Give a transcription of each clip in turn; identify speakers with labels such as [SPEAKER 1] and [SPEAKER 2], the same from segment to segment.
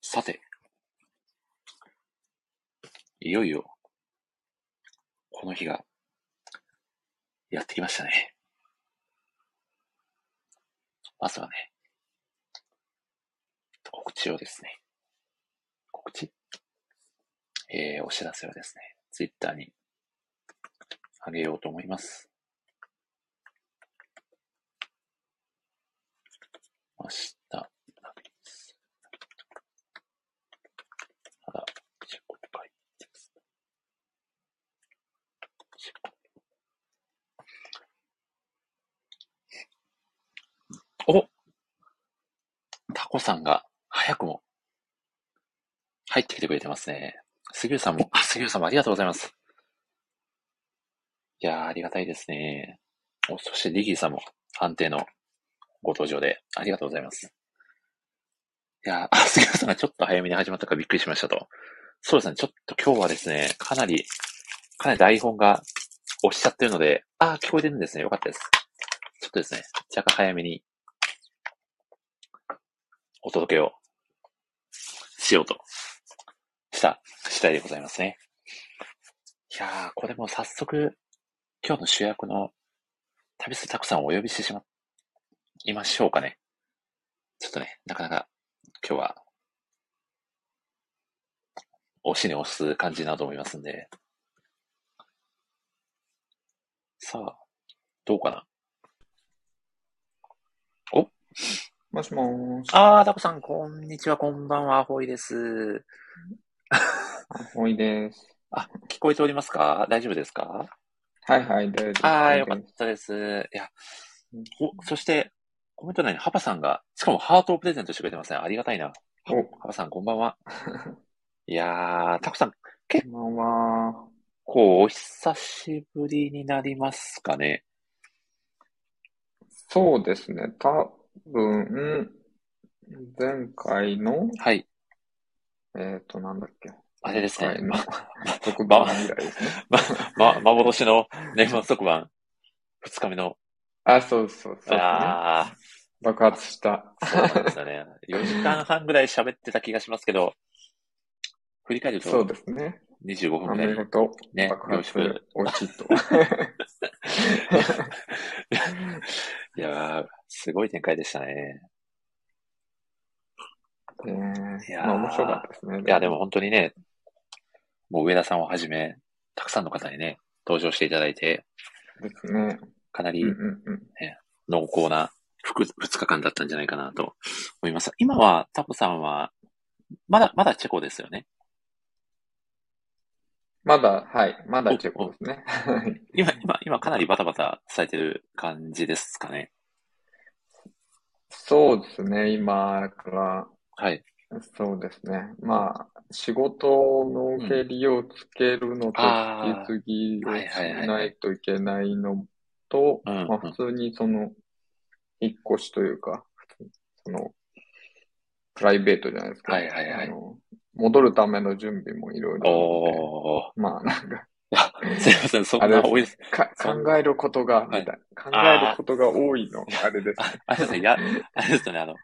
[SPEAKER 1] さて、いよいよ、この日が、やってきましたね。まずはね、告知をですね、告知えー、お知らせをですね、ツイッターにあげようと思います。明日、ただ、自己解決自己おタコさんが早くも入ってきてくれてますね。杉浦さんも、あ、杉浦さんもありがとうございます。いやー、ありがたいですね。お、そしてリギーさんも安定のご登場でありがとうございます。いやー、あ、杉浦さんがちょっと早めに始まったからびっくりしましたと。そうですね、ちょっと今日はですね、かなり、かなり台本が押しちゃってるので、あー、聞こえてるんですね。よかったです。ちょっとですね、若干早めにお届けをしようとした次第でございますね。いやー、これも早速、今日の主役の旅するたくさんをお呼びしてしまいましょうかね。ちょっとね、なかなか今日は、押しに押す感じになると思いますんで。さあ、どうかな。
[SPEAKER 2] もしもーし。
[SPEAKER 1] あー、タコさん、こんにちは、こんばんは、アホイです。
[SPEAKER 2] おいです。
[SPEAKER 1] 聞こえておりますか大丈夫ですか
[SPEAKER 2] はいはい、大丈夫です。
[SPEAKER 1] ああ、
[SPEAKER 2] 大
[SPEAKER 1] よ
[SPEAKER 2] 丈
[SPEAKER 1] かっ
[SPEAKER 2] 夫です
[SPEAKER 1] たです。いや
[SPEAKER 2] うん、
[SPEAKER 1] お、そして、コメント内にハパさんが、しかもハートをプレゼントしてくれてますね。ありがたいな。
[SPEAKER 2] お、
[SPEAKER 1] ハパさん、こんばん は。いやー、タコさん、結
[SPEAKER 2] こんばんは。
[SPEAKER 1] 構お久しぶりになりますかね。
[SPEAKER 2] そうですね。多分、前回の、
[SPEAKER 1] はい。
[SPEAKER 2] えっと、なんだっけ。
[SPEAKER 1] あれです
[SPEAKER 2] は
[SPEAKER 1] ね
[SPEAKER 2] い。ま
[SPEAKER 1] ま、
[SPEAKER 2] 特番以来ですね。
[SPEAKER 1] ま、幻の年末特番、二日目の。
[SPEAKER 2] あ、そうそう、そうですね。
[SPEAKER 1] あ
[SPEAKER 2] 爆発した。
[SPEAKER 1] あ、そうなんですよね。4時間半ぐらい喋ってた気がしますけど、振り返る
[SPEAKER 2] そ
[SPEAKER 1] と
[SPEAKER 2] うですね。
[SPEAKER 1] 25分ぐらい
[SPEAKER 2] 雨。ごと
[SPEAKER 1] ね
[SPEAKER 2] 爆発
[SPEAKER 1] よろし
[SPEAKER 2] 落ちと。
[SPEAKER 1] いやー、すごい展開でしたね。
[SPEAKER 2] えー
[SPEAKER 1] いやー
[SPEAKER 2] まあ面白かったですね。
[SPEAKER 1] いや、でも。本当にね、もう上田さんをはじめ、たくさんの方にね、登場していただいて、
[SPEAKER 2] ですね。
[SPEAKER 1] かなり
[SPEAKER 2] うんうんうん。
[SPEAKER 1] 濃厚な2日間だったんじゃないかなと思います。今は、タコさんは、まだ、まだチェコですよね。
[SPEAKER 2] まだ、はい。まだチェコですね。はい
[SPEAKER 1] 今、今、今かなりバタバタされてる感じですかね。
[SPEAKER 2] そうですね、今か
[SPEAKER 1] はい。
[SPEAKER 2] ら、そうですね。まあ、仕事のけりをつけるのと
[SPEAKER 1] あー
[SPEAKER 2] 引き継ぎをしないといけないのと、
[SPEAKER 1] うんうん
[SPEAKER 2] まあ、普通にその、引っ越しというか、その、プライベートじゃないですか。
[SPEAKER 1] はいはいはい
[SPEAKER 2] あの、戻るための準備もいろいろあって
[SPEAKER 1] おー。
[SPEAKER 2] まあ、なんか、
[SPEAKER 1] いやすいません、そん
[SPEAKER 2] あれ
[SPEAKER 1] な
[SPEAKER 2] です
[SPEAKER 1] 多いです。
[SPEAKER 2] か
[SPEAKER 1] そう
[SPEAKER 2] 考えることが、み
[SPEAKER 1] はい
[SPEAKER 2] たいな。考えることが多いの、あれです。
[SPEAKER 1] ああれですね、や、あれですよね、あの、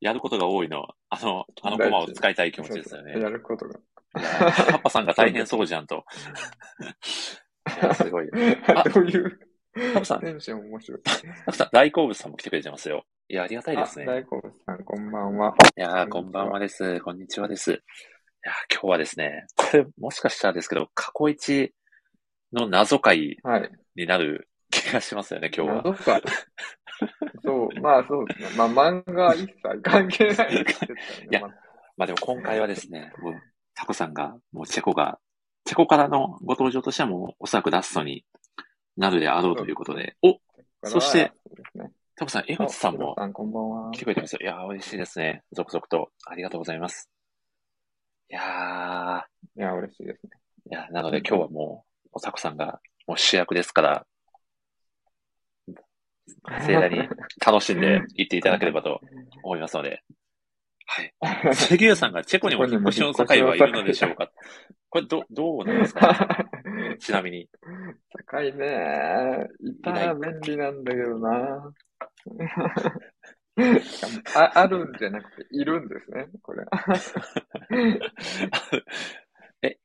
[SPEAKER 1] やることが多いの、あの、あのコマを使いたい気持ちですよね
[SPEAKER 2] そうそう。やることが。
[SPEAKER 1] いやーカッパさんが大変そうじゃ んと。 いやーすごい。あ
[SPEAKER 2] どういう
[SPEAKER 1] タブさん
[SPEAKER 2] テンション面白い。
[SPEAKER 1] タクさん、大好物さんも来てくれてますよ。いや、ありがたいですね。
[SPEAKER 2] あ大好物さん、こんばんは。
[SPEAKER 1] いやーこ
[SPEAKER 2] こん
[SPEAKER 1] ん
[SPEAKER 2] にちは
[SPEAKER 1] ばんはです。こんにちはです。いやー今日はですね、これもしかしたらですけど、過去一の謎解
[SPEAKER 2] はい。
[SPEAKER 1] になる気がしますよね、今日は。
[SPEAKER 2] どっか。そう、まあそうですね。まあ漫画は一切関係ないですけどね。
[SPEAKER 1] いや
[SPEAKER 2] ま
[SPEAKER 1] まあでも今回はですね、もうタコさんが、もうチェコが、チェコからのご登場としてはもうおそらくラストになるであろうということで、お、
[SPEAKER 2] あ
[SPEAKER 1] そして、
[SPEAKER 2] そうですね
[SPEAKER 1] タコさん、江口さんも
[SPEAKER 2] あ皆さん、こんばんは
[SPEAKER 1] 来。てくれてますよ。いやー、嬉しいですね。続々と。ありがとうございます。いや
[SPEAKER 2] いや、嬉しいですね。
[SPEAKER 1] ー、いや、なので今日はもう、おさこさんがもう主役ですから、盛大に楽しんでいっていただければと思いますので。はい。関谷さんがチェコにも引っ越しの境はいるのでしょうかこれど、どうなんですか、 ちなみに。
[SPEAKER 2] 高いね。いたら便利なんだけどな。ああるんじゃなくて、いるんですね、これ。
[SPEAKER 1] え、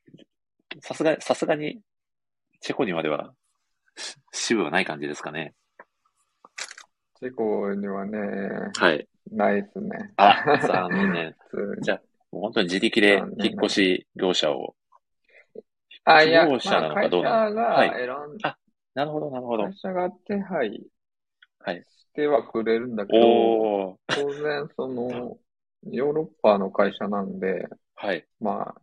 [SPEAKER 1] さすが、さすがに、チェコにまでは、し支部はない感じですかね。
[SPEAKER 2] チェコにはね、
[SPEAKER 1] はい。
[SPEAKER 2] ないですね。
[SPEAKER 1] あ、 残念。
[SPEAKER 2] 普通に
[SPEAKER 1] もう本当に自力で引っ越し業者を。
[SPEAKER 2] あ、いや、
[SPEAKER 1] 業者なのかどうなのか
[SPEAKER 2] まあ、会社が選ん、
[SPEAKER 1] あなるほど、なるほど。
[SPEAKER 2] 会社が手配
[SPEAKER 1] はい
[SPEAKER 2] してはくれるんだけど、
[SPEAKER 1] おー。
[SPEAKER 2] 当然、その、ヨーロッパの会社なんで、
[SPEAKER 1] はい。
[SPEAKER 2] まあ、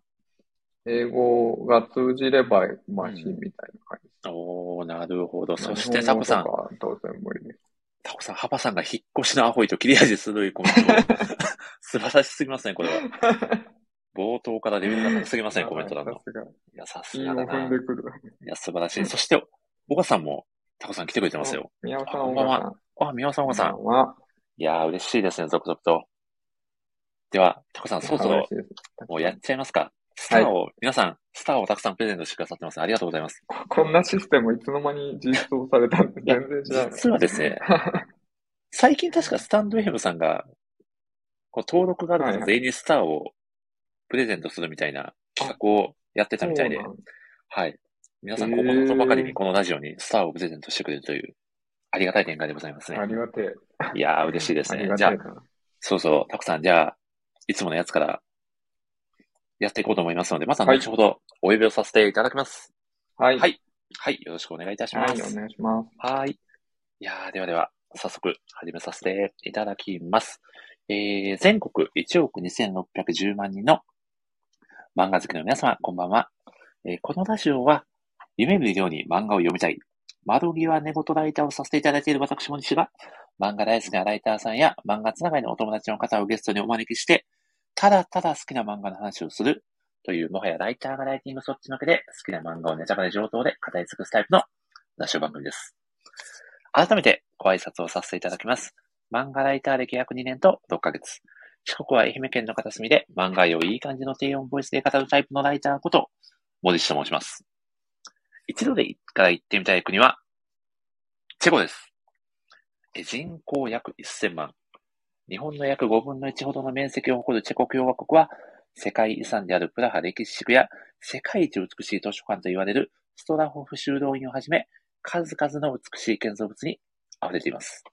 [SPEAKER 2] 英語が通じれば、まあ、
[SPEAKER 1] うん
[SPEAKER 2] いいみたいな感じ
[SPEAKER 1] おー、なるほど。
[SPEAKER 2] です。
[SPEAKER 1] そして、タコさん
[SPEAKER 2] 日。本語とかは当然無理です。
[SPEAKER 1] タコさん、ハパさんが引っ越しのアホイと切れ味鋭いコメント。 素晴らしすぎますね、これは。冒頭からレベルが高すぎ ますね、コメントだ
[SPEAKER 2] さ
[SPEAKER 1] の。
[SPEAKER 2] すが。
[SPEAKER 1] いや、さす
[SPEAKER 2] いい
[SPEAKER 1] がだ
[SPEAKER 2] の踏
[SPEAKER 1] な。
[SPEAKER 2] ん
[SPEAKER 1] い
[SPEAKER 2] でくる。
[SPEAKER 1] や、素晴らしい。そして、岡さんも、タコさん来てくれてますよ。
[SPEAKER 2] 宮尾さ
[SPEAKER 1] あ
[SPEAKER 2] ん、
[SPEAKER 1] こ
[SPEAKER 2] 小
[SPEAKER 1] んばんは
[SPEAKER 2] 川さん。
[SPEAKER 1] あ、宮尾さん、岡さん。
[SPEAKER 2] こんばんは。
[SPEAKER 1] いやー、嬉しいですね、続々と。では、タコさん、そろそ
[SPEAKER 2] 嬉
[SPEAKER 1] ろ
[SPEAKER 2] し、いです
[SPEAKER 1] もうやっちゃいますか。スターを、皆さん、スターをたくさんプレゼントしてくださってます。ありがとうございます。
[SPEAKER 2] ここんなシステムいつの間に実装されたんで、
[SPEAKER 1] いや
[SPEAKER 2] 全然知らない。
[SPEAKER 1] 実はです ね、最近確かスタンドエヘムさんが、こう登録がある
[SPEAKER 2] はい
[SPEAKER 1] と
[SPEAKER 2] はい
[SPEAKER 1] 全員にスターをプレゼントするみたいな企画をやってたみたいで
[SPEAKER 2] そう、なん
[SPEAKER 1] はい。皆さん、
[SPEAKER 2] へー
[SPEAKER 1] ここのとばかりにこのラジオにスターをプレゼントしてくれるという、ありがたい展開でございますね
[SPEAKER 2] だあ。りがてえ。
[SPEAKER 1] いやー、嬉しいです
[SPEAKER 2] あり
[SPEAKER 1] ね。
[SPEAKER 2] が
[SPEAKER 1] じゃ
[SPEAKER 2] た
[SPEAKER 1] あ
[SPEAKER 2] い、な。
[SPEAKER 1] そうそう、たくさん、じゃあ、いつものやつからやっていこうと思いますので、また
[SPEAKER 2] はい
[SPEAKER 1] 後ほどお呼びをさせていただきます。
[SPEAKER 2] はい。
[SPEAKER 1] はいはい、よろしくお願いいたします。
[SPEAKER 2] はい、お願いします。
[SPEAKER 1] はい。いやーではでは、早速始めさせていただきます。えー、全国1億2610万人の漫画好きの皆様、こんばんは。えーこのラジオは、夢見るように漫画を読みたい。窓際寝言ライターをさせていただいている私も西が、漫画大好きなライターさんや漫画つながりのお友達の方をゲストにお招きして、ただただ好きな漫画の話をするという、もはやライターがライティングそっちのけで、好きな漫画をネタバレ上等で語り尽くすタイプのラジオ番組です。改めてご挨拶をさせていただきます。漫画ライター歴約2年と6ヶ月。四国は愛媛県の片隅で漫画をいい感じの低音ボイスで語るタイプのライターこと、森下と申します。一度で一回行ってみたい国は、チェコです。え人口約1000万。日本の約5分の1ほどの面積を誇るチェコ共和国は、世界遺産であるプラハ歴史地区や世界一美しい図書館と言われるストラホフ修道院をはじめ、数々の美しい建造物に溢れています。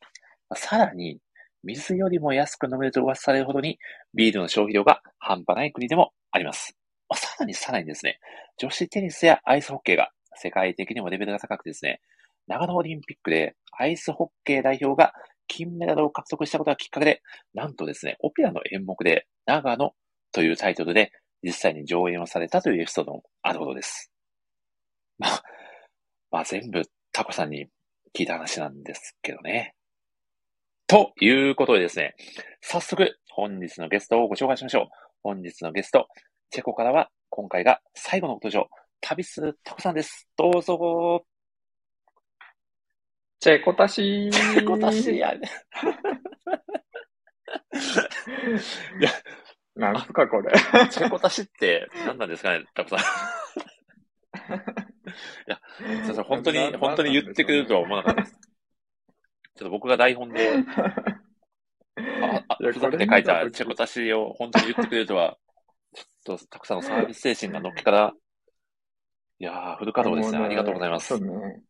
[SPEAKER 1] さらに、水よりも安く飲めると噂されるほどに、ビールの消費量が半端ない国でもあります。まあさらにさらにですね、女子テニスやアイスホッケーが世界的にもレベルが高くてですね、長野オリンピックでアイスホッケー代表が金メダルを獲得したことがきっかけで、なんとですね、オペラの演目で長野というタイトルで実際に上演をされたというエピソードもあるほどです。まあ、まあ全部タコさんに聞いた話なんですけどね。ということでですね、早速本日のゲストをご紹介しましょう。本日のゲスト、チェコからは今回が最後のご登場、旅するタコさんです。どうぞ。
[SPEAKER 2] チェコタシー。チ
[SPEAKER 1] チェコタシや。
[SPEAKER 2] なんすか、これ。
[SPEAKER 1] チェコタシって何なんですかね、タ コさん。すいません本当
[SPEAKER 2] な
[SPEAKER 1] に、本当に言ってくれるとは思わなかったです。ちょっと僕が台本 で、ああ
[SPEAKER 2] いや
[SPEAKER 1] ふざけて書いたチェコタシを本当に言ってくれるとは、ちょっとたくさんのサービス精神がのっけから、いやー、フル稼働ですね。ありがとうございます
[SPEAKER 2] そ。うね。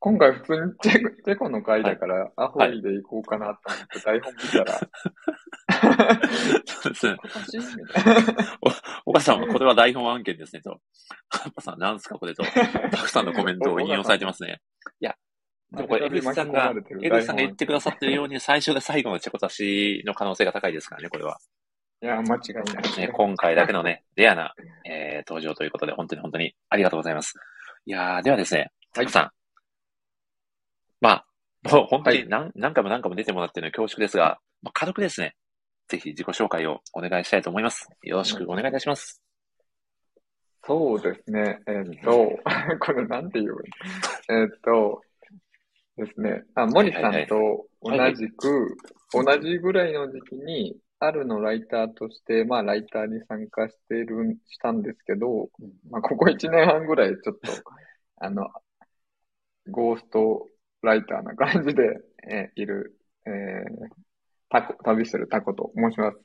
[SPEAKER 2] 今回普通にチェコチェコの回だから、アホイで行こうかなと思って台本見 たら、
[SPEAKER 1] そうですね。
[SPEAKER 2] チェコタシーみたいな。
[SPEAKER 1] 岡さんは、これは台本案件ですね、と。岡さん、なんすか、これと。たくさんのコメントを引用されてますね。いや、でもこれ、江
[SPEAKER 2] 再び
[SPEAKER 1] 口
[SPEAKER 2] 巻き
[SPEAKER 1] さん
[SPEAKER 2] 込ま
[SPEAKER 1] が
[SPEAKER 2] れて、る
[SPEAKER 1] 江口さんが言ってくださってるように、最初で最後のチェコタシの可能性が高いですからね、これは。
[SPEAKER 2] いや、間違いないです
[SPEAKER 1] ね、
[SPEAKER 2] ね。
[SPEAKER 1] 今回だけのね、レアな、えー登場ということで、本当に本当にありがとうございます。いやー、ではですね、
[SPEAKER 2] は
[SPEAKER 1] た
[SPEAKER 2] い
[SPEAKER 1] くさん。まあ、もう本当
[SPEAKER 2] は
[SPEAKER 1] に何,、何回も何回も出てもらってるので恐縮ですが、まあ、軽くですね、ぜひ自己紹介をお願いしたいと思います。よろしくお願いいたします。
[SPEAKER 2] そうですね。えっと、これなんて言うえっと、ですね。あ、森さんと同じく、同じぐらいの時期に、あるのライターとして、まあ、ライターに参加してる、したんですけど、まあ、ここ1年半ぐらい、ちょっと、あの、ゴーストライターな感じで、えーいる、えータコ、旅してるタコと申します。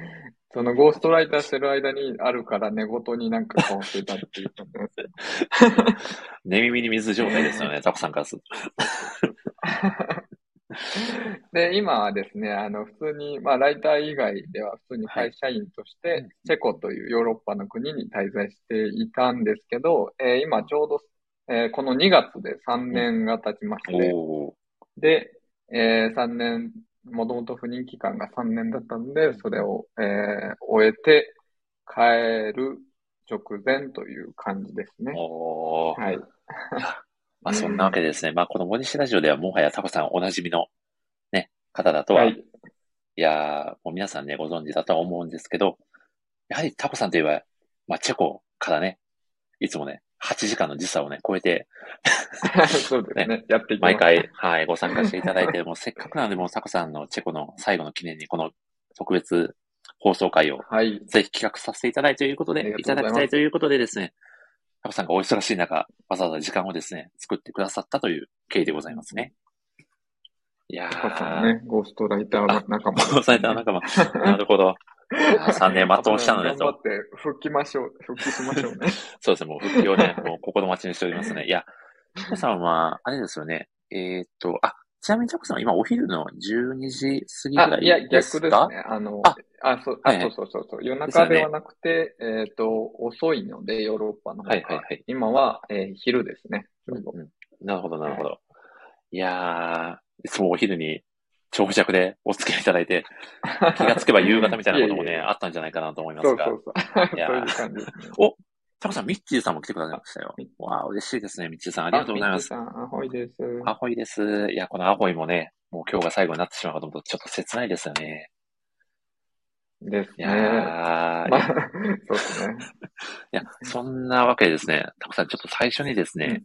[SPEAKER 2] そのゴーストライターしてる間にあるから寝言になんか顔してたっていう感じなんですよ。
[SPEAKER 1] 寝耳に水状態です よね、タコさんからすると。
[SPEAKER 2] で、今はですね、あの、普通に、まあ、ライター以外では普通に会社員とし
[SPEAKER 1] はい
[SPEAKER 2] て、チェコというヨーロッパの国に滞在していたんですけど、えー今ちょうど、えーこの2月で3年が経ちまして、
[SPEAKER 1] おお
[SPEAKER 2] で、えー3年、もともと赴任期間が3年だったので、それを、えー終えて帰る直前という感じですね。
[SPEAKER 1] おー
[SPEAKER 2] はい。
[SPEAKER 1] まあそんなわけでですね、まあこのモニシラジオではもはやタコさんおなじみのね、方だとは、、
[SPEAKER 2] はいい。
[SPEAKER 1] やーもう皆さんね、ご存知だとは思うんですけど、やはりタコさんといえば、まあチェコからね、いつもね、8時間の時差をね、超えて、
[SPEAKER 2] そうですね。やっていきます。
[SPEAKER 1] 毎回、はい、ご参加していただいて、もうせっかくなので、もうタコさんのチェコの最後の記念に、この特別放送会を
[SPEAKER 2] はい。
[SPEAKER 1] ぜひ企画させていただいてということ
[SPEAKER 2] あ
[SPEAKER 1] で、
[SPEAKER 2] り
[SPEAKER 1] い
[SPEAKER 2] がと
[SPEAKER 1] た
[SPEAKER 2] うござ
[SPEAKER 1] だ
[SPEAKER 2] います
[SPEAKER 1] きたいということでですね、タコさんがお忙しい中、わざわざ時間をですね、作ってくださったという経緯でございますね。いや
[SPEAKER 2] タコさ
[SPEAKER 1] ー、
[SPEAKER 2] んね、ゴーストライターの仲間ですね、
[SPEAKER 1] 殺された仲間。 なるほど。3年全うしたので、
[SPEAKER 2] 頑張
[SPEAKER 1] そう
[SPEAKER 2] って復帰ましょう。復帰しましょうね。
[SPEAKER 1] そうですね、もう復帰をね、もう心待ちにしておりますね。いや、タコさんは、あれですよね、えーっと、あ、ちなみにタコさんは今お昼の12時過ぎぐ
[SPEAKER 2] あ
[SPEAKER 1] ら、
[SPEAKER 2] いや、
[SPEAKER 1] いで
[SPEAKER 2] 逆
[SPEAKER 1] す
[SPEAKER 2] で
[SPEAKER 1] か
[SPEAKER 2] すね。あの、
[SPEAKER 1] あ
[SPEAKER 2] あ、そう、あ、
[SPEAKER 1] はいはい
[SPEAKER 2] そうそうそうそう。夜中ではなくて、えっ、と、遅いので、ヨーロッパの方が。
[SPEAKER 1] はいはいはい
[SPEAKER 2] 今は、えー昼ですね。ちょうど
[SPEAKER 1] うんうんなるほど、なるほど。いやー、いつもお昼に長尺でお付き合いいただい て、気がつけば夕方みたいなことも
[SPEAKER 2] いえい
[SPEAKER 1] ね、
[SPEAKER 2] え
[SPEAKER 1] あったんじゃないかなと思いま
[SPEAKER 2] そ
[SPEAKER 1] す
[SPEAKER 2] う
[SPEAKER 1] が
[SPEAKER 2] そ。うそう。 そう
[SPEAKER 1] いや
[SPEAKER 2] いう感じですね。
[SPEAKER 1] タコさん、ミッチーさんも来てくださいましたよ
[SPEAKER 2] ミッ。
[SPEAKER 1] わあ、嬉しいですね。ミッチーさん、ありがとうございます。
[SPEAKER 2] あみっちーさん、アホイです。
[SPEAKER 1] アホイです。いや、このアホイもね、もう今日が最後になってしまうかと思うと、ちょっと切ないですよね。
[SPEAKER 2] です
[SPEAKER 1] い
[SPEAKER 2] ね。
[SPEAKER 1] やー、
[SPEAKER 2] ま
[SPEAKER 1] い
[SPEAKER 2] あ、そうですね。
[SPEAKER 1] や、そんなわけでですね、タコさん、ちょっと最初にですね、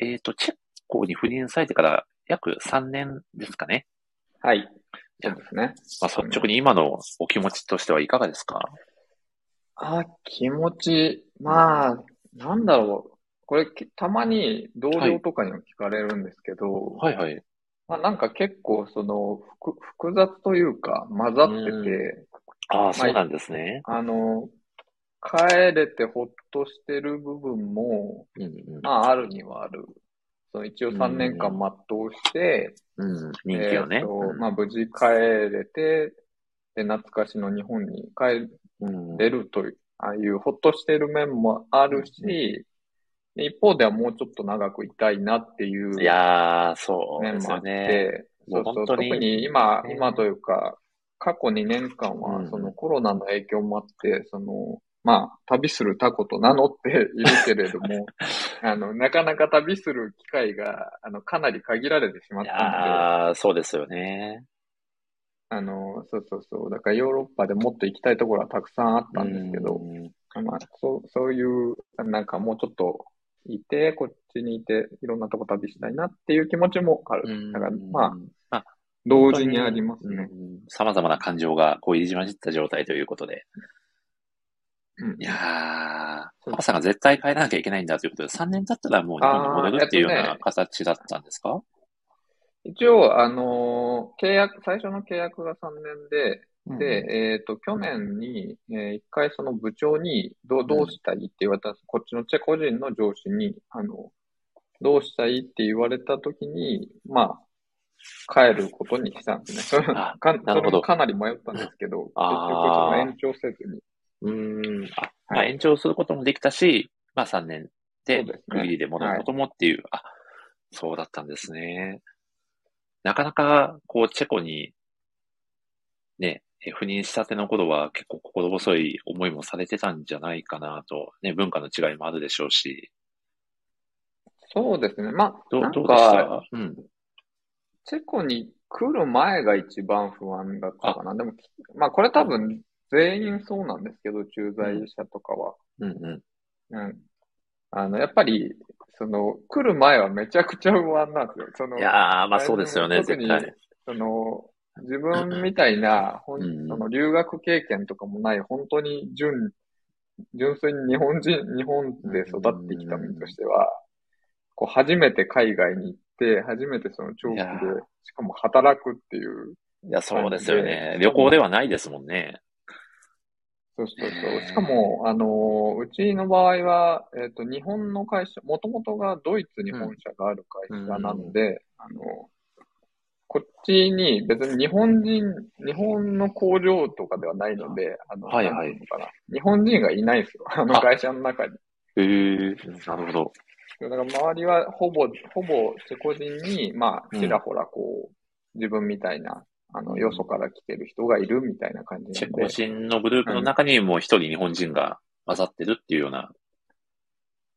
[SPEAKER 1] えっ、と、チェコに赴任されてから約3年ですかね。
[SPEAKER 2] はい。そうですね。
[SPEAKER 1] まあ、率直に今のお気持ちとしてはいかがですか
[SPEAKER 2] あ、気持ち、まあ、なんだろう。これ、きたまに同僚とかにも聞かれるんですけど、
[SPEAKER 1] はいはい。
[SPEAKER 2] まあ、なんか結構、その、複複雑というか、混ざってて、
[SPEAKER 1] ああ、そうなんですね。
[SPEAKER 2] あの、帰れてほっとしてる部分も、
[SPEAKER 1] うんうん
[SPEAKER 2] まあ、あるにはある。その一応3年間全うして、
[SPEAKER 1] うん、人気を
[SPEAKER 2] え
[SPEAKER 1] ね。
[SPEAKER 2] ーと
[SPEAKER 1] うん
[SPEAKER 2] まあ、無事帰れて、で、懐かしの日本に帰
[SPEAKER 1] うん
[SPEAKER 2] 出るという、ああいうほっとしてる面もあるし、で一方ではもうちょっと長くいたいなっていう
[SPEAKER 1] いやー、そう
[SPEAKER 2] 面
[SPEAKER 1] です
[SPEAKER 2] もあ
[SPEAKER 1] よ
[SPEAKER 2] っ
[SPEAKER 1] ね。
[SPEAKER 2] て、
[SPEAKER 1] もう
[SPEAKER 2] そうそ
[SPEAKER 1] 本
[SPEAKER 2] う
[SPEAKER 1] 当に
[SPEAKER 2] 特に今、
[SPEAKER 1] ね
[SPEAKER 2] 今というか、過去2年間
[SPEAKER 1] う
[SPEAKER 2] は
[SPEAKER 1] ん
[SPEAKER 2] そのコロナの影響もあって、その、まあ、旅するタコと名乗っているけれ ども、あの、なかなか旅する機会が、あの、かなり限られてしまっ
[SPEAKER 1] い
[SPEAKER 2] たので、
[SPEAKER 1] やー、そうですよね。
[SPEAKER 2] あの、そうそうそう、だからヨーロッパでもっと行きたいところはたくさんあったんですけど、
[SPEAKER 1] うん
[SPEAKER 2] まあ、そう、そういう、なんかもうちょっといて、こっちにいて、いろんなとこ旅したいなっていう気持ちもある。だから、まあ、、同時にありますね。
[SPEAKER 1] さまざまな感情がこう入りじまじった状態ということで。
[SPEAKER 2] うん
[SPEAKER 1] いやー、
[SPEAKER 2] そう
[SPEAKER 1] パパさんが絶対帰らなきゃいけないんだということで、3年経ったらもう日本に戻るっていうよう
[SPEAKER 2] あーえっと
[SPEAKER 1] な
[SPEAKER 2] ね
[SPEAKER 1] 形だったんですか
[SPEAKER 2] 一応、あのー契約、最初の契約が3年で、
[SPEAKER 1] うん
[SPEAKER 2] で、えっと、去年に、えー一回その部長に、どう、どうしたいって言われた、こっちのチェコ人の上司に、あの、どうしたいって言われたときに、まあ、帰ることにしたんですね。それ
[SPEAKER 1] あ
[SPEAKER 2] か、
[SPEAKER 1] なるほど
[SPEAKER 2] それもかなり迷ったんですけど、結局
[SPEAKER 1] あー
[SPEAKER 2] その延長せずに、
[SPEAKER 1] うーん。あ、まあ
[SPEAKER 2] はい
[SPEAKER 1] 延長することもできたし、まあ3年で
[SPEAKER 2] そうですね、
[SPEAKER 1] 区切りで戻ることもっていう、あ、そうだったんですね。なかなか、こう、チェコに、ね、え赴任したての頃は結構心細い思いもされてたんじゃないかなと、ね、文化の違いもあるでしょうし、
[SPEAKER 2] そうですね。まあ、
[SPEAKER 1] どう
[SPEAKER 2] なん
[SPEAKER 1] どうでし
[SPEAKER 2] か、
[SPEAKER 1] たうん。
[SPEAKER 2] チェコに来る前が一番不安だったかな。でも、きまあ、これ多分、全員そうなんですけど、駐在者とかは。
[SPEAKER 1] うんうん。
[SPEAKER 2] うん。あの、やっぱり、その、来る前はめちゃくちゃ不安なんですよ。その、
[SPEAKER 1] いやー、まあそうですよね、
[SPEAKER 2] 特
[SPEAKER 1] 絶
[SPEAKER 2] に
[SPEAKER 1] 対。
[SPEAKER 2] その、自分みたいな、ほん
[SPEAKER 1] うん
[SPEAKER 2] その留学経験とかもない、本当に純、純粋に日本人、日本で育ってきた身としては、こう、初めて海外に行って、初めてその長期で
[SPEAKER 1] いやー、
[SPEAKER 2] しかも働くっていう、
[SPEAKER 1] いや、そうですよね。旅行ではないですもんね。
[SPEAKER 2] そうそうそう。しかも、あの、うちの場合は、えっ、と、日本の会社、もともとがドイツに本社がある会社なので、あの、こっちに別に日本人、日本の工場とかではないので、あの、
[SPEAKER 1] はいはい
[SPEAKER 2] なんてうのかな日本人がいないんですよ。あの
[SPEAKER 1] あ
[SPEAKER 2] 会社の中に。
[SPEAKER 1] ええなるほど。
[SPEAKER 2] だから周りはほぼ、ほぼチェコ人に、ま
[SPEAKER 1] う
[SPEAKER 2] あ、
[SPEAKER 1] ん
[SPEAKER 2] ちらほらこう、自分みたいな、あの、よそから来てる人がいるみたいな感じ
[SPEAKER 1] チ
[SPEAKER 2] な
[SPEAKER 1] ェ
[SPEAKER 2] ん
[SPEAKER 1] コ
[SPEAKER 2] で。
[SPEAKER 1] 人のグループの中にもう一人日本人が混ざってるっていうような。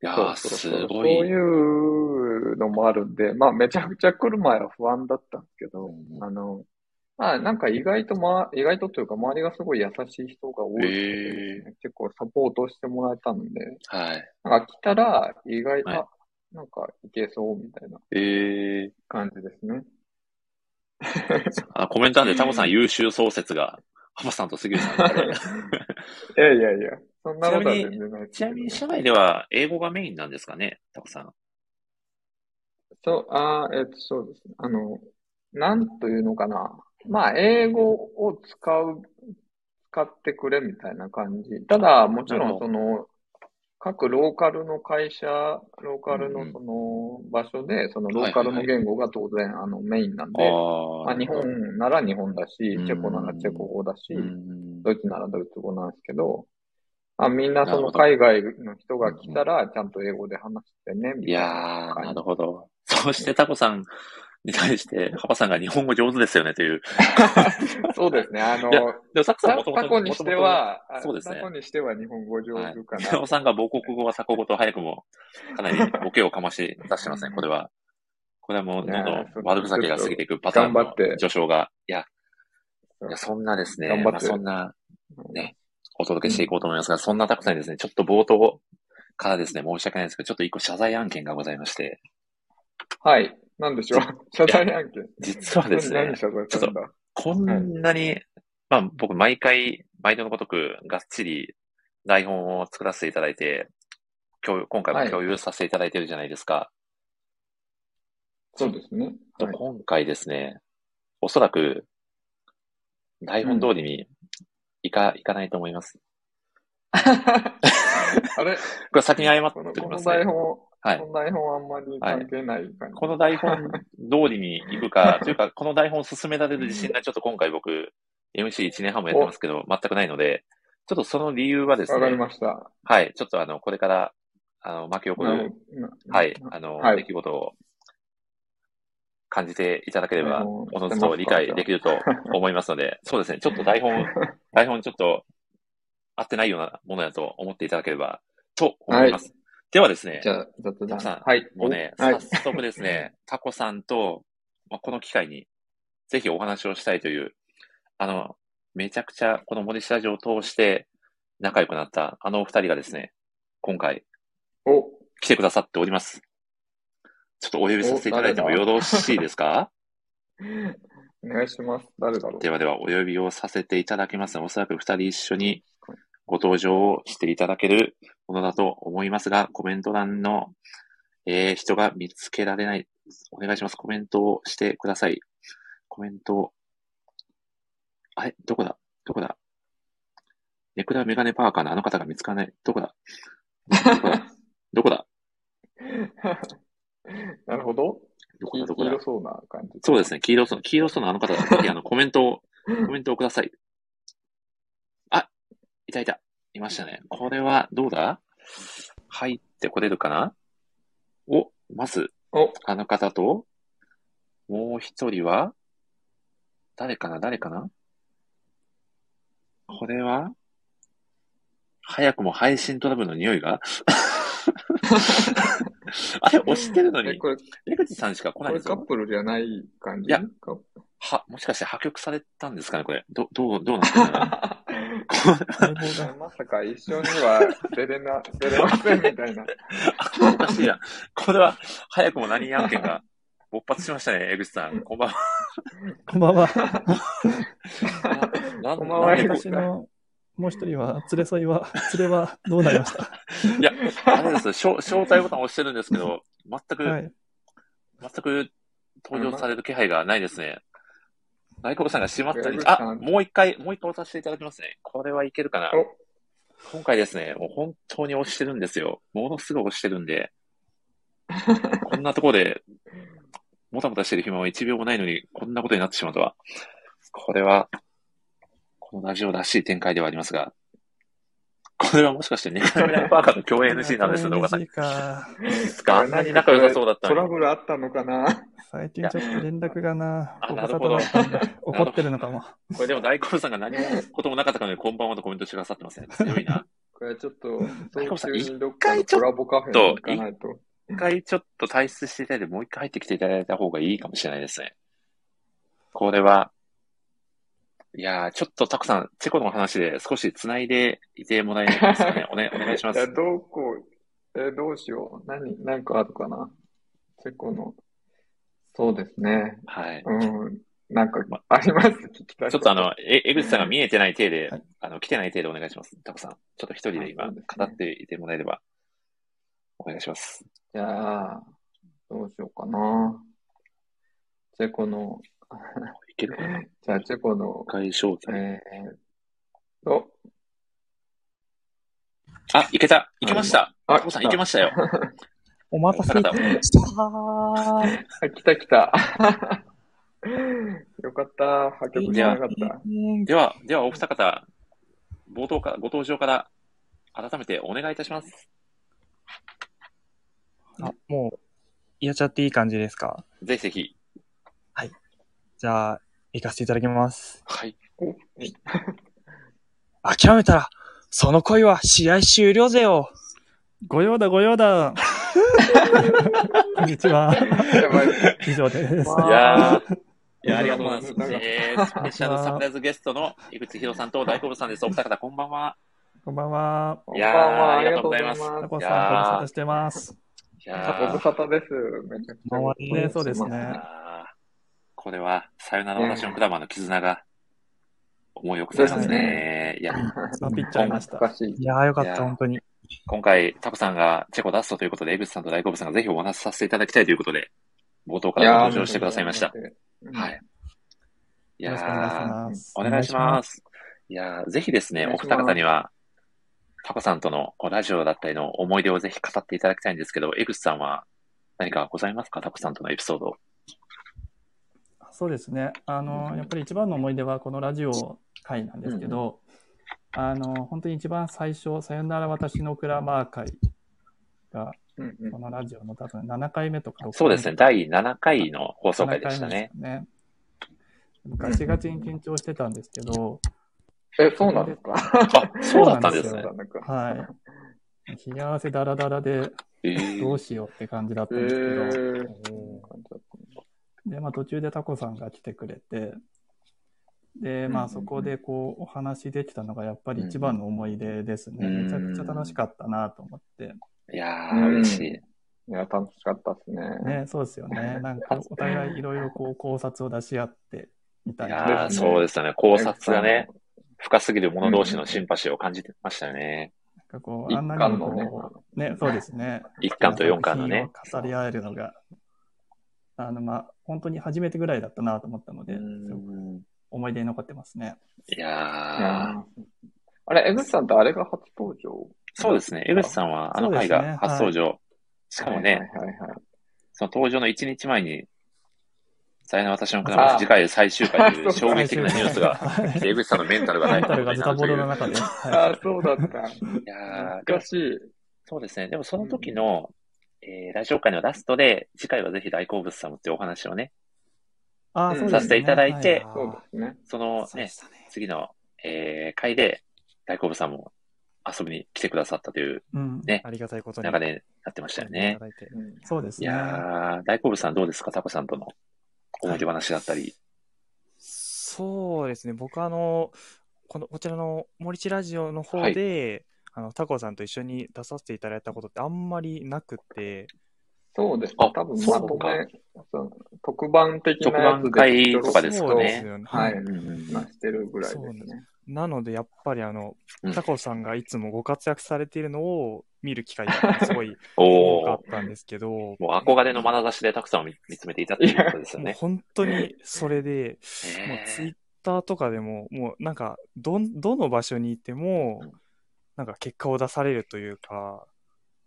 [SPEAKER 1] いやー、
[SPEAKER 2] そう
[SPEAKER 1] す
[SPEAKER 2] そうそ
[SPEAKER 1] ご
[SPEAKER 2] うそう
[SPEAKER 1] い。
[SPEAKER 2] いうのもあるんで、まあ、めちゃくちゃ来る前は不安だったんですけど、あの、まあ、なんか意外と、ま、意外とというか、周りがすごい優しい人が多いので
[SPEAKER 1] へ
[SPEAKER 2] 結構サポートしてもらえたので、
[SPEAKER 1] はい。
[SPEAKER 2] なんか来たら、意外と、
[SPEAKER 1] はい
[SPEAKER 2] あなんかいけそうみたいな
[SPEAKER 1] ええ
[SPEAKER 2] 感じですね。
[SPEAKER 1] あコメント欄でタコさん優秀創設が、ハマさんと杉浦さんで。
[SPEAKER 2] いやいやいや、そんなことは
[SPEAKER 1] ちなみに
[SPEAKER 2] 全然ないです
[SPEAKER 1] ち
[SPEAKER 2] け
[SPEAKER 1] な
[SPEAKER 2] ど
[SPEAKER 1] みに社内では英語がメインなんですかね、タコさん。
[SPEAKER 2] そう、あーえっと、そうですね。あの、なんというのかな。まあ、英語を使う、使ってくれみたいな感じ。ただ、もちろ
[SPEAKER 1] なる
[SPEAKER 2] ん、
[SPEAKER 1] ほ
[SPEAKER 2] その、各ローカルの会社、ローカル
[SPEAKER 1] うんう
[SPEAKER 2] の
[SPEAKER 1] ん
[SPEAKER 2] その場所で、そのロ
[SPEAKER 1] はい
[SPEAKER 2] ー
[SPEAKER 1] は
[SPEAKER 2] カ
[SPEAKER 1] いは
[SPEAKER 2] ル
[SPEAKER 1] い
[SPEAKER 2] の言語が当然、あの、メインなんで、
[SPEAKER 1] あ
[SPEAKER 2] まあ、日本なら日本だし、
[SPEAKER 1] ん
[SPEAKER 2] チェコならチェコ語だし、
[SPEAKER 1] うん
[SPEAKER 2] ドイツならドイツ語なんですけど、まあ、みんなそ
[SPEAKER 1] なる
[SPEAKER 2] の
[SPEAKER 1] ほど
[SPEAKER 2] 海外の人が来たら、ちゃんと英語で話してね、み
[SPEAKER 1] い
[SPEAKER 2] たいな。
[SPEAKER 1] やー、
[SPEAKER 2] はい
[SPEAKER 1] なるほど。そしてタコさんに対して、ハマさんが日本語上手ですよねという。
[SPEAKER 2] そうですね。あの
[SPEAKER 1] い、やでもタコさん
[SPEAKER 2] タ
[SPEAKER 1] もとも
[SPEAKER 2] タ
[SPEAKER 1] と、
[SPEAKER 2] コにしては、あ
[SPEAKER 1] そうですね
[SPEAKER 2] タコにしては日本語上手か
[SPEAKER 1] タコさんが母国語は鎖国語と早くも、かなりボケをかまし出してます ね、これは。これはもう、どんど
[SPEAKER 2] いや
[SPEAKER 1] ん
[SPEAKER 2] ーそう
[SPEAKER 1] 悪ふざけが過ぎていくパターン
[SPEAKER 2] ちょ
[SPEAKER 1] の
[SPEAKER 2] っと頑張って
[SPEAKER 1] 序章が。いや、
[SPEAKER 2] そう
[SPEAKER 1] いやそんなですね、
[SPEAKER 2] 頑張って
[SPEAKER 1] まあそんな
[SPEAKER 2] な。
[SPEAKER 1] ねお届けしていこうと思いますが、そんなタコさんにですね、ちょっと冒頭からですね、申し訳ないんですけど、ちょっと一個謝罪案件がございまして、
[SPEAKER 2] はい。なんで しょう。謝罪案件。
[SPEAKER 1] 実はですね
[SPEAKER 2] 何、謝罪したんだ
[SPEAKER 1] こんなに、まあ僕毎回、毎度のごとくがっちり台本を作らせていただいて、共有今回
[SPEAKER 2] は
[SPEAKER 1] も
[SPEAKER 2] い
[SPEAKER 1] 共有させていただいてるじゃないですか。
[SPEAKER 2] そうですね。
[SPEAKER 1] と
[SPEAKER 2] はい
[SPEAKER 1] 今回ですね、おそらく台本通りにいか、いかないと思います。
[SPEAKER 2] あれ
[SPEAKER 1] これ先に謝っ
[SPEAKER 2] この
[SPEAKER 1] ておき
[SPEAKER 2] こ
[SPEAKER 1] ま
[SPEAKER 2] の
[SPEAKER 1] すね。
[SPEAKER 2] 台本、こ
[SPEAKER 1] はい
[SPEAKER 2] の台本あんまり関係ない感じ。
[SPEAKER 1] この台本通りに行く か、というか、この台本を進められる自信がちょっと今回僕、MC1 年半もやってますけど、全くないので、ちょっとその理由はです
[SPEAKER 2] わかり
[SPEAKER 1] ね、
[SPEAKER 2] ました。
[SPEAKER 1] はい、ちょっとあの、これから、あの、巻き起こ
[SPEAKER 2] なる
[SPEAKER 1] る、
[SPEAKER 2] ほどな
[SPEAKER 1] はい、あの、
[SPEAKER 2] はい
[SPEAKER 1] 出来事を感じていただければ
[SPEAKER 2] あの、
[SPEAKER 1] おのずと理解できると思いますの で、そうですね、ちょっと台 本、台本ちょっと合ってないようなものだと思っていただければと思います。ではですね、
[SPEAKER 2] じゃあ、雑
[SPEAKER 1] タコさ
[SPEAKER 2] 談
[SPEAKER 1] ん。
[SPEAKER 2] はい。
[SPEAKER 1] もうね、
[SPEAKER 2] はい
[SPEAKER 1] 早。速です ね、タコさんと、まあ、この機会に、ぜひお話をしたいという、あの、めちゃくちゃ、この森スタジオを通して仲良くなった、あのお二人がですね、今回
[SPEAKER 2] お、
[SPEAKER 1] 来てくださっております。ちょっとお呼びさせていただいても
[SPEAKER 2] お
[SPEAKER 1] よ
[SPEAKER 2] 誰だ
[SPEAKER 1] ろしいですか
[SPEAKER 2] お願いします。誰だろう
[SPEAKER 1] ではでは、お呼びをさせていただきます。おそらく二人一緒にご登場をしていただけるものだと思いますが、コメント欄の、えー人が見つけられない。お願いします。コメントをしてください。コメントを。あれどこだどこだネクラメガネパーカーのあの方が見つからない。どこだどこだどこだ
[SPEAKER 2] なるほど。
[SPEAKER 1] どこ
[SPEAKER 2] 黄
[SPEAKER 1] だどこだ
[SPEAKER 2] 色そうな感じ。
[SPEAKER 1] そうですね。黄色そう、黄色そうなあの方が、ぜひあの、コメントを、コメントをください。あ、いたいた。いましたね。これは、どうだ入ってこれるかなお、まず、
[SPEAKER 2] お、
[SPEAKER 1] あの方と、もう一人は、誰かな誰かなこれは、早くも配信トラブルの匂い があれ、押してるの
[SPEAKER 2] え、
[SPEAKER 1] に、
[SPEAKER 2] これ、こ
[SPEAKER 1] 江口さんしか来ないん
[SPEAKER 2] れ
[SPEAKER 1] です
[SPEAKER 2] カッ
[SPEAKER 1] よ。
[SPEAKER 2] プルじゃない感じ
[SPEAKER 1] いや
[SPEAKER 2] カップ
[SPEAKER 1] は、もしかして破局されたんですかねこれ。ど、どう、どうなって るの かな
[SPEAKER 2] まさか一緒には出れな、出れませんみたいな。
[SPEAKER 1] こおか しいな。これは、早くも何案件が勃発しましたね、江口さん。こんばんは。
[SPEAKER 3] こんば んは。
[SPEAKER 1] な
[SPEAKER 2] こんばんは
[SPEAKER 1] なで
[SPEAKER 2] 江口
[SPEAKER 3] 私のもう一人は、連れ添いは、 連れはどうなりました
[SPEAKER 1] いや、あれです招、招待ボタンを押してるんですけど、全く、
[SPEAKER 3] はい。
[SPEAKER 1] 全く登場される気配がないですね。外国さんが閉まったり
[SPEAKER 2] 外国、さん
[SPEAKER 1] あ、もう一回、もう一回押させていただきますね。これはいけるかな。今回ですね、もう本当に押してるんですよ。ものすごい押してるん で、こんなところで、もたもたしてる暇は1秒もないのに、こんなことになってしまうとは。これは、このラジオらしい展開ではありますが、これはもしかしてネクラミナパーカーの共演 NG なんですよ、動画さん。
[SPEAKER 3] NG か。
[SPEAKER 1] ですかあんなに仲良さそうだった
[SPEAKER 2] ト
[SPEAKER 1] の
[SPEAKER 2] ラ
[SPEAKER 1] に。
[SPEAKER 2] ブルあったのかな
[SPEAKER 3] 最近ちょっと連絡がな、
[SPEAKER 1] あ
[SPEAKER 3] ご
[SPEAKER 1] な
[SPEAKER 3] 無
[SPEAKER 1] る
[SPEAKER 3] 沙
[SPEAKER 1] ほ
[SPEAKER 3] 汰
[SPEAKER 1] ど
[SPEAKER 3] だったんで怒ってるのかも。
[SPEAKER 1] これでも大黒さんが何もこともなかったかのようにこんばんはとコメントしてくださってますね。強いな。
[SPEAKER 2] これちょっと、
[SPEAKER 1] 外国さ
[SPEAKER 2] 早
[SPEAKER 1] ん
[SPEAKER 2] 急にどっかのコラボカフェに行かないと。
[SPEAKER 1] 一回ちょっと退出していただいて、もう一回入ってきていただいた方がいいかもしれないですね。これは、いやー、ちょっとたくさん、チェコの話で少し繋いでいてもらえますか ね。お,、ね、お願いしま
[SPEAKER 2] いや、
[SPEAKER 1] す。
[SPEAKER 2] どうこう、えーどうしよう。何、何かあるかな。チェコの。そうですね。
[SPEAKER 1] はい。
[SPEAKER 2] うん。なんか
[SPEAKER 1] ま、
[SPEAKER 2] あります。聞きたい
[SPEAKER 1] ちょっとあ、の、え、江口さんが見えてない体で
[SPEAKER 3] はい、
[SPEAKER 1] あの、来てない体でお願いします。たくさん。ちょっと一人で今、
[SPEAKER 2] あそうです
[SPEAKER 1] 語
[SPEAKER 2] ね
[SPEAKER 1] っていてもらえれば、お願いします。
[SPEAKER 2] じゃあ、どうしようかな。チェコの、
[SPEAKER 1] いけるかな一
[SPEAKER 2] じゃあ、チェコの、
[SPEAKER 1] 回招
[SPEAKER 2] え
[SPEAKER 1] 待。
[SPEAKER 2] ーっと、
[SPEAKER 1] あ、いけたいけました
[SPEAKER 2] あ
[SPEAKER 1] タコさん、いけました よ。
[SPEAKER 3] お待たせいたしました。
[SPEAKER 2] あ、 来た来た。よかった。破局じゃなかった。
[SPEAKER 1] では、では、お二方、冒頭か、ご登場から、改めてお願いいたします。
[SPEAKER 4] あ、もう、やっちゃっていい感じですか
[SPEAKER 1] ぜひぜひ。
[SPEAKER 4] じゃあ、行かせていただきます。
[SPEAKER 1] はい。
[SPEAKER 4] 諦めたら、その恋は試合終了ぜよ
[SPEAKER 3] ご用だ、ご用だ。 こんに ちは。
[SPEAKER 2] やばい。
[SPEAKER 3] 以上です。
[SPEAKER 1] い
[SPEAKER 2] わ
[SPEAKER 1] や
[SPEAKER 2] あ
[SPEAKER 1] ー。いや、あ
[SPEAKER 2] あ
[SPEAKER 1] りが
[SPEAKER 2] りが
[SPEAKER 1] と
[SPEAKER 2] と
[SPEAKER 1] うご
[SPEAKER 2] うご
[SPEAKER 1] ざ
[SPEAKER 2] ざ
[SPEAKER 1] い
[SPEAKER 2] い
[SPEAKER 1] ま。
[SPEAKER 2] ますす
[SPEAKER 1] えー、スペシャルサプライズゲストの井口博さんと大久保さんです。お二方、こんばんは。
[SPEAKER 3] こんばんは。
[SPEAKER 2] こ
[SPEAKER 1] い
[SPEAKER 2] ん
[SPEAKER 1] や
[SPEAKER 2] ば
[SPEAKER 1] ー
[SPEAKER 2] んは。
[SPEAKER 1] あ
[SPEAKER 2] あ
[SPEAKER 1] り
[SPEAKER 2] り
[SPEAKER 1] が
[SPEAKER 2] が
[SPEAKER 1] と
[SPEAKER 2] と
[SPEAKER 1] う
[SPEAKER 2] う
[SPEAKER 1] ご
[SPEAKER 2] ご
[SPEAKER 1] ざ
[SPEAKER 2] ざ
[SPEAKER 1] い
[SPEAKER 2] い
[SPEAKER 1] ま
[SPEAKER 2] ますす。
[SPEAKER 3] タコ
[SPEAKER 1] い
[SPEAKER 3] さ
[SPEAKER 1] やー
[SPEAKER 3] ん、ご
[SPEAKER 1] い
[SPEAKER 2] ご
[SPEAKER 3] 無沙汰してます。
[SPEAKER 1] や
[SPEAKER 2] 無
[SPEAKER 1] ー
[SPEAKER 2] 沙汰です。めちゃくちゃ。
[SPEAKER 4] 周り
[SPEAKER 3] ねそうですね
[SPEAKER 1] あーこれは、さよなら私のクラマーの絆が、思い起こされますね。いや、
[SPEAKER 3] まあ、ピッチャーいま
[SPEAKER 2] 懐
[SPEAKER 3] した。
[SPEAKER 2] かしい。
[SPEAKER 4] いやーよかっ
[SPEAKER 1] いや
[SPEAKER 4] た、
[SPEAKER 1] ー
[SPEAKER 4] 本当に。
[SPEAKER 1] 今回、タコさんがチェコ脱走ということで、江口さんと大久保さんがぜひお話しさせていただきたいということで、冒頭からご登場してくださいました。。はい。いや
[SPEAKER 3] よろしくお願いし
[SPEAKER 1] ー
[SPEAKER 3] ます。
[SPEAKER 1] お願いします。いやーぜひですね、
[SPEAKER 2] お願
[SPEAKER 1] お
[SPEAKER 2] いし
[SPEAKER 1] 二
[SPEAKER 2] ます
[SPEAKER 1] 方には、タコさんとのこうラジオだったりの思い出をぜひ語っていただきたいんですけど、江口さんは何かございますかタコさんとのエピソード。
[SPEAKER 3] そうですね。あの、やっぱり一番の思い出はこのラジオ会なんですけど、あの、本当に一番最初、さよなら私のクラマー会が、
[SPEAKER 2] うんうん
[SPEAKER 3] このラジオの多分7回目とか6回目
[SPEAKER 1] そうですね、第7回の放送回でしたね。。
[SPEAKER 3] ね。ガチガチに緊張してたんですけど、
[SPEAKER 2] え、そうなんですか
[SPEAKER 1] あ、そうだったんです
[SPEAKER 3] そう
[SPEAKER 1] ね。
[SPEAKER 2] なんか
[SPEAKER 3] はい。冷や汗だらだらで、
[SPEAKER 1] えー
[SPEAKER 3] どうしようって感じだった
[SPEAKER 2] え
[SPEAKER 3] んですけど、
[SPEAKER 2] ー。
[SPEAKER 3] で、まあ途中でタコさんが来てくれて、で、ま
[SPEAKER 2] う
[SPEAKER 3] あ
[SPEAKER 2] ん
[SPEAKER 3] そこでこうお話できたのがやっぱり一番の思い出ですね。
[SPEAKER 1] うん
[SPEAKER 3] めちゃくちゃ楽しかったなと思って。
[SPEAKER 1] いやー、嬉しい。
[SPEAKER 2] いや、楽しかったですね。
[SPEAKER 3] ね、そうですよね。なんかお互いいろいろこう考察を出し合ってみた
[SPEAKER 1] い
[SPEAKER 3] い
[SPEAKER 1] や
[SPEAKER 3] な。
[SPEAKER 1] ー、
[SPEAKER 2] ですね
[SPEAKER 1] そうですよね。考察がね、。深すぎる者同士のシンパシーを感じてましたよね。
[SPEAKER 3] なんかこう、
[SPEAKER 1] 一
[SPEAKER 3] あんな
[SPEAKER 2] 一巻
[SPEAKER 3] にも
[SPEAKER 2] のね。
[SPEAKER 3] こう、ね、そうですね。
[SPEAKER 1] 一巻と四巻のね。
[SPEAKER 3] 作品を語り合えるのが、あの、まあ、本当に初めてぐらいだったなと思ったので、すごく
[SPEAKER 1] うん
[SPEAKER 3] 思い出に残ってますね。
[SPEAKER 1] い
[SPEAKER 2] い
[SPEAKER 1] やー
[SPEAKER 2] やーあれ、江口さんってあれが初登場
[SPEAKER 1] そうですね。江口さんはあの回が初登場。しかもね、
[SPEAKER 2] はいはいはい。
[SPEAKER 1] その登場の1日前に、さよなら私のクラマー次回最終回という
[SPEAKER 2] あ
[SPEAKER 1] 衝撃的なニュースが、
[SPEAKER 3] はい
[SPEAKER 1] 江口さんのメンタルが
[SPEAKER 3] メ
[SPEAKER 1] 大
[SPEAKER 3] ンタルがズタボロの
[SPEAKER 1] い
[SPEAKER 3] 中で。は
[SPEAKER 2] ああ、そうだった。
[SPEAKER 1] やーで
[SPEAKER 2] 懐
[SPEAKER 1] も
[SPEAKER 2] かしい。
[SPEAKER 1] そうですね。でもその時の、えーラジオ会のラストで、次回はぜひ大好物さんもっていうお話をね、
[SPEAKER 3] あーそうですね
[SPEAKER 1] させていただいて
[SPEAKER 3] は
[SPEAKER 2] そうですね。
[SPEAKER 1] その
[SPEAKER 3] そうで
[SPEAKER 1] ね、
[SPEAKER 3] したね。
[SPEAKER 1] 次の、えー回で大好物さんも遊びに来てくださったという
[SPEAKER 3] うん。
[SPEAKER 1] ね
[SPEAKER 4] ありがたいことに。
[SPEAKER 1] 流れになってましたよね
[SPEAKER 4] いた。だいて。
[SPEAKER 2] うん
[SPEAKER 3] そうです
[SPEAKER 1] い
[SPEAKER 3] ね。
[SPEAKER 1] やー、大好物さんどうですかタコさんとの思い出話だったり。
[SPEAKER 4] そうですね、僕あの、このこちらの森地ラジオの方で、あのタコさんと一緒に出させていただいたことってあんまりなくて、
[SPEAKER 2] そうです
[SPEAKER 1] あ
[SPEAKER 2] ね。多分、
[SPEAKER 1] そ
[SPEAKER 2] ま
[SPEAKER 1] う
[SPEAKER 2] と
[SPEAKER 1] か
[SPEAKER 2] め、その特番的なやつ
[SPEAKER 1] 特番会
[SPEAKER 2] ちょろ
[SPEAKER 1] とかです
[SPEAKER 2] っ
[SPEAKER 1] か
[SPEAKER 4] そう
[SPEAKER 1] ね
[SPEAKER 4] ですよね。
[SPEAKER 2] はい
[SPEAKER 1] うんうん
[SPEAKER 2] まあしてるぐらいです
[SPEAKER 4] そう
[SPEAKER 2] ね。
[SPEAKER 4] なので、やっぱりあの
[SPEAKER 1] うん、
[SPEAKER 4] タコさんがいつもご活躍されているのを見る機会がすごい
[SPEAKER 1] お
[SPEAKER 4] 多
[SPEAKER 1] お
[SPEAKER 4] かったんですけど、も
[SPEAKER 1] もう憧れの眼差しでたくさんを見見つめていたっていうことですよ
[SPEAKER 4] う
[SPEAKER 1] ね。
[SPEAKER 4] 本当にそれで、
[SPEAKER 1] ね
[SPEAKER 4] もうツイ
[SPEAKER 1] え
[SPEAKER 4] ッターとかでも、もうなんかどん、どの場所にいても
[SPEAKER 1] うん、
[SPEAKER 4] なんか結果を出されるというか、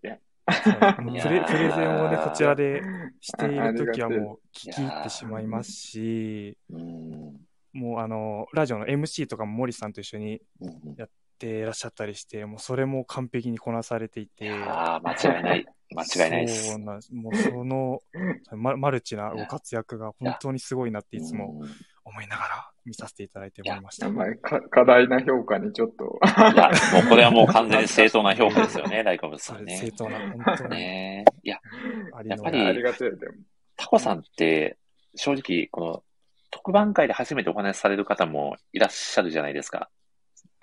[SPEAKER 2] いや
[SPEAKER 4] その
[SPEAKER 1] い
[SPEAKER 4] プ
[SPEAKER 1] や
[SPEAKER 4] レプレゼンをね、こちらでしてい
[SPEAKER 2] ああり
[SPEAKER 4] ると
[SPEAKER 2] が
[SPEAKER 4] き
[SPEAKER 2] てえ
[SPEAKER 4] はもう聞き入ってしまいますし、
[SPEAKER 1] うん
[SPEAKER 4] もうあの、ラジオの MC とかも森さんと一緒に
[SPEAKER 1] うん
[SPEAKER 4] でいらっしゃったりして、もうそれも完璧にこなされてい
[SPEAKER 1] い
[SPEAKER 4] て、
[SPEAKER 1] やー間違いない。間違いないです。
[SPEAKER 4] そうなんです。もう その、ママルチなご活躍が本当にすごいなっていつも
[SPEAKER 1] うん
[SPEAKER 4] 思いながら見させていただいておりました。
[SPEAKER 2] 名前か、過大な評価にちょっと、
[SPEAKER 1] いや、もうこれはもう完全に正当な評価ですよね、大好物さ
[SPEAKER 4] そ
[SPEAKER 1] ん
[SPEAKER 4] れ
[SPEAKER 1] ね
[SPEAKER 4] 正。当な、本当に
[SPEAKER 1] ねえいや、
[SPEAKER 4] あり
[SPEAKER 1] や
[SPEAKER 4] の
[SPEAKER 1] っ
[SPEAKER 4] ま
[SPEAKER 1] ぱ
[SPEAKER 4] ま
[SPEAKER 1] り
[SPEAKER 2] ありがてえでも。
[SPEAKER 1] タコさんって、正直、この特番会で初めてお話しされる方もいらっしゃるじゃないですか。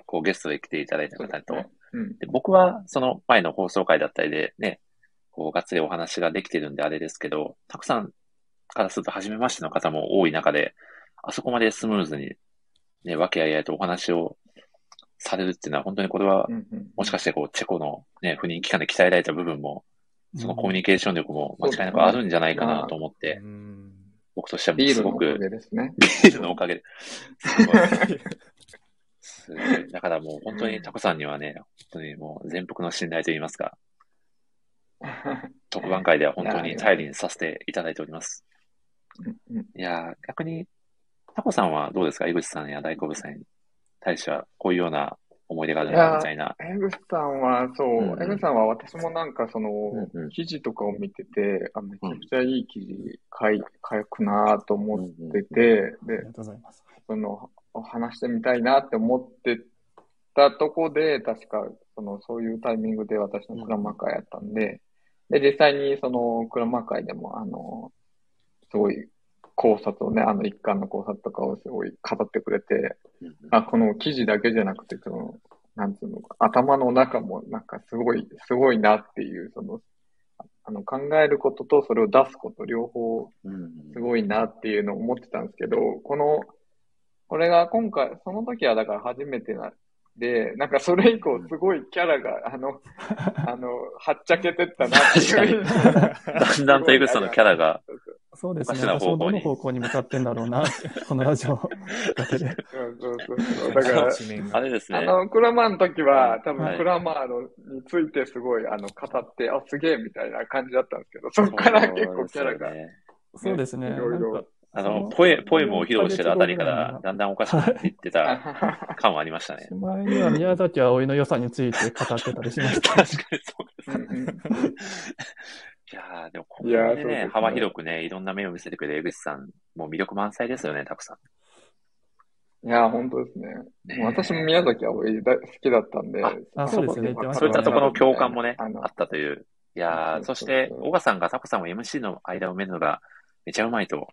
[SPEAKER 1] こうゲストで来ていただいた
[SPEAKER 2] そう
[SPEAKER 1] 方
[SPEAKER 2] です
[SPEAKER 1] と。
[SPEAKER 2] ね。うん。
[SPEAKER 1] で僕はその前の放送会だったりでね、こうがっつりお話ができてるんであれですけど、たくさんからすると初めましての方も多い中で、あそこまでスムーズにね、和気あいあいとお話をされるっていうのは本当にこれは
[SPEAKER 2] うんうん
[SPEAKER 1] もしかしてこうチェコのね、赴任期間で鍛えられた部分も、そのコミュニケーション力も間違いなくあるんじゃないかなと思って、
[SPEAKER 4] うん
[SPEAKER 1] 僕としては
[SPEAKER 2] ビー
[SPEAKER 1] す
[SPEAKER 2] ルの
[SPEAKER 1] ご
[SPEAKER 2] お
[SPEAKER 1] く
[SPEAKER 2] かげですね。
[SPEAKER 1] ビールのおかげで。すごい。すごいだからもう本当にタコさんにはね、本当にもう全幅の信頼といいますか、特番会では本当に頼りにさせていただいております。
[SPEAKER 2] うんうん
[SPEAKER 1] いやー、逆に、タコさんはどうですか井口さんや大好物さんに対しては、こういうような思い出がある
[SPEAKER 2] いや
[SPEAKER 1] な、
[SPEAKER 2] ー
[SPEAKER 1] みたいな。
[SPEAKER 2] 江口さんは、そう、
[SPEAKER 1] うんうん
[SPEAKER 2] 江口さんは私もなんかその、
[SPEAKER 1] うんうん
[SPEAKER 2] 記事とかを見てて、あ、めちゃくちゃいい記事書い、書くなぁと思ってて、
[SPEAKER 3] あ
[SPEAKER 2] で
[SPEAKER 3] り、がとうございます。
[SPEAKER 2] その、話してみたいなって思ってたとこで、確か、その、そういうタイミングで私のクラマー会やったんで、で、実際にその、クラマー会でも、あの、すごい考察をね、あの、一巻の考察とかをすごい語ってくれて、あ、この記事だけじゃなくて、その、なんつうのか、頭の中もなんかすごい、すごいなっていう、その、あの、考えることとそれを出すこと、両方
[SPEAKER 1] うんうん
[SPEAKER 2] すごいなっていうのを思ってたんですけど、この、これが今回、その時はだから初めてなで、なんかそれ以降すごいキャラが、あ の、あの、はっちゃけてったなってい
[SPEAKER 1] だ
[SPEAKER 2] う。
[SPEAKER 1] んだんと井口さんのキャラが、
[SPEAKER 3] そうです
[SPEAKER 1] お
[SPEAKER 3] ね。
[SPEAKER 1] かしな
[SPEAKER 3] 私
[SPEAKER 1] 方向に
[SPEAKER 3] もどの方向に向かってんだろうな、このラジオ だけで。
[SPEAKER 2] そうそうそうそう。だから、
[SPEAKER 4] 一面
[SPEAKER 1] あ
[SPEAKER 4] が
[SPEAKER 1] れです
[SPEAKER 2] あ
[SPEAKER 1] ね。
[SPEAKER 2] の、クラマーの時は、多
[SPEAKER 1] はい
[SPEAKER 2] 分クラマーのについてすごい、あの、語って、あ、すげえみたいな感じだったんですけど、そこから結構キャラが
[SPEAKER 1] そう。ですよね
[SPEAKER 2] い
[SPEAKER 3] そうですね。
[SPEAKER 2] ろいろ
[SPEAKER 3] なんか
[SPEAKER 1] あ
[SPEAKER 3] そ
[SPEAKER 1] の、
[SPEAKER 3] の
[SPEAKER 1] ポエ、ポエムを披露してるあたりから、だんだんおかしくなっていってた
[SPEAKER 2] あ
[SPEAKER 1] 感はありましたね
[SPEAKER 3] し。まいには宮崎葵の良さについて語ってたりしまし
[SPEAKER 1] 確
[SPEAKER 3] た。
[SPEAKER 1] かにそう
[SPEAKER 2] うんうん
[SPEAKER 1] です。いやーでもここ
[SPEAKER 2] いやー
[SPEAKER 1] まで
[SPEAKER 2] そうです
[SPEAKER 1] ね
[SPEAKER 2] ね、
[SPEAKER 1] 幅広くね、いろんな面を見せてくれる江口さん、もう魅力満載ですよね、たくさ
[SPEAKER 2] いや、本当ですね。
[SPEAKER 1] ん。ね
[SPEAKER 2] もう私も宮崎葵大好きだったんで
[SPEAKER 1] あ、
[SPEAKER 3] あそうですよね言ってまし
[SPEAKER 1] そういったところの
[SPEAKER 2] 共
[SPEAKER 1] 共
[SPEAKER 2] 感
[SPEAKER 1] 感もね、
[SPEAKER 2] あの
[SPEAKER 1] あ、ったという。いやー
[SPEAKER 2] そ
[SPEAKER 1] そうし
[SPEAKER 2] そうそう
[SPEAKER 1] て、小川さんがタコさんを MC の間を埋めるのがめちゃうまいと、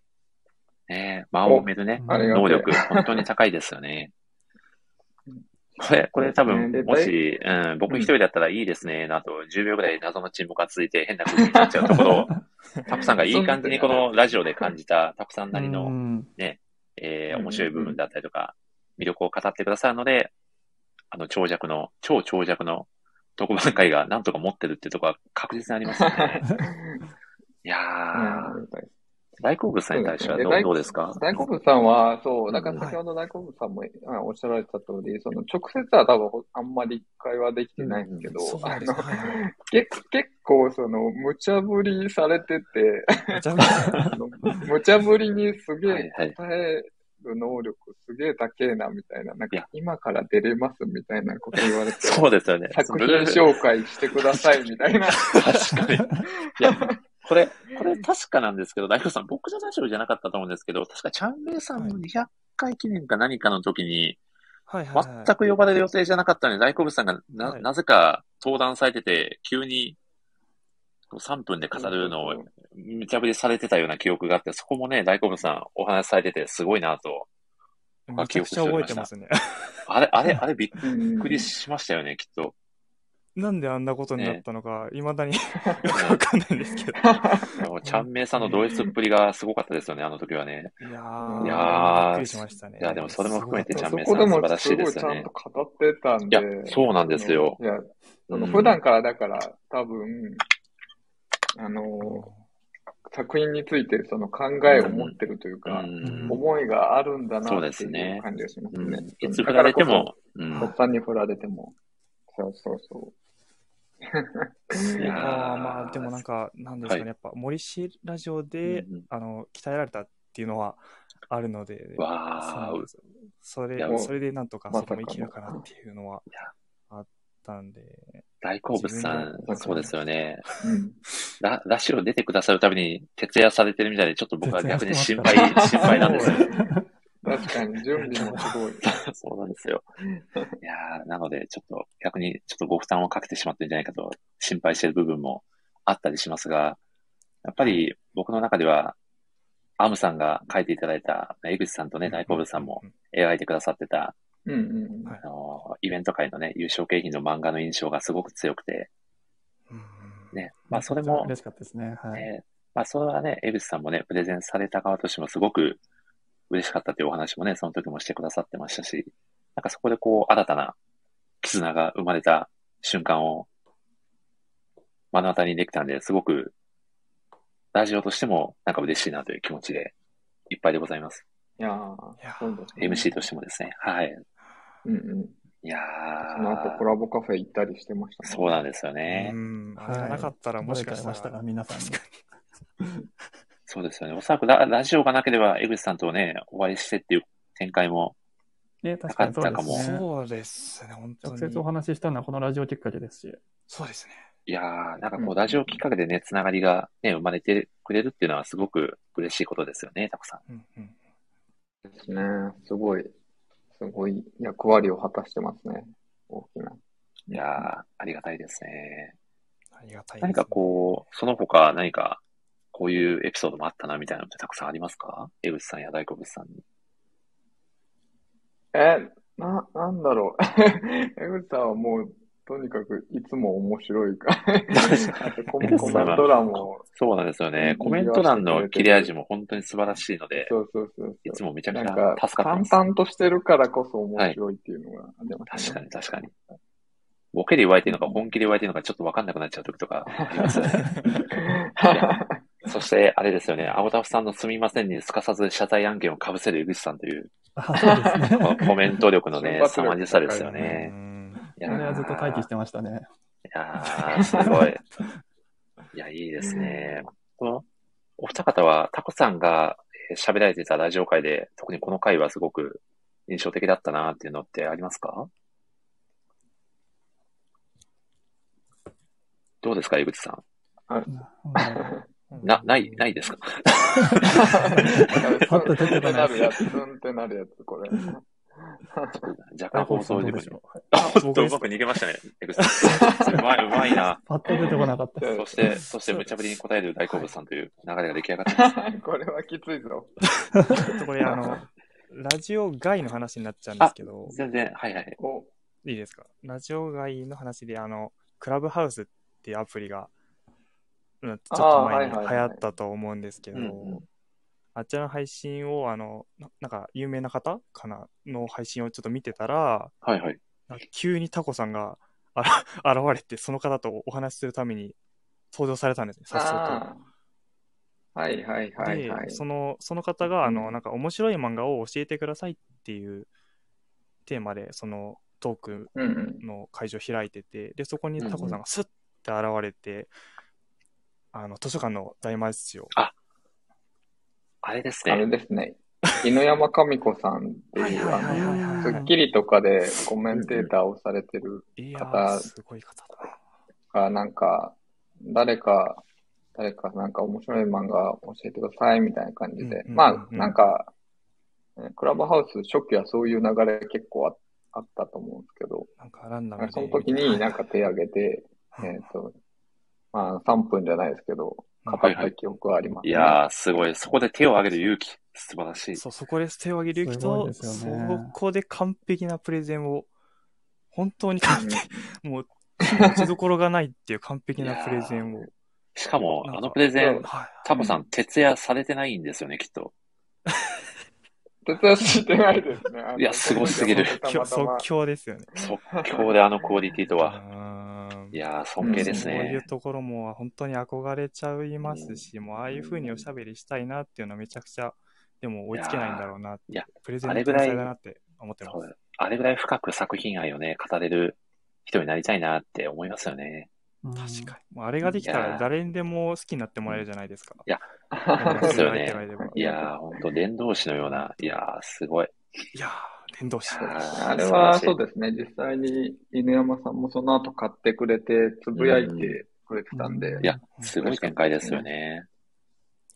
[SPEAKER 1] ね、間を埋めるね、
[SPEAKER 2] ありがとう
[SPEAKER 1] 能力、本当に高いですよね
[SPEAKER 2] うん。
[SPEAKER 1] これ、これ多分
[SPEAKER 2] そうですね、で
[SPEAKER 1] もし、うん、僕一人だったらいいですね、なと、10秒ぐらい謎の沈黙が続いて変な空気になっちゃうところを、タコさんがいい感じにこのラジオで感じた、タコさんなりの
[SPEAKER 3] う、ん
[SPEAKER 1] えー、面白い部分だったりとか、魅力を語ってくださるので、あの、長尺の、超長尺の特番会がなんとか持ってるっていうところは確実にあり ますよね。 いやー、大好物さんに対してはど
[SPEAKER 2] そうです
[SPEAKER 1] う
[SPEAKER 2] ね
[SPEAKER 1] どうですか
[SPEAKER 2] 大好物さんは、そうう、
[SPEAKER 1] ん
[SPEAKER 2] だから先ほど大好物さんもあおっしゃられた通り、その直接は多分ほあんまり会話できてないんですけど、
[SPEAKER 4] そう
[SPEAKER 2] あ
[SPEAKER 4] です
[SPEAKER 2] の
[SPEAKER 4] ね。はい
[SPEAKER 2] け結構その無茶ぶりされてて、
[SPEAKER 4] めちゃめちゃ
[SPEAKER 2] あの無茶ぶりにすげ
[SPEAKER 1] はい
[SPEAKER 2] え
[SPEAKER 1] はい。
[SPEAKER 2] 答える能力すげえ高えなみたいな、なん
[SPEAKER 1] いや
[SPEAKER 2] か今から出れますみたいなこと言われて、
[SPEAKER 1] そうですよね。
[SPEAKER 2] 作
[SPEAKER 1] ブ
[SPEAKER 2] 品
[SPEAKER 1] ルー
[SPEAKER 2] 紹介してくださいみたいな。
[SPEAKER 1] 確かに。いや、これ、これ確かなんですけど、大悟さん、僕のラジオじゃなかったと思うんですけど、確かチャンベイさんの200回記念か何かの時に、
[SPEAKER 4] はいはい。
[SPEAKER 1] 全く呼ばれる予定じゃなかったのに、大好物さんがな、
[SPEAKER 4] はい
[SPEAKER 1] なぜか登壇されてて、急に3分で語るのを無茶ぶりされてたような記憶があって、そこもね、大好物さんお話しされてて、すごいなと。
[SPEAKER 4] めちゃくちゃ覚えてますね。
[SPEAKER 1] あれ、あれ、あれびっ
[SPEAKER 2] うん
[SPEAKER 1] くりしましたよね、きっと。
[SPEAKER 4] なんであんなことになったのか、いま だによ
[SPEAKER 1] ね
[SPEAKER 4] くわかんないん ですけど。
[SPEAKER 1] もうちゃんめいさんのドイツっぷりがすごかったですよね、あの時はね。
[SPEAKER 4] いや
[SPEAKER 2] い
[SPEAKER 4] ー、
[SPEAKER 2] や
[SPEAKER 1] ー
[SPEAKER 4] びっくりしましたね。
[SPEAKER 1] いやでもそれも含めてちゃん
[SPEAKER 2] そ
[SPEAKER 1] めいさ
[SPEAKER 2] こ
[SPEAKER 1] ん
[SPEAKER 2] で
[SPEAKER 1] 素
[SPEAKER 2] も
[SPEAKER 1] 晴らし
[SPEAKER 2] す
[SPEAKER 1] いで
[SPEAKER 2] ごい
[SPEAKER 1] す
[SPEAKER 2] ち
[SPEAKER 1] よ
[SPEAKER 2] ゃん
[SPEAKER 1] ね
[SPEAKER 2] と。語ってたん
[SPEAKER 1] いや
[SPEAKER 2] で。、
[SPEAKER 1] そうなんですよ。
[SPEAKER 2] いや、その
[SPEAKER 1] うん
[SPEAKER 2] 普段からだから多分、あの、作品についてその考えを持ってるという
[SPEAKER 1] う
[SPEAKER 2] か、
[SPEAKER 1] ん
[SPEAKER 4] うん
[SPEAKER 2] 思いがあるんだな
[SPEAKER 1] そう
[SPEAKER 2] っ
[SPEAKER 1] で
[SPEAKER 2] て
[SPEAKER 1] す
[SPEAKER 2] い
[SPEAKER 1] ね
[SPEAKER 2] う感じがします
[SPEAKER 1] うん
[SPEAKER 2] ね。
[SPEAKER 1] いつ振られても、う
[SPEAKER 2] だ
[SPEAKER 1] ん
[SPEAKER 2] からこそ。おっさんに振られても。そうそうそ
[SPEAKER 1] い
[SPEAKER 4] いやー
[SPEAKER 1] やー
[SPEAKER 4] まあでもなんか、なんですかね、
[SPEAKER 1] はい
[SPEAKER 4] やっぱ森氏ラジオで、
[SPEAKER 1] うんうん
[SPEAKER 4] あの鍛えられたっていうのはあるので、そう
[SPEAKER 1] わ
[SPEAKER 4] なん
[SPEAKER 1] ー
[SPEAKER 4] で、すよそ
[SPEAKER 1] い
[SPEAKER 4] れ
[SPEAKER 1] や
[SPEAKER 2] もう
[SPEAKER 4] それでなんとか
[SPEAKER 2] ま
[SPEAKER 4] そ
[SPEAKER 2] さか
[SPEAKER 4] こ
[SPEAKER 2] の
[SPEAKER 4] も生きるかなっていうのはい
[SPEAKER 1] や
[SPEAKER 4] あったんで、
[SPEAKER 1] 大好物さん
[SPEAKER 4] 自分、が
[SPEAKER 1] そうですよね。
[SPEAKER 2] う。うん。
[SPEAKER 1] ララジオ出てくださるたびに徹夜されてるみたいで、ちょっと僕は逆に
[SPEAKER 3] 徹
[SPEAKER 1] 心
[SPEAKER 3] 夜
[SPEAKER 1] 配、心配なんですよ。
[SPEAKER 2] 確かに準備もすごい。
[SPEAKER 1] そうなんですよ。いやーなので、ちょっと逆にちょっとご負担をかけてしまってるんじゃないかと心配してる部分もあったりしますが、やっぱり僕の中では、アムさんが書いていただいた、江口さんとね、大好物さんも
[SPEAKER 4] うう
[SPEAKER 1] 描いてくださってた、
[SPEAKER 2] うんうん
[SPEAKER 4] はい
[SPEAKER 1] あのイベント界のね、優勝景品の漫画の印象がすごく強くて、
[SPEAKER 4] うんうん
[SPEAKER 1] ね、まあそれも
[SPEAKER 3] 嬉しかったですね。はい。
[SPEAKER 1] えーまあ、それはね、江口さんもね、プレゼンされた側としてもすごく嬉しかったというお話もね、その時もしてくださってましたし、なんかそこでこう、新たな絆が生まれた瞬間を目の当たりにできたんで、すごく、ラジオとしてもなんか嬉しいなという気持ちでいっぱいでございます。
[SPEAKER 2] いや
[SPEAKER 4] いや
[SPEAKER 2] ー、
[SPEAKER 4] ー
[SPEAKER 2] そうですね
[SPEAKER 1] MC としてもですね。はい。
[SPEAKER 2] うんうん。
[SPEAKER 1] いや
[SPEAKER 2] その後
[SPEAKER 1] ー、
[SPEAKER 2] コラボカフェ行ったりしてました
[SPEAKER 1] そうなんですよね。
[SPEAKER 4] うんあれがなかったら、もしかし
[SPEAKER 3] バレちゃ
[SPEAKER 4] た
[SPEAKER 3] いました
[SPEAKER 4] ら
[SPEAKER 3] か、皆さんに
[SPEAKER 4] 確。か
[SPEAKER 1] そうですよね。おそらくララジオがなければ江口さんとね、お会いしてっていう展開も、
[SPEAKER 3] ね、確かにそうです
[SPEAKER 1] も
[SPEAKER 4] に。
[SPEAKER 3] ね。
[SPEAKER 4] そうですね、本当
[SPEAKER 3] 直接お
[SPEAKER 4] に。
[SPEAKER 3] 話ししたのはこのラジオきっかけですし。
[SPEAKER 4] そうですね。
[SPEAKER 1] いやー、なんか
[SPEAKER 2] うん
[SPEAKER 1] こう、ラジオきっかけでね、つながりがね、生まれてくれるっていうのはすごく嬉しいことですよね、たくさん。
[SPEAKER 4] うんうん
[SPEAKER 2] ですね。すごい、すごい役割を果たしてますね。大きな。
[SPEAKER 1] いやー、ありがたいですね。
[SPEAKER 4] ありがたいですね
[SPEAKER 1] 何かこう、その他何か、こういうエピソードもあったな、みたいなのってたくさんありますか江口さんや大好物さんに。
[SPEAKER 2] え、な、なんだろう。 江口さんはもう、とにかくいつも面白いから。あとコメコメント欄も、
[SPEAKER 1] そうなんですよね。
[SPEAKER 2] うん
[SPEAKER 1] コメント欄の切れ味も本当に素晴らしいので、
[SPEAKER 2] そうそうそう
[SPEAKER 1] いつ
[SPEAKER 2] そ
[SPEAKER 1] もめち
[SPEAKER 2] う。
[SPEAKER 1] ゃく
[SPEAKER 2] な
[SPEAKER 1] ち
[SPEAKER 2] ん
[SPEAKER 1] ゃ
[SPEAKER 2] か、
[SPEAKER 1] 助かって
[SPEAKER 2] 淡
[SPEAKER 1] ま。
[SPEAKER 2] 々としてるからこそ面白いっていうのがありますす
[SPEAKER 1] 確か
[SPEAKER 2] ね。
[SPEAKER 1] に、確かに。ボケで言われてるのか、本気で言われてるのか、ちょっとわかんなくなっちゃう時とかありますよね。 そして、あれですよね、アボタフさんのすみませんにすかさず謝罪案件をかぶせる江口さんという、
[SPEAKER 3] あそうです
[SPEAKER 1] こ
[SPEAKER 3] ね。
[SPEAKER 1] のコメント力の
[SPEAKER 2] 瞬
[SPEAKER 1] ね、
[SPEAKER 2] 発
[SPEAKER 1] さ
[SPEAKER 2] 力
[SPEAKER 1] まじさですよ
[SPEAKER 2] う
[SPEAKER 1] ね
[SPEAKER 4] う。ん
[SPEAKER 1] い
[SPEAKER 3] あ
[SPEAKER 1] や。
[SPEAKER 3] れはずっと待機しててましたね。
[SPEAKER 1] いやーすごい。いや、いいですね。この、お二方は、タコさんがえー喋られてたラジオ会で、特にこの回はすごく印象的だったなっていうのってありますかどうですか、江口さん。
[SPEAKER 3] なんだろう
[SPEAKER 1] な、ない、ないですか
[SPEAKER 2] パ
[SPEAKER 3] ッと出てこない
[SPEAKER 2] なるやつ、うんってなるやつ、これ。
[SPEAKER 1] 若干
[SPEAKER 3] 大好
[SPEAKER 1] 放
[SPEAKER 3] 物
[SPEAKER 1] 送事故に
[SPEAKER 3] さんどうでし。ょうはい
[SPEAKER 1] あ、おっと、うまく逃げましたね。エクスうまい、うまいな。
[SPEAKER 3] パッと出てこなかった。
[SPEAKER 1] そして、そして、無茶ぶりに答える大好物さんという流れが出来上がってます。
[SPEAKER 2] これはきついぞ。
[SPEAKER 4] ちょっとこれ、あの、ラジオ外の話になっちゃうんですけど、
[SPEAKER 1] 全然、はいはい。
[SPEAKER 2] お、
[SPEAKER 4] いいですかラジオ外の話で、あの、クラブハウスっていうアプリが、うんちょっと前に
[SPEAKER 2] あーはいはい
[SPEAKER 4] 流
[SPEAKER 2] はい
[SPEAKER 4] 行ったと思うんですけど
[SPEAKER 1] うん
[SPEAKER 2] うん、
[SPEAKER 4] あちらの配信を、あの、ななんか、有名な方かなの配信をちょっと見てたら、
[SPEAKER 1] はいはい。
[SPEAKER 4] なんか急にタコさんがあら 現れて、その方とお話しするために登場されたんですね、早速。
[SPEAKER 2] ああはいはいはい
[SPEAKER 4] で、
[SPEAKER 2] はい。
[SPEAKER 4] そのその方があ
[SPEAKER 2] う
[SPEAKER 4] の
[SPEAKER 2] ん
[SPEAKER 4] なんか面白い漫画を教えてくださいっていうテーマでそのトーク
[SPEAKER 2] うんうん。
[SPEAKER 4] の会場を開いててでそこに
[SPEAKER 1] うんうん
[SPEAKER 4] タコさんがスッて現れて、あの図書館の大魔術を
[SPEAKER 1] あれです
[SPEAKER 2] あれ
[SPEAKER 1] ね。
[SPEAKER 2] ですね。犬山神子さんって
[SPEAKER 4] はい
[SPEAKER 2] い、
[SPEAKER 4] はいうはい
[SPEAKER 2] あ
[SPEAKER 4] はい
[SPEAKER 2] の、
[SPEAKER 4] は
[SPEAKER 2] ス
[SPEAKER 4] い
[SPEAKER 2] ッキリとかでコメンテーターをされてる
[SPEAKER 4] いや
[SPEAKER 2] 方
[SPEAKER 4] ーすごい方
[SPEAKER 2] から、
[SPEAKER 4] だな
[SPEAKER 2] なんか、誰か、誰かなんか面白い漫画教えてくださいみたいな感じ
[SPEAKER 4] うんうん
[SPEAKER 2] で
[SPEAKER 4] う。ん
[SPEAKER 2] まあ、なんか、えクラブハウス初期はそういう流れ結構ああったと思うんですけど、
[SPEAKER 4] なんかランダ
[SPEAKER 2] な
[SPEAKER 4] ム
[SPEAKER 2] ん
[SPEAKER 4] で
[SPEAKER 2] かその時になんか手挙げて、
[SPEAKER 4] はい
[SPEAKER 2] えっと、まあ3分じゃないですけど、語った記憶はあります
[SPEAKER 1] い
[SPEAKER 2] ね。
[SPEAKER 1] やー、すごい。そこで手を挙げる勇気。素晴らしい。
[SPEAKER 4] そうそこで手を挙げる勇気と、
[SPEAKER 3] す
[SPEAKER 4] そ
[SPEAKER 3] ごいですよね
[SPEAKER 4] こで完璧なプレゼンを本当に完璧、もう打ちどころがないっていう完璧なプレゼンを。
[SPEAKER 1] しかも、
[SPEAKER 4] なんか
[SPEAKER 1] あのプレゼ
[SPEAKER 2] う
[SPEAKER 1] ン
[SPEAKER 2] ん、
[SPEAKER 4] はい。
[SPEAKER 1] タモさん、徹夜されてないんですよね、きっと。
[SPEAKER 2] 徹夜してないですね。あの
[SPEAKER 1] いやすごすぎる
[SPEAKER 2] た
[SPEAKER 4] 即興
[SPEAKER 2] またま
[SPEAKER 4] 即興ですよね。
[SPEAKER 1] 即興であのクオリティとは。
[SPEAKER 4] はい
[SPEAKER 1] やー、尊敬です
[SPEAKER 4] そうい
[SPEAKER 1] ね
[SPEAKER 4] う。ところもは本当に憧れちゃいますし、もうああいうふうにおしゃべりしたいなっていうのはめちゃくちゃ、でも追いつけないんだろうなって、
[SPEAKER 1] いや
[SPEAKER 4] プレゼン
[SPEAKER 1] あ
[SPEAKER 4] の
[SPEAKER 1] れぐ
[SPEAKER 4] 天
[SPEAKER 1] らい
[SPEAKER 4] 才だなって思ってま
[SPEAKER 1] そう
[SPEAKER 4] す。
[SPEAKER 1] だあれぐらい深く作品愛をね、語れる人になりたいなって思いますよね。
[SPEAKER 4] 確かに。もうあれができた
[SPEAKER 1] いや
[SPEAKER 4] ら
[SPEAKER 1] ー
[SPEAKER 4] 誰にでも好きになってもらえるじゃないですか。
[SPEAKER 1] そうですよ
[SPEAKER 4] やっ
[SPEAKER 1] ね
[SPEAKER 4] てもらえれば。
[SPEAKER 1] いやー、ほんと、伝道師のような、いやー、すごい。
[SPEAKER 4] いやー、伝道師。
[SPEAKER 1] あ
[SPEAKER 2] あれはそう
[SPEAKER 1] だ。
[SPEAKER 2] ですね、実際に犬山さんもその後買ってくれて、つぶやいてくれてたんで、
[SPEAKER 1] いや、すごい展開ですよね。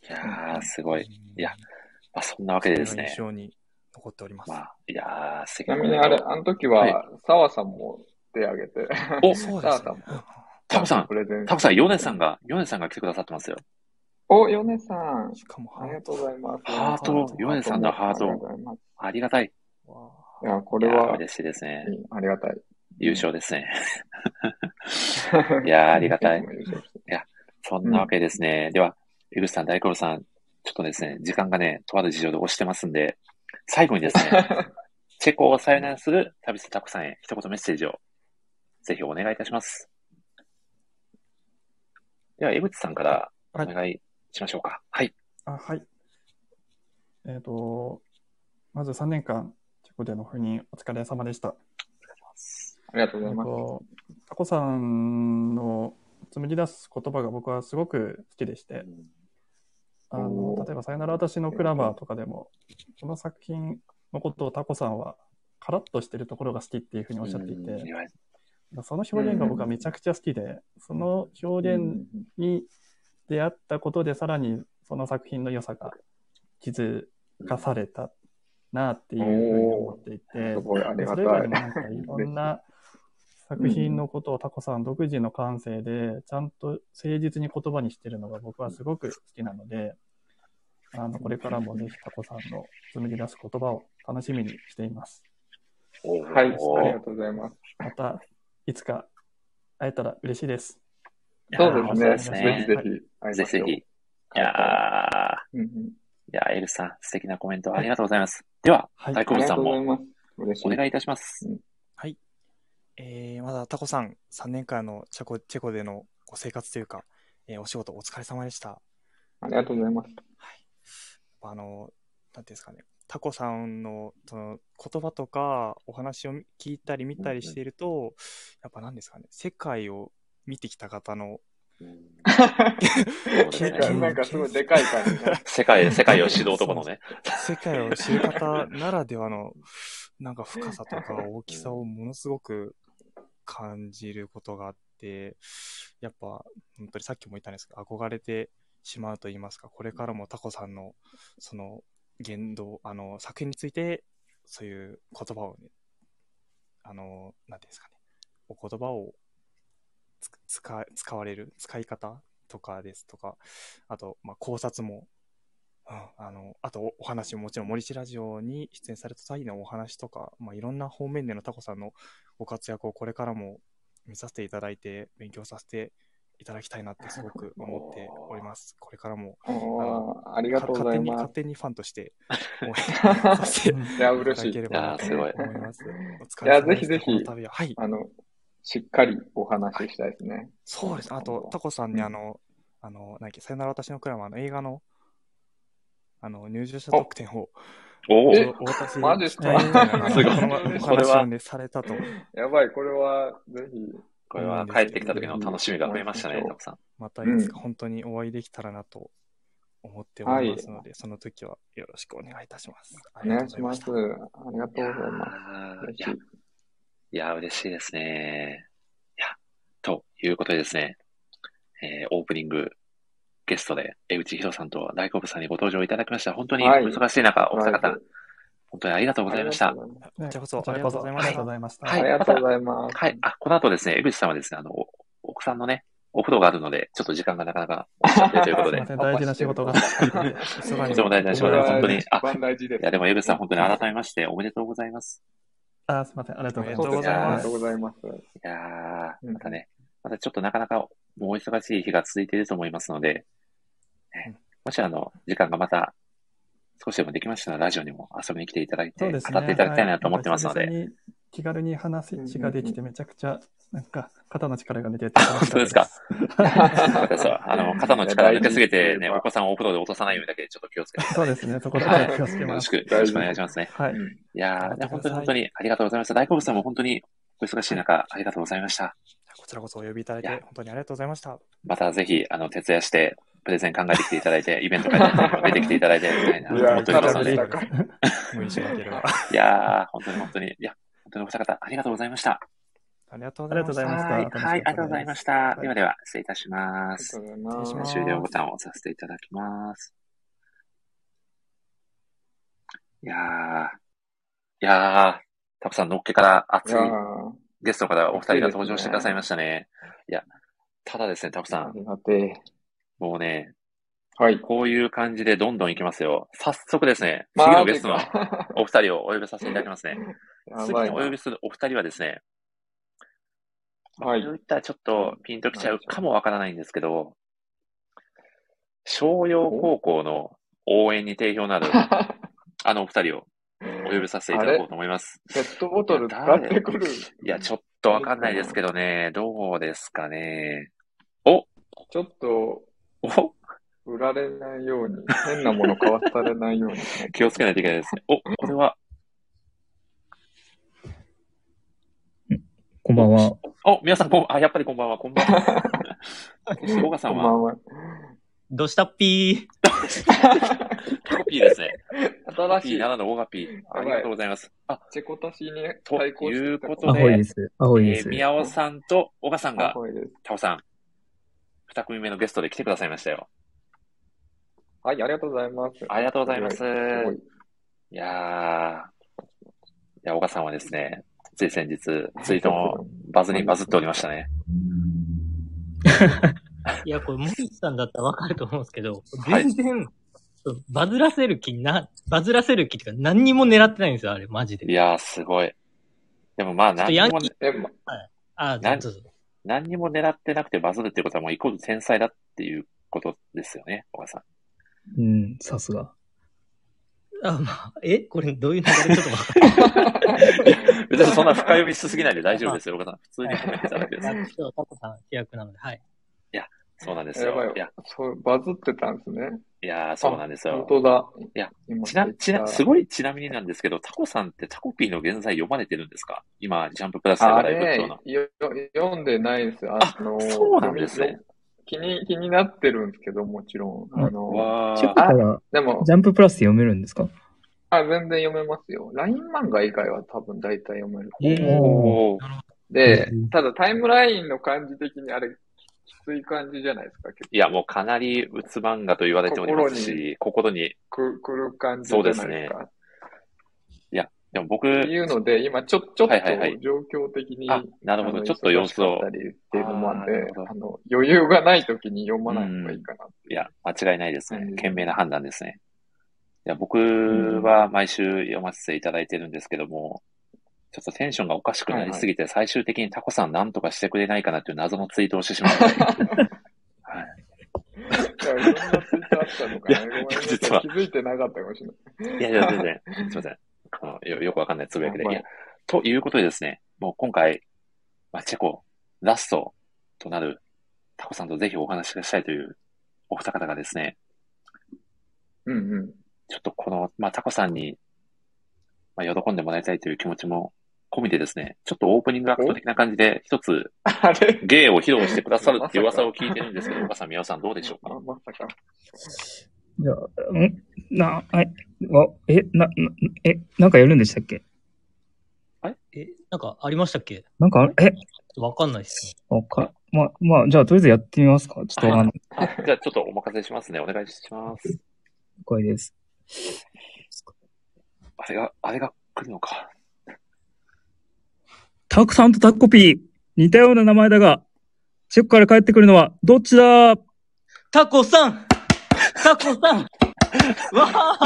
[SPEAKER 1] いやー、すごい。いや、まあ、そんなわけでですね
[SPEAKER 4] 印。象に残っております。
[SPEAKER 1] まあ、いやー、
[SPEAKER 2] ちなみにあれ、あの時は
[SPEAKER 1] はい、
[SPEAKER 2] 澤さんも手挙げて、
[SPEAKER 1] お、
[SPEAKER 4] そうで
[SPEAKER 2] 澤
[SPEAKER 4] す
[SPEAKER 2] さ
[SPEAKER 4] ね
[SPEAKER 2] んも
[SPEAKER 1] タモさん
[SPEAKER 2] プ、レゼン
[SPEAKER 1] タモさん、ヨネさんが、ヨネさんが来てくださってますよ。
[SPEAKER 2] お、ヨネさん。
[SPEAKER 4] しかも、
[SPEAKER 2] ありがとうございます。
[SPEAKER 1] ハートヨネさんのハート
[SPEAKER 2] ありがとうございます。
[SPEAKER 1] ありがたい。
[SPEAKER 4] わ
[SPEAKER 2] いや、こ
[SPEAKER 1] い
[SPEAKER 2] れ
[SPEAKER 1] やー
[SPEAKER 2] は、
[SPEAKER 1] 嬉しいですね。
[SPEAKER 2] うんありがたい。
[SPEAKER 1] 優勝です ね。いやー、ありがたい
[SPEAKER 2] つ。も優勝して
[SPEAKER 1] そんなわけですね。では、江口さん、大黒さん、ちょっとですね、時間がね、とある事情で押してますんで、最後に ですね、チェコをさよならする旅人タコさんへ一言メッセージを、ぜひお願いいたします。では、江口さんからお願いしましょうか。はい。
[SPEAKER 3] あはい。えっ、と、まず3年間、チェコでの赴任、お疲れ様でした。
[SPEAKER 2] ありがとうござい
[SPEAKER 3] えっ
[SPEAKER 2] ます。
[SPEAKER 3] と、タコさんの紡ぎ出す言葉が僕はすごく好きでして、あの
[SPEAKER 2] おー
[SPEAKER 3] 例えば、さよなら私のクラマーとかでも、この作品のことをタコさんは、カラッとしてるところが好きっていうふうにおっしゃってい
[SPEAKER 1] うん
[SPEAKER 3] て、
[SPEAKER 1] わゆる
[SPEAKER 3] その表現が僕はめちゃくちゃ好きで、その表現に出会ったことで、さらにその作品の良さが気づかされたなっていうふうに思っていて、
[SPEAKER 2] すごい、あり
[SPEAKER 3] そ
[SPEAKER 2] が
[SPEAKER 3] れ以外
[SPEAKER 2] た
[SPEAKER 3] に
[SPEAKER 2] い
[SPEAKER 3] も。なんかいろんな作品のことをタコさん独自の感性で、ちゃんと誠実に言葉にしてるのが僕はすごく好きなので、あのこれからもぜひタコさんの紡ぎ出す言葉を楽しみにしています。
[SPEAKER 1] おー
[SPEAKER 2] はい、ありがとうございます。
[SPEAKER 3] またいつか会えたら嬉しいです。
[SPEAKER 2] そう
[SPEAKER 1] いやー
[SPEAKER 2] で
[SPEAKER 1] そ
[SPEAKER 2] す
[SPEAKER 1] うですね。
[SPEAKER 2] ね。ぜひぜひ会いまし
[SPEAKER 1] ぜ
[SPEAKER 2] ょう。
[SPEAKER 1] ひぜひ。い
[SPEAKER 2] はい
[SPEAKER 1] やー、
[SPEAKER 2] うんうん
[SPEAKER 1] いやー、エルさん、素敵なコメントありがとうございます。では、
[SPEAKER 3] はい。
[SPEAKER 1] 大
[SPEAKER 2] あ
[SPEAKER 1] 黒
[SPEAKER 2] り
[SPEAKER 1] さん
[SPEAKER 2] がとうござい
[SPEAKER 1] も
[SPEAKER 2] ます。嬉しい。
[SPEAKER 1] お願いいたします。
[SPEAKER 4] えー、まだタコさん、3年間のチェコチェコでのご生活というか、えーお仕事お疲れ様でした。
[SPEAKER 2] ありがとうございます。
[SPEAKER 4] あの、なんていうんですかね、タコさんのその言葉とかお話を聞いたり見たりしていると、やっぱなんですかね、世界を見てきた方の、
[SPEAKER 1] そうです
[SPEAKER 4] 世
[SPEAKER 1] ね
[SPEAKER 4] 界
[SPEAKER 2] なんかなんかすごいでかい感じね。
[SPEAKER 1] 世界、世界を知る男のね。
[SPEAKER 4] 世界を知る方ならではの、なんか深さとか大きさをものすごく感じることがあって、やっぱ、本当にさっきも言ったんですけど、憧れてしまうと言いますか、これからもタコさんの、その、言動、あの、作品について、そういう言葉をね、あの、なんていうんですかね、お言葉をつ使使われる、使い方とかですとか、あと、まあ、考察もうんあの、あとおお話ももちろん森市ラジオに出演された際のお話とか、まあ、いろんな方面でのタコさんのご活躍をこれからも見させていただいて、勉強させていただきたいなってすごく思っております。これからも、
[SPEAKER 2] おーありがとうござい
[SPEAKER 4] か
[SPEAKER 2] ま
[SPEAKER 4] 勝
[SPEAKER 2] す。
[SPEAKER 4] 手に、勝手にファンとして応援させて
[SPEAKER 3] うん
[SPEAKER 2] いや、
[SPEAKER 4] いた
[SPEAKER 2] 嬉
[SPEAKER 4] だ
[SPEAKER 2] しい
[SPEAKER 4] け。れ
[SPEAKER 1] いや
[SPEAKER 4] ばな
[SPEAKER 1] ーすごい
[SPEAKER 4] と思います。お疲
[SPEAKER 2] いや
[SPEAKER 4] れ様で
[SPEAKER 2] ぜひ
[SPEAKER 4] した
[SPEAKER 2] ぜひ
[SPEAKER 4] この度は。はい。
[SPEAKER 2] あの、しっかりお話ししたいですね。
[SPEAKER 4] そうです。あと、タコさん
[SPEAKER 2] う
[SPEAKER 4] に
[SPEAKER 2] ん
[SPEAKER 4] あの、あの、なんだっけ、さよなら私のクラマーの映画の、あの、入場者特典を、
[SPEAKER 1] おお、
[SPEAKER 2] え
[SPEAKER 4] お渡しし
[SPEAKER 2] マジっ す
[SPEAKER 4] た
[SPEAKER 2] か
[SPEAKER 4] いみたいな
[SPEAKER 1] すごい
[SPEAKER 4] このままお
[SPEAKER 1] それは
[SPEAKER 4] 話をね、されたと。
[SPEAKER 2] やばい、これは、ぜひ。
[SPEAKER 1] これは帰ってきた時の楽しみが増えましたね、たくさん。
[SPEAKER 4] またいつか本当にお会いできたらなと思っておりますので、その時はよろしくお願いいたします。あ
[SPEAKER 2] お
[SPEAKER 4] りが
[SPEAKER 2] 願
[SPEAKER 4] とう
[SPEAKER 2] い
[SPEAKER 4] ご
[SPEAKER 2] しま
[SPEAKER 4] ざいまし
[SPEAKER 2] す。
[SPEAKER 4] た。
[SPEAKER 2] ありがとうございます。
[SPEAKER 1] あーい
[SPEAKER 2] ぜ
[SPEAKER 1] や、い
[SPEAKER 2] ひ
[SPEAKER 1] や、嬉しいですね。いや、ということでですね、えーオープニングゲストで江口博さんと大好物さんにご登場いただきました。本当にお
[SPEAKER 2] はい
[SPEAKER 1] 忙しい中、お二方、
[SPEAKER 2] はい
[SPEAKER 1] 本当にありがとうございました。
[SPEAKER 4] こちらこそ
[SPEAKER 3] こちらこそありがとうございました。
[SPEAKER 1] は
[SPEAKER 2] ありがとうございます。
[SPEAKER 1] はい。あ、この後ですね、江口さんはですね、あの、お奥さんのね、お風呂があるので、ちょっと時間がなかなかおっしゃってということ
[SPEAKER 3] すい
[SPEAKER 1] で
[SPEAKER 3] ま、せん、大事な仕事が。
[SPEAKER 4] 忙し い
[SPEAKER 1] とても大事な仕
[SPEAKER 2] こ
[SPEAKER 1] 事です。
[SPEAKER 2] れは
[SPEAKER 1] 本当に、
[SPEAKER 2] 一
[SPEAKER 1] あ、
[SPEAKER 2] 番大事で
[SPEAKER 1] いや、でも、エブさん、本当に改めまして、おめでとうございます。
[SPEAKER 3] あ、すみません。ありがとうございま
[SPEAKER 4] ありがとうございます
[SPEAKER 2] ありがとう
[SPEAKER 1] い
[SPEAKER 2] ございます。
[SPEAKER 1] や
[SPEAKER 2] う
[SPEAKER 1] ー、
[SPEAKER 2] ん
[SPEAKER 1] またね、またちょっとなかなかもう忙しい日が続いていると思いますので、
[SPEAKER 4] う
[SPEAKER 1] ね
[SPEAKER 4] ん、
[SPEAKER 1] もしあの、時間がまた少しでもできましたら、ラジオにも遊びに来ていただい
[SPEAKER 3] す。そ
[SPEAKER 1] て、語
[SPEAKER 3] う
[SPEAKER 1] っ
[SPEAKER 3] です
[SPEAKER 1] て
[SPEAKER 3] ね。
[SPEAKER 1] いただきたいなと思ってますの
[SPEAKER 3] はい
[SPEAKER 1] で、。
[SPEAKER 3] なんか久々に気軽に話しができて、めちゃくちゃ、なんか、肩の力が抜けて、
[SPEAKER 1] 本当です かまたそう、あの、肩の力抜けすぎてね、
[SPEAKER 2] いや大事ですよ
[SPEAKER 1] お子さんをお風呂で落とさないようにだけちょっと気をつけて、
[SPEAKER 3] そうですね。そこだけは気をつけ
[SPEAKER 1] よろ
[SPEAKER 3] ま
[SPEAKER 1] し
[SPEAKER 3] す。
[SPEAKER 1] く、よろしくお願いしますね。
[SPEAKER 3] はい。
[SPEAKER 1] いやー、
[SPEAKER 4] 頑張ってくださ
[SPEAKER 1] 本
[SPEAKER 4] い
[SPEAKER 1] 当に本当にありがとうございました。大好物さんも本当にお忙しい中、ありがとうございました。
[SPEAKER 4] こちらこそお呼びいただい
[SPEAKER 1] いや
[SPEAKER 4] て、本当にありがとうございました。
[SPEAKER 1] またぜひ、あの、徹夜して、プレゼン考えてきていただいて、イベント会にも出てきていただいて、みたいな、
[SPEAKER 2] いや
[SPEAKER 1] 思っておりますので
[SPEAKER 2] い。や
[SPEAKER 4] 無理しなければ。
[SPEAKER 1] いやー、本当に本当に、いや、本当にお二方、ありがとうございました。
[SPEAKER 4] ありがとう
[SPEAKER 3] ございました
[SPEAKER 1] はい、
[SPEAKER 3] 楽しかったです
[SPEAKER 1] はい、ありがとうございました。ではでは、失礼いたしま
[SPEAKER 2] ありが
[SPEAKER 1] す
[SPEAKER 2] と。うございます
[SPEAKER 4] 失礼します
[SPEAKER 1] 終了ボタンを押させていただきます。いやー、いやー、タコさん、のっけから
[SPEAKER 2] い
[SPEAKER 1] 熱い
[SPEAKER 2] やー
[SPEAKER 1] ゲストからお二人が登場してくださいましたね。いや、ただですね、タコさ
[SPEAKER 2] あ
[SPEAKER 1] ん、
[SPEAKER 2] りがて
[SPEAKER 1] もうね、
[SPEAKER 2] え。はい。
[SPEAKER 1] こういう感じでどんどんいきますよ。早速ですね、次のゲストの
[SPEAKER 2] マジか
[SPEAKER 1] お二人をお呼びさせていただきますね。
[SPEAKER 2] や
[SPEAKER 1] 次
[SPEAKER 2] ばい
[SPEAKER 1] に
[SPEAKER 2] な
[SPEAKER 1] お呼びするお二人はですね、
[SPEAKER 2] はい
[SPEAKER 1] そういったらちょっとピンときちゃうかもわからないんですけど、商用高校の応援に定評の あるあのお二人をお呼びさせていただこうと思います。
[SPEAKER 2] ペットボトル使ってくる。
[SPEAKER 1] いや、ちょっとわかんないですけどね、どうですかね。お
[SPEAKER 2] ちょっと、
[SPEAKER 1] お
[SPEAKER 2] 売られないように、変なもの買わされないように。
[SPEAKER 1] 気をつけないといけないですね。おこれは、
[SPEAKER 5] こんばんは。
[SPEAKER 1] お皆さんこん、あ、やっぱりこんばんは、こんば んは。そして、小川さ
[SPEAKER 2] こ
[SPEAKER 1] ん
[SPEAKER 2] んば
[SPEAKER 1] は、
[SPEAKER 2] んは。
[SPEAKER 5] どうしたっぴ
[SPEAKER 1] カピーですね。
[SPEAKER 2] 新
[SPEAKER 1] ピ
[SPEAKER 2] し
[SPEAKER 1] ー
[SPEAKER 2] い
[SPEAKER 1] 7の大ガピー。ありがとうございます。あ、
[SPEAKER 2] チェコタシに
[SPEAKER 1] と
[SPEAKER 2] 対抗して
[SPEAKER 1] いう
[SPEAKER 2] た
[SPEAKER 1] こと
[SPEAKER 5] ー。ア
[SPEAKER 1] で
[SPEAKER 5] ホいです。アホいで
[SPEAKER 1] え
[SPEAKER 5] す
[SPEAKER 1] ー、。宮尾さんと小川さん
[SPEAKER 2] あ
[SPEAKER 1] が、
[SPEAKER 2] そうです。
[SPEAKER 1] タオさん、二組目のゲストで来てくださいましたよ。
[SPEAKER 2] はい、ありがとうございます。
[SPEAKER 1] ありがとうございます
[SPEAKER 2] すごい。
[SPEAKER 1] いやー、いや、小川さんはですね、つい先日、ツイートもバズり、バズっておりましたね。
[SPEAKER 5] いや、これ、森さんだったらわかると思うんですけど、
[SPEAKER 1] はい
[SPEAKER 5] 全然、バズらせる気な、バズらせる気っていうか、何にも狙ってないんですよ、あれ、マジ
[SPEAKER 1] い
[SPEAKER 5] で。
[SPEAKER 1] やー、すごい。でもまあ、
[SPEAKER 5] ちょ
[SPEAKER 1] 何
[SPEAKER 5] っと
[SPEAKER 1] に
[SPEAKER 5] ヤン
[SPEAKER 1] も
[SPEAKER 5] キー、
[SPEAKER 2] え、ま、
[SPEAKER 5] あ、
[SPEAKER 1] なん
[SPEAKER 5] どうぞどうぞ
[SPEAKER 1] 何にも狙ってなくてバズるっていうことはもうイコール天才だっていうことですよね、小川さん。
[SPEAKER 5] うん、さすが。あ、まあ、えこれ、どういう流れちょっとわかんない
[SPEAKER 1] 別にそんな深読みしすぎないで大丈夫ですよ、小川さん。普通に褒めていただけです。
[SPEAKER 5] なんか今日タコさん主役なので、はい。
[SPEAKER 1] そうなんです
[SPEAKER 2] やばい
[SPEAKER 1] よ。いや、
[SPEAKER 2] そう、バズってたんですね。
[SPEAKER 1] いやー、そうなんです
[SPEAKER 2] 本
[SPEAKER 1] よ。
[SPEAKER 2] 当だ。
[SPEAKER 1] いや、
[SPEAKER 2] 今
[SPEAKER 1] ちな、ちな、す
[SPEAKER 2] い。
[SPEAKER 1] ごいちなみになんですけど、タコさんってタコピーの現在読まれてるんですか今、ジャンププラスで
[SPEAKER 2] あ
[SPEAKER 1] 話題沸
[SPEAKER 2] れ
[SPEAKER 1] 騰の。、
[SPEAKER 2] よよ読んでないです。あの、
[SPEAKER 1] そうなんですね。
[SPEAKER 2] 気に、気になってるんですけど、もちろん。あの、
[SPEAKER 1] わ
[SPEAKER 5] ー
[SPEAKER 1] ー
[SPEAKER 5] 中
[SPEAKER 1] あ
[SPEAKER 5] 古から、
[SPEAKER 2] でも、
[SPEAKER 5] ジャンププラスで読めるんですか
[SPEAKER 2] あ、全然読めますよ。LINE 漫画以外は多分大体読める。
[SPEAKER 1] おー
[SPEAKER 2] で
[SPEAKER 5] うん、
[SPEAKER 2] ただタイムラインの感じ的にあれ、きつい感じじゃないですか。結
[SPEAKER 1] いや、もうかなりうつ漫画と言われておりますし、心に、
[SPEAKER 2] 構く、くる感じじゃないです
[SPEAKER 1] そう
[SPEAKER 2] か。
[SPEAKER 1] ですでも僕、
[SPEAKER 2] っていうので、今ちょ、ちょっと
[SPEAKER 1] はい
[SPEAKER 2] 状
[SPEAKER 1] はいはい
[SPEAKER 2] 況的に、
[SPEAKER 1] あ、なるほ
[SPEAKER 2] あ
[SPEAKER 1] ど、
[SPEAKER 2] の
[SPEAKER 1] ちょっと様子
[SPEAKER 2] 忙し
[SPEAKER 1] を
[SPEAKER 2] かっ。たりっていうのもあって
[SPEAKER 1] あーなるほど
[SPEAKER 2] あの、余裕がない時に読まない方がいいかなって
[SPEAKER 1] いや、間違いないですね
[SPEAKER 2] う。ん
[SPEAKER 1] 賢明な判断ですね。いや、僕は毎週読ませていただいてるんですけども、ちょっとテンションがおかしくなりすぎて、最終的にタコさんなんとかしてくれないかなっていう謎のツイートをしてしまって。 はい。
[SPEAKER 2] いやいろんなツイートあったのかな。ごめんなさい
[SPEAKER 1] 実は
[SPEAKER 2] 気づいてなかったかもしれない。
[SPEAKER 1] いやいや、全然、すいません。あのよよくわかんないつぶやきで。い
[SPEAKER 2] あ
[SPEAKER 1] や、ということでですね、もう今回、まあ、チェコ、ラストとなるタコさんとぜひお話がしたいというお二方がですね、
[SPEAKER 2] うん うん。
[SPEAKER 1] ちょっとこの、まあ、タコさんに、まあ、喜んでもらいたいという気持ちも込みでですね、ちょっとオープニングアクト的な感じで一つ
[SPEAKER 2] あれ
[SPEAKER 1] 芸を披露してくださるっていう噂を聞いてるんですけ ど、お母さん、宮尾さんどうでしょうか
[SPEAKER 2] ままさか。
[SPEAKER 5] じゃあ、んな、はい、わえ、な、なえ、なんかやるんでしたっけ
[SPEAKER 6] え、なんかありましたっけ
[SPEAKER 5] なんかある、え、
[SPEAKER 6] わかんないっすね。
[SPEAKER 5] わか、まあ、まあ、じゃあ、とりあえずやってみますか。ちょっとわかんない。
[SPEAKER 1] あじゃあちょっとお任せしますね。お願いします。
[SPEAKER 5] これです。
[SPEAKER 1] あれが、あれが来るのか。
[SPEAKER 5] タクさんとタッコピー、似たような名前だが、チェコから帰ってくるのはどっちだ
[SPEAKER 6] タコさんタコさんわあ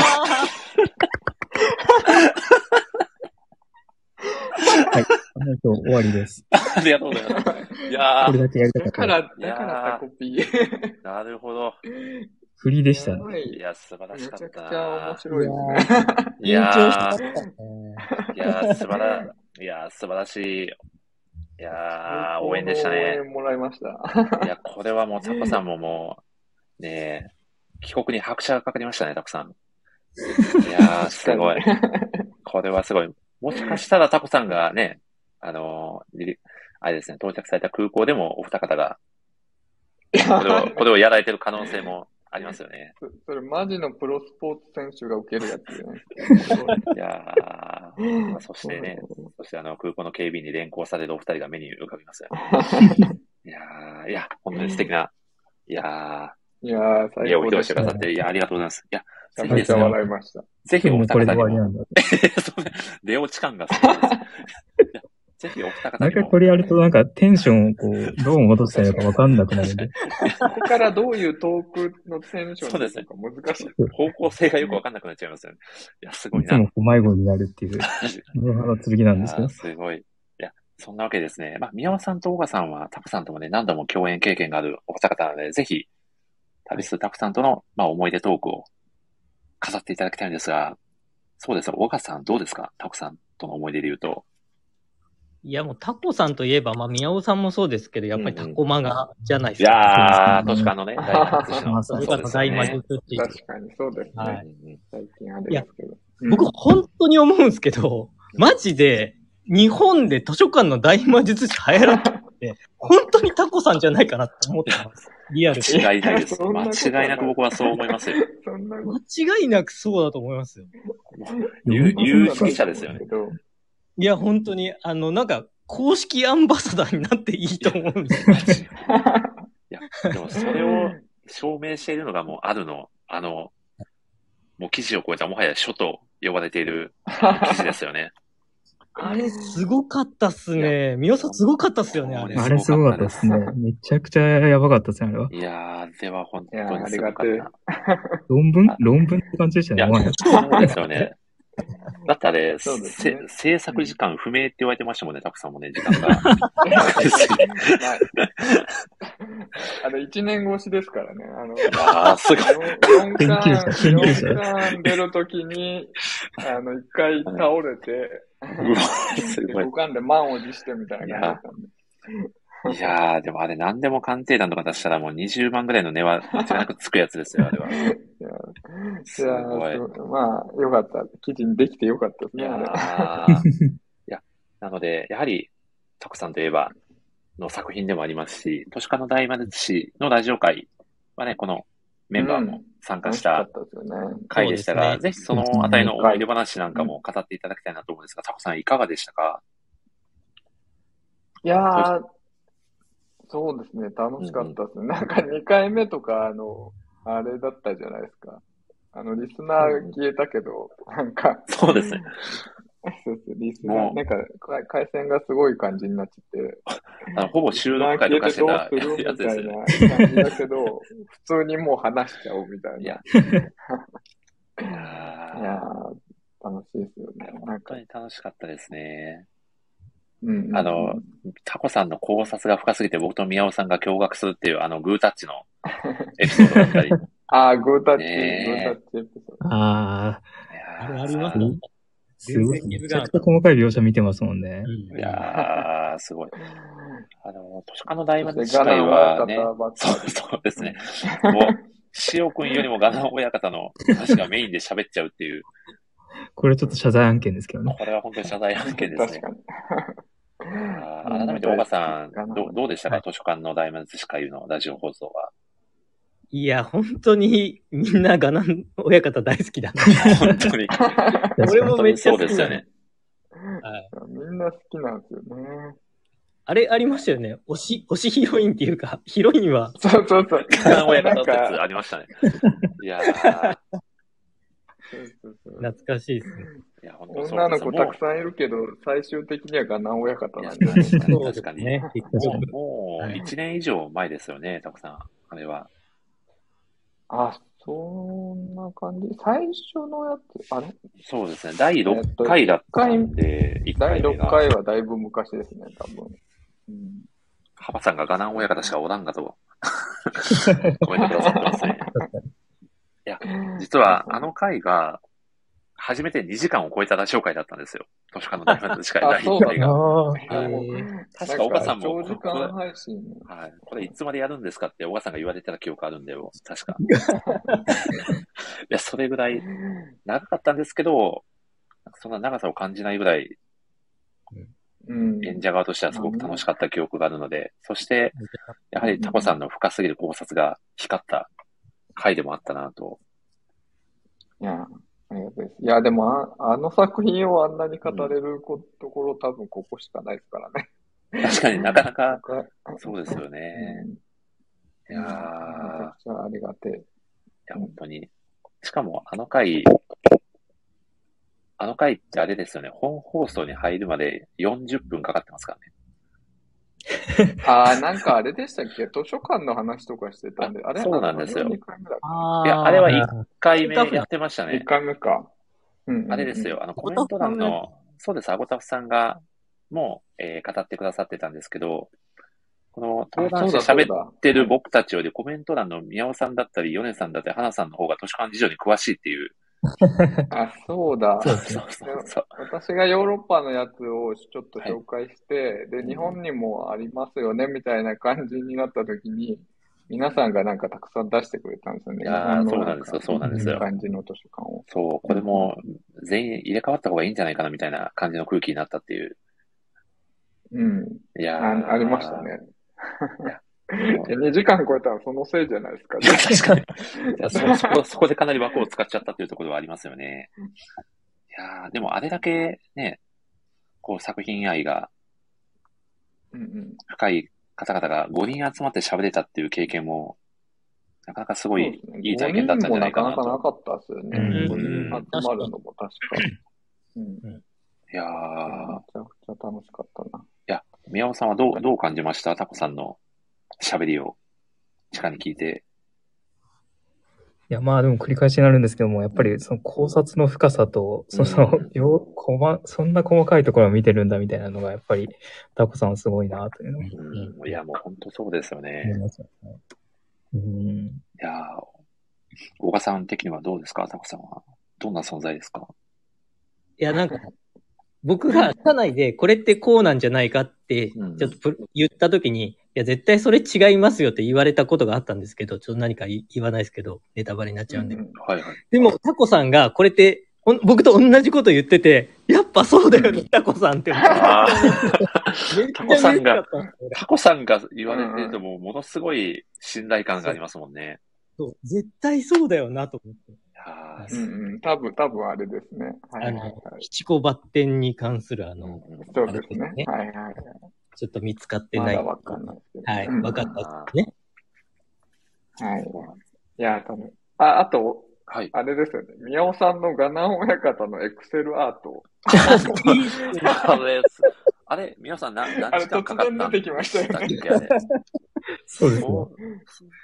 [SPEAKER 5] はい。あの今日終わりです。
[SPEAKER 1] ありがとうござい ます。いや
[SPEAKER 5] これ
[SPEAKER 1] ー、
[SPEAKER 5] だけやりたか
[SPEAKER 2] だか
[SPEAKER 5] ったから。
[SPEAKER 2] ら、だからタコピ ー。
[SPEAKER 1] なるほど。
[SPEAKER 5] 振りでした
[SPEAKER 2] や
[SPEAKER 5] ね。
[SPEAKER 2] ばい
[SPEAKER 1] いや、素晴ら
[SPEAKER 2] めち
[SPEAKER 1] し
[SPEAKER 2] ゃ
[SPEAKER 1] か
[SPEAKER 2] く
[SPEAKER 1] っ
[SPEAKER 2] ち
[SPEAKER 1] た
[SPEAKER 2] ゃ面
[SPEAKER 1] な。
[SPEAKER 2] 白いですね。
[SPEAKER 1] いや
[SPEAKER 6] 緊張しま
[SPEAKER 1] ー
[SPEAKER 6] し、
[SPEAKER 1] いやー、素晴ら、いやー、素晴らしい。い やー、応援でした
[SPEAKER 2] 最
[SPEAKER 1] ね
[SPEAKER 2] 高の応。援もらいました。
[SPEAKER 1] いや、これはもう、タコさんももう、ねえ、帰国に拍車がかかりましたね、タコさん。いやー、すごい。これはすごい。もしかしたらタコさんがね、あのーリリあれですね、到着された空港でもお二方が、これを、これをやられてる可能性もありますよね。
[SPEAKER 2] そそれマジのプロスポーツ選手が受けるやつじゃない
[SPEAKER 1] いやー、まあそしてね、そしてあの、空港の警備員に連行されるお二人が目に浮かび ますよね。いやー、いや、本当に素敵な、いや
[SPEAKER 2] いやー、
[SPEAKER 1] ー、
[SPEAKER 2] 最
[SPEAKER 1] 絵を披
[SPEAKER 2] 高
[SPEAKER 1] 露
[SPEAKER 2] で
[SPEAKER 1] し
[SPEAKER 2] してた。
[SPEAKER 1] くださって、いや、ありがとうございます。いや、ぜひ
[SPEAKER 2] めちゃ
[SPEAKER 1] で
[SPEAKER 2] めち
[SPEAKER 1] す
[SPEAKER 2] ゃ
[SPEAKER 1] ね、
[SPEAKER 2] 笑いました。
[SPEAKER 1] ぜひ
[SPEAKER 5] 今
[SPEAKER 1] お
[SPEAKER 5] 日
[SPEAKER 1] 二
[SPEAKER 5] もこれで
[SPEAKER 1] 方
[SPEAKER 5] 終
[SPEAKER 1] に
[SPEAKER 5] わりな
[SPEAKER 1] も、
[SPEAKER 5] んだ。
[SPEAKER 1] そうね出落ち感がすごいです。いやぜひお二方
[SPEAKER 5] 毎
[SPEAKER 1] に
[SPEAKER 5] 回
[SPEAKER 1] も
[SPEAKER 5] こ、れやるとなんかテンションをこう、どう戻したらいいのかわかんなくなるんで。
[SPEAKER 2] ここからどういうトークのテンションなのか難しい。
[SPEAKER 1] 方向性がよくわかんなくなっちゃいますよね。いや、すごい
[SPEAKER 5] いつ
[SPEAKER 1] な。
[SPEAKER 5] もこう迷子になるっていう、のの剣なんですけ
[SPEAKER 1] いやー。
[SPEAKER 5] ど
[SPEAKER 1] すごい。いや、そんなわけですね。まあ、宮尾さんと小川さんは、タクさんともね、何度も共演経験があるお二方なので、ぜひ、旅するタクさんとの、まあ、思い出トークを飾っていただきたいんですが、そうですね、小川さんどうですかタクさんとの思い出で言う と。
[SPEAKER 6] いや、もうタコさんといえば、まあ、宮尾さんもそうですけど、やっぱりタコマガじゃないで
[SPEAKER 1] い
[SPEAKER 6] すか。
[SPEAKER 1] やー、
[SPEAKER 5] そうで
[SPEAKER 1] トシ
[SPEAKER 5] すね
[SPEAKER 1] カの ね、大活
[SPEAKER 5] あー
[SPEAKER 1] の。
[SPEAKER 5] そ
[SPEAKER 6] そうう
[SPEAKER 5] で
[SPEAKER 6] で
[SPEAKER 1] そうです
[SPEAKER 5] ね
[SPEAKER 6] すの大
[SPEAKER 1] よ
[SPEAKER 6] 魔
[SPEAKER 1] ね
[SPEAKER 6] 術師。
[SPEAKER 2] 確かにそうですね。
[SPEAKER 6] はい
[SPEAKER 1] うんうん
[SPEAKER 2] 最近あれですけど。
[SPEAKER 6] 僕、
[SPEAKER 2] うん
[SPEAKER 6] 本当に思うんですけど、マジで、日本で図書館の大魔術師流行らなくて、本当にタコさんじゃないかなって思ってます。リアルで。
[SPEAKER 1] 間違いないです。
[SPEAKER 2] そんなことはな
[SPEAKER 1] 間違
[SPEAKER 2] い
[SPEAKER 1] いなく僕はそう思いますよ。
[SPEAKER 2] そんなこ
[SPEAKER 6] 間違いなくそうだと思いますよ。
[SPEAKER 1] 有
[SPEAKER 2] と
[SPEAKER 1] 有識者ですよね。。
[SPEAKER 6] いや、本当に、あの、なんか、公式アンバサダーになっていいと思うんですよ。
[SPEAKER 1] いや、でもそれを証明しているのがもうあるの、あの、もう記事を超えたもはや書と呼ばれている記事ですよ ね。
[SPEAKER 6] あれ、すごかったっすね。ミオさん、すごかったっすよね、あれ。
[SPEAKER 5] あれすごかったですね。めちゃくちゃやばかったですね、あれは。
[SPEAKER 1] いやー、では本当
[SPEAKER 2] いやー
[SPEAKER 1] に
[SPEAKER 2] あ
[SPEAKER 1] す
[SPEAKER 2] り
[SPEAKER 1] ご
[SPEAKER 2] が
[SPEAKER 1] か
[SPEAKER 2] て
[SPEAKER 1] っ
[SPEAKER 2] え
[SPEAKER 5] 論文
[SPEAKER 1] あ
[SPEAKER 5] 論文って感じでした
[SPEAKER 1] た。い
[SPEAKER 5] ね、
[SPEAKER 1] や、
[SPEAKER 5] も
[SPEAKER 1] そ
[SPEAKER 5] はや。
[SPEAKER 1] うですよ ね。だってあれ、
[SPEAKER 2] そうですね
[SPEAKER 1] せ制作時間不明って言われてましたもんね、たくさんもね、時間が。
[SPEAKER 2] まああれ、1年越しですからね。あの、
[SPEAKER 1] あー、すごい。
[SPEAKER 2] 4
[SPEAKER 5] 研究者研究者
[SPEAKER 2] 巻出るときに、あの、1回倒れて、
[SPEAKER 1] うわす
[SPEAKER 2] で
[SPEAKER 1] ごい
[SPEAKER 2] 5。巻で満を持してみたいな感じ
[SPEAKER 1] いやー、でもあれ何でも鑑定団とか出したらもう20万ぐらいの値は、じゃなくつくやつですよ、あれは。
[SPEAKER 2] だったんで。
[SPEAKER 1] すごい。
[SPEAKER 2] やーまあ、よかった。記事にできてよかったです
[SPEAKER 1] い
[SPEAKER 2] ね、
[SPEAKER 1] や
[SPEAKER 2] あれ。
[SPEAKER 1] ーいや、なので、やはり、タクさんといえば、の作品でもありますし、都市化の大魔術師のラジオ会はね、このメンバーも参加
[SPEAKER 2] 楽
[SPEAKER 1] し
[SPEAKER 2] しか
[SPEAKER 1] た
[SPEAKER 2] ったですよね。
[SPEAKER 1] 会でした
[SPEAKER 6] そう
[SPEAKER 1] が、
[SPEAKER 6] です
[SPEAKER 1] ぜひそのあたりの思い出話なんかも語っていただきたいなと思うんですが、タコさんいかがでしたか
[SPEAKER 2] いやー、そうですね、楽しかったですね。なんか2回目とか、あの、あれだったじゃないですか。あの、リスナー消えたけど、なんか、
[SPEAKER 1] そうですね。
[SPEAKER 2] そうそう、リスナ
[SPEAKER 1] もう
[SPEAKER 2] ー、なんか、か回線がすごい感じになってて、
[SPEAKER 1] あのほぼ収録会とかしてた
[SPEAKER 2] リスナー消えてど
[SPEAKER 1] や
[SPEAKER 2] う
[SPEAKER 1] つ
[SPEAKER 2] する
[SPEAKER 1] ですよね。
[SPEAKER 2] みたいな感じだけど、普通にもう話しちゃおうみたいな。
[SPEAKER 1] いやい
[SPEAKER 2] いや
[SPEAKER 1] や
[SPEAKER 2] ー、楽しいですよね。
[SPEAKER 1] ー
[SPEAKER 2] な
[SPEAKER 1] 本
[SPEAKER 2] んか
[SPEAKER 1] 当、に楽しかったですね。
[SPEAKER 2] うんうん
[SPEAKER 1] あの、タコさんの考察が深すぎて僕と宮尾さんが驚愕するっていうあのグータッチのエピソードだったり。い
[SPEAKER 2] あー、グータッチ、
[SPEAKER 1] ねえ
[SPEAKER 2] グータッチエピソー
[SPEAKER 5] あ
[SPEAKER 1] や
[SPEAKER 5] あ、
[SPEAKER 6] あ
[SPEAKER 1] ー
[SPEAKER 6] れあります
[SPEAKER 5] う
[SPEAKER 6] よ
[SPEAKER 5] ん。すごい。
[SPEAKER 6] 全然気づ
[SPEAKER 5] めち
[SPEAKER 6] か
[SPEAKER 5] ゃ
[SPEAKER 6] な
[SPEAKER 5] く
[SPEAKER 6] かっ
[SPEAKER 5] ち
[SPEAKER 6] た
[SPEAKER 5] ゃ細かい描写見てますもんね。
[SPEAKER 6] うん
[SPEAKER 1] いやー、すごい。あの、図書館の大魔
[SPEAKER 2] ド。そ
[SPEAKER 1] 術師
[SPEAKER 2] してガナ
[SPEAKER 1] 会
[SPEAKER 2] ン
[SPEAKER 1] は
[SPEAKER 2] 親
[SPEAKER 1] ね、
[SPEAKER 2] 方ばっ
[SPEAKER 1] そ
[SPEAKER 2] か
[SPEAKER 1] うそうですね。もう、塩君よりもガナン親方の話がメインで喋っちゃうっていう、
[SPEAKER 5] これちょっと謝罪案件ですけどね。
[SPEAKER 1] これは本当に謝罪案件
[SPEAKER 2] り。
[SPEAKER 1] ですね
[SPEAKER 2] 確。かに。
[SPEAKER 1] あー改めて、岡さん、どうどうでした
[SPEAKER 5] は
[SPEAKER 1] か図書館の大魔術師会のラジオ放送は。
[SPEAKER 6] いや、本当に、みんなガナン親方大好きだな。
[SPEAKER 1] 本当に。
[SPEAKER 6] 俺もめっちゃ
[SPEAKER 1] そう
[SPEAKER 6] 好き
[SPEAKER 1] ですよね。
[SPEAKER 6] はい
[SPEAKER 2] みんな好きなんですよね。
[SPEAKER 6] あれありましたよね。推し、推しヒロインっていうか、ヒロインは、
[SPEAKER 2] そうそうそう。
[SPEAKER 1] ガナン親方
[SPEAKER 2] なんか
[SPEAKER 1] 説ありましたね。 いやー、
[SPEAKER 2] そうそうそう
[SPEAKER 6] 懐 かしいですね。
[SPEAKER 1] いや、本当にそう
[SPEAKER 2] 女
[SPEAKER 1] で
[SPEAKER 2] の
[SPEAKER 1] すよも
[SPEAKER 2] 子た
[SPEAKER 1] う
[SPEAKER 2] くさんいるけど、最終的にはガナン親方
[SPEAKER 1] いや
[SPEAKER 2] なんで。
[SPEAKER 1] 確かに
[SPEAKER 6] そうで
[SPEAKER 1] 確
[SPEAKER 6] す
[SPEAKER 1] かに。
[SPEAKER 6] ね。結
[SPEAKER 1] も
[SPEAKER 6] 局
[SPEAKER 1] う、もう、1年以上前ですよね、たくさん。あれは。
[SPEAKER 2] あ、そんな感じ。最初のやつ、あれ
[SPEAKER 1] そうですね。第6回だったんで、1
[SPEAKER 2] 第
[SPEAKER 1] 回目
[SPEAKER 2] 6
[SPEAKER 1] が、
[SPEAKER 2] 回はだいぶ昔ですね、多分。うん、
[SPEAKER 1] ハバさんがガナン親方しかおらんがと、コメントくださってますね。実は、あの回が、初めて2時間を超えた大紹介だったんですよ。図書館の大魔術会第1回が。
[SPEAKER 6] あ
[SPEAKER 2] あ
[SPEAKER 6] あ、
[SPEAKER 2] ー
[SPEAKER 6] へえ
[SPEAKER 1] 確か岡さんも
[SPEAKER 2] 長時間配信。
[SPEAKER 1] はい。これいつまでやるんですかって、小川さんが言われてた記憶あるんだよ。確 か。いや、それぐらい長かったんですけど、なんかそんな長さを感じないぐらい、
[SPEAKER 2] うん。
[SPEAKER 1] 演者側としてはすごく楽しかった記憶があるので、そして、やはりタコさんの深すぎる考察が光った回でもあったなと。
[SPEAKER 2] いや、ありがたいです。いや、でもあ、あの作品をあんなに語れることころ、多分ここしかないですからね。
[SPEAKER 1] 確かになかな か、
[SPEAKER 2] 僕は
[SPEAKER 1] そうですよね。
[SPEAKER 2] うん
[SPEAKER 1] いやー
[SPEAKER 2] めちゃくちゃありがてえ。
[SPEAKER 1] いや、本当に。しかも、あの回、あの回ってあれですよね、本放送に入るまで40分かかってますからね。
[SPEAKER 2] あー、なんかあれでしたっけ図書館の話とかしてたんで、あれ
[SPEAKER 1] そうなんですよ
[SPEAKER 2] 2回目だっ
[SPEAKER 6] あー
[SPEAKER 1] いやあれは一1回目やってました
[SPEAKER 2] け
[SPEAKER 1] ね
[SPEAKER 2] 1。回目か。うんうんうん
[SPEAKER 1] あれです。よ、あの、コメント欄の、そうです、アゴタフさんが、もう、えー語ってくださってたんですけど、この、
[SPEAKER 2] あ
[SPEAKER 1] 登壇して
[SPEAKER 2] そうだ
[SPEAKER 1] 喋
[SPEAKER 2] そうだ
[SPEAKER 1] ってる僕たちより、コメント欄の宮尾さんだったり、ヨネさんだったり、花さんの方が図書館事情に詳しいっていう。
[SPEAKER 2] あ、そうだ。
[SPEAKER 6] そう
[SPEAKER 1] そうそうそう。
[SPEAKER 2] 私がヨーロッパのやつをちょっと紹介して、で、日本にもありますよね、みたいな感じになった時に、皆さんがなんかたくさん出してくれたんですよね。
[SPEAKER 1] いやー
[SPEAKER 2] 日本
[SPEAKER 1] そう
[SPEAKER 2] の
[SPEAKER 1] なんですよそうなんですよ
[SPEAKER 2] 感じの図書館を。
[SPEAKER 1] そう、これも、全員入れ替わった方がいいんじゃないかな、みたいな感じの空気になったっていう。
[SPEAKER 2] うん。
[SPEAKER 1] いやー
[SPEAKER 2] あありましたね。
[SPEAKER 1] もう
[SPEAKER 2] 2時間超えたらそのせいじゃないです
[SPEAKER 1] 確
[SPEAKER 2] か。
[SPEAKER 1] かに。いやそそこ、そこでかなり枠を使っちゃったっていうところはありますよね。いやーでもあれだけね、こう作品愛が
[SPEAKER 2] うんうん。
[SPEAKER 1] 深い方々が5人集まって喋れたっていう経験も、なかなかすごい
[SPEAKER 2] そうですね
[SPEAKER 1] いい体験だったんじゃないかな
[SPEAKER 2] 五人もな
[SPEAKER 1] と。
[SPEAKER 2] かなかなかったですよね。
[SPEAKER 5] うん
[SPEAKER 2] 五人
[SPEAKER 1] うん
[SPEAKER 2] 集まるのも確か。うん。めち
[SPEAKER 1] いやー
[SPEAKER 2] ゃくちゃ楽しかったな。
[SPEAKER 1] 宮尾さんはどう、どう感じましたタコさんの喋りを、地下に聞いて。
[SPEAKER 5] いや、まあでも繰り返しになるんですけども、やっぱりその考察の深さと、その
[SPEAKER 1] うん、
[SPEAKER 5] よ、こま、そんな細かいところを見てるんだみたいなのが、やっぱり、タコさんはすごいなというのを思
[SPEAKER 1] うん、いや、もう本当そうですよね
[SPEAKER 5] い。ますよね。うん。
[SPEAKER 1] いやー小川さん的にはどうですかタコさんは。どんな存在ですか
[SPEAKER 6] いや、なんか、僕が社内でこれってこうなんじゃないかって、ち
[SPEAKER 1] うん
[SPEAKER 6] ょっとプロ言った時に、いや、絶対それ違いますよって言われたことがあったんですけど、ちょっと何か言言わないですけど、ネタバレになっちゃうんで。
[SPEAKER 2] うん
[SPEAKER 1] はいはい。
[SPEAKER 6] でも、タコさんがこれって、ほん僕と同じこと言ってて、やっぱそうだよね、タコさんって思って。
[SPEAKER 1] あ ー
[SPEAKER 6] めっ
[SPEAKER 1] タコさんが
[SPEAKER 6] ちゃ嬉しかったです俺
[SPEAKER 1] タコさ んが言われてるともうものすごい信頼感がありますもんね。
[SPEAKER 6] そう絶対そうだよなと思って。
[SPEAKER 1] あ
[SPEAKER 2] うんうん。多分、多分あれですね。はいはいは
[SPEAKER 6] あ
[SPEAKER 2] い
[SPEAKER 6] の。七五抜点に関するあ
[SPEAKER 1] ー
[SPEAKER 6] の、
[SPEAKER 2] そ
[SPEAKER 1] うん
[SPEAKER 2] うですね。はいはいはい。
[SPEAKER 6] ちょっと見つかって
[SPEAKER 2] ま
[SPEAKER 6] ない。
[SPEAKER 2] だわかんないですけど。
[SPEAKER 6] はい、
[SPEAKER 2] うん
[SPEAKER 6] わかったです ね。
[SPEAKER 2] はい。いや、多分。あ、あと、
[SPEAKER 1] はい。
[SPEAKER 2] あれですよね。宮尾さんのガナン親方のエクセルアート。
[SPEAKER 1] あれ、あれ、皆さん何何
[SPEAKER 2] あれ
[SPEAKER 1] 時間かかったん
[SPEAKER 2] 突然出てきましたよね
[SPEAKER 1] だっけあれ
[SPEAKER 5] そうですね。
[SPEAKER 1] そ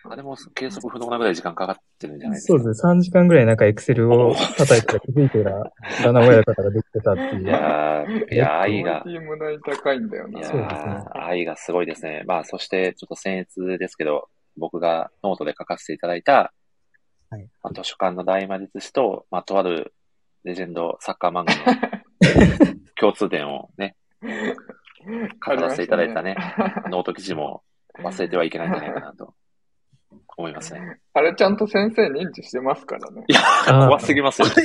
[SPEAKER 1] うあれも計測不能なぐらい時間かかってるんじゃないですか。
[SPEAKER 5] そうですね。3時間ぐらいなんかエクセルを叩いて気づいたら、ガナ親方ができてたってい。
[SPEAKER 1] いうやーいやー、愛が
[SPEAKER 2] クオ、リティ無駄に高いんだよ
[SPEAKER 1] い
[SPEAKER 2] な。
[SPEAKER 1] や
[SPEAKER 5] そうですね
[SPEAKER 1] ー愛がすごいですね。まあ、そして、ちょっと僭越ですけど、僕がノートで書かせていただいた、
[SPEAKER 6] はい
[SPEAKER 1] まあ、図書館の大魔術師と、まあ、とあるレジェンドサッカー漫画の 共通点をね、語らせていただいたね、 ノート記事も忘れてはいけないんじゃないかなと思いますね。
[SPEAKER 2] あれちゃんと先生認知してますからね。
[SPEAKER 5] あ
[SPEAKER 1] 怖すぎ ますよ。
[SPEAKER 6] そ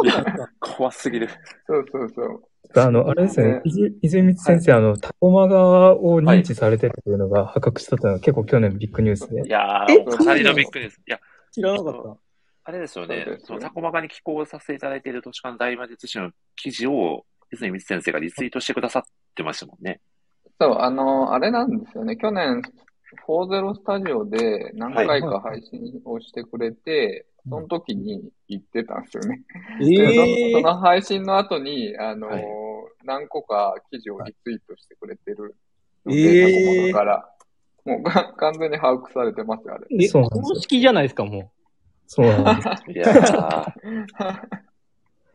[SPEAKER 6] うなんだ。
[SPEAKER 1] 怖すぎる。
[SPEAKER 2] そうそうそう。
[SPEAKER 5] あの、あれですね
[SPEAKER 2] ね、
[SPEAKER 5] いず泉光先生、あの、タコマ側を認知されてるというのが発覚したというのは結構去年ビッグニュースで
[SPEAKER 1] い。や
[SPEAKER 6] え
[SPEAKER 1] ー、かなりのびっくりです。いや、
[SPEAKER 6] 知らなかった。
[SPEAKER 1] あれですよね
[SPEAKER 2] そうです、よ
[SPEAKER 1] そのタコマガに寄稿させていただいている図書館の大魔術師の記事を、泉光先生がリツイートしてくださってましたもんね。
[SPEAKER 2] そう、あの、あれなんですよね。去年、40スタジオで何回か配信をしてくれて、その時に行ってたんですよね。でそ
[SPEAKER 6] え
[SPEAKER 2] のその配信の後に、あのー
[SPEAKER 1] はい
[SPEAKER 2] 何個か記事をリツイートしてくれてるの
[SPEAKER 6] え
[SPEAKER 2] で、
[SPEAKER 6] ー
[SPEAKER 2] タコマガから、もうが完全に把握されてますよ、あれ。
[SPEAKER 6] え、
[SPEAKER 5] そうなんですよ
[SPEAKER 6] 公式じゃないですか、も
[SPEAKER 5] そうなんです。
[SPEAKER 1] いや ー、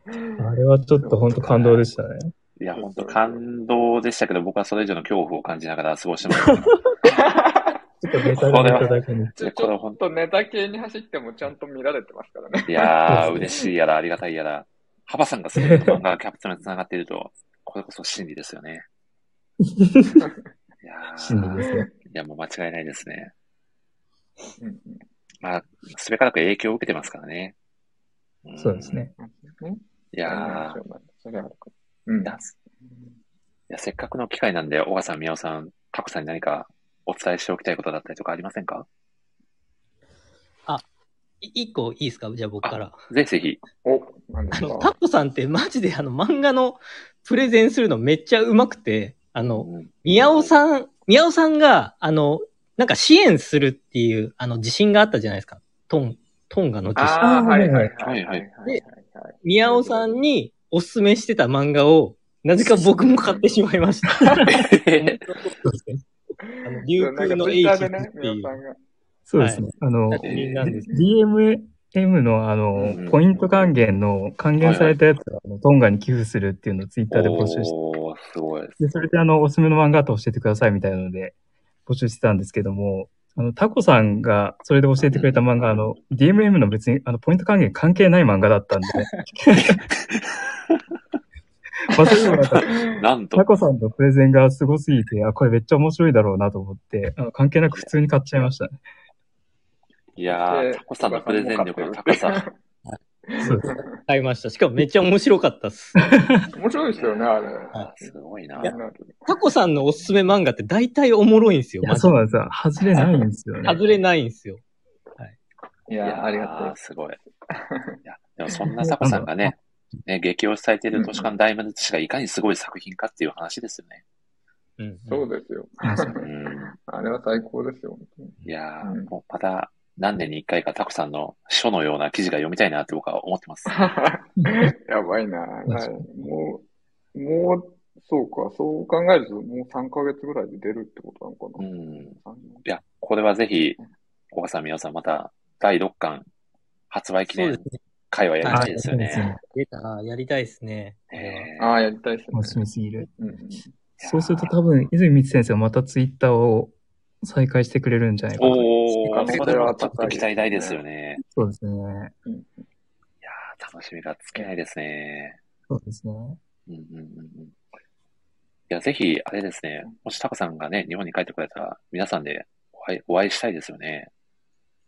[SPEAKER 5] あれはちょっと本当感動でしたね。
[SPEAKER 1] いや、本当感動でしたけど、僕はそれ以上の恐怖を感じながら過ごしてました。
[SPEAKER 5] ちょっとネタでいただけに。
[SPEAKER 2] ち
[SPEAKER 1] い
[SPEAKER 2] ょ
[SPEAKER 1] や
[SPEAKER 2] ち
[SPEAKER 1] これ
[SPEAKER 2] ょ
[SPEAKER 1] は本
[SPEAKER 2] っとネタ系に走ってもちゃんと見られてますからね。
[SPEAKER 1] いや
[SPEAKER 5] そ
[SPEAKER 1] ー、
[SPEAKER 5] うで
[SPEAKER 1] 嬉しいやら、ありがたいやら。ハバさんが すぐ漫画がキャプテンに繋がっていると、これこそ真理ですよ ね。いやー
[SPEAKER 5] 真理ですね。
[SPEAKER 1] いや、もう間違いないですね。
[SPEAKER 2] うんうん
[SPEAKER 1] まあ、すべからく影響を受けてますからね。ん
[SPEAKER 5] そうです。ね。
[SPEAKER 1] いやーい
[SPEAKER 2] それはあるかうん。
[SPEAKER 1] や、いやせっかくの機会なんで、小川さん、宮尾さん、タコさんに何かお伝えしておきたいことだったりとかありませんか
[SPEAKER 6] い一個いいですかじゃあ僕から。
[SPEAKER 1] ぜひぜひ。
[SPEAKER 2] お、なんで
[SPEAKER 6] あ
[SPEAKER 2] す
[SPEAKER 6] の、
[SPEAKER 2] か
[SPEAKER 6] タコさんってマジであの漫画のプレゼンするのめっちゃうまくて、あの、宮尾さん、宮尾さんが、あの、なんか支援するっていう、あの、自信があったじゃないですか。トン、トンガの自信。
[SPEAKER 2] ああ、はいは
[SPEAKER 1] は
[SPEAKER 2] い
[SPEAKER 1] いはい
[SPEAKER 2] はいはい。
[SPEAKER 6] 宮尾さんにおすすめしてた漫画を、なぜか僕も買ってしまいました。
[SPEAKER 2] そ
[SPEAKER 6] あの、琉
[SPEAKER 2] うなん
[SPEAKER 6] 空
[SPEAKER 2] か
[SPEAKER 6] の
[SPEAKER 2] ツ
[SPEAKER 6] H
[SPEAKER 2] イッターで
[SPEAKER 6] っ
[SPEAKER 2] ね、
[SPEAKER 6] てい
[SPEAKER 2] 宮
[SPEAKER 6] う
[SPEAKER 2] 尾さんが。
[SPEAKER 5] そうですね。あの、
[SPEAKER 6] 作品なんです。
[SPEAKER 5] DMM のあの
[SPEAKER 1] うん、
[SPEAKER 5] ポイント還元の還元されたやつをあのトンガに寄付するっていうのをツイッターで募集して、
[SPEAKER 1] おー、すごいです。
[SPEAKER 5] でそれであの、おすすめの漫画と教えてくださいみたいなので募集してたんですけども、あの、タコさんがそれで教えてくれた漫画、あの、DMM の別に、あの、ポイント還元関係ない漫画だった んで、まあ、それでもなんか、
[SPEAKER 1] なんと
[SPEAKER 5] タ。コさんのプレゼンがすごすぎて、あ、これめっちゃ面白いだろうなと思って、あの関係なく普通に買っちゃいましたね。
[SPEAKER 1] いやー、
[SPEAKER 2] で
[SPEAKER 1] タコさんのプレゼン力の高さ。
[SPEAKER 5] そうです
[SPEAKER 6] 買いました。しかもめっちゃ面白かったっす。
[SPEAKER 2] 面白いですよね、あれ。
[SPEAKER 1] あすごいな。
[SPEAKER 6] いやタコさんのおすすめ漫画って大体おもろいんですよ。
[SPEAKER 5] い
[SPEAKER 6] マ
[SPEAKER 5] や、
[SPEAKER 6] ジ
[SPEAKER 5] そう
[SPEAKER 6] で
[SPEAKER 5] なんですよ。外れないんですよね。
[SPEAKER 6] 外れない
[SPEAKER 2] い
[SPEAKER 6] んですよ。
[SPEAKER 1] い
[SPEAKER 2] や、ありが
[SPEAKER 1] ー
[SPEAKER 2] たい。
[SPEAKER 1] すごい。いや、でもそんなタコさんがね、ね、激推しされている都市間大魔術師がいかにすごい作品かっていう話ですよね。
[SPEAKER 6] うん。
[SPEAKER 2] そうですよ。
[SPEAKER 1] うん。
[SPEAKER 2] あれは最高ですよ、本当に。
[SPEAKER 1] いや
[SPEAKER 2] う
[SPEAKER 1] ー
[SPEAKER 2] ん
[SPEAKER 1] もうまた何年に一回かタコさんの書のような記事が読みたいなって僕は思って ます。
[SPEAKER 2] やばいな。はいもう、もう、そうか、そう考えると、もう3ヶ月ぐらいで出るってことなのか
[SPEAKER 1] う
[SPEAKER 2] な。
[SPEAKER 1] ん。い
[SPEAKER 2] 三
[SPEAKER 1] や、これはぜひ、小川さん、皆さん、また第6巻発売記
[SPEAKER 6] そうで
[SPEAKER 1] 念
[SPEAKER 6] すね。
[SPEAKER 1] 会はやり
[SPEAKER 5] あ
[SPEAKER 1] たいですよね。。
[SPEAKER 6] 出たな。やりたいですね。
[SPEAKER 1] えー
[SPEAKER 2] ああ、やりたいですね。
[SPEAKER 5] 楽しみすぎる。
[SPEAKER 2] うんうん
[SPEAKER 5] そうすると多分、泉光先生はまたツイッターを再開してくれるんじゃないかな。
[SPEAKER 1] おー、
[SPEAKER 2] 可
[SPEAKER 1] そ
[SPEAKER 2] 能
[SPEAKER 1] れ
[SPEAKER 2] 性
[SPEAKER 1] は
[SPEAKER 2] は
[SPEAKER 1] ちょっと
[SPEAKER 2] 高いですね
[SPEAKER 1] 期待大ですよね。
[SPEAKER 5] そうですね。
[SPEAKER 1] いやー楽しみがつけないですね。
[SPEAKER 5] そうですね。
[SPEAKER 1] うんうんうんうん。いや、ぜひ、あれですね、もしタカさんがね、日本に帰ってこられたら、皆さんでお会いお会いしたいですよね。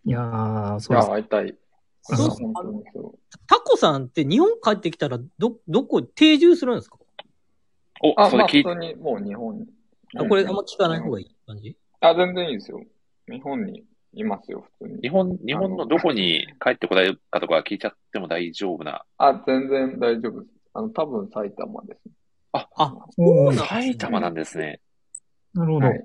[SPEAKER 5] いやー、そう
[SPEAKER 2] あ
[SPEAKER 5] で
[SPEAKER 2] あ、
[SPEAKER 5] す。
[SPEAKER 2] 会いたい。
[SPEAKER 5] そう
[SPEAKER 2] あ
[SPEAKER 5] そう
[SPEAKER 2] あ本当にそう。
[SPEAKER 6] タコさんって日本帰ってきたら、ど、どこ定住するんですか、
[SPEAKER 1] お、
[SPEAKER 2] あ、
[SPEAKER 1] そ
[SPEAKER 2] ま
[SPEAKER 1] れ
[SPEAKER 2] あ、
[SPEAKER 1] 聞
[SPEAKER 2] 普
[SPEAKER 1] いて、
[SPEAKER 2] 通にもう日本に。
[SPEAKER 6] あこれあんま聞かない方がいい感じ
[SPEAKER 2] あ、全然いいですよ。日本にいますよ、普通に
[SPEAKER 1] 日。本、日本のどこに帰ってこられるかとか聞いちゃっても大丈夫な。
[SPEAKER 2] あ、全然大丈夫です。あの、多分埼玉ですね。
[SPEAKER 6] あ、
[SPEAKER 5] おー
[SPEAKER 1] 埼玉なんですね。
[SPEAKER 5] なるほど。
[SPEAKER 2] はい。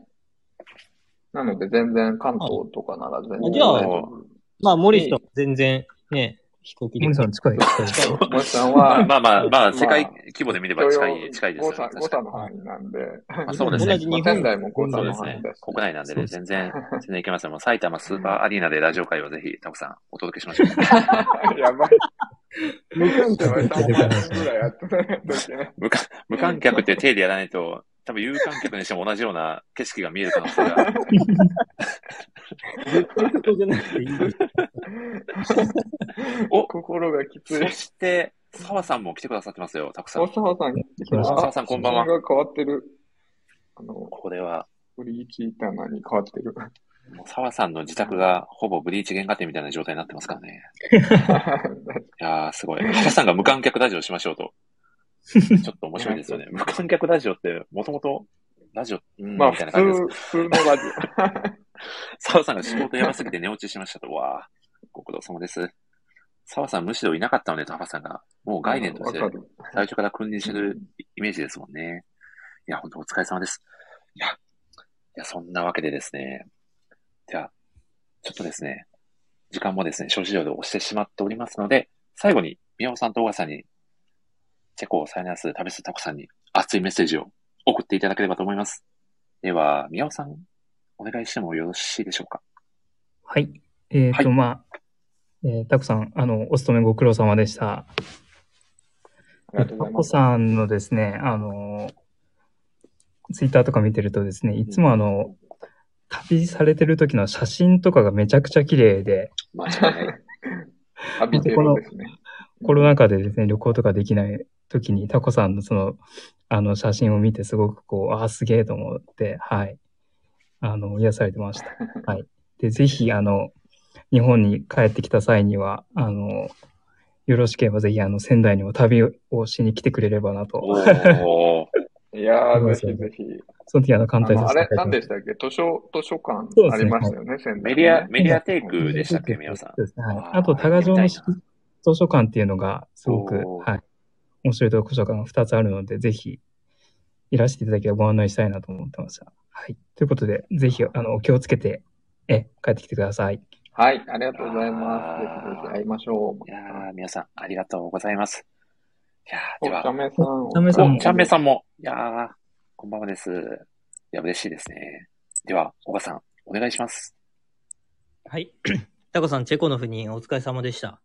[SPEAKER 2] なので、全然関東とかなら全然
[SPEAKER 6] あじゃあ
[SPEAKER 2] 大丈夫。
[SPEAKER 6] まあ、森下も全然ね、飛行機で。
[SPEAKER 5] 森さん近い。 近い
[SPEAKER 2] もしさん
[SPEAKER 1] まあ
[SPEAKER 2] は、
[SPEAKER 1] まあまあ、まあ、
[SPEAKER 2] まあ
[SPEAKER 1] 世界規模で見れば近
[SPEAKER 2] 許容
[SPEAKER 1] い、近いですよ
[SPEAKER 2] 誤
[SPEAKER 1] ね。
[SPEAKER 2] 差、誤
[SPEAKER 1] 確か
[SPEAKER 2] 差
[SPEAKER 1] に
[SPEAKER 2] の範囲なんで。
[SPEAKER 1] まあそうですね
[SPEAKER 6] 同じ日
[SPEAKER 2] まあ
[SPEAKER 6] 本
[SPEAKER 2] 仙。台も誤差
[SPEAKER 1] そうで
[SPEAKER 2] の
[SPEAKER 1] す
[SPEAKER 2] 範
[SPEAKER 1] ね
[SPEAKER 2] 囲だし。。
[SPEAKER 1] 国内なんでね、
[SPEAKER 5] そう
[SPEAKER 1] 全然、全然いけますよ。もう埼玉スーパーアリーナでラジオ会をぜひ、タコさん、お届けしましょ う。
[SPEAKER 2] やばい。無観客
[SPEAKER 5] で
[SPEAKER 2] で
[SPEAKER 5] 出て
[SPEAKER 2] 3
[SPEAKER 5] こない
[SPEAKER 2] 万人ぐらいやってないといけない。
[SPEAKER 1] 無観無観客って手でやらないと、多分有観客にしても同じような景色が見える可能性が。
[SPEAKER 6] 絶対そこじゃなくていい。
[SPEAKER 1] お
[SPEAKER 2] 心がきつい
[SPEAKER 1] そ。して、澤さんも来てくださってますよ、たくさん。
[SPEAKER 2] 大沢さん、
[SPEAKER 5] ました
[SPEAKER 1] 澤さん、こんばんは
[SPEAKER 2] 写。真が変わってる。あの、
[SPEAKER 1] これは、
[SPEAKER 2] フリーチーターナに変わってる。
[SPEAKER 1] もう澤さんの自宅がほぼブリーチ原画展みたいな状態になってますから ね。いやー、すごい。原さんが無観客ラジオしましょうと。ちょっと面白いです よね。無観客ラジオって、もともと、ラジオ、うん、
[SPEAKER 2] まあ、
[SPEAKER 1] みたい
[SPEAKER 2] 普
[SPEAKER 1] な感じです
[SPEAKER 2] 通、普通のラジ
[SPEAKER 1] 澤さんが仕事やばすぎて寝落ちしましたと。わあ、ご苦労様です。澤さんむしろいなかったのでと、原さんが。もう
[SPEAKER 2] オ。
[SPEAKER 1] 概念として
[SPEAKER 2] わかる
[SPEAKER 1] 最初から君臨してるイメージですもんね。いや、本当お疲れ様です。いや、いや、そんなわけでですね。じゃあ、ちょっとですね、時間もですね、諸事情で押してしまっておりますので、最後に、宮尾さんと小川さんに、チェコをサイナス旅するタコさんに熱いメッセージを送っていただければと思います。では、宮尾さん、お願いしてもよろしいでしょうか。
[SPEAKER 5] はい。えっ、
[SPEAKER 1] はい
[SPEAKER 5] と、まあ、えータコさん、あの、お勤めご苦労様でした。
[SPEAKER 2] ありがとうご
[SPEAKER 5] タ
[SPEAKER 2] ざい
[SPEAKER 5] コ
[SPEAKER 2] ます。
[SPEAKER 5] さんのですね、あの、ツイッターとか見てるとですね、いつもあの、旅されてる時の写真とかがめちゃくちゃ綺麗で、
[SPEAKER 1] 間違い ない。
[SPEAKER 2] 浴びてるんですね。
[SPEAKER 5] コロナ禍でですね、旅行とかできない時にタコさんのその、あの写真を見てすごくこう、ああ、すげえと思って、はい。あの、癒されてました。 はい。で、ぜひ、あの、日本に帰ってきた際には、あの、よろしければぜひ、あの、仙台にも旅をしに来てくれればなと。
[SPEAKER 1] おー。
[SPEAKER 2] いや
[SPEAKER 5] そう
[SPEAKER 2] ー、
[SPEAKER 5] で
[SPEAKER 2] ぜ
[SPEAKER 5] すよ
[SPEAKER 2] ひ
[SPEAKER 5] ね
[SPEAKER 2] ぜひ。
[SPEAKER 5] その時、あの、
[SPEAKER 2] あ
[SPEAKER 5] 簡単
[SPEAKER 2] の
[SPEAKER 5] さ
[SPEAKER 2] あ
[SPEAKER 5] せて
[SPEAKER 2] れ
[SPEAKER 5] い、ただ
[SPEAKER 2] 何
[SPEAKER 5] きま。
[SPEAKER 2] ですしたっけ図書、図書館
[SPEAKER 5] そうですね
[SPEAKER 2] ありましたよね、仙
[SPEAKER 1] メ
[SPEAKER 2] 台にね
[SPEAKER 1] ディア、メディアテイクでしたっけ、
[SPEAKER 5] そうですね
[SPEAKER 1] 宮尾さん。
[SPEAKER 5] そうですねはい。
[SPEAKER 1] あー
[SPEAKER 5] あと、多賀城の
[SPEAKER 1] 行
[SPEAKER 5] 図
[SPEAKER 1] ってみ
[SPEAKER 5] 書館っていうのが、すごく、
[SPEAKER 1] おー
[SPEAKER 5] はい。面白い図書館が2つあるので、ぜひ、いらしていただければご案内したいなと思ってました。はい。ということで、ぜひ、あの、お気をつけて、え、帰ってきてください。
[SPEAKER 2] はい、ありがとうございます。ぜひぜひ会いましょう。
[SPEAKER 1] いやー、皆さん、ありがとうございます。いやー、
[SPEAKER 2] お
[SPEAKER 1] で
[SPEAKER 2] ちゃ
[SPEAKER 1] は、
[SPEAKER 2] めさん。
[SPEAKER 5] おちゃめさん
[SPEAKER 1] お、ちゃんめ
[SPEAKER 2] ん。
[SPEAKER 1] さんも、いやー、こんばんはです。いや、嬉しいですね。では、岡さん、お願いします。
[SPEAKER 6] はい。タコさん、チェコの赴任お疲れ様でした。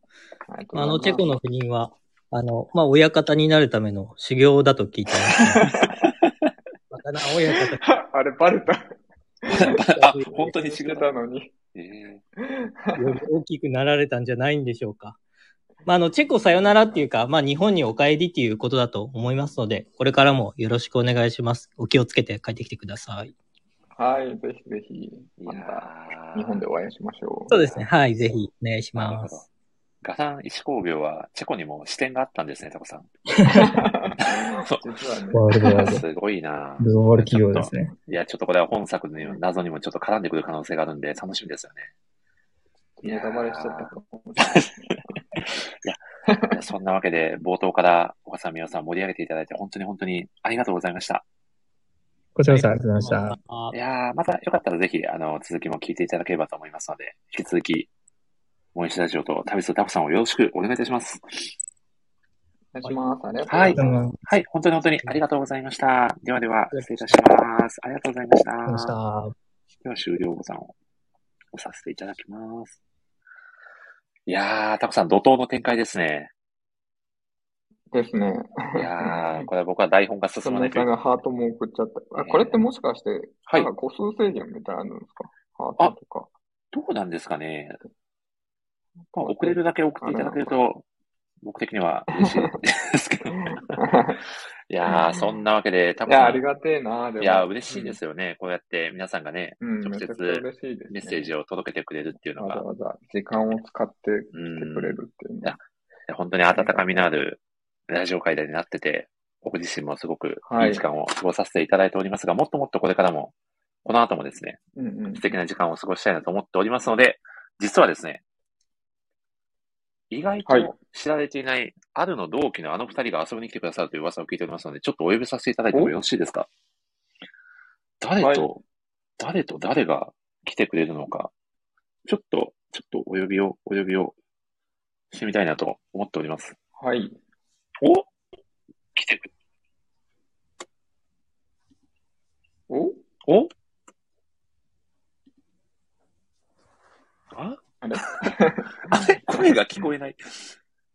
[SPEAKER 2] ありがとうございます
[SPEAKER 6] あの、チェコの赴任は、あの、まあ、親方になるための修行だと 聞いてます。またな、親方。
[SPEAKER 2] あれ、バレた。
[SPEAKER 1] あ、本当に
[SPEAKER 2] 知
[SPEAKER 1] 違
[SPEAKER 2] って
[SPEAKER 1] う。
[SPEAKER 2] たのに。
[SPEAKER 1] えー
[SPEAKER 6] より大きくなられたんじゃないんでしょうか。まあ、あの、チェコさよならっていうか、まあ、日本にお帰りっていうことだと思いますので、これからもよろしくお願いします。お気をつけて帰ってきてください。
[SPEAKER 2] はい、ぜひぜひ、
[SPEAKER 1] い
[SPEAKER 2] ま
[SPEAKER 1] や
[SPEAKER 2] た
[SPEAKER 1] ー
[SPEAKER 2] 日本でお会いしましょう。
[SPEAKER 6] そうですね。はい。ぜひ、お願いし
[SPEAKER 1] なる
[SPEAKER 6] ま
[SPEAKER 1] ほど
[SPEAKER 6] す。。
[SPEAKER 1] ガサン石工業は、チェコにも支店があったんですね、タコさん。
[SPEAKER 2] 実はね、
[SPEAKER 5] ワールドワール
[SPEAKER 1] すごいな
[SPEAKER 5] ド。ワールド企業ですね。
[SPEAKER 1] いや、ちょっとこれは本作の謎にもちょっと絡んでくる可能性があるんで、楽しみですよね。
[SPEAKER 2] ネタバレしちゃったかも。
[SPEAKER 1] いやそんなわけで、冒頭から岡さん、美桜さん盛り上げていただいて、本当に本当にありがとうございました。
[SPEAKER 5] こちらこそありがとうございました。
[SPEAKER 6] あ
[SPEAKER 1] いやーまたよかったらぜひ、あの、続きも聞いていただければと思いますので、引き続き、もう一ラジオと旅するタコさんをよろしくお願いいたします。
[SPEAKER 2] お願い します。ありがとうございます。
[SPEAKER 1] はい
[SPEAKER 5] どうも
[SPEAKER 1] はい、本当に本当にありがとうございました。ではでは、失礼いたします。ありがとうございました。
[SPEAKER 5] ありがとうございました。
[SPEAKER 1] では終了ボタンを押させていただきます。いやー、タコさん、怒涛の展開ですね。
[SPEAKER 2] ですね。
[SPEAKER 1] いやー、これは僕は台本が進
[SPEAKER 2] そ
[SPEAKER 1] ま
[SPEAKER 2] の
[SPEAKER 1] ないとい
[SPEAKER 2] 中
[SPEAKER 1] う。
[SPEAKER 2] がハートも送っちゃった。あこれってもしかして、
[SPEAKER 1] は
[SPEAKER 2] なん
[SPEAKER 1] い
[SPEAKER 2] か個数制限みたいなのあるんですかハートとか。
[SPEAKER 1] どうなんですかね。まあ、送れるだけ送っていただける
[SPEAKER 2] あ
[SPEAKER 1] と、僕的には嬉しいですけど。 いやー、そんなわけで、タ
[SPEAKER 2] い
[SPEAKER 1] コ
[SPEAKER 2] や、
[SPEAKER 1] さ
[SPEAKER 2] あ
[SPEAKER 1] ん。
[SPEAKER 2] りがてえな、でも。
[SPEAKER 1] いやー、嬉しいですよね。こうやって皆さんがね、
[SPEAKER 2] うん。うん、
[SPEAKER 1] 直
[SPEAKER 2] めち
[SPEAKER 1] 接
[SPEAKER 2] ゃくちゃ嬉しいです、ね。
[SPEAKER 1] メッセージを届けてくれるっていうの
[SPEAKER 2] わざ
[SPEAKER 1] が、
[SPEAKER 2] わざ時間を使って
[SPEAKER 1] う
[SPEAKER 2] 来て
[SPEAKER 1] ん
[SPEAKER 2] く、れるっていうの
[SPEAKER 1] いや本当に温かみのあるラジオ会談になってて、僕自身もすごくいい時間を過ごさせていただいておりますが、もっともっとこれからも、この後もですね、
[SPEAKER 2] うんうん
[SPEAKER 1] 素。敵な時間を過ごしたいなと思っておりますので、実はですね、意外
[SPEAKER 2] はい
[SPEAKER 1] と知られていない、あるの同期のあの二人が遊びに来てくださるという噂を聞いておりますので、ちょっとお呼びさせていただいてもよろしいですか誰と、誰と誰が来てくれるのか、ちょっと、ちょっとお呼びを、お呼びをしてみたいなと思っております。
[SPEAKER 2] はい。
[SPEAKER 1] お来てくれ、
[SPEAKER 2] お
[SPEAKER 1] おあ
[SPEAKER 2] あ れ
[SPEAKER 1] あれ声が聞こえない。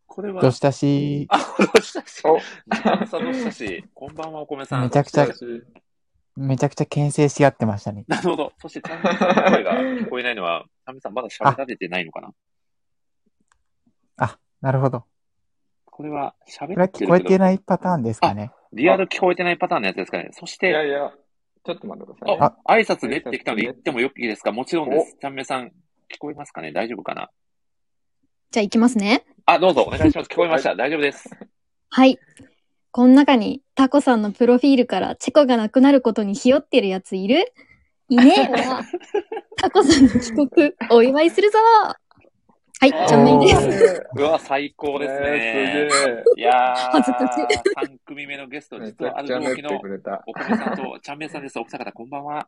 [SPEAKER 1] これは。
[SPEAKER 7] どしたし、
[SPEAKER 1] あ、どうしたし。
[SPEAKER 2] お
[SPEAKER 1] 時間差どうしたし。こんばんは、お米さん。
[SPEAKER 7] めちゃくちゃ
[SPEAKER 1] な
[SPEAKER 7] めちゃくちゃ牽制し合ってましたね。
[SPEAKER 1] るほど。そして、ちゃんみさんの声が聞こえないのは、ちゃんみさんまだ喋られてないのかな
[SPEAKER 7] あ、なるほど。
[SPEAKER 1] これは、
[SPEAKER 7] こ
[SPEAKER 1] 喋
[SPEAKER 7] れは
[SPEAKER 1] って
[SPEAKER 7] 聞
[SPEAKER 1] る
[SPEAKER 7] こえ
[SPEAKER 1] け
[SPEAKER 7] て
[SPEAKER 1] ど、
[SPEAKER 7] ないパターンですかね。
[SPEAKER 1] リアル聞こえてないパターンのやつですかね。そし
[SPEAKER 2] いや
[SPEAKER 1] て、
[SPEAKER 2] いや、ちょっと待ってくださいね。
[SPEAKER 1] あ、挨拶出てきたので言ってもよいですかもちろんです。ちゃんみさん、聞こえますかね大丈夫かな
[SPEAKER 8] じゃあ行きますね。
[SPEAKER 1] あ、どうぞ、お願いし ます。聞こえました。大丈夫です。
[SPEAKER 8] はい。この中にタコさんのプロフィールからチェコがなくなることにひよってるやついるいねえ わ。タコさんの帰国お祝いするぞはい、
[SPEAKER 1] あー
[SPEAKER 8] ちゃんめいです。
[SPEAKER 2] す。
[SPEAKER 1] うわ、最高です
[SPEAKER 2] え
[SPEAKER 1] ね
[SPEAKER 2] ー。すげえ。
[SPEAKER 1] いやー、
[SPEAKER 8] 恥ずかしい
[SPEAKER 1] 3組目のゲスト、
[SPEAKER 2] め
[SPEAKER 1] 実
[SPEAKER 2] ちゃ
[SPEAKER 1] はある
[SPEAKER 2] くちゃ
[SPEAKER 1] 同
[SPEAKER 2] 練っ
[SPEAKER 1] 期
[SPEAKER 2] て
[SPEAKER 1] の
[SPEAKER 2] くれた。
[SPEAKER 1] お米さんとちゃんめいさんです。お二方、こんばんは。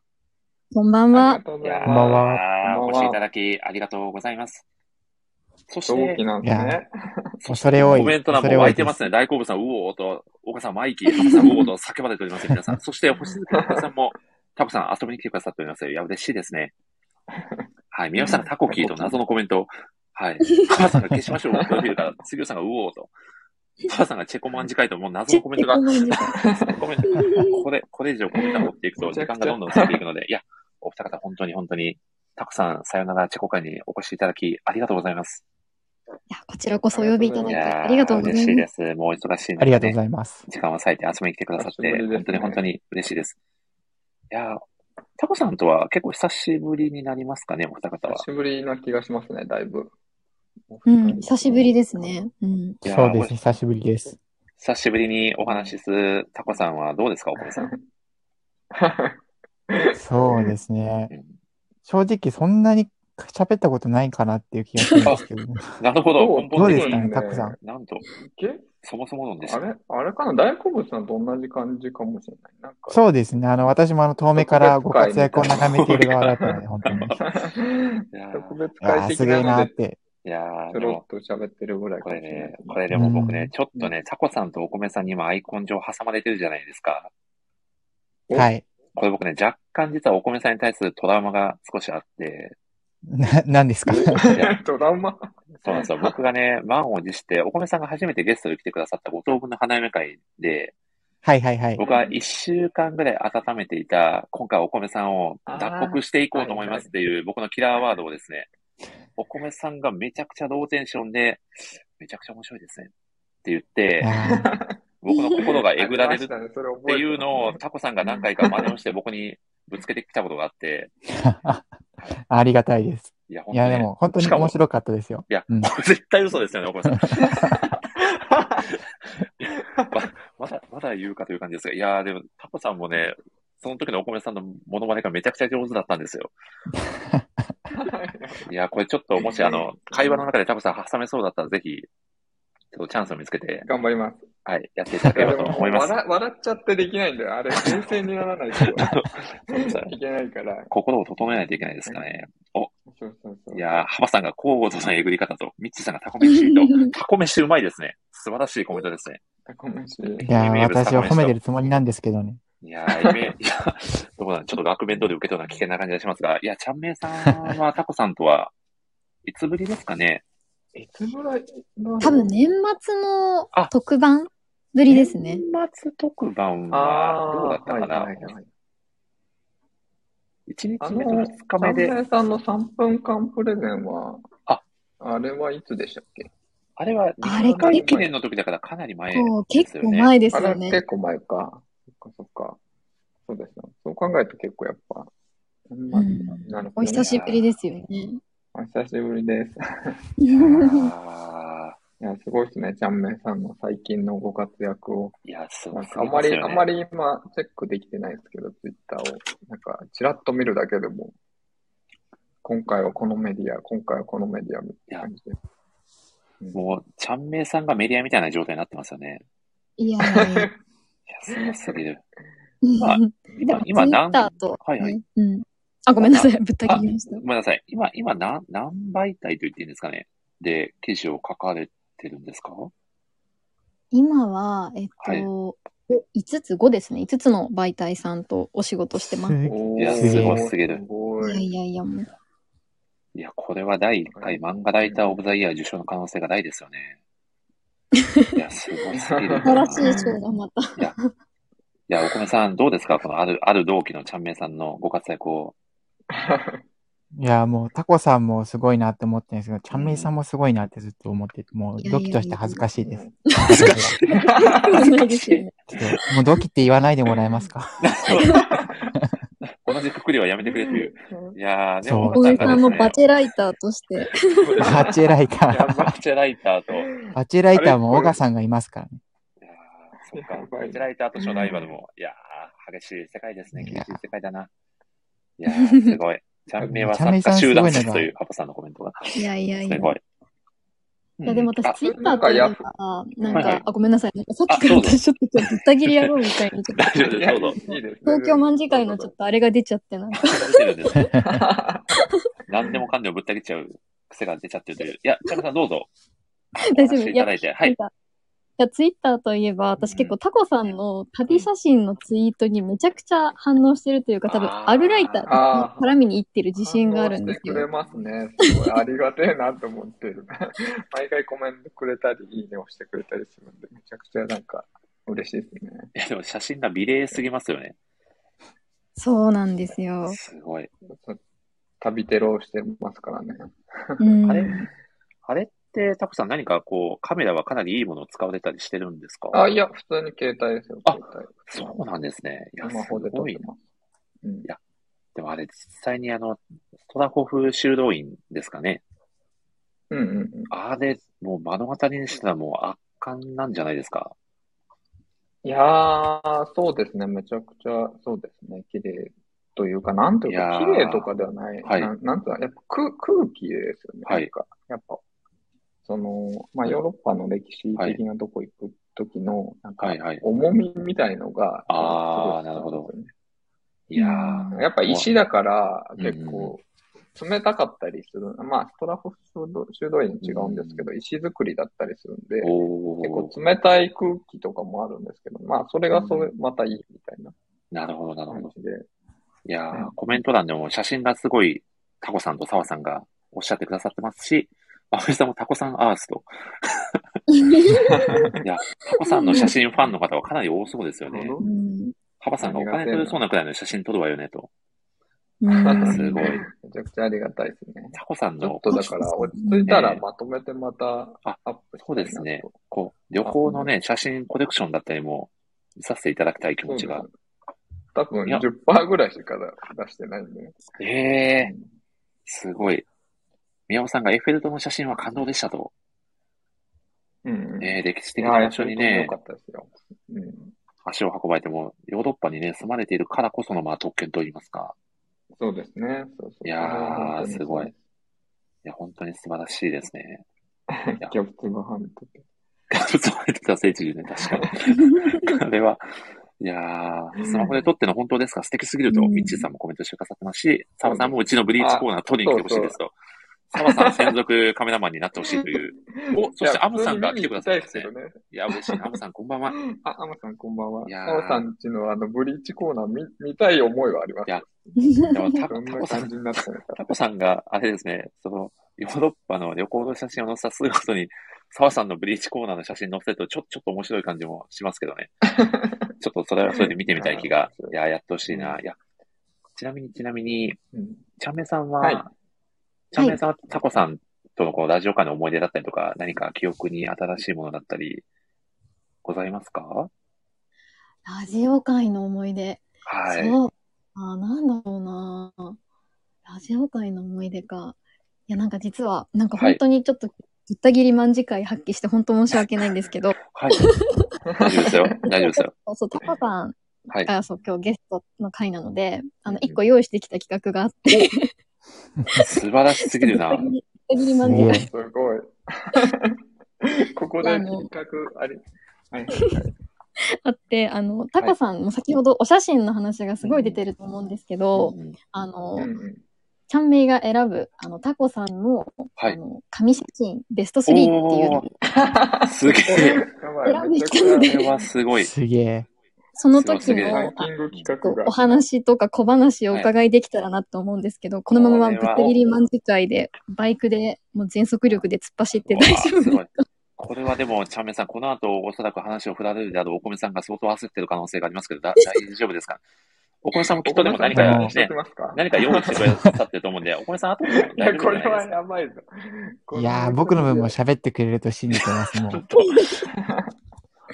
[SPEAKER 8] こんばんは
[SPEAKER 2] ありが。とう
[SPEAKER 1] い
[SPEAKER 2] ござ
[SPEAKER 1] や
[SPEAKER 2] い
[SPEAKER 1] ー
[SPEAKER 7] こんばん
[SPEAKER 2] ま
[SPEAKER 7] は
[SPEAKER 2] こ
[SPEAKER 1] お
[SPEAKER 2] んばんは
[SPEAKER 1] 越しいただき、ありがとうございます。そし
[SPEAKER 2] す。同期
[SPEAKER 1] て、
[SPEAKER 2] なんで
[SPEAKER 7] い
[SPEAKER 2] す
[SPEAKER 7] や
[SPEAKER 2] ね。
[SPEAKER 1] そし
[SPEAKER 7] 恐れ
[SPEAKER 1] て
[SPEAKER 7] 多い
[SPEAKER 1] コメント欄も湧いてますね。大好物さん、うおーと、岡さん、マイキー、ハムさん、うおーと叫ばれております、皆さん。そして、星月の子さん も、タコさん遊 びに来てくださっております。いや、嬉しいですね。はい、宮本さんがタコキーと謎のコメント。 はい。浜さんが消しましょう、プロフィールから。杉尾さんがうおーと。浜さんがチェコマン次回と、もう謎のコメントが、
[SPEAKER 8] チェコ
[SPEAKER 1] 謎のコメントこ れ、これ以上コメントを持っていくと、時間がどんどん過ぎていくので、いや、お二方、本当に本当に、たくさん、さよならチェコ会にお越しいただき、ありがとうございます。
[SPEAKER 8] いや、こちらこそお呼びいただ
[SPEAKER 1] い
[SPEAKER 8] き、
[SPEAKER 1] やー
[SPEAKER 8] ありがとうございます。
[SPEAKER 1] 嬉しいです。もう忙しい
[SPEAKER 7] あ
[SPEAKER 1] の
[SPEAKER 7] り
[SPEAKER 1] で、
[SPEAKER 7] がとうご
[SPEAKER 1] ね、
[SPEAKER 7] ざいます。
[SPEAKER 1] 時間を割いて遊びに来てくださって、
[SPEAKER 2] 久しぶりですね
[SPEAKER 1] 本当に本当に嬉しいです。いやータコさんとは結構久しぶりになりますかね、お二方は
[SPEAKER 2] 久。しぶりな気がしますね、だいぶ。
[SPEAKER 8] うん、久しぶりですね。うん。
[SPEAKER 1] いやー
[SPEAKER 7] そうですね、久しぶりです。
[SPEAKER 1] 久しぶりにお話しするタコさんはどうですか、お子さん。
[SPEAKER 7] そうですね
[SPEAKER 1] うん。
[SPEAKER 7] 正直そんなに喋ったことないかなっていう気がするんですけどね。
[SPEAKER 1] なるほど、
[SPEAKER 2] そう
[SPEAKER 1] 根
[SPEAKER 7] ど
[SPEAKER 1] 本
[SPEAKER 7] う
[SPEAKER 1] 的
[SPEAKER 7] ですか
[SPEAKER 1] に。
[SPEAKER 7] ね、タコさん。
[SPEAKER 1] なんと、
[SPEAKER 2] いけ
[SPEAKER 1] そもそも論でし
[SPEAKER 2] あ
[SPEAKER 1] た。
[SPEAKER 2] れあれかな大好物さんと同じ感じかもしれない。なんか、
[SPEAKER 7] そうですね。あの、私もあの、遠目からご活躍を眺めている側だったので、本当 に。い
[SPEAKER 1] やー
[SPEAKER 2] 特別
[SPEAKER 7] や
[SPEAKER 2] 会
[SPEAKER 7] ー、
[SPEAKER 2] 的
[SPEAKER 7] すげえ
[SPEAKER 2] な
[SPEAKER 7] な
[SPEAKER 2] の
[SPEAKER 7] ーっ
[SPEAKER 2] で、
[SPEAKER 7] て。
[SPEAKER 1] いやー
[SPEAKER 2] ちょ
[SPEAKER 1] でも
[SPEAKER 2] ろ、っと喋ってるぐらいか
[SPEAKER 1] こ
[SPEAKER 2] も
[SPEAKER 1] れ
[SPEAKER 2] しれない
[SPEAKER 1] ね、これでも僕ね、
[SPEAKER 7] うん
[SPEAKER 1] ちょっとね、タコさんとお米さんに今アイコン上挟まれてるじゃないですか。
[SPEAKER 2] お
[SPEAKER 7] はい。
[SPEAKER 1] これ僕ね、若干実はお米さんに対するトラウマが少しあって、
[SPEAKER 7] な、何ですか
[SPEAKER 2] ドラマ。
[SPEAKER 1] そうなんですよ。僕がね、満を持して、お米さんが初めてゲストで来てくださったご当分の花嫁会で、
[SPEAKER 7] はいはいはい。
[SPEAKER 1] 僕は一週間ぐらい温めていた、今回お米さんを脱穀していこうと思いますっていう、僕のキラーワードをですね、お米さんがめちゃくちゃローテンションで、めちゃくちゃ面白いですねって言って、
[SPEAKER 7] あ
[SPEAKER 1] 僕の心がえぐられるっ
[SPEAKER 2] ありましたねそれ覚え
[SPEAKER 1] ていうのを
[SPEAKER 2] て
[SPEAKER 1] タコさんが何回か真似をして僕にぶつけてきたことがあって、
[SPEAKER 7] ーありがたいです。
[SPEAKER 1] いや、本
[SPEAKER 7] い
[SPEAKER 1] 当
[SPEAKER 7] や、
[SPEAKER 1] に、
[SPEAKER 7] で
[SPEAKER 1] ね。
[SPEAKER 7] も、本当に
[SPEAKER 1] しかも
[SPEAKER 7] 面白かったですよ。
[SPEAKER 1] いや、
[SPEAKER 7] うん
[SPEAKER 1] これ絶対嘘ですよね、お米さん。ま まだ、まだ言うかという感じですが、いやーでも、タコさんもね、その時のお米さんのモノマネがめちゃくちゃ上手だったんですよ。いやーこれちょっと、もしあの、会話の中でタコさん挟めそうだったら、ぜひ、ちょっとチャンスを見つけて、
[SPEAKER 2] 頑張ります。
[SPEAKER 1] はい、やっていただければと思い ます。
[SPEAKER 2] 笑笑っちゃってできないんだ よ。あれ、冷静にならないといけないから。
[SPEAKER 1] 心を整えないといけないですかね。
[SPEAKER 2] そうそうそう。
[SPEAKER 1] いやー、ハバさんが交互とのえぐり方と、ミッチーさんがタコ飯と、タコ飯うまいですね。素晴らしいコメントですね。
[SPEAKER 2] タコ飯。
[SPEAKER 7] い やー、
[SPEAKER 1] 名物
[SPEAKER 7] 私は
[SPEAKER 1] サコ飯と
[SPEAKER 7] 褒めてるつもりなんですけどね。
[SPEAKER 1] いやー、イメージ、いや、どうなんちょっと額面通り受け取るのは危険な感じがしますが、いや、ちゃんめいさんはタコさんとは、いつぶりですかね
[SPEAKER 2] いつぐらい
[SPEAKER 8] 多分年末の
[SPEAKER 1] あ
[SPEAKER 8] 特番ぶりですね。
[SPEAKER 1] 年末特番は
[SPEAKER 2] あ、
[SPEAKER 1] どうだったかな
[SPEAKER 2] はいはいはい
[SPEAKER 1] ?1
[SPEAKER 2] あ
[SPEAKER 1] 日目と
[SPEAKER 2] の
[SPEAKER 1] 2、日目で
[SPEAKER 2] 三、平さんの3分間プレゼンは、
[SPEAKER 1] あ
[SPEAKER 2] あれはいつでしたっけ
[SPEAKER 1] あれは
[SPEAKER 8] あれ
[SPEAKER 1] 2回記念の時だからかなり前
[SPEAKER 8] そう、
[SPEAKER 1] です
[SPEAKER 8] 結
[SPEAKER 1] よ
[SPEAKER 8] 構
[SPEAKER 1] ね。
[SPEAKER 8] 前です
[SPEAKER 2] あれ
[SPEAKER 8] よ
[SPEAKER 2] は
[SPEAKER 8] ね
[SPEAKER 2] 結。構前か。そっかそっか。そうですね。そう考えると結構やっぱ、年
[SPEAKER 8] う
[SPEAKER 2] 末
[SPEAKER 8] ん。
[SPEAKER 2] なる
[SPEAKER 8] お
[SPEAKER 2] ほどね
[SPEAKER 8] 久しぶりですよね。
[SPEAKER 2] お久しぶりです。
[SPEAKER 1] いや
[SPEAKER 8] い
[SPEAKER 1] ー
[SPEAKER 2] いや、すごいですね。ちゃんめいさんの最近のご活躍を。
[SPEAKER 1] いや、す
[SPEAKER 2] な
[SPEAKER 1] ご
[SPEAKER 2] ん
[SPEAKER 1] す
[SPEAKER 2] かあ
[SPEAKER 1] ぎ
[SPEAKER 2] ん
[SPEAKER 1] ま
[SPEAKER 2] ますり、
[SPEAKER 1] よ
[SPEAKER 2] あん
[SPEAKER 1] ね。
[SPEAKER 2] まり今、チェックできてないですけど、ツイッターを。なんか、ちらっと見るだけでも、今回はこのメディア、今回はこのメディアみたいな感じで。
[SPEAKER 1] もう、ちゃんめいさんがメディアみたいな状態になってますよね。
[SPEAKER 8] や いや。
[SPEAKER 1] いや、すごすぎる。まあ
[SPEAKER 8] うんでも、
[SPEAKER 1] 今
[SPEAKER 8] ツイ、
[SPEAKER 1] 今
[SPEAKER 8] ッ
[SPEAKER 1] 何、
[SPEAKER 8] ターと、
[SPEAKER 1] はいはい
[SPEAKER 8] ねうん。あ、ごめんなさい。ぶった切りました。
[SPEAKER 1] ごめんなさい。今、今何、何媒体と言っていいんですかねで、記事を書かれてるんですか
[SPEAKER 8] 今は、えっ
[SPEAKER 1] はい
[SPEAKER 8] と、5つ、5ですね。5つの媒体さんとお仕事してます。
[SPEAKER 2] お
[SPEAKER 1] いや
[SPEAKER 2] ー
[SPEAKER 1] すごいすぎる
[SPEAKER 2] すご
[SPEAKER 8] いや
[SPEAKER 2] い。
[SPEAKER 8] いやいや、もう。
[SPEAKER 1] いや、これは第1回漫画ライターオブザイヤー受賞の可能性がないですよね。いや、すごす ぎる
[SPEAKER 8] 素晴
[SPEAKER 1] な。
[SPEAKER 8] らしい賞がまた。
[SPEAKER 1] いや、お米さん、どうですかこのある、ある同期のちゃんめいさんのご活躍を。
[SPEAKER 7] いやー、もう、タコさんもすごいなって思ってるんですけど、チャンメイさんもすごいなってずっと思ってて、もう、ドキとして恥ずかしいです。恥ずかしい。
[SPEAKER 8] ないですよね。
[SPEAKER 7] ちょっともう、ドキって言わないでもらえますか
[SPEAKER 1] 同じくくりはやめてくれという。いやー、で
[SPEAKER 7] そう
[SPEAKER 1] も、
[SPEAKER 8] 小
[SPEAKER 1] なん
[SPEAKER 8] 梅
[SPEAKER 1] か
[SPEAKER 8] さんの
[SPEAKER 1] です
[SPEAKER 8] バ
[SPEAKER 1] ね
[SPEAKER 8] チェライターとして。
[SPEAKER 7] バチェライタ
[SPEAKER 1] いや
[SPEAKER 7] ー。
[SPEAKER 1] バチェライターと、い
[SPEAKER 7] バチェライターもオガさんがいますからね。
[SPEAKER 1] やーそっか、
[SPEAKER 2] やばい
[SPEAKER 1] バチェライターと初ライバルも、いやー、激しい世界ですね。
[SPEAKER 7] い
[SPEAKER 1] 厳
[SPEAKER 7] や
[SPEAKER 1] しい世界だな。いやー、すごい。ちゃんめいは
[SPEAKER 7] ちゃん
[SPEAKER 1] 作
[SPEAKER 7] めいさ
[SPEAKER 1] 家
[SPEAKER 7] ん
[SPEAKER 1] 集団で
[SPEAKER 7] ごい
[SPEAKER 1] すす
[SPEAKER 7] のが
[SPEAKER 1] という、パパさんのコメントが。
[SPEAKER 8] いやいやいや
[SPEAKER 1] す。ごい。
[SPEAKER 8] いやでも
[SPEAKER 1] うんあ
[SPEAKER 8] 私、ツイッターといえば、なん
[SPEAKER 1] はいは
[SPEAKER 8] か
[SPEAKER 1] い、
[SPEAKER 8] あ、ごめんなさい。なんかさっき
[SPEAKER 1] あ
[SPEAKER 8] か
[SPEAKER 1] ど
[SPEAKER 8] ら
[SPEAKER 1] うぞ
[SPEAKER 8] 私ちょっと今日ぶった切りやろうみたいに、ちょっと
[SPEAKER 1] 大丈夫
[SPEAKER 2] い
[SPEAKER 1] で
[SPEAKER 2] や
[SPEAKER 1] す。
[SPEAKER 2] い
[SPEAKER 1] ど
[SPEAKER 2] いう
[SPEAKER 1] ぞ。
[SPEAKER 2] です。
[SPEAKER 8] 東京卍会のちょっとあれが出ちゃって、なんか、
[SPEAKER 1] 出てるんですね。
[SPEAKER 2] と。
[SPEAKER 1] 何でもかんでもぶった切っちゃう癖が出ちゃってるという。いや、ちゃんさんどうぞ。
[SPEAKER 8] 大丈夫。
[SPEAKER 1] い
[SPEAKER 8] い
[SPEAKER 1] た
[SPEAKER 8] や
[SPEAKER 1] だいて。は
[SPEAKER 8] なん
[SPEAKER 1] い。
[SPEAKER 8] か、や、ツイッターといえば、私結構タコさんの旅写真のツイートにめちゃくちゃ反応してるというか、多分、アルライター
[SPEAKER 2] あ
[SPEAKER 8] の絡みに行ってる自信があるん
[SPEAKER 2] し
[SPEAKER 8] で
[SPEAKER 2] て
[SPEAKER 8] す
[SPEAKER 2] く
[SPEAKER 8] よ。
[SPEAKER 2] れますね。すごいありがてえなと思ってる。 毎回コメントくれたり、いいねをしてくれたりするんで、めちゃくちゃなんか嬉しいですね。
[SPEAKER 1] いや、でも写真が美麗すぎますよね。
[SPEAKER 8] そうなんですよ。
[SPEAKER 1] すごい。
[SPEAKER 2] 旅テロをしてますからね。
[SPEAKER 8] うん
[SPEAKER 1] あれあれって、タコさん何かこう、カメラはかなりいいものを使われたりしてるんですか
[SPEAKER 2] あ、いや、普通に携帯ですよ、
[SPEAKER 1] あ
[SPEAKER 2] 携帯。
[SPEAKER 1] そうなんですね。いや、
[SPEAKER 2] スマホです撮っ
[SPEAKER 1] ごい
[SPEAKER 2] て
[SPEAKER 1] な。
[SPEAKER 2] ます。うん、
[SPEAKER 1] でもあれ、実際にあの、ストラホフ修道院ですかね。
[SPEAKER 2] うんうんうん。
[SPEAKER 1] あれ、もう目の当たりにしたらもう圧巻なんじゃないですか。
[SPEAKER 2] いやー、そうですね。めちゃくちゃ、そうですね。綺麗というか、なんという
[SPEAKER 1] いや
[SPEAKER 2] か、
[SPEAKER 1] ー
[SPEAKER 2] 綺麗とかではない。
[SPEAKER 1] はい
[SPEAKER 2] ななんつうの、やっぱ空、空気ですよね。
[SPEAKER 1] はい
[SPEAKER 2] なんか、やっぱ、その、まあ、ヨーロッパの歴史的なとこ行く時の、なんか
[SPEAKER 1] はいはい、
[SPEAKER 2] 重みみたいのが、
[SPEAKER 1] あーなるほどいやー。
[SPEAKER 2] やっぱ石だから、
[SPEAKER 1] うん
[SPEAKER 2] 結構、冷たかったりする。まあ、ストラフ修道修道院違うんですけど、石造りだったりするんで、
[SPEAKER 1] お
[SPEAKER 2] 結
[SPEAKER 1] ー
[SPEAKER 2] 構冷たい空気とかもあるんですけど、まあ、それがそれ、またいいみたいな
[SPEAKER 1] なるほど、なるほ
[SPEAKER 2] 感
[SPEAKER 1] ど。
[SPEAKER 2] じで。
[SPEAKER 1] いやー
[SPEAKER 2] うん
[SPEAKER 1] コメント欄でも写真がすごい、タコさんと澤さんがおっしゃってくださってますし、青井さんもタコさんアース と。いや、タコさんの写真ファンの方はかなり多そうですよね。
[SPEAKER 8] うん
[SPEAKER 1] カバさんがお金取れそうなくらいの写真撮るわよねと。
[SPEAKER 8] うん
[SPEAKER 1] すごい。
[SPEAKER 2] めちゃくちゃありがたいですね。
[SPEAKER 1] タコさん
[SPEAKER 2] ちょ
[SPEAKER 1] の
[SPEAKER 2] っ、とだから、落ち着いた
[SPEAKER 1] え
[SPEAKER 2] ら
[SPEAKER 1] え
[SPEAKER 2] まとめてまた
[SPEAKER 1] あ
[SPEAKER 2] アップしたいなと
[SPEAKER 1] そうですね。こう、旅行のね、写真コレクションだったりも、見させていただきたい気
[SPEAKER 2] そう
[SPEAKER 1] 持
[SPEAKER 2] です
[SPEAKER 1] ちが。
[SPEAKER 2] 多分
[SPEAKER 1] いや
[SPEAKER 2] 10%ぐらいしか出してないんで。
[SPEAKER 1] ええすごい。宮尾さんがエッフェル塔の写真は感動でしたと。
[SPEAKER 2] うんうん。
[SPEAKER 1] ええ歴史
[SPEAKER 2] い
[SPEAKER 1] 的
[SPEAKER 2] や
[SPEAKER 1] な
[SPEAKER 2] ー、
[SPEAKER 1] 場所にね
[SPEAKER 2] 良か、ったですよ。うん。
[SPEAKER 1] 足を運ばれても、ヨーロッパにね、住まれているからこその、まあ、特権といいますか。
[SPEAKER 2] そうですね。そうそう。
[SPEAKER 1] いやー
[SPEAKER 2] そ
[SPEAKER 1] す
[SPEAKER 2] れは本当に
[SPEAKER 1] ごい。いや、本当に素晴らしいですね。 いや
[SPEAKER 2] ギャップが半分。
[SPEAKER 1] そう言ってた、聖地巡礼、確かに。あ れは、いやー、スマホで撮っての本当ですか素敵すぎると、
[SPEAKER 8] うん
[SPEAKER 1] ミッチーさんもコメントしてくださってますし、澤さんもうちのブリーチコーナー撮りに来てほしいですと。
[SPEAKER 2] そ
[SPEAKER 1] 澤
[SPEAKER 2] う
[SPEAKER 1] さん専属カメラマンになってほしいと いう。お、そしてアムさんが来てくださってますね
[SPEAKER 2] いや普通に見に行きたいですけ。どね。
[SPEAKER 1] いや、嬉しいな。アムさんこんばんは。い
[SPEAKER 2] あ、アムさんこんばんは。
[SPEAKER 1] いやー
[SPEAKER 2] アムさんちのあの、ブリーチコーナー見、見たい思いはあります。
[SPEAKER 1] いややタ
[SPEAKER 2] ど
[SPEAKER 1] コ
[SPEAKER 2] ん
[SPEAKER 1] タ
[SPEAKER 2] な
[SPEAKER 1] コさ
[SPEAKER 2] 感
[SPEAKER 1] ん
[SPEAKER 2] じ、になってるか。
[SPEAKER 1] タコさんが、あれですね、その、ヨーロッパの旅行の写真を載せた姿に、澤さんのブリーチコーナーの写真載せると、ちょ、ちょっと面白い感じもしますけ どね。ちょっとそれはそれで見てみたい気が
[SPEAKER 2] そう。
[SPEAKER 1] いや、やってほしいな。
[SPEAKER 2] うん
[SPEAKER 1] いや、ちなみに、ちなみに、
[SPEAKER 2] うん
[SPEAKER 1] チャンメイさんは、
[SPEAKER 2] はい
[SPEAKER 1] チャンメイさんはタコさんとのこうラジオ界の思い出だったりとか、何か記憶に新しいものだったり、ございますか
[SPEAKER 8] ラジオ界の思い出。
[SPEAKER 1] はい。
[SPEAKER 8] そう。あ、なんだろうな。ラジオ界の思い出か。いや、なんか実は、なんか本当にちょっと、ぶった切り卍会発揮して本当申し訳ないんですけど、
[SPEAKER 1] はい。大丈夫ですよ。大丈夫ですよ。
[SPEAKER 8] そう、タコさん
[SPEAKER 1] はい。
[SPEAKER 8] が、そう、今日ゲストの回なので、あの、
[SPEAKER 1] うんうん
[SPEAKER 8] 一個用意してきた企画があって、
[SPEAKER 1] 素晴らしすぎるな。
[SPEAKER 8] ぶった切り卍
[SPEAKER 7] すげ
[SPEAKER 8] 会。
[SPEAKER 7] え
[SPEAKER 2] す ごい。ここで企画あり。はいはいはい。
[SPEAKER 8] あって、あの、タコさんも先ほどお写真の話がすごい出てると思うんですけど、
[SPEAKER 1] うんうん
[SPEAKER 8] あ
[SPEAKER 2] うん
[SPEAKER 8] の、
[SPEAKER 2] うん。
[SPEAKER 8] ちゃんめいが選ぶ、あの、タコさんの、
[SPEAKER 1] はい
[SPEAKER 8] あの、紙写真ベスト3っていうのを
[SPEAKER 1] おーすげえ。
[SPEAKER 2] やば
[SPEAKER 8] 選んで
[SPEAKER 2] い、め
[SPEAKER 8] き
[SPEAKER 2] ち
[SPEAKER 8] た
[SPEAKER 2] ゃくち
[SPEAKER 8] の
[SPEAKER 2] ゃ
[SPEAKER 1] こ
[SPEAKER 8] で
[SPEAKER 1] れはすごい。
[SPEAKER 7] すげえ。
[SPEAKER 8] その時
[SPEAKER 1] すごい
[SPEAKER 8] の
[SPEAKER 1] すげ
[SPEAKER 2] ラ
[SPEAKER 1] え
[SPEAKER 2] ンキング企
[SPEAKER 8] こ
[SPEAKER 2] 画
[SPEAKER 8] う
[SPEAKER 2] が。
[SPEAKER 8] お話とか小話を伺いできたらなと思うんですけど、このままぶった切り満時会で、バイクで、もう全速力で突っ走って大丈
[SPEAKER 1] うわす
[SPEAKER 8] 夫
[SPEAKER 1] ごい。これはでも、チャンメイさん、この後、おそらく話を振られるであろうお米さんが相当焦ってる可能性がありますけ ど、だ大丈夫ですかお米さんもきっとでも何か
[SPEAKER 7] お米さん
[SPEAKER 2] お話し
[SPEAKER 1] ね
[SPEAKER 2] て、ますか
[SPEAKER 1] 何か用意してくださってると思 うんで、お米さん後でも
[SPEAKER 2] い
[SPEAKER 1] 大
[SPEAKER 2] や、
[SPEAKER 1] 丈
[SPEAKER 2] こ
[SPEAKER 1] 夫じ
[SPEAKER 2] れ
[SPEAKER 1] ゃな
[SPEAKER 2] はい
[SPEAKER 1] ですか。
[SPEAKER 2] やばいぞ。こ
[SPEAKER 7] い
[SPEAKER 2] れは
[SPEAKER 7] やー、
[SPEAKER 2] 本
[SPEAKER 7] 僕の
[SPEAKER 2] 当に
[SPEAKER 7] 分も喋ってくれると信じてます、も
[SPEAKER 1] 本
[SPEAKER 7] う。
[SPEAKER 1] 当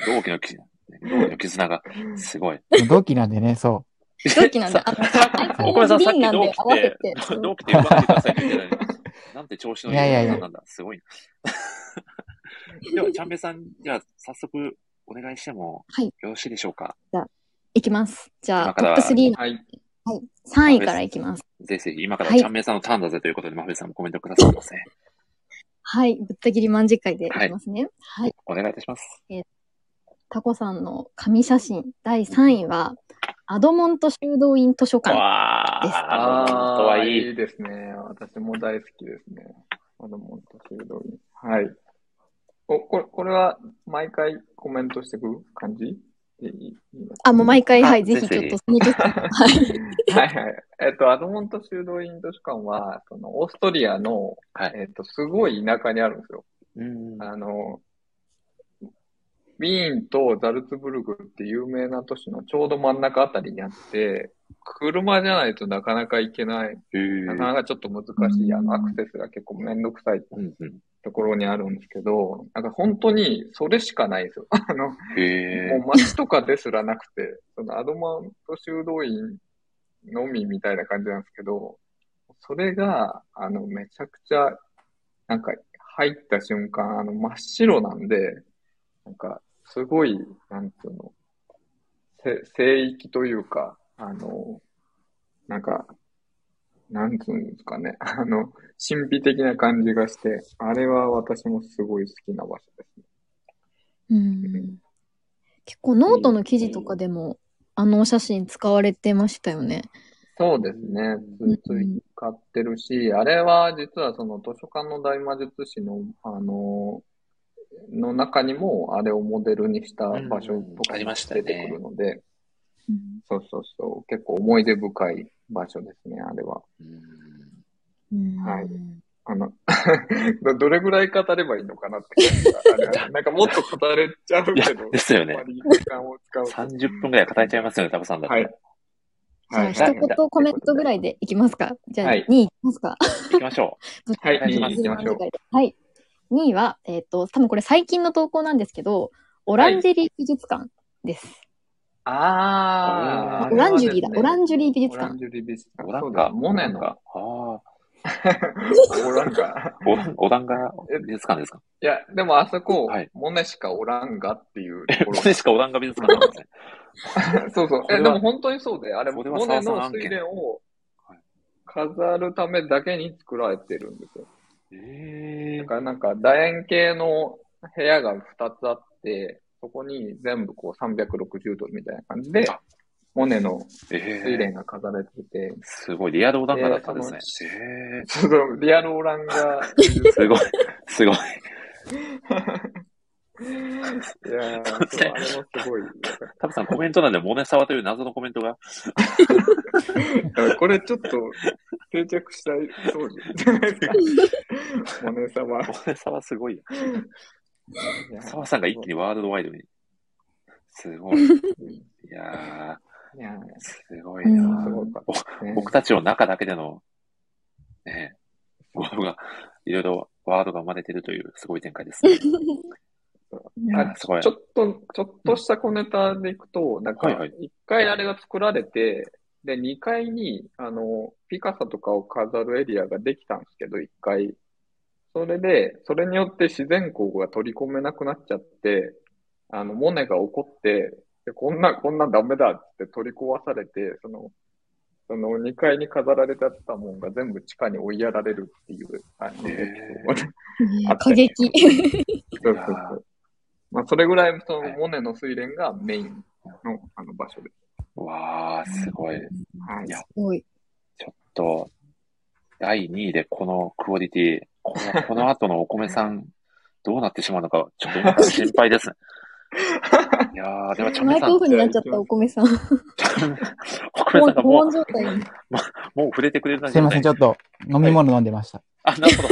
[SPEAKER 1] 同期の絆、同期の絆が、すごい。
[SPEAKER 7] もう同期なんでね、そ
[SPEAKER 8] 同期なん で、あの、
[SPEAKER 1] お米さん、さっき
[SPEAKER 8] なん
[SPEAKER 1] 同期
[SPEAKER 8] で合わ
[SPEAKER 1] っ
[SPEAKER 8] せ
[SPEAKER 1] て
[SPEAKER 8] て、そう、
[SPEAKER 1] 同期って呼ばないでくださいって言ってたのに、なんて調子のいいお
[SPEAKER 7] いやいや
[SPEAKER 1] 米
[SPEAKER 7] い
[SPEAKER 1] さ
[SPEAKER 7] や
[SPEAKER 1] んなんだ。すごいな。 では、チャンメイさん、じゃあ、早速、お願いしても
[SPEAKER 8] はい、
[SPEAKER 1] よろしいでしょうか。
[SPEAKER 8] いきます。じゃ
[SPEAKER 1] 今
[SPEAKER 8] あ、
[SPEAKER 1] か
[SPEAKER 8] トッ
[SPEAKER 1] ら
[SPEAKER 8] プ3の、
[SPEAKER 2] はい。
[SPEAKER 8] はい、3位からいきます。
[SPEAKER 1] ぜひぜひ、今から
[SPEAKER 8] はい
[SPEAKER 1] チャンメイさんのターンだぜということで、マフィさんもコメントくださってますね。
[SPEAKER 8] はい、ぶった切り満時会でいきますね。はい。
[SPEAKER 1] お願いいたします。
[SPEAKER 8] タコさんの紙写真第3位は、アドモント修道院図書館。
[SPEAKER 1] わ
[SPEAKER 8] です
[SPEAKER 1] あ、
[SPEAKER 2] あ
[SPEAKER 1] 本当は
[SPEAKER 2] ー
[SPEAKER 1] いい。
[SPEAKER 2] いですね。私も大好きですね。あの、モンタ修道院。はい。お、これ、これは毎回コメントしてく感じでいいいいの
[SPEAKER 8] あ、もう毎回、
[SPEAKER 2] あ
[SPEAKER 8] はい、ぜひち
[SPEAKER 2] ぜ
[SPEAKER 8] ょ
[SPEAKER 2] ひ
[SPEAKER 8] っとその時、 はい。
[SPEAKER 2] はいはい。えっと、アドモント修道院図書館は、その、オーストリアの、えっと、すごい田舎にあるんですよ。あの、ウィーンとザルツブルクって有名な都市のちょうど真ん中あたりにあって、車じゃないとなかなか行けない、なかなかちょっと難しい、あの、アクセスが結構めんどくさいところにあるんですけど、なんか本当にそれしかないんですよ。 あの、もう街とかですらなくて、そのアドマント修道院のみみたいな感じなんですけど、それが、あの、めちゃくちゃ、なんか、入った瞬間、あの、真っ白なんで、なんか、すごい、なんていうの、せ聖域というか、あの、なんか、なんつうんですかね、あの、神秘的な感じがして、あれは私もすごい好きな場所です。
[SPEAKER 8] うん結構ノートの記事とかでも、あのお写真使われてましたよね。
[SPEAKER 2] そうですね。ついつい買ってるし、あれは実はその図書館の大魔術師の、あの、の中にもあれをモデルにした場所とかが出てくるので、そうそうそう、結構思い出深い場所ですね、あれは。はい。あの、 どどれぐらい語ればいいのかなって感じがあれあれなんかもっと語れちゃうけど、
[SPEAKER 1] ですよね
[SPEAKER 2] あんまり時間を使うと。
[SPEAKER 1] 30分ぐらい語れちゃいますよね、タコさんだったら。
[SPEAKER 8] じゃあ、一言コメントぐらいでいきますか。じゃあ、
[SPEAKER 1] は
[SPEAKER 8] 2
[SPEAKER 1] い
[SPEAKER 8] 位いきますか。
[SPEAKER 1] 行きましょう。
[SPEAKER 8] はい、
[SPEAKER 1] お願いします
[SPEAKER 8] はい。2位は、えっ、と、多分これ最近の投稿なんですけど、オランジェリー美術館です。
[SPEAKER 2] あー、
[SPEAKER 8] オランジュリーだ、オラ
[SPEAKER 2] ジュ
[SPEAKER 8] ンジュリー美
[SPEAKER 2] リ
[SPEAKER 8] 術
[SPEAKER 2] オラ
[SPEAKER 8] 館。
[SPEAKER 2] ンジュリー美術館。
[SPEAKER 1] オラ
[SPEAKER 2] そう
[SPEAKER 1] ン
[SPEAKER 2] だ、
[SPEAKER 1] ガ。
[SPEAKER 2] モネの。
[SPEAKER 1] ああ。
[SPEAKER 2] オランガ。
[SPEAKER 1] オラン、オランガ美術館ですか
[SPEAKER 2] いや、でもあそこ、モネしかオランガっていうところ。
[SPEAKER 1] モネしかオランガ美術館なんですね。
[SPEAKER 2] そうそう。
[SPEAKER 1] こ
[SPEAKER 2] え、
[SPEAKER 1] れ
[SPEAKER 2] で
[SPEAKER 1] は
[SPEAKER 2] も本当にそうで、あれ、
[SPEAKER 1] こ
[SPEAKER 2] モ
[SPEAKER 1] れは
[SPEAKER 2] ネ
[SPEAKER 1] 沢
[SPEAKER 2] の
[SPEAKER 1] さん
[SPEAKER 2] 水
[SPEAKER 1] 案件
[SPEAKER 2] 蓮を飾るためだけに作られてるんですよ。だからなんか楕円形の部屋が2つあって、そこに全部こう360度みたいな感じで、モネの
[SPEAKER 1] え
[SPEAKER 2] 水
[SPEAKER 1] ー
[SPEAKER 2] 蓮が飾られてて、
[SPEAKER 1] すごい、リアルオランガだったんですね。えー
[SPEAKER 2] そうそう、リアルオランガ。
[SPEAKER 1] す ごい、すごい。
[SPEAKER 2] いやー、そう、あれもすごい。
[SPEAKER 1] タブさん、コメント欄でモネサワという謎のコメントが。
[SPEAKER 2] これちょっと定着したいそうじゃない ですか。モネ様。
[SPEAKER 1] モネ様すごいよ。サワさんが一気にワールドワイドに。すごい。いや
[SPEAKER 2] いやー
[SPEAKER 1] ー、すごいな
[SPEAKER 2] す
[SPEAKER 1] ー、
[SPEAKER 2] ごかったですね
[SPEAKER 1] お僕たちの中だけでの、ね、ワードが、いろいろワードが生まれてるというすごい展開ですね。いや
[SPEAKER 2] あ
[SPEAKER 1] ー、すごい
[SPEAKER 2] ちょ。っと、ちょっとした小ネタでいくと、なんか、
[SPEAKER 1] はいはい
[SPEAKER 2] 一回あれが作られて、で、二階に、あの、ピカソとかを飾るエリアができたんですけど、一回。それで、それによって自然光が取り込めなくなっちゃって、あの、モネが怒って、でこんな、こんなんダメだって取り壊されて、その、その2階に飾られてあったもんが全部地下に追いやられるっていう、あの、エピソード
[SPEAKER 8] えー過激。
[SPEAKER 2] そうそう そう。まあ、それぐらい、その、モネの睡蓮がメインの、あの、場所です。
[SPEAKER 1] わー、すごい。
[SPEAKER 2] はい。
[SPEAKER 1] いや、
[SPEAKER 8] すごい。
[SPEAKER 1] と、第2位でこのクオリティ、このこの後のお米さん、どうなってしまうのか、ちょっと今から心配 ですね。いやー、では、チャン
[SPEAKER 8] マ
[SPEAKER 1] メ
[SPEAKER 8] イ
[SPEAKER 1] さ
[SPEAKER 8] ク
[SPEAKER 1] ん、
[SPEAKER 8] オ
[SPEAKER 1] お
[SPEAKER 8] フになっちゃったお米 さん。
[SPEAKER 1] 米さんが
[SPEAKER 8] 保
[SPEAKER 1] も
[SPEAKER 8] 温状態に。
[SPEAKER 1] う、もうもう触れてくれない
[SPEAKER 7] すいません、ちょっと飲み物飲んでました。
[SPEAKER 1] あ、なるほど。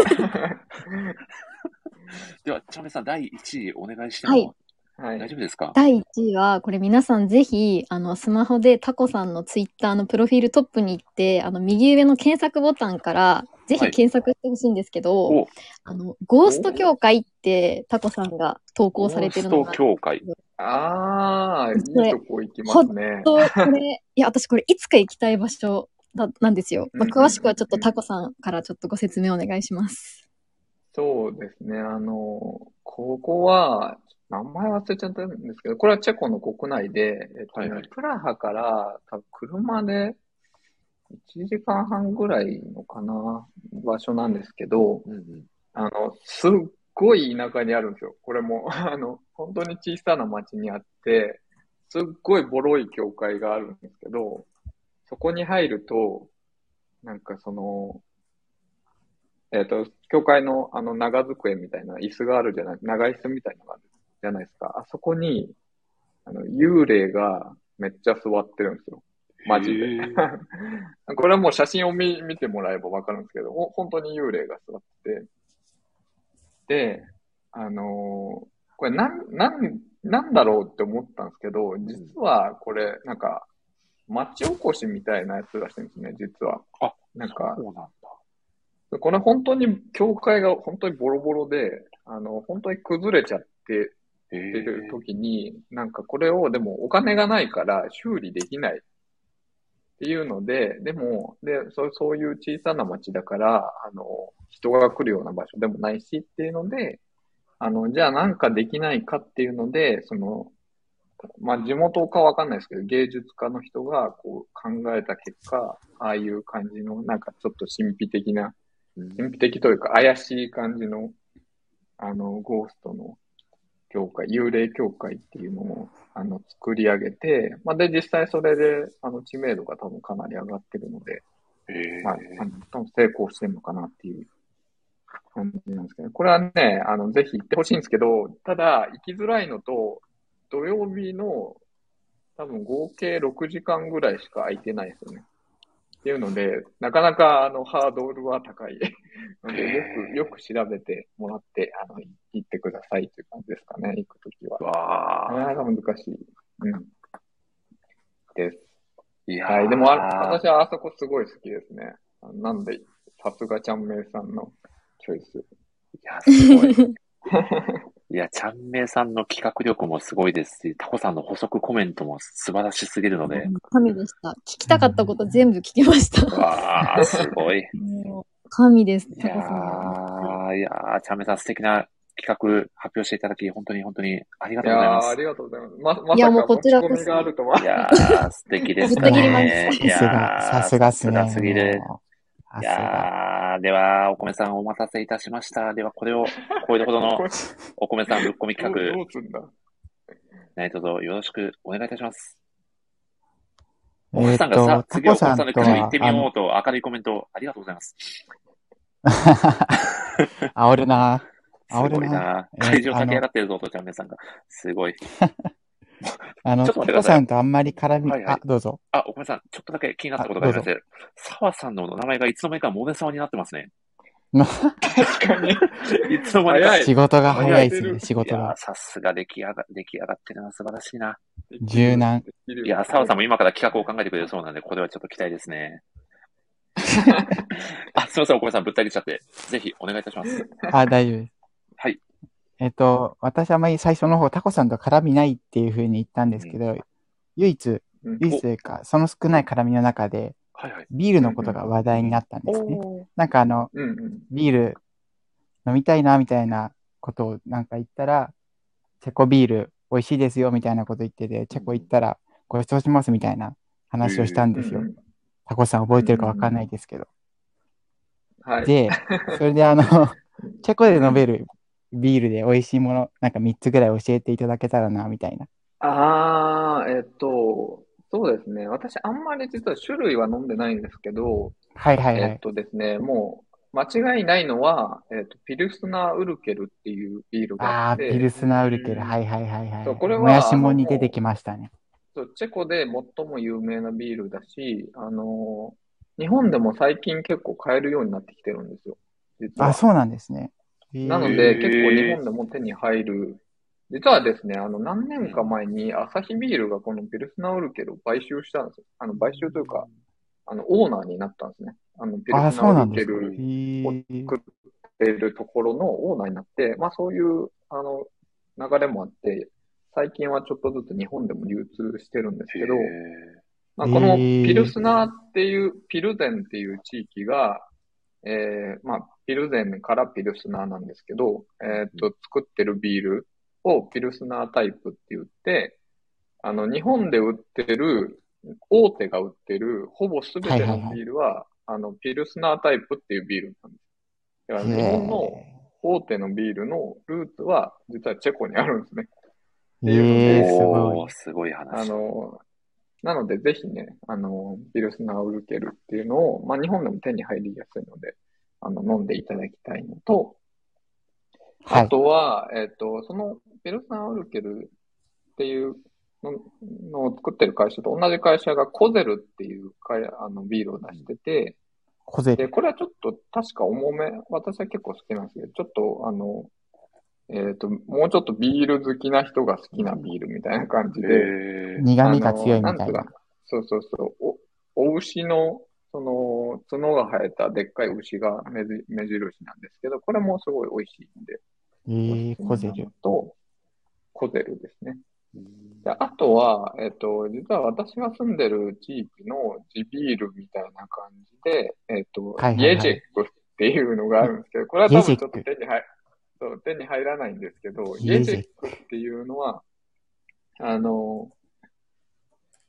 [SPEAKER 1] では、チャンメさん、第1位お願いしても、大丈夫ですか
[SPEAKER 8] 第1位は、これ皆さんぜひ、あの、スマホでタコさんのツイッターのプロフィールトップに行って、あの、右上の検索ボタンから、ぜひ検索してほしいんですけど、あの、ゴースト協会ってタコさんが投稿されてるの
[SPEAKER 1] ゴ
[SPEAKER 8] が、
[SPEAKER 1] ースト協会。
[SPEAKER 2] あー、いいとこ行きま
[SPEAKER 8] ほん
[SPEAKER 2] すね。
[SPEAKER 8] と、これ、いや、私これいつか行きたい場所だなんですよ。まあ、詳しくはちょっとタコさんからちょっとご説明お願いします。
[SPEAKER 2] そうですね。あの、ここは、名前忘れちゃったんですけど、これはチェコの国内で、えっとねプラハから多分車で1時間半ぐらいのかな、場所なんですけど、あの、すっごい田舎にあるんですよ。これも、 あの、本当に小さな町にあって、すっごいボロい教会があるんですけど、そこに入ると、なんかその、えっ、と、教会のあの長机みたいな椅子があるじゃない、長椅子みたいなのがあるじゃないですか。あそこに、あの、幽霊がめっちゃ座ってるんですよ。マジで。 これはもう写真を見見てもらえばわかるんですけど、ほ本当に幽霊が座ってて、で、あのーこれなん、なん、なんだろうって思ったんですけど、実はこれ、なんか、町おこしみたいなやつらしいんですね、実は。
[SPEAKER 1] あ、
[SPEAKER 2] なんか、
[SPEAKER 1] そうなんだ。
[SPEAKER 2] これ本当に、教会が本当にボロボロで、あの、本当に崩れちゃって、
[SPEAKER 1] え
[SPEAKER 2] ってる時に、なんかこれをでもお金がないから修理できないっていうので、でも、で、そうそういう小さな町だから、あの、人が来るような場所でもないしっていうので、あの、じゃあなんかできないかっていうので、その、まあ、地元かわかんないですけど、芸術家の人がこう考えた結果、ああいう感じの、なんかちょっと神秘的な、神秘的というか怪しい感じの、あの、ゴーストの教会、幽霊教会っていうのを、あの、作り上げて、まあ、で、実際それで、あの、知名度が多分かなり上がってるので、
[SPEAKER 1] え
[SPEAKER 2] まあ、あの多分成功してるのかなっていう感じなんですけど、これはね、あの、ぜひ行ってほしいんですけど、ただ、行きづらいのと、土曜日の多分合計6時間ぐらいしか空いてないですよね。っていうので、なかなかあのハードルは高い ので、よく、よく調べてもらって、あの、行ってくださいという感じですかね、行くときは。
[SPEAKER 1] わ
[SPEAKER 2] なかなか難しい。うん。です。
[SPEAKER 1] いやー
[SPEAKER 2] はい。でもあ、私はあそこすごい好きですね。なんで、さすがちゃんめいさんのチョイス。い
[SPEAKER 1] や、すごい。 いや、ちゃんめいさんの企画力もすごいですし、タコさんの補足コメントも素晴らしすぎるので、
[SPEAKER 8] 神でした。聞きたかったこと全部聞きました。
[SPEAKER 1] わあ、すごい。
[SPEAKER 8] もう神です、
[SPEAKER 1] い
[SPEAKER 8] タ
[SPEAKER 1] や
[SPEAKER 8] コさんは。
[SPEAKER 1] ー、いやー、ちゃんめいさん素敵な企画発表していただき、本当に本当にありがとうござい
[SPEAKER 2] や
[SPEAKER 1] ま
[SPEAKER 2] ー、
[SPEAKER 1] す
[SPEAKER 2] あ。りがとうございます。ま、ま
[SPEAKER 8] いや
[SPEAKER 2] さ
[SPEAKER 8] もう
[SPEAKER 2] か
[SPEAKER 8] こ
[SPEAKER 2] 持
[SPEAKER 8] ち
[SPEAKER 2] ち
[SPEAKER 8] らこそ
[SPEAKER 2] 込みがあるとは。
[SPEAKER 1] いやー、素敵でした
[SPEAKER 8] ぶった切ります
[SPEAKER 1] ね。い
[SPEAKER 7] さす
[SPEAKER 1] や
[SPEAKER 7] が、さ
[SPEAKER 1] ー、
[SPEAKER 7] すがっすね。
[SPEAKER 1] さすぎる。
[SPEAKER 7] もうさ
[SPEAKER 1] い
[SPEAKER 7] すが。
[SPEAKER 1] やー、では、お米さんお待たせいたしました。では、これを、これほど のお米さんぶっ込み
[SPEAKER 2] どう
[SPEAKER 1] 企
[SPEAKER 2] ど
[SPEAKER 1] 画、
[SPEAKER 2] うすんだ
[SPEAKER 1] 何卒よろしくお願いいたします。お
[SPEAKER 7] え
[SPEAKER 1] 米
[SPEAKER 7] っ
[SPEAKER 1] さんがさ
[SPEAKER 7] と、
[SPEAKER 1] あ、
[SPEAKER 7] タ
[SPEAKER 1] 次は
[SPEAKER 7] コ
[SPEAKER 1] お米
[SPEAKER 7] さ
[SPEAKER 1] さ
[SPEAKER 7] ん
[SPEAKER 1] んの
[SPEAKER 7] と
[SPEAKER 1] 企画行っ
[SPEAKER 7] は、
[SPEAKER 1] てみ
[SPEAKER 7] あ
[SPEAKER 1] よ
[SPEAKER 7] の
[SPEAKER 1] う、と、明るいコメント、ありがとうございます。
[SPEAKER 7] 煽るな。
[SPEAKER 1] す
[SPEAKER 7] 煽る
[SPEAKER 1] ごい
[SPEAKER 7] な。
[SPEAKER 1] な
[SPEAKER 7] え
[SPEAKER 1] 会場
[SPEAKER 7] あ
[SPEAKER 1] 駆け上
[SPEAKER 7] の、
[SPEAKER 1] がってるぞ、と、ちゃんめんさんが。すごい。
[SPEAKER 7] あ
[SPEAKER 1] ちょ
[SPEAKER 7] の、
[SPEAKER 1] っ
[SPEAKER 7] タ
[SPEAKER 1] と待っ
[SPEAKER 7] コ
[SPEAKER 1] てくださ
[SPEAKER 7] さ
[SPEAKER 1] い。
[SPEAKER 7] んとあんまり絡み、
[SPEAKER 1] はいは
[SPEAKER 7] あ
[SPEAKER 1] い。、
[SPEAKER 7] どうぞ。
[SPEAKER 1] あ、お米さん、ちょっとだけ気になった
[SPEAKER 7] あ、
[SPEAKER 1] ことが
[SPEAKER 7] ど
[SPEAKER 1] あ
[SPEAKER 7] う
[SPEAKER 1] りまし
[SPEAKER 7] ぞ。
[SPEAKER 1] て、澤さんのお名前がいつの間にかモネ様になって ますね。
[SPEAKER 2] 確かに。
[SPEAKER 1] いつの間にか。
[SPEAKER 2] 早い。
[SPEAKER 7] 仕事が
[SPEAKER 1] 早
[SPEAKER 7] 早
[SPEAKER 1] い
[SPEAKER 7] いで
[SPEAKER 2] 早
[SPEAKER 7] すす
[SPEAKER 2] る。
[SPEAKER 7] ね、仕
[SPEAKER 1] いや
[SPEAKER 7] 事
[SPEAKER 1] ー
[SPEAKER 7] が。
[SPEAKER 1] さすが出来上が、出来上がってるな、素晴らしいな。
[SPEAKER 2] でき
[SPEAKER 7] 柔
[SPEAKER 2] る。
[SPEAKER 7] 軟。
[SPEAKER 2] でき
[SPEAKER 1] い
[SPEAKER 2] る。
[SPEAKER 1] やー、澤さんも今から企画を考えてくれるそうなんで、これはちょっと期待で すね。あ、すいません、お米さん、ぶった切っちゃって。ぜひ、お願いいたします。
[SPEAKER 7] あ、大丈夫です。
[SPEAKER 1] はい。
[SPEAKER 7] えっと、私あまり最初の方、タコさんと絡みないっていうふうに言ったんですけど、唯一、
[SPEAKER 2] うん。
[SPEAKER 7] 唯
[SPEAKER 1] お
[SPEAKER 7] 一というか、その少ない絡みの中で、
[SPEAKER 1] はいはい。
[SPEAKER 7] ビール
[SPEAKER 2] う
[SPEAKER 7] の
[SPEAKER 2] ん
[SPEAKER 7] こ
[SPEAKER 2] う
[SPEAKER 7] と
[SPEAKER 2] ん。
[SPEAKER 7] が話題になったんですね。
[SPEAKER 1] おー。
[SPEAKER 7] なんかあの、
[SPEAKER 2] うんうん。
[SPEAKER 7] ビール飲みたいな、みたいなことをなんか言ったら、チェコビール美味しいですよ、みたいなこと言ってて、チェコ行ったらごちそうします、みたいな話をしたん
[SPEAKER 2] う
[SPEAKER 7] で
[SPEAKER 2] ん
[SPEAKER 7] すよ。
[SPEAKER 2] う
[SPEAKER 7] タコさん覚え
[SPEAKER 2] ん。
[SPEAKER 7] てるか
[SPEAKER 2] うん
[SPEAKER 7] わ
[SPEAKER 2] う
[SPEAKER 7] かん
[SPEAKER 2] ん
[SPEAKER 7] ないですけど。
[SPEAKER 2] うん。はい。
[SPEAKER 7] で、それで あの、チェコで
[SPEAKER 2] う
[SPEAKER 7] 飲
[SPEAKER 2] ん。
[SPEAKER 7] めるビールで美味しいもの、なんか3つぐらい教えていただけたらな、みたいな。
[SPEAKER 2] ああ、えっと、そうですね。私、あんまり実は種類は飲んでないんですけど、
[SPEAKER 7] はいはい
[SPEAKER 2] え
[SPEAKER 7] は
[SPEAKER 2] っ
[SPEAKER 7] い。
[SPEAKER 2] とですね、もう、間違いないのは、えっと、ピルスナーウルケルっていうビールがあっ
[SPEAKER 7] ああ、ピ
[SPEAKER 2] て、
[SPEAKER 7] ルスナウルケル。はい
[SPEAKER 1] え
[SPEAKER 7] はいはいはい
[SPEAKER 2] そ
[SPEAKER 7] は
[SPEAKER 2] う、こ
[SPEAKER 7] い。
[SPEAKER 2] れ
[SPEAKER 7] もや
[SPEAKER 2] は、
[SPEAKER 7] し
[SPEAKER 2] あ
[SPEAKER 7] も
[SPEAKER 2] の、
[SPEAKER 7] に出てき
[SPEAKER 2] も
[SPEAKER 7] ましたね。
[SPEAKER 2] う、そうチェコで最も有名なビールだし、あの、日本でも最近結構買えるようになってきてるんですよ、実
[SPEAKER 7] あ、
[SPEAKER 2] は。
[SPEAKER 7] そうなんですね。へ
[SPEAKER 2] なの
[SPEAKER 7] え。
[SPEAKER 2] で、結構日
[SPEAKER 1] ー。
[SPEAKER 2] 本でも手に入る。実はですね、あの、何
[SPEAKER 1] う
[SPEAKER 2] 年か
[SPEAKER 1] ん。
[SPEAKER 2] 前に、アサヒビールがこのピルスナウルケルを買収したんですよ。あの、買収というか、あの、オーナーになったんですね。あの、ピル
[SPEAKER 7] ああ、
[SPEAKER 2] スナ
[SPEAKER 7] そう
[SPEAKER 2] ウ
[SPEAKER 7] な
[SPEAKER 2] ル
[SPEAKER 7] んで
[SPEAKER 2] ケ
[SPEAKER 7] すか。
[SPEAKER 2] ル
[SPEAKER 7] へ
[SPEAKER 2] を
[SPEAKER 7] え。
[SPEAKER 2] 作っているところのオーナーになって、まあそういう、あの、流れもあって、最近はちょっとずつ日本でも流通してるんです
[SPEAKER 1] へ
[SPEAKER 2] けど、
[SPEAKER 1] え。
[SPEAKER 2] まあ、このピ
[SPEAKER 7] へ
[SPEAKER 2] ル
[SPEAKER 7] え。
[SPEAKER 2] スナーっていう、ピルゼンっていう地域が、えーまあ、ピルゼンからピルスナーなんですけど、えーっ
[SPEAKER 1] うん
[SPEAKER 2] と、作ってるビールをピルスナータイプって言って、あの、日本で売ってる、大手が売ってる、ほぼすべ
[SPEAKER 7] はい
[SPEAKER 2] て
[SPEAKER 7] はい
[SPEAKER 2] の
[SPEAKER 7] は
[SPEAKER 2] ビ
[SPEAKER 7] い。
[SPEAKER 2] ールは、あの、ピルスナータイプっていうビールなんです。だから
[SPEAKER 7] へ
[SPEAKER 2] 日本の
[SPEAKER 7] え。
[SPEAKER 2] 大手のビールのルーツは、実はチェコにあるんですね。っていうの
[SPEAKER 7] ええ、
[SPEAKER 2] で、
[SPEAKER 7] すご
[SPEAKER 1] お
[SPEAKER 7] い。
[SPEAKER 1] ー、すごい
[SPEAKER 2] あ
[SPEAKER 1] 話。
[SPEAKER 2] の、なので、ぜひね、あの、ピルスナーウルケルっていうのを、まあ、日本でも手に入りやすいので、あの、飲んでいただきたいのと、
[SPEAKER 7] は
[SPEAKER 2] あ
[SPEAKER 7] い。
[SPEAKER 2] とは、えっ、と、そのペルサンウルケルっていうののを作ってる会社と同じ会社がコゼルっていう会あのビールを出してて、
[SPEAKER 7] 小ゼ
[SPEAKER 2] で、
[SPEAKER 7] ル。
[SPEAKER 2] これはちょっと確か重め、私は結構好きなんですけど、ちょっとあの、えっ、と、もうちょっとビール好きな人が好きなビールみたいな感じで、
[SPEAKER 1] えー、
[SPEAKER 7] 苦味が強いみ
[SPEAKER 2] あ
[SPEAKER 7] たい
[SPEAKER 2] の。
[SPEAKER 7] なん
[SPEAKER 2] つうかそうそうそう。お、お牛の、その、角が生えたでっかい牛が目じ目印なんですけど、これもすごい美味しいんで。
[SPEAKER 7] ええ、小ゼ
[SPEAKER 2] おすすめな
[SPEAKER 7] ル
[SPEAKER 2] の。と、コゼルですね。であとは、えっ、と、実は私が住んでる地域の地ビールみたいな感じで、えっ、と、
[SPEAKER 7] はいはいはい
[SPEAKER 2] イエジェックっていうのがあるんですけど、これは多分ちょっと
[SPEAKER 7] イエ
[SPEAKER 2] 手に入そう手に入らないんですけど、
[SPEAKER 7] イ
[SPEAKER 2] イ
[SPEAKER 7] エ
[SPEAKER 2] エ
[SPEAKER 7] ジ
[SPEAKER 2] ジ
[SPEAKER 7] ェ
[SPEAKER 2] ェ
[SPEAKER 7] ッ
[SPEAKER 2] ックっていうのは、あの、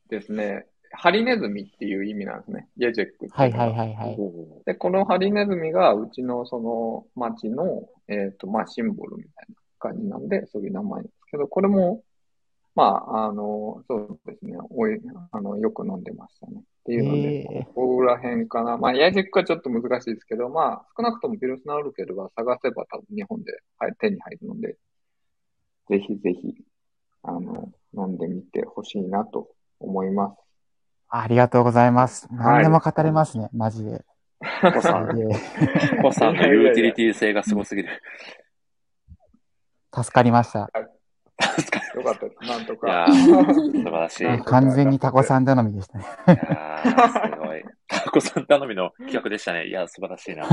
[SPEAKER 2] ですね、ハリネズミっていう意味なんですね。イエジェックって
[SPEAKER 7] はいいう
[SPEAKER 2] の
[SPEAKER 7] は
[SPEAKER 2] が。
[SPEAKER 7] いはいはい。
[SPEAKER 2] で、このハリネズミがうちのその町の、えっ、と、まあ、シンボルみたいな感じなんで、そういう名前なんですけど、これも、まあ、あの、そうですね、おい、あの、よく飲んでましたね。っていうので、
[SPEAKER 7] ええ
[SPEAKER 2] ここら辺かな。まあ、イエジェックはちょっと難しいですけど、まあ、少なくともビルスナウルケルは探せば多分日本で、はい、手に入るので、ぜひぜひ、あの、飲んでみてほしいなと思います。
[SPEAKER 7] ありがとうございます。何でも語れますね、マジで。
[SPEAKER 1] コさん、
[SPEAKER 7] え
[SPEAKER 1] コさんのユーティリティ性がすごすぎる。
[SPEAKER 7] え助かりました。
[SPEAKER 2] よかったです。なんと
[SPEAKER 1] い
[SPEAKER 2] か。
[SPEAKER 1] やー、素晴らしい。い
[SPEAKER 2] な
[SPEAKER 7] も
[SPEAKER 2] ん
[SPEAKER 7] う
[SPEAKER 2] か
[SPEAKER 7] 完全にタコさん頼みでしたね。
[SPEAKER 1] やー、すごい。タコさん頼みの企画でしたね。いやー、素晴らし いな。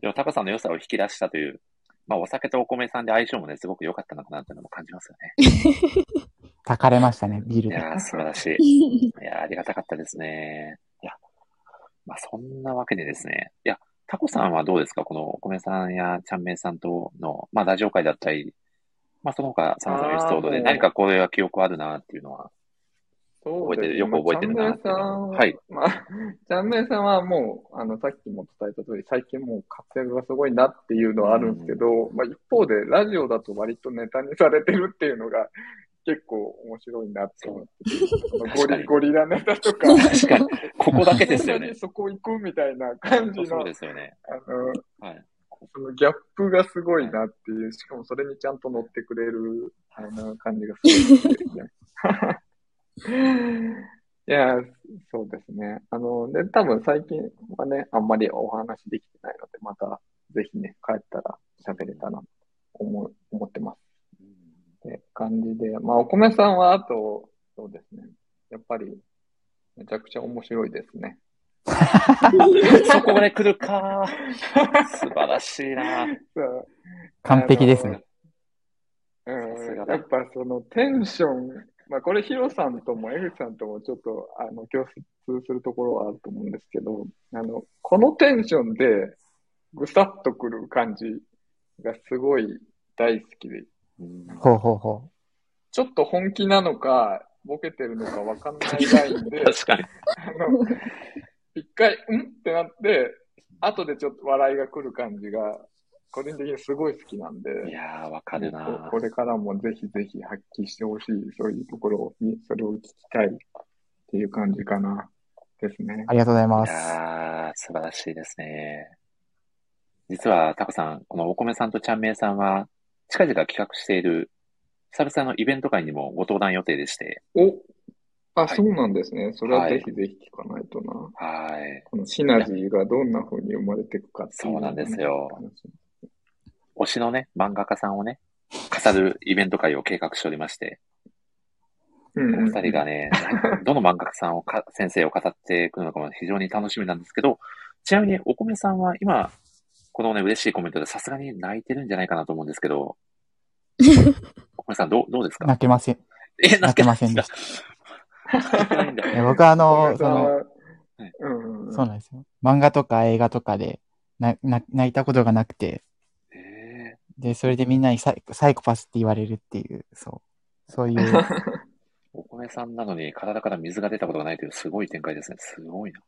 [SPEAKER 1] でもタコさんの良さを引き出したという、まあ、お酒とお米さんで相性もね、すごく良かったのかなというのも感じますよね。
[SPEAKER 7] たかれましたね、ビール
[SPEAKER 1] い
[SPEAKER 7] で。
[SPEAKER 1] やー、素晴らしい。いやー、ありがたかったですね。いや、まあ、そんなわけでですね。いや、タコさんはどうですかこのお米さんやちゃんめいさんとの、まあ、ラジオ会だったり、まあ、その他、さまざまエピソード
[SPEAKER 2] あーも
[SPEAKER 1] で
[SPEAKER 2] う
[SPEAKER 1] 何かこれは記憶あるなっていうのは。
[SPEAKER 2] そうですね
[SPEAKER 1] よく覚えてるなっていうのははい
[SPEAKER 2] まあ、チャンメイさん、まあ、チャンメイさんはもう、あの、さっきも伝えた通り、最近もう活躍がすごいなっていうのはあるんですけど、まあ、一方で、ラジオだと割とネタにされてるっていうのが、結構面白いなって思ってて、あのゴ
[SPEAKER 1] 確かに
[SPEAKER 2] リゴリラネタとか、
[SPEAKER 1] 確かに、ここだけですよ
[SPEAKER 2] 本当
[SPEAKER 1] ね
[SPEAKER 2] に。 そこ行くみたいな感じ
[SPEAKER 1] 本当そ
[SPEAKER 2] の
[SPEAKER 1] う、ですよね。
[SPEAKER 2] あの、
[SPEAKER 1] はい。
[SPEAKER 2] そのギャップがすごいなっていう、しかもそれにちゃんと乗ってくれる、あの、感じがすごいですね。いや、そうですね。あの、で、多分最近はね、あんまりお話できてないので、また、ぜひね、帰ったら喋れたら、思う、思ってます。って感じで、まあ、お米さんは、あと、そうですね。やっぱり、めちゃくちゃ面白いですね。
[SPEAKER 1] そこまで来るか素晴らしいな
[SPEAKER 2] そう
[SPEAKER 7] 完璧ですね。
[SPEAKER 1] さすが
[SPEAKER 2] うん、
[SPEAKER 1] だ
[SPEAKER 2] やっぱそのテンション、まあこれヒロさんとも江口さんともちょっとあの共通するところはあると思うんですけど、あの、このテンションでぐさっとくる感じがすごい大好きで、
[SPEAKER 7] ほうほうほ
[SPEAKER 2] ちょっと本気なのか、ボケてるのかわかんないラインで、
[SPEAKER 1] 確かに。
[SPEAKER 2] あの、一回、んってなって、後でちょっと笑いが来る感じが、個人的にすごい好きなんで。
[SPEAKER 1] いやー、わかるな
[SPEAKER 2] ここれからもぜひぜひ発揮してほしい、そういうところに、それを聞きたいっていう感じかな、ですね
[SPEAKER 7] う。あ。りがとうござい
[SPEAKER 1] い
[SPEAKER 7] ます。
[SPEAKER 1] やー、素晴らしいですね。実は、タコさん、このお米さんとちゃんめいさんは、近々企画している、久々のイベント会にもご登壇予定でして、
[SPEAKER 2] おあ、
[SPEAKER 1] はい
[SPEAKER 2] そうなんですね。それは
[SPEAKER 1] はい
[SPEAKER 2] ぜひぜひ聞かないとな。
[SPEAKER 1] はい。
[SPEAKER 2] このシナジーがどんな風に生まれていくかっていう
[SPEAKER 1] そうなんですよ
[SPEAKER 2] 話
[SPEAKER 1] 推しのね、漫画家さんをね、飾るイベント会を計画しておりまして、
[SPEAKER 2] うん
[SPEAKER 1] お
[SPEAKER 2] うんうん。
[SPEAKER 1] 二人がね、なんどの漫画家さんをか、先生を語ってくるのかも非常に楽しみなんですけど、ちなみにお米さんは今、このね、嬉しいコメントでさすがに泣いてるんじゃないかなと思うんです けど、お米さんどう、どうですか
[SPEAKER 7] 泣けません。
[SPEAKER 1] え、
[SPEAKER 7] 泣けませんでし
[SPEAKER 1] 泣いてないんだ。
[SPEAKER 7] た。僕はあ
[SPEAKER 2] 小
[SPEAKER 7] の、
[SPEAKER 2] 林
[SPEAKER 7] そ
[SPEAKER 2] さん
[SPEAKER 7] の、
[SPEAKER 2] は
[SPEAKER 1] はい
[SPEAKER 2] うんうん
[SPEAKER 7] そうなんですよ。漫画とか映画とかでなな泣いたことがなくて、
[SPEAKER 1] え
[SPEAKER 7] で、それでみんなにサイサイコパスって言われるっていう、そう、そういう、
[SPEAKER 1] ーお米さんなのに体から水が出たことがないというすごい展開ですね。すごいな。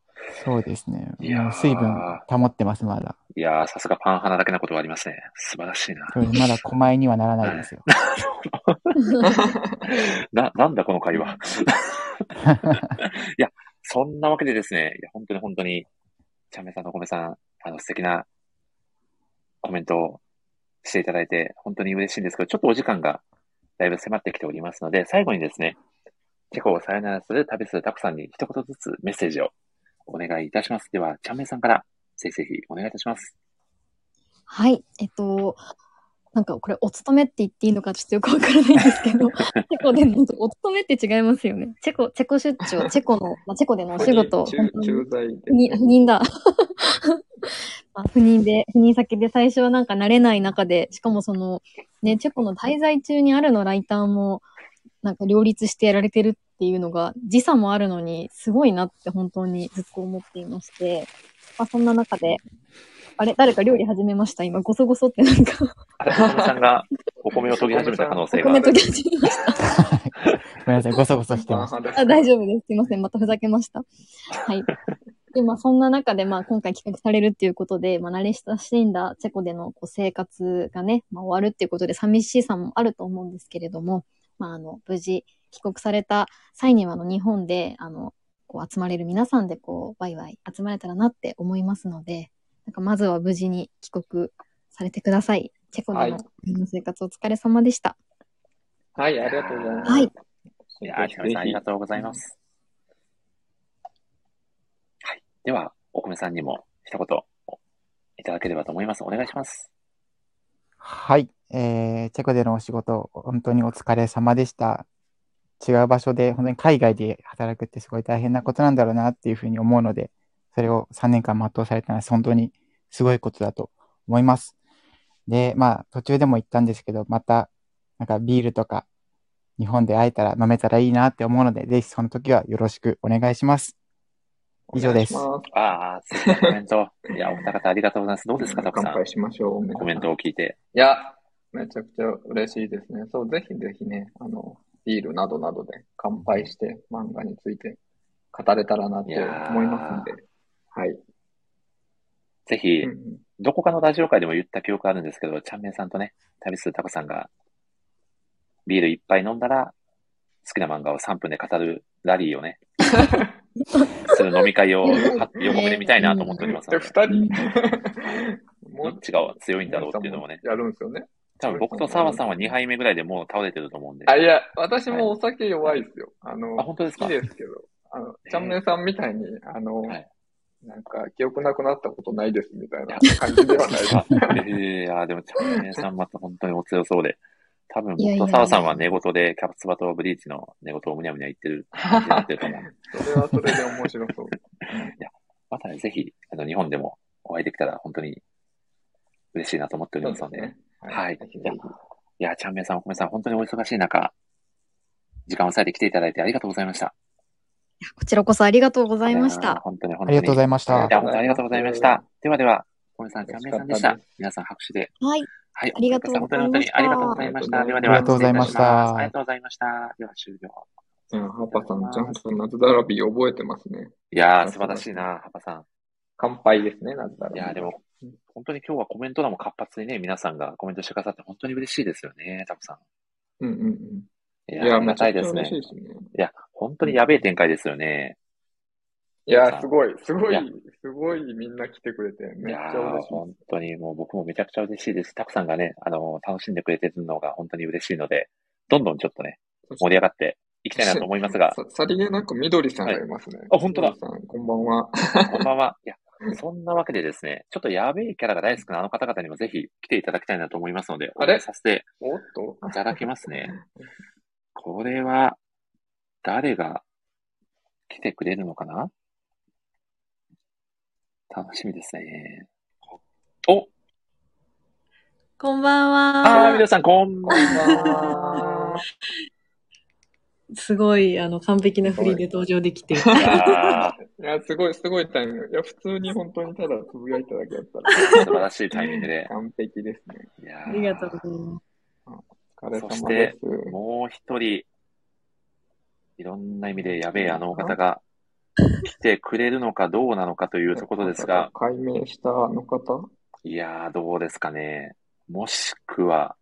[SPEAKER 7] そうですね。
[SPEAKER 1] いやー
[SPEAKER 7] もう水分保ってます、まだ。
[SPEAKER 1] いやー、さすがパン花だけなことはありますね。素晴らしいな。
[SPEAKER 7] そうまだ小前にはならないですよ。
[SPEAKER 1] な、 なんだこの会話。そんなわけでですね、いや、本当に本当に、ちゃんめさんとお米さん、あの、素敵なコメントをしていただいて、本当に嬉しいんですけど、ちょっとお時間がだいぶ迫ってきておりますので、最後にですね、チェコをさよならする旅するタコさんに一言ずつメッセージをお願いいたします。では、チャンメイさんから、ぜひぜひお願いいたします。
[SPEAKER 8] はい、えっと、なんかこれ、お勤めって言っていいのかちょっとよくわからないんですけ ど、チェコでの、お勤めって違いますよね。チェコ、チェコ出張、チェコの、まあ、チェコでのお仕事、
[SPEAKER 2] 中
[SPEAKER 8] 本当に
[SPEAKER 2] 駐在で
[SPEAKER 8] 不。妊、不妊だ。あ不妊で、不妊先で最初はなんか慣れない中で、しかもその、ね、チェコの滞在中にあるのライターも、なんか両立してやられてるっていうのが、時差もあるのに、すごいなって本当にずっと思っていまして、まあ、そんな中で、あれ、誰か料理始めました今、ごそごそってなんか、
[SPEAKER 1] あれ、お米さんがお米を研ぎ始めた可能性
[SPEAKER 8] お
[SPEAKER 1] があ
[SPEAKER 8] 米
[SPEAKER 1] る
[SPEAKER 8] と。ぎ始めました。
[SPEAKER 7] ごめんなさい、ごそごそして
[SPEAKER 2] パン
[SPEAKER 7] ました。
[SPEAKER 2] 派です
[SPEAKER 8] あ大丈夫です。すいません。またふざけました。はい。で、まあ、そんな中で、まあ、今回企画されるっていうことで、まあ、慣れ親しんだチェコでのこう生活がね、まあ、終わるっていうことで、寂しさもあると思うんですけれども、まあ、あの、無事、帰国された際には、あの、日本で、あの、こう、集まれる皆さんで、こう、ワイワイ集まれたらなって思いますので、なんか、まずは無事に帰国されてください。チェコでのの生活お疲れ様でした。
[SPEAKER 2] はい、ありがとうございます。
[SPEAKER 8] はい。
[SPEAKER 1] いやー、チャンメイさんありがとうございます。はい。では、お米さんにも一言いただければと思います。お願いします。
[SPEAKER 7] はい、えーチェコでのお仕事、本当にお疲れ様でした。違う場所で、本当に海外で働くってすごい大変なことなんだろうなっていうふうに思うので、それを3年間全うされたのは本当にすごいことだと思います。で、まあ途中でも言ったんですけど、またなんかビールとか日本で会えたら飲めたらいいなって思うので、ぜひその時はよろしくお願いします。以上です
[SPEAKER 2] お願いし
[SPEAKER 1] ああ、素敵なコメント。いや、お二方ありがとうございます。どう
[SPEAKER 2] ま
[SPEAKER 1] ですすか、タコ
[SPEAKER 2] 乾
[SPEAKER 1] さ
[SPEAKER 2] 杯
[SPEAKER 1] ん。
[SPEAKER 2] しましょう。
[SPEAKER 1] コメントを聞いて。
[SPEAKER 2] いや、めちゃくちゃ嬉しいですね。そう、ぜひぜひね、あの、ビールなどなどで乾杯して漫画について語れたらなと思いますんで。はい。
[SPEAKER 1] ぜひ
[SPEAKER 2] う、ん
[SPEAKER 1] どこかのラジオ会でも言った記憶あるんですけど、チャンメンさんとね、旅するタコさんが、ビール一杯飲んだら、好きな漫画を3分で語るラリーを ね、する飲み会をは横目で見たいなと思っております
[SPEAKER 2] うん。
[SPEAKER 1] の
[SPEAKER 2] で、
[SPEAKER 1] で、
[SPEAKER 2] 二人、
[SPEAKER 1] ど
[SPEAKER 2] も
[SPEAKER 1] っちが強いんだろうっていうのをね、
[SPEAKER 2] やるんですよね。
[SPEAKER 1] 多分僕と澤さんは2杯目ぐらいでもう倒れてると思うんで。
[SPEAKER 2] あ、いや、私もお酒弱いですよ。あの、
[SPEAKER 1] あ本当ですか
[SPEAKER 2] 好きですけど、あの、ちゃんめんさんみたいに、あの、
[SPEAKER 1] はい
[SPEAKER 2] なんか、記憶なくなったことないですみたいな感じでは ないです。
[SPEAKER 1] あ、いや、でも、チャンネルさんまた本当にお強そうで、多分
[SPEAKER 8] いやい
[SPEAKER 1] 僕
[SPEAKER 8] や
[SPEAKER 1] と澤さんは寝言でキャプツバとブリーチの寝言をむにゃむにゃ言ってる感じになってると思うんで、
[SPEAKER 2] それはそれで面白そう。
[SPEAKER 1] またね、ぜひ、あの、日本でもお会いできたら本当に嬉しいなと思っておりますので、。はい
[SPEAKER 2] ぜひぜ
[SPEAKER 1] じゃあいや、チャンメンさん、お米さん、本当にお忙しい中、時間を割いて来ていただいてありがとうございました。
[SPEAKER 8] こちらこそありがとうございまし
[SPEAKER 1] やー
[SPEAKER 8] た。
[SPEAKER 1] 本当に本
[SPEAKER 7] あ
[SPEAKER 1] 当
[SPEAKER 7] り
[SPEAKER 1] に。
[SPEAKER 7] がとうございまし
[SPEAKER 2] あり
[SPEAKER 7] た
[SPEAKER 2] が
[SPEAKER 1] い。や、
[SPEAKER 2] とう
[SPEAKER 1] 本
[SPEAKER 2] ご
[SPEAKER 1] 当にあり
[SPEAKER 2] ざいます
[SPEAKER 1] がとうございました。ではでは、お米さん、チャンメンさんでし
[SPEAKER 2] 楽しかっ
[SPEAKER 1] た
[SPEAKER 2] たで。
[SPEAKER 1] 皆さん拍手で。
[SPEAKER 8] はい。
[SPEAKER 1] はい、
[SPEAKER 8] ありがとう
[SPEAKER 1] お米さん本当に本当にありがとうございました。ではで
[SPEAKER 7] あ
[SPEAKER 1] は、
[SPEAKER 7] りがとうございました
[SPEAKER 1] 失礼いたしますありがとうございました。では終了。
[SPEAKER 2] いや、ハパさん、ちゃんと夏ダラビー覚えてますね。
[SPEAKER 1] いやー、素晴らしいな、ハパさん。
[SPEAKER 2] 乾杯ですね、夏ダラ
[SPEAKER 1] い
[SPEAKER 2] ビー。
[SPEAKER 1] やー、でも、本当に今日はコメント欄も活発にね、皆さんがコメントしてくださって本当に嬉しいですよね、タコさ
[SPEAKER 2] うんうんうん。
[SPEAKER 1] ん。い
[SPEAKER 2] い
[SPEAKER 1] やー、
[SPEAKER 2] や、
[SPEAKER 1] あり
[SPEAKER 2] め
[SPEAKER 1] が
[SPEAKER 2] ちゃ
[SPEAKER 1] たい
[SPEAKER 2] く
[SPEAKER 1] で
[SPEAKER 2] ちゃ
[SPEAKER 1] す
[SPEAKER 2] 嬉
[SPEAKER 1] ね
[SPEAKER 2] しい。ですね。
[SPEAKER 1] いや、本当にやべえ展開ですよね。
[SPEAKER 2] いや、すごい、すご
[SPEAKER 1] い
[SPEAKER 2] い
[SPEAKER 1] や、
[SPEAKER 2] すごいみんな来てくれて、
[SPEAKER 1] い
[SPEAKER 2] めっち
[SPEAKER 1] や
[SPEAKER 2] ゃ
[SPEAKER 1] ー、
[SPEAKER 2] 嬉しい。
[SPEAKER 1] 本当にもう僕もめちゃくちゃ嬉しいです。たくさんがね、あのー楽しんでくれてるのが本当に嬉しいので、どんどんちょっとね、
[SPEAKER 2] そして
[SPEAKER 1] 盛り上がっていきたいなと思いますが、
[SPEAKER 2] ささりげなく緑さんがいますね。
[SPEAKER 1] あ本当だ
[SPEAKER 2] 緑さん、こんばんは。
[SPEAKER 1] こんばんは。いや、そんなわけでですね、ちょっとやべえキャラが大好きなあの方々にもぜひ来ていただきたいなと思いますので、お
[SPEAKER 2] あれ
[SPEAKER 1] 願いさせて
[SPEAKER 2] おっと
[SPEAKER 1] いただきますね。これは、誰が来てくれるのかな楽しみですね。お
[SPEAKER 9] こんばん
[SPEAKER 1] あー、
[SPEAKER 9] は
[SPEAKER 1] 皆。さん、こん
[SPEAKER 2] こん
[SPEAKER 1] ばん
[SPEAKER 2] ばん
[SPEAKER 1] は。
[SPEAKER 2] は。
[SPEAKER 9] すごい、あの、完璧な振りで登場できて。
[SPEAKER 1] いや
[SPEAKER 2] いや、すごい、すごいタイミング。いや、普通に本当にただつぶやいただけだった
[SPEAKER 1] ー、素晴らしいタイミングで
[SPEAKER 2] ら。。完璧ですね。
[SPEAKER 1] いやー
[SPEAKER 9] ありがとうございます。
[SPEAKER 2] お疲れ
[SPEAKER 1] そし
[SPEAKER 2] 様で
[SPEAKER 1] て
[SPEAKER 2] す。、
[SPEAKER 1] もう一人、いろんな意味でやべえあのお方が来てくれるのかどうなのかというところですが、
[SPEAKER 2] 解明したあの方
[SPEAKER 1] いやー、どうですかね。もしくは、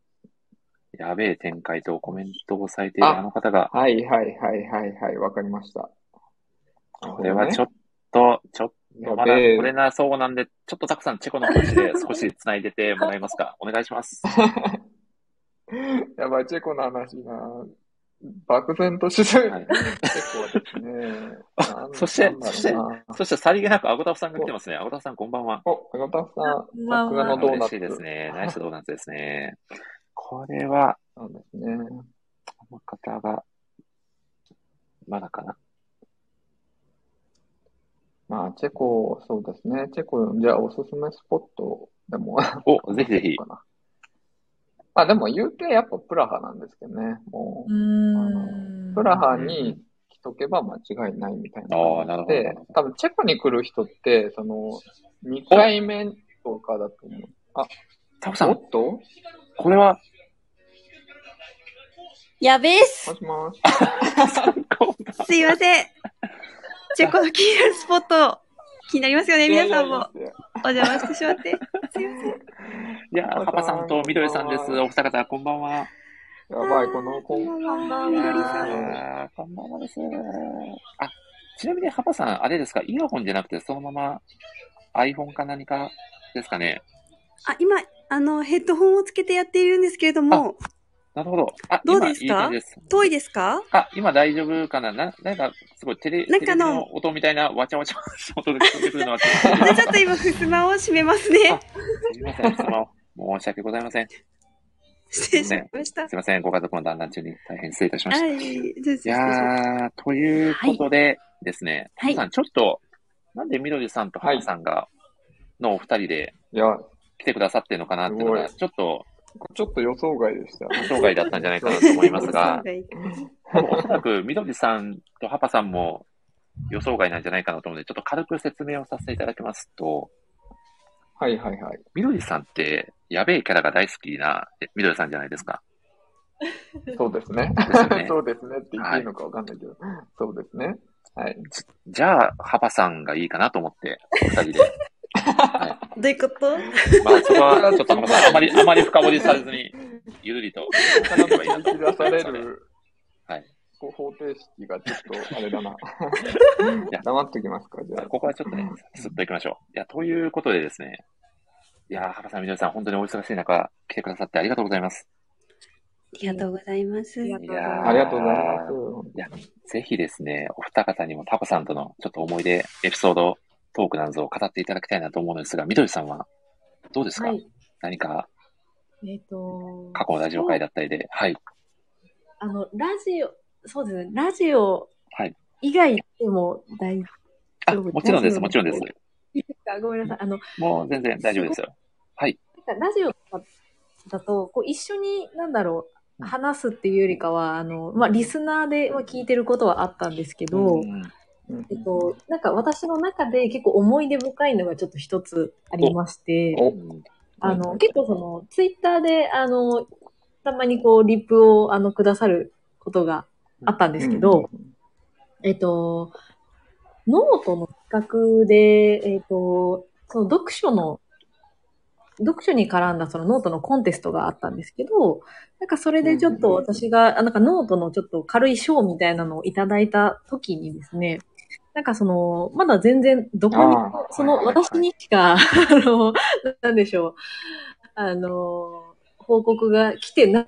[SPEAKER 1] やべえ展開とコメントをされているあの方が、
[SPEAKER 2] はいはいはいはいはい、わかりました。
[SPEAKER 1] これはちょっと、ちょっ
[SPEAKER 2] や
[SPEAKER 1] とまだ
[SPEAKER 2] べえ
[SPEAKER 1] 取れなそうなんで、ちょっとたくさんチェコの話で少し繋いでてもらえます かお願いします。
[SPEAKER 2] やばい、チェコの話が、漠然としてる。チェコはですね、なん
[SPEAKER 1] そして
[SPEAKER 2] なん、だ
[SPEAKER 1] そ
[SPEAKER 2] ろ
[SPEAKER 1] して
[SPEAKER 2] うな、
[SPEAKER 1] そしてさりげなくアゴタフさんが来てますね。アゴタフさんこんばんは。
[SPEAKER 2] お、中田さん、
[SPEAKER 9] まあ
[SPEAKER 2] さすが
[SPEAKER 9] まあ
[SPEAKER 2] のドーナ
[SPEAKER 1] 嬉
[SPEAKER 2] ツ。
[SPEAKER 1] しいですね。ナイスドーナツです ね。これは、
[SPEAKER 2] そうですね。
[SPEAKER 1] この方が、まだかな。
[SPEAKER 2] まあ、チェコ、そうですね。チェコ、じゃあ、おすすめスポットでも、
[SPEAKER 1] お、ぜひぜひ
[SPEAKER 2] か。な。まあ、でも、言うて、やっぱプラハなんですけどね。も
[SPEAKER 9] うー
[SPEAKER 2] う、あ
[SPEAKER 9] ん
[SPEAKER 2] の、プラハ
[SPEAKER 1] うんう
[SPEAKER 2] に来とけば間違いないみたいな
[SPEAKER 1] ああ、
[SPEAKER 2] 感
[SPEAKER 1] なる
[SPEAKER 2] じ
[SPEAKER 1] ほ
[SPEAKER 2] で
[SPEAKER 1] ど。、
[SPEAKER 2] 多分、チェコに来る人って、その、2回目とかだと思う。あ、
[SPEAKER 1] タコさ
[SPEAKER 2] お
[SPEAKER 1] ん、
[SPEAKER 2] っと
[SPEAKER 1] これは、
[SPEAKER 10] やべえっす
[SPEAKER 2] も。しもし。
[SPEAKER 10] すいません。チェコの気になるスポット、気になりますよね、皆さんも。
[SPEAKER 2] いやいやいや
[SPEAKER 10] お邪魔してしまって。すいません。
[SPEAKER 1] いやー、
[SPEAKER 2] タ
[SPEAKER 1] パ
[SPEAKER 2] コ
[SPEAKER 1] パ
[SPEAKER 2] さ
[SPEAKER 1] さ
[SPEAKER 2] ん
[SPEAKER 1] んとみどりさんです。
[SPEAKER 2] こんばんは
[SPEAKER 1] お二方、こんばんは。
[SPEAKER 2] やばい、この、こん、
[SPEAKER 10] こんばんは、
[SPEAKER 1] い
[SPEAKER 10] みど
[SPEAKER 1] や
[SPEAKER 10] りさん。
[SPEAKER 1] ーこんばんはです。あ、ちなみにハパさん、あれですか、イヤホンじゃなくて、そのまま iPhone か何かですかね。
[SPEAKER 10] あ、今、あの、ヘッドホンをつけてやっているんですけれども、
[SPEAKER 1] なるほど。あ、
[SPEAKER 10] どう
[SPEAKER 1] 今、
[SPEAKER 10] ですか
[SPEAKER 1] いい感じです。
[SPEAKER 10] 遠いですか
[SPEAKER 1] あ、今大丈夫かなな、なんか、すごいテレ、
[SPEAKER 10] な
[SPEAKER 1] テ
[SPEAKER 10] ん
[SPEAKER 1] レ
[SPEAKER 10] か
[SPEAKER 1] ビ
[SPEAKER 10] の
[SPEAKER 1] の音みたいな、わちゃわちゃした音が聞こえてくるのは、す
[SPEAKER 10] じゃあちょっと今、ふすまを閉めますね。
[SPEAKER 1] みません、スマホ。申し訳ございません。す
[SPEAKER 10] 失礼しました。は
[SPEAKER 1] みません、ご家族の団らん中に大変失礼いたしました。
[SPEAKER 10] い。じゃあ失
[SPEAKER 1] い
[SPEAKER 10] 礼します
[SPEAKER 1] やー、ということでですね、
[SPEAKER 10] はい
[SPEAKER 1] 皆さんちょっと、なんでみどりさんと
[SPEAKER 2] は
[SPEAKER 1] はいなさんが、のお二人で
[SPEAKER 2] いや、
[SPEAKER 1] 来てくださってるのかなっていうのが、
[SPEAKER 2] す
[SPEAKER 1] ちょっと、
[SPEAKER 2] ちょっと予想外でした。
[SPEAKER 1] 障害だったんじゃないかなと思いますが、
[SPEAKER 10] そう
[SPEAKER 1] 多分おそらく みどりさんとハパさんも予想外なんじゃないかなと思うので、ちょっと軽く説明をさせていただきますと、
[SPEAKER 2] はいはいはい。
[SPEAKER 1] みどりさんって、やべえキャラが大好きなえみどりさんじゃないですか。
[SPEAKER 2] そうですね
[SPEAKER 1] ですよね。
[SPEAKER 2] そうですねって言っていいのかわかんないけど。そうですね。はい。
[SPEAKER 1] じゃあ、ハパさんがいいかなと思 って、お二人で。
[SPEAKER 10] どういうこと
[SPEAKER 1] まあ、そこは、ちょっとハパさん、あまり、あまり深掘りされずに、ゆるり と、
[SPEAKER 2] から
[SPEAKER 1] ればいいなと
[SPEAKER 2] 引き出される、
[SPEAKER 1] はい。
[SPEAKER 2] こう方程式がちょっと、あ れだな。
[SPEAKER 1] や
[SPEAKER 2] 黙っときますか、じゃあ。
[SPEAKER 1] ここはちょっとね、すっと行きましょう。いや、ということでですね。いやー、原さん、みどりさん、本当にお忙しい中、来てくださってありがとうございます。
[SPEAKER 10] ありがとうございます。
[SPEAKER 9] いや
[SPEAKER 1] いやー
[SPEAKER 2] ありがとうございます。
[SPEAKER 1] ぜひですね、お二方にもタコさんとのちょっと思い出、エピソード、トークなんぞを語っていただきたいなと思うんですが、みどりさんは、どうですか、
[SPEAKER 9] はい。
[SPEAKER 1] 何か、
[SPEAKER 9] えっ、と、
[SPEAKER 1] 過去のラジオ会だったりで、はい。
[SPEAKER 9] あの、ラジオ、そうですね、ラジオ
[SPEAKER 1] はい
[SPEAKER 9] 以外でも大
[SPEAKER 1] あ、
[SPEAKER 9] 丈夫
[SPEAKER 1] もちろんです、
[SPEAKER 9] ラ
[SPEAKER 1] も
[SPEAKER 9] ジ
[SPEAKER 1] ち
[SPEAKER 9] オ
[SPEAKER 1] ろんです。
[SPEAKER 9] いいですかごめんなさい。あの、
[SPEAKER 1] もう全然大丈夫ですよ。
[SPEAKER 9] なんかラジオとかだと、こう一緒に、なんだろう、
[SPEAKER 1] うん
[SPEAKER 9] 話すっていうよりかは、あの、まあ、リスナーでまあ聞いてることはあったんですけど、
[SPEAKER 1] うん
[SPEAKER 9] えっと、なんか私の中で結構思い出深いのがちょっと一つありまして、
[SPEAKER 2] お
[SPEAKER 1] うん
[SPEAKER 9] あの、結構その、ツイッターで、あの、たまにこう、リップを、あの、くださることがあったんですけど、えっと、ノートの企画で、えっと、その読書の、読書に絡んだそのノートのコンテストがあったんですけど、なんかそれでちょっと私が、あなんかノートのちょっと軽い賞みたいなのをいただいた時にですね、なんかその、まだ全然どこに
[SPEAKER 2] あ
[SPEAKER 9] も、
[SPEAKER 2] ー
[SPEAKER 9] その
[SPEAKER 2] はいはいはい
[SPEAKER 9] 私にしか、 あの、なんでしょう、あの、報告が来てな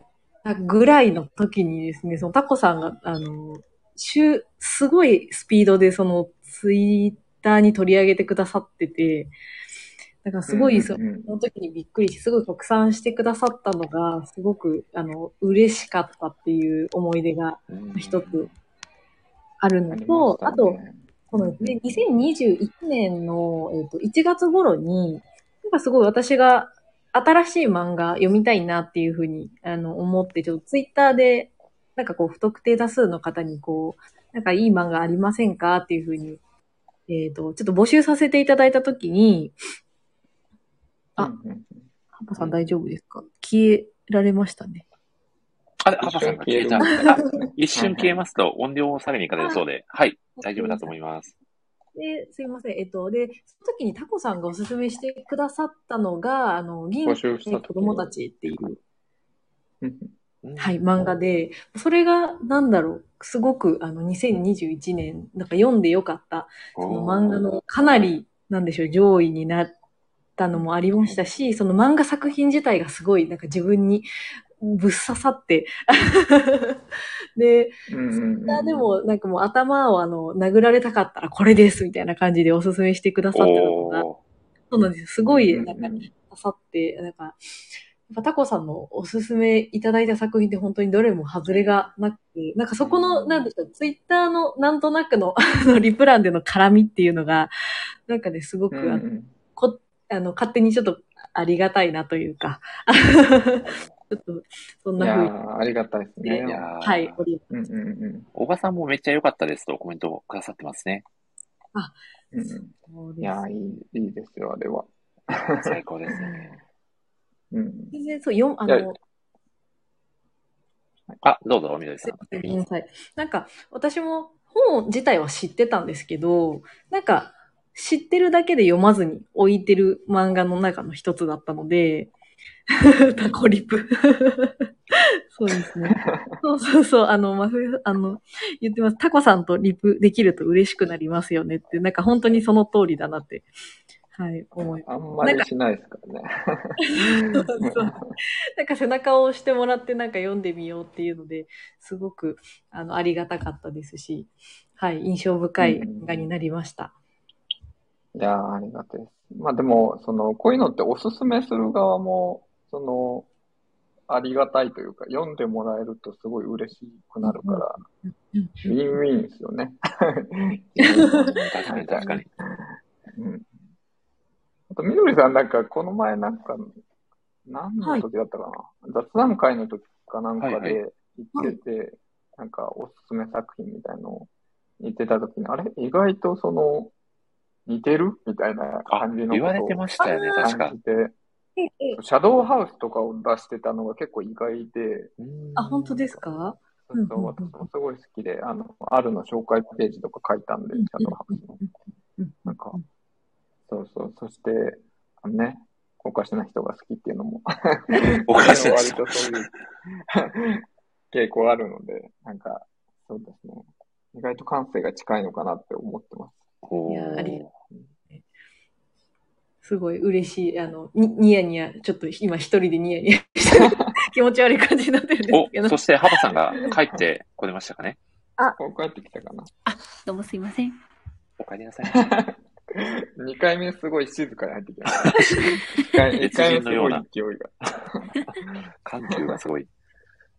[SPEAKER 9] ぐらいの時にですね、そのタコさんが、あの、週、すごいスピードでそのツイッターに取り上げてくださってて、だからすごいそ、
[SPEAKER 2] うんうんうん
[SPEAKER 9] その時にびっくりして、すごい拡散してくださったのが、すごく、あの、嬉しかったっていう思い出が
[SPEAKER 1] うん
[SPEAKER 9] 一つある
[SPEAKER 2] あ
[SPEAKER 9] の
[SPEAKER 2] りま
[SPEAKER 9] と、
[SPEAKER 2] した
[SPEAKER 9] あと、
[SPEAKER 2] ね。
[SPEAKER 9] そうなんですね。2021年の、えっと1月頃に、なんかすごい私が新しい漫画読みたいなっていうふうにあの思って、ちょっとツイッターで、なんかこう不特定多数の方にこう、なんかいい漫画ありませんかっていうふうに、えっ、と、ちょっと募集させていただいたときに、あ
[SPEAKER 2] うんうん
[SPEAKER 9] ハパさん大丈夫ですか消えられましたね。
[SPEAKER 1] あれ、ハ
[SPEAKER 2] 一
[SPEAKER 1] パさ
[SPEAKER 2] 瞬
[SPEAKER 1] んが
[SPEAKER 2] 消
[SPEAKER 1] 消
[SPEAKER 2] え
[SPEAKER 1] え
[SPEAKER 2] る
[SPEAKER 1] た。
[SPEAKER 2] みたい
[SPEAKER 1] あ
[SPEAKER 2] ですね。
[SPEAKER 1] 一瞬消え
[SPEAKER 2] ま
[SPEAKER 1] ますと音量を下げに行かれるそうで、はい、大丈夫だと思います。
[SPEAKER 9] ですいません。えっと、で、その時にタコさんがおすすめしてくださったのが、あの、銀
[SPEAKER 2] 募集した時に
[SPEAKER 9] 子供たちっていう
[SPEAKER 2] す。
[SPEAKER 9] はい、漫画で、それが、なんだろう、すごく、あの、2021年、なんか読んでよかった、その漫画のかなり、なんでしょう、上位になったのもありましたし、その漫画作品自体がすごい、なんか自分にぶっ刺さって、 で、ツ
[SPEAKER 2] うんうんうん
[SPEAKER 9] イッターでも、なんかもう頭をあの、殴られたかったらこれです、みたいな感じでおすすめしてくださってたのが、そうなんですよ。すごい、なんか、刺さって、なんか、やっぱタコさんのおすすめいただいた作品って本当にどれも外れがなくて、なんかそこの、なんでしょう、ツイッターのなんとなくの、 あの、リプランでの絡みっていうのが、なんかね、すごく、あのこあの、勝手にちょっとありがたいなというか、 ちょっと、そん
[SPEAKER 2] い
[SPEAKER 9] な
[SPEAKER 2] や
[SPEAKER 9] 風に。
[SPEAKER 2] ーありがたいですね。
[SPEAKER 9] はい、おり
[SPEAKER 2] うんうんうん。
[SPEAKER 1] 小川さんもめっちゃ良かったですとコメントをくださってますね。
[SPEAKER 9] あ、
[SPEAKER 1] うです
[SPEAKER 2] いやーいい、いいですよ、あれは。
[SPEAKER 1] 最高です ね。
[SPEAKER 2] うん。
[SPEAKER 9] 全然そう、よんあ
[SPEAKER 2] いや
[SPEAKER 9] の、
[SPEAKER 1] あ、どうぞ、みどりさん。
[SPEAKER 9] ごめんなさい。なんか、私も本自体は知ってたんですけど、なんか、知ってるだけで読まずに置いてる漫画の中の一つだったので、 タコリ プ。そうですね。そうそうそう、あの、まふ、あの、言ってます。タコさんとリプできると嬉しくなりますよねって、なんか本当にその通りだなって、はい、思います。
[SPEAKER 2] あんまりしないですからね。
[SPEAKER 9] そうそう なんか背中を押してもらってなんか読んでみようっていうのですごくあのありがたかったですし、はい、印象深い画になりました。
[SPEAKER 2] いやーありがたいです。まあでも、その、こういうのっておすすめする側も、その、ありがたいというか、読んでもらえるとすごい嬉しくなるから、ウィンウィンです よね。
[SPEAKER 1] 確かに確かに。
[SPEAKER 2] うん。あと、みどりさんなんか、この前なんか、何の時だったかな、雑談会の時かなんか
[SPEAKER 1] はいは
[SPEAKER 2] で言ってて、なんかおすすめ作品みたいのを言ってた時に、あれ意外とその、似てるみたいな感じのことを
[SPEAKER 1] 言われてましたよね確か
[SPEAKER 2] 感じて、シャドウハウスとかを出してたのが結構意外で、
[SPEAKER 9] あ、本当ですか
[SPEAKER 2] そうそう私もすごい好きで、あの、あるの紹介ページとか書いたんで、シャドウハウスの。なんか、そうそう、そして、あのね、おかしな人が好きっていうのも、
[SPEAKER 1] おかしな人
[SPEAKER 2] 割とそういう 傾向あるので、なんか、そうですね。意外と感性が近いのかなって思ってます。
[SPEAKER 9] いやありすごい嬉しい。あの、にニヤニヤ、ちょっと今一人でニヤニヤしてる気持ち悪い感じになってるんですけ
[SPEAKER 1] お、
[SPEAKER 9] ど
[SPEAKER 1] そ。して、ハバさんが帰ってこれましたかね。
[SPEAKER 9] あ、
[SPEAKER 2] 帰ってきたかな。
[SPEAKER 10] どうもすいません。
[SPEAKER 1] お帰りなさい。
[SPEAKER 2] 2回目すごい静かに入って きました。1回一
[SPEAKER 1] 別
[SPEAKER 2] 回
[SPEAKER 1] 人
[SPEAKER 2] 目
[SPEAKER 1] の
[SPEAKER 2] す
[SPEAKER 1] よ
[SPEAKER 2] ご
[SPEAKER 1] う
[SPEAKER 2] い
[SPEAKER 1] な
[SPEAKER 2] 勢いが。
[SPEAKER 1] 緩急がすごい。い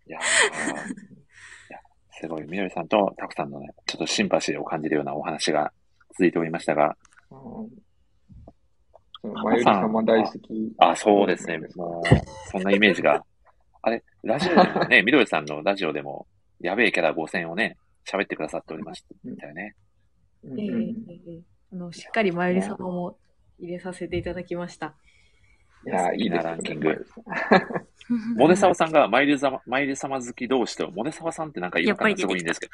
[SPEAKER 1] やーいやすごい。みどりさんとたくさんのね、ちょっとシンパシーを感じるようなお話が続いておりましたが、
[SPEAKER 2] うん
[SPEAKER 1] ハ
[SPEAKER 2] まゆ
[SPEAKER 1] バ
[SPEAKER 2] り
[SPEAKER 1] さん
[SPEAKER 2] 様大好き。
[SPEAKER 1] あ、そうですね。もう、そんなイメージが。 あれ、ラジオでもね、みどりさんのラジオでも、やべえキャラ5000をね、喋ってくださっておりましたよね。
[SPEAKER 9] ええええええあのしっかりまゆり様も入れさせていただきました。
[SPEAKER 1] いや、いいなランキング。モネサワさんがマイルザマ、マイル様好き同士と、モネサワさんってなんか今からすごいんですけど。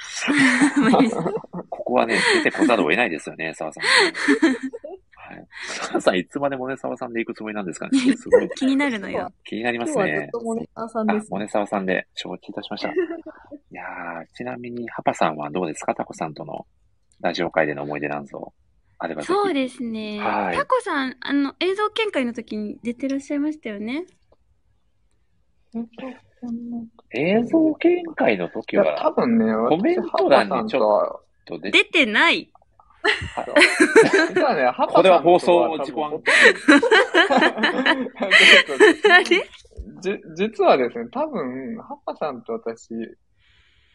[SPEAKER 1] ここはね、出てこざるを得ないですよね、沢さん。はい。沢さん、いつまでモネサワさんで行くつもりなんですかね。すごい。
[SPEAKER 10] 気になるのよ。
[SPEAKER 1] 気になります
[SPEAKER 9] 今日はず
[SPEAKER 1] ね
[SPEAKER 9] っ。とモネさん
[SPEAKER 1] あ
[SPEAKER 9] で、す。
[SPEAKER 1] モネサワさんで承知いたしました。いやー、ちなみに、ハパさんはどうですかタコさんとのラジオ会での思い出なんぞ。あればぜひ
[SPEAKER 10] そうですね。
[SPEAKER 1] はい
[SPEAKER 10] タコさん、あの、映像見解の時に出てらっしゃいましたよね。
[SPEAKER 1] 映像見解の時は、
[SPEAKER 2] 多分ね、
[SPEAKER 1] コメント欄にちょっと出て、
[SPEAKER 10] 出てない。
[SPEAKER 2] 実はね、ハ
[SPEAKER 1] これは放送事故案
[SPEAKER 2] じ、実はですね、多分、ハッパさんと私、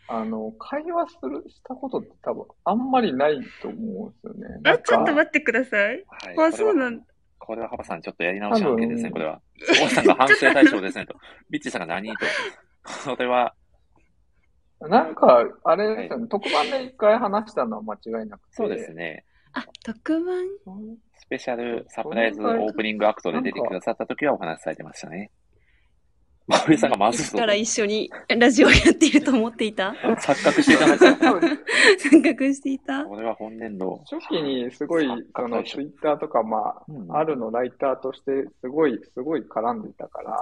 [SPEAKER 2] あの、会話する、したことって多分、あんまりないと思うんですよね。なん
[SPEAKER 10] あ、
[SPEAKER 2] か
[SPEAKER 10] ちょっと待ってください。
[SPEAKER 1] はい
[SPEAKER 10] あ、そうなんだ。
[SPEAKER 1] これはハパさんちょっとやり直し
[SPEAKER 2] 多
[SPEAKER 1] 案
[SPEAKER 2] 分
[SPEAKER 1] 件ですね、これは。おさんが反省対象ですね、と。ビッチーさんが何と。これは、
[SPEAKER 2] なんか、あれですよね、特番で一回話したのは間違いなくて。
[SPEAKER 1] そうですね。
[SPEAKER 10] 特番
[SPEAKER 1] スペシャルサプライズオープニングアクトで出てくださった時はお話しされてましたね。まふりさんがま
[SPEAKER 10] い
[SPEAKER 1] ず
[SPEAKER 10] つ
[SPEAKER 1] そ
[SPEAKER 10] から
[SPEAKER 1] う。
[SPEAKER 10] 一緒にラジオやっていると思っていた
[SPEAKER 1] 錯覚していたんですよ。
[SPEAKER 10] 参画していた
[SPEAKER 1] これは本年度。
[SPEAKER 2] 初期にすごい、その、 ツイッターとか、まあ、あるのライターとして、すごい、すごい絡んでいたから、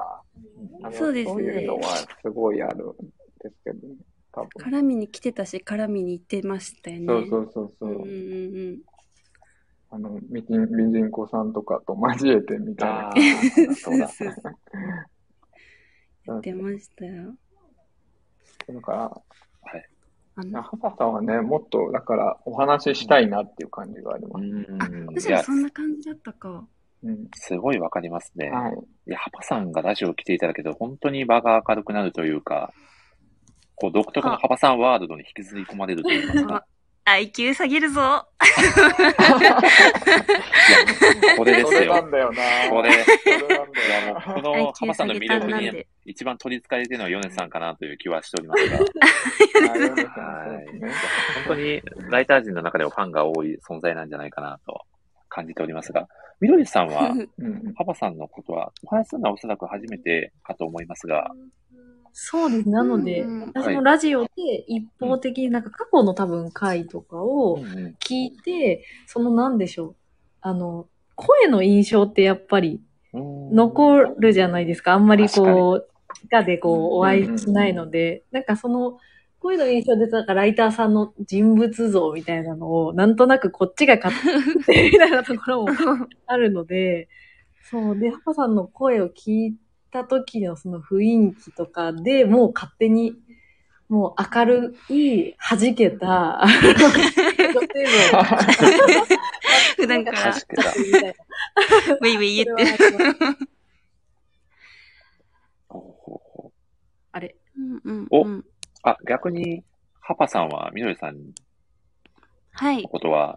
[SPEAKER 2] あの
[SPEAKER 10] そうですね
[SPEAKER 2] そういうのは、すごいあるんですけどね。多分。
[SPEAKER 10] 絡みに来てたし、絡みに行ってましたよね。
[SPEAKER 2] そうそうそうそうう。
[SPEAKER 10] んうんうん。
[SPEAKER 2] あの、美人、美人子さんとかと交えてみたいな。
[SPEAKER 1] あーそうだ
[SPEAKER 10] そうそうやってましたよ。
[SPEAKER 2] だから、
[SPEAKER 10] あの、
[SPEAKER 2] 畑さんはね、もっと、だから、お話ししたいなっていう感じがあります。
[SPEAKER 10] むし
[SPEAKER 1] い
[SPEAKER 10] ろ
[SPEAKER 1] や
[SPEAKER 10] そんな感じだったか。
[SPEAKER 2] うん。
[SPEAKER 1] すごいわかりますね。
[SPEAKER 2] はい。
[SPEAKER 1] いや、ハパさんがラジオ来ていただけると、本当に場が明るくなるというか、こう、独特のハパさんワールドに引きずり込まれるといいますか。
[SPEAKER 10] IQ 下げるぞ。
[SPEAKER 1] い や、これで
[SPEAKER 2] そ
[SPEAKER 1] す
[SPEAKER 2] れな
[SPEAKER 1] よ
[SPEAKER 2] ん。だよな
[SPEAKER 1] これ。
[SPEAKER 2] それなんだよ。
[SPEAKER 1] いや、も
[SPEAKER 10] IQ
[SPEAKER 1] う、このハパさんの魅力
[SPEAKER 10] 下げたん
[SPEAKER 1] に
[SPEAKER 10] で
[SPEAKER 1] 一番取り憑かれてるのはヨネさんかなという気はしておりますが、
[SPEAKER 2] なる
[SPEAKER 1] はい
[SPEAKER 2] ほど。そうですね。
[SPEAKER 1] 本当にライター陣の中でもファンが多い存在なんじゃないかなと感じてお りますが、みどりさんは、
[SPEAKER 2] うん。
[SPEAKER 1] ハパさんのことは、お話しするのはおそらく初めてかと思いますが、
[SPEAKER 9] そうです。なので、
[SPEAKER 10] うん
[SPEAKER 9] 私もラジオで一方的になんか過去の多分回とか
[SPEAKER 1] う
[SPEAKER 9] を
[SPEAKER 1] んうん
[SPEAKER 9] 聞いて、そのなんでしょう。あの、声の印象ってやっぱり残るじゃないですか。あんまりこう、直でこうお会いしないので、なんかその声の印象で、なんかライターさんの人物像みたいなのを、なんとなくこっちが勝手みたいなところもあるので、そう。で、ハパさんの声を聞いた時のその雰囲気とかでもう勝手に、もう明るい、弾けた、女性像
[SPEAKER 10] 普段から
[SPEAKER 1] 確、かに。
[SPEAKER 9] みたいな。
[SPEAKER 10] ウェイウェイ言って。
[SPEAKER 9] それは
[SPEAKER 1] ほうほうほう
[SPEAKER 9] あれ
[SPEAKER 10] うんうんうん
[SPEAKER 1] おあ、逆に、ハパさんは、みどりさん
[SPEAKER 10] はい
[SPEAKER 1] の。ことは、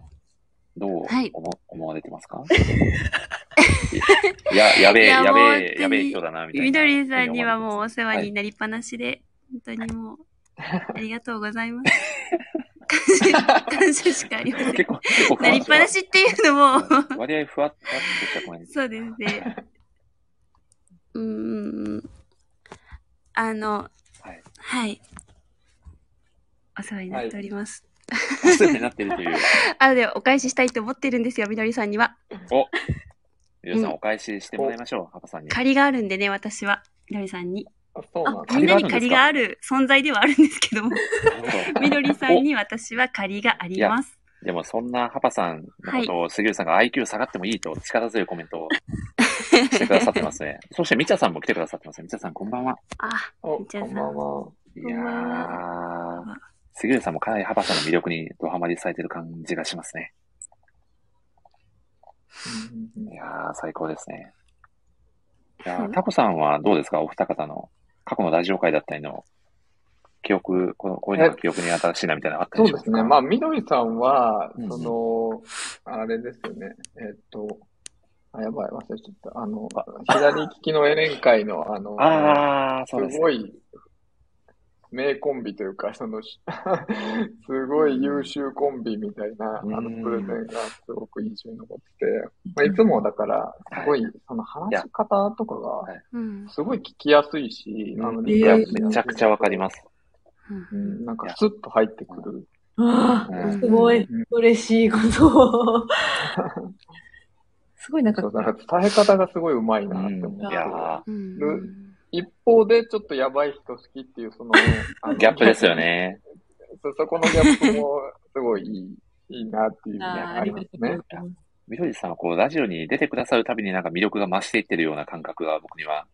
[SPEAKER 1] どう
[SPEAKER 10] はい
[SPEAKER 1] 思,、思われてま すかいや、やべえ、
[SPEAKER 10] いや
[SPEAKER 1] やべ
[SPEAKER 10] もう本当
[SPEAKER 1] え、
[SPEAKER 10] に
[SPEAKER 1] やべえ人だな、みたいな。
[SPEAKER 10] みどりさんにはもうお世話にな
[SPEAKER 1] な
[SPEAKER 10] りっぱなしで、本当にもう、ありがとうござい ます。感謝、感謝しかありません。
[SPEAKER 1] 結構、結構ふわ
[SPEAKER 10] なりっぱなしっていうのも、
[SPEAKER 1] 割合ふわっふわっとした声に。
[SPEAKER 10] そうですね。うんうんうん。あの、
[SPEAKER 1] はい。
[SPEAKER 10] はい。お世話になっております。
[SPEAKER 1] お世話になってるという。
[SPEAKER 10] あので、お返ししたいと思ってるんですよ、みどりさんには。
[SPEAKER 1] おみどりさん、
[SPEAKER 10] うん
[SPEAKER 1] お返ししてもらいましょう、ハパさんに。
[SPEAKER 10] 借りがあるんでね、私は。みどりさんに。
[SPEAKER 2] あそうなん
[SPEAKER 10] あ
[SPEAKER 2] だ、。
[SPEAKER 10] みんなに
[SPEAKER 1] 借
[SPEAKER 10] 借
[SPEAKER 1] り
[SPEAKER 10] り
[SPEAKER 1] が
[SPEAKER 10] が
[SPEAKER 1] あ
[SPEAKER 10] ある存在ではあるんですけども。
[SPEAKER 1] なるほど
[SPEAKER 10] みどりさんに私は借りがあります。
[SPEAKER 1] でもそんなハパさんのことを杉浦さんが IQ 下がってもいいと力強いコメントをしてくださってますね。そしてみちゃさんも来てくださってますね。みちゃさんこんばんは。
[SPEAKER 10] あ、
[SPEAKER 2] お、
[SPEAKER 10] じゃあ
[SPEAKER 2] こんばんは。
[SPEAKER 1] い
[SPEAKER 10] んば
[SPEAKER 1] や
[SPEAKER 10] ん
[SPEAKER 1] ー、杉浦さんもかなりハパさんの魅力にドハマりされてる感じがしますね。
[SPEAKER 2] うん
[SPEAKER 1] いやー、最高ですね。いやータコさんはどうですかお二方の過去のラジオ会だったりの記憶、このこういうのが記憶に新しいなみたいなのあった
[SPEAKER 2] そ
[SPEAKER 1] りし
[SPEAKER 2] うで
[SPEAKER 1] ます
[SPEAKER 2] す
[SPEAKER 1] か
[SPEAKER 2] ね。まあ、みどりさんは
[SPEAKER 1] うんう、ん
[SPEAKER 2] その、あれですよね。えっと、あ、やばい、忘れちゃった。あの、左利きのエレン会の、あの、
[SPEAKER 1] あー、そうです
[SPEAKER 2] す
[SPEAKER 1] ね。
[SPEAKER 2] ごい、名コンビというか、その、し すごい優秀コンビみたいな、あの、
[SPEAKER 1] うん
[SPEAKER 2] プレゼンがすごく印象に残ってて、まあ、いつもだから、すごい、その
[SPEAKER 1] いや
[SPEAKER 2] 話し方とかが、
[SPEAKER 10] うん。
[SPEAKER 2] すごい聞きやすいし、あの、
[SPEAKER 1] うんい
[SPEAKER 2] 理
[SPEAKER 1] や、
[SPEAKER 2] 解
[SPEAKER 1] め
[SPEAKER 2] しやすい。。
[SPEAKER 1] ちゃくちゃわかりますす。
[SPEAKER 2] うん、なんか、スッと入ってくる。
[SPEAKER 9] あ
[SPEAKER 1] う
[SPEAKER 9] あ、
[SPEAKER 1] ん
[SPEAKER 9] すごい、嬉しいことを。すごいなんか
[SPEAKER 2] そ、う、なんか伝え方がすごい上手いなって思
[SPEAKER 1] うん、いや
[SPEAKER 2] っ
[SPEAKER 10] う
[SPEAKER 1] ー。
[SPEAKER 2] て。
[SPEAKER 10] ん
[SPEAKER 2] る一方で、ちょっとやばい人好きっていう、その、あの
[SPEAKER 1] ギャップですよ。ね。
[SPEAKER 2] そ、そこのギャップも、すごいいい、いいなっていうの
[SPEAKER 9] あ
[SPEAKER 2] が
[SPEAKER 9] ー
[SPEAKER 2] あ
[SPEAKER 9] あり
[SPEAKER 2] りま
[SPEAKER 9] が
[SPEAKER 2] す
[SPEAKER 9] とうござ
[SPEAKER 2] ね
[SPEAKER 9] い。ます。
[SPEAKER 1] みどりさんはこう、ラジオに出てくださるたびになんか魅力が増していってるような感覚が僕には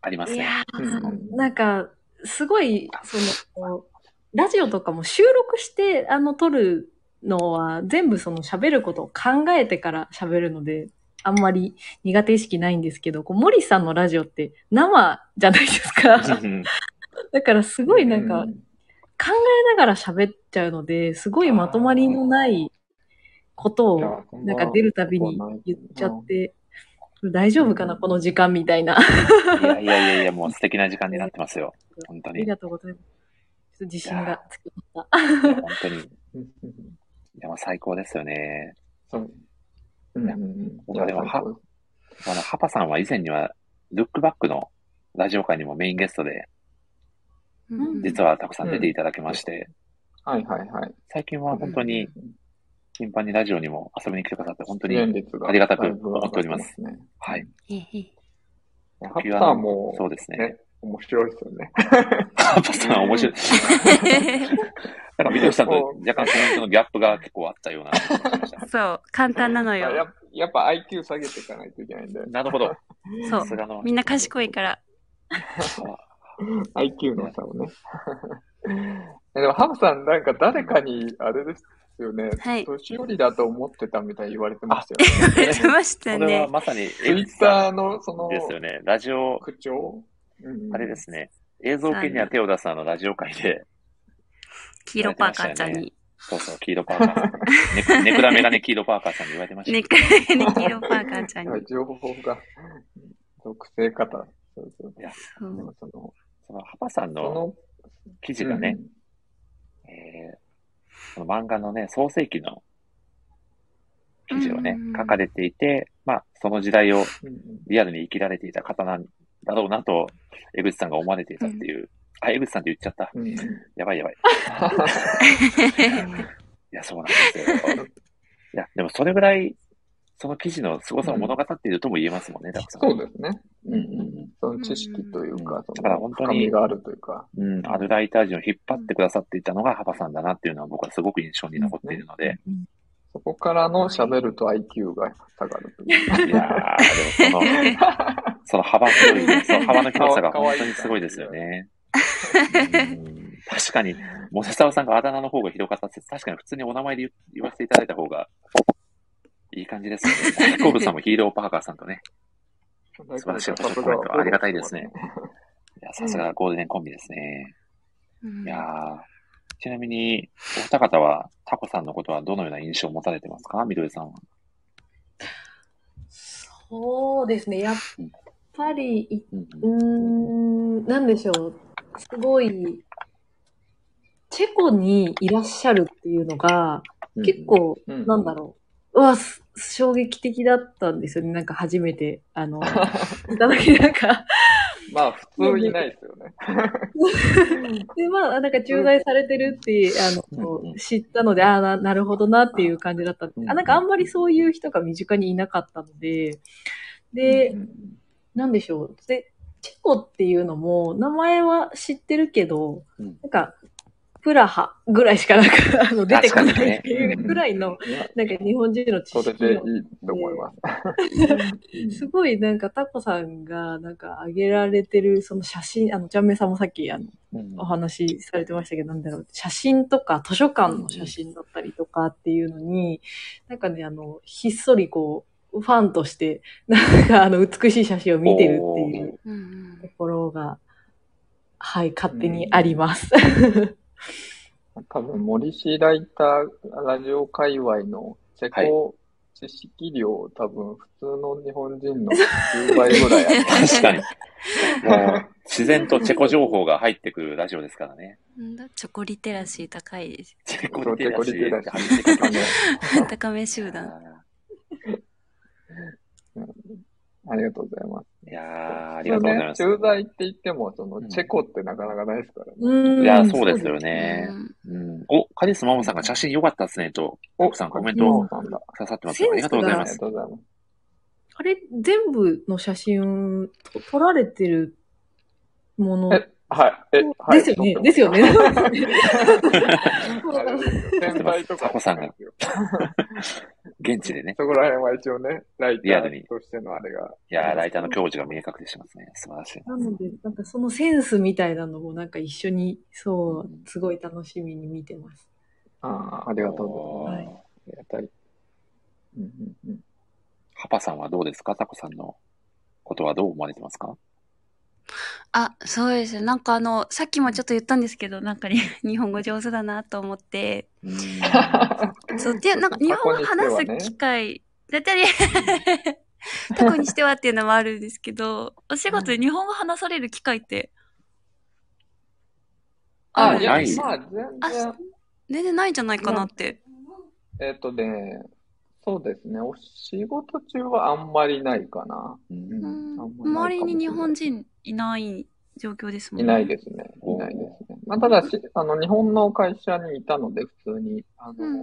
[SPEAKER 1] あります
[SPEAKER 9] い
[SPEAKER 1] ね。
[SPEAKER 9] や
[SPEAKER 2] うんうん
[SPEAKER 9] ー、なんか、すごい、その、ラジオとかも収録して、あの、撮るのは、全部その喋ることを考えてから喋るので、あんまり苦手意識ないんですけど、こう、森さんのラジオって生じゃないですか。だからすごいなんか、
[SPEAKER 2] う
[SPEAKER 9] 考えながら喋っちゃうので、すごいまとまりのないこと
[SPEAKER 2] いや
[SPEAKER 9] を、
[SPEAKER 2] そん
[SPEAKER 9] な
[SPEAKER 2] なん
[SPEAKER 9] か出るたびに言っちゃって、大丈夫かな、この時間みたいな。あ
[SPEAKER 1] いやいやいやいや、もう素敵な時間になってますよ。本当に。
[SPEAKER 9] り
[SPEAKER 1] いや
[SPEAKER 9] がとうございます。ちょっと自信がつきました。
[SPEAKER 1] 本当に。い
[SPEAKER 2] うん
[SPEAKER 1] や、もう最高ですよね。
[SPEAKER 2] そう。うんうんうん。
[SPEAKER 1] いやでも
[SPEAKER 2] 最高です
[SPEAKER 1] あの、ハパさんは以前には、ルックバックのラジオ会にもメインゲストで、
[SPEAKER 10] うん
[SPEAKER 1] 実はたくさん出ていただきまして、
[SPEAKER 2] はいはいはい。
[SPEAKER 1] 最近は本当に、頻繁にラジオにも遊びに来てくださって、本当
[SPEAKER 2] 出
[SPEAKER 1] に、
[SPEAKER 2] 演率が。
[SPEAKER 1] ありがたく思っております
[SPEAKER 2] ね。
[SPEAKER 1] はい。
[SPEAKER 10] ええ。
[SPEAKER 2] ハッ
[SPEAKER 1] ピュア
[SPEAKER 2] ター
[SPEAKER 1] な
[SPEAKER 2] も、
[SPEAKER 1] そうですね。
[SPEAKER 2] ね、面白いですよね。
[SPEAKER 1] パパさん面白い。なんか、みどりさんと若干コメントのギャップが結構あったような。
[SPEAKER 10] そう、簡単なのよ。
[SPEAKER 2] ややっぱ IQ 下げていかないといけないんだよね。
[SPEAKER 1] なるほど。
[SPEAKER 10] そ
[SPEAKER 1] さすがの
[SPEAKER 10] う、みんな賢いから。
[SPEAKER 2] IQ の差をね。えでも、ハムさん、なんか誰かに、あれですよね、
[SPEAKER 10] はい
[SPEAKER 2] 年寄りだと思ってたみたいに言われてました
[SPEAKER 10] 言
[SPEAKER 2] よ
[SPEAKER 10] わ
[SPEAKER 2] ね。
[SPEAKER 10] れてました
[SPEAKER 1] これは
[SPEAKER 10] ね。
[SPEAKER 1] まさに、
[SPEAKER 2] ツイッターのその
[SPEAKER 1] ですよね。ラジオ、
[SPEAKER 2] 口調、うん
[SPEAKER 1] あれですね。映像系には手を出すあのラジオ会で、
[SPEAKER 10] 黄色パーカーちゃんに。
[SPEAKER 1] そうそう、黄色パーカーさ ん。ネクネクラメガネ黄色パーカーさんに言われてました
[SPEAKER 10] ね、
[SPEAKER 1] ね。
[SPEAKER 10] 黄色パーカーちゃん
[SPEAKER 2] は
[SPEAKER 10] に
[SPEAKER 2] い。情報が、属性方。そうそう
[SPEAKER 1] いや
[SPEAKER 10] そ
[SPEAKER 2] でも
[SPEAKER 10] う
[SPEAKER 2] その、
[SPEAKER 1] その、ハパさん
[SPEAKER 2] そ
[SPEAKER 1] の
[SPEAKER 2] の、
[SPEAKER 1] 記事がね、えー、この漫画のね、創世記の記事をね
[SPEAKER 10] うん、
[SPEAKER 1] 書かれていて、まあ、その時代を
[SPEAKER 2] うんうん
[SPEAKER 1] リアルに生きられていた方なんだろうなと、江口さんが思われていたっていう。あ、江口さんって言っちゃった。
[SPEAKER 2] うんうん。
[SPEAKER 1] やばいやば い。いや、そうなんですよ。いや、でもそれぐらい、その記事の凄さを物語っているとも言えますもんね、たくさん。
[SPEAKER 2] そうですね。うん
[SPEAKER 1] うん
[SPEAKER 2] うん。その知識という
[SPEAKER 1] う
[SPEAKER 2] か
[SPEAKER 1] ん、
[SPEAKER 2] そ
[SPEAKER 1] だから
[SPEAKER 2] の
[SPEAKER 1] 本当に
[SPEAKER 2] 深みがあるというか。
[SPEAKER 1] うん、あるライター陣を引っ張ってくださっていたのが、ハバさんだなっていうのは僕はすごく印象に残っているので、
[SPEAKER 2] そこからの喋ると IQ が下がると い
[SPEAKER 1] い
[SPEAKER 2] う。
[SPEAKER 1] や ー、でもその、その幅広い、その幅の広さが本当にすごいですよね。うん確かに、モセサオさんがあだ名の方が広かったって、確かに普通にお名前で言言わせていただいた方が、いい感じですよ ね。コブさんもヒーローパーカーさんとね、
[SPEAKER 2] 素
[SPEAKER 1] 素晴らしいコメントありがたいですね。いや、さすがゴールデンコンビですね。いやーちなみに、お二方は、タコさんのことはどのような印象を持たれてますかみどりさんは。
[SPEAKER 9] そうですね。やっぱり、いう
[SPEAKER 1] うん
[SPEAKER 9] ーん、なんでしょう。すごい、チェコにいらっしゃるっていうのが、
[SPEAKER 1] うん
[SPEAKER 9] 結構、
[SPEAKER 2] うん
[SPEAKER 9] なんだろう。うわ、す衝撃的だったんですよね。なんか初めて、あ の、いただきなんか。
[SPEAKER 2] まあ、普通いないですよね。
[SPEAKER 9] で、まあ、なんか駐在されてるって、あ
[SPEAKER 1] うんうん
[SPEAKER 9] の、知ったので、ああ、ななるほどなっていう感じだったんで
[SPEAKER 1] うんうん
[SPEAKER 9] あ、なんかあんまりそういう人が身近にいなかったので、で、なんでしょう。で、チェコっていうのも、名前は知ってるけど、
[SPEAKER 1] うん
[SPEAKER 9] なんか、プラハぐらいしかなん か、あの、出てこないっていうぐらいの、なんか日本人の知
[SPEAKER 2] そ
[SPEAKER 9] 識
[SPEAKER 2] れ
[SPEAKER 9] の
[SPEAKER 2] でいいと思います。
[SPEAKER 9] すごいなんかタコさんがなんか上げられてるその写真、あの、ジャンメイさんもさっきあの
[SPEAKER 1] うん
[SPEAKER 9] お話しされてましたけど、なんだろう、写真とか図書館の写真だったりとかっていうのに、なんかね、あの、ひっそりこう、ファンとして、なんかあの、美しい写真を見てるっていう
[SPEAKER 10] うん
[SPEAKER 9] ところが、はい、勝手にあります。
[SPEAKER 2] 多分、森氏ライター、ラジオ界隈のチェコ知識量、多分、普通の日本人の10倍ぐらいある。
[SPEAKER 1] 確かに。もう、自然とチェコ情報が入ってくるラジオですからね。
[SPEAKER 10] うんなんだチョコリテラシー高いです。
[SPEAKER 1] チェ
[SPEAKER 2] そう
[SPEAKER 1] コリテラシーって入ってくる
[SPEAKER 2] あの
[SPEAKER 10] 高め集団。
[SPEAKER 2] ありがとうございます。
[SPEAKER 1] いやー、ありがとうございます。
[SPEAKER 2] そうね駐在って言っても、その
[SPEAKER 1] ん、
[SPEAKER 2] チェコってなかなかないですからね。
[SPEAKER 9] うん
[SPEAKER 1] いやー、そうですよ
[SPEAKER 10] う
[SPEAKER 1] ね。
[SPEAKER 10] ん
[SPEAKER 1] うん、お、カリスママさんが写真良かったですね、と、奥さんコメント
[SPEAKER 2] お
[SPEAKER 1] を
[SPEAKER 2] さんだ。
[SPEAKER 1] くださってますよ。ありがとうござい
[SPEAKER 2] あ
[SPEAKER 1] ま
[SPEAKER 2] りが
[SPEAKER 1] す。
[SPEAKER 2] とうございます。
[SPEAKER 9] あれ、全部の写真と撮られてるもの。
[SPEAKER 2] え、はい。え、はい。
[SPEAKER 9] ですよね。
[SPEAKER 2] 撮って
[SPEAKER 9] ですよ ね。
[SPEAKER 2] ますあれですよ先輩とか。
[SPEAKER 1] タコさんが 現地でね。
[SPEAKER 2] そこら辺は一応ね、ライタ
[SPEAKER 1] リアル
[SPEAKER 2] ー
[SPEAKER 1] に
[SPEAKER 2] としてのあれが。
[SPEAKER 1] いやー、ライターの教授が見え隠れしてますね。素晴らしい。
[SPEAKER 9] なので、なんかそのセンスみたいなのもなんか一緒に、そう
[SPEAKER 1] うん、
[SPEAKER 9] すごい楽しみに見てます。
[SPEAKER 2] ああ、ありがとうご
[SPEAKER 1] お
[SPEAKER 2] ざい
[SPEAKER 1] ー
[SPEAKER 2] ます。ありがたい。うんうんうん
[SPEAKER 1] ハパさんはどうですかタコさんのことはどう思われてますか
[SPEAKER 10] あ、そうですね。なんかあの、さっきもちょっと言ったんですけど、なんかに日本語上手だなと思って。
[SPEAKER 1] うーん
[SPEAKER 10] そう、で、なんか日本語話す機会、だったり、タコにしてはっていうのもあるんですけど、 お仕事で日本語話される機会って、
[SPEAKER 1] あ
[SPEAKER 10] るん
[SPEAKER 2] いや
[SPEAKER 1] な
[SPEAKER 10] で
[SPEAKER 1] い
[SPEAKER 10] す
[SPEAKER 2] まあ、
[SPEAKER 10] あ
[SPEAKER 2] 全然、
[SPEAKER 10] 全然ないんじゃないかなって。
[SPEAKER 2] えっとね、そうですね。お仕事中はあんまりないかな。
[SPEAKER 1] う
[SPEAKER 2] うん
[SPEAKER 10] うん
[SPEAKER 2] あんま
[SPEAKER 10] 周
[SPEAKER 2] りない
[SPEAKER 10] り
[SPEAKER 2] かもしれない
[SPEAKER 10] に日本人いない状況ですも
[SPEAKER 2] い
[SPEAKER 10] ん
[SPEAKER 2] ない
[SPEAKER 10] ね。
[SPEAKER 2] ですね。いないですね。まあ、ただし、あの、日本の会社にいたので、普通に、あ
[SPEAKER 10] うんう
[SPEAKER 2] の、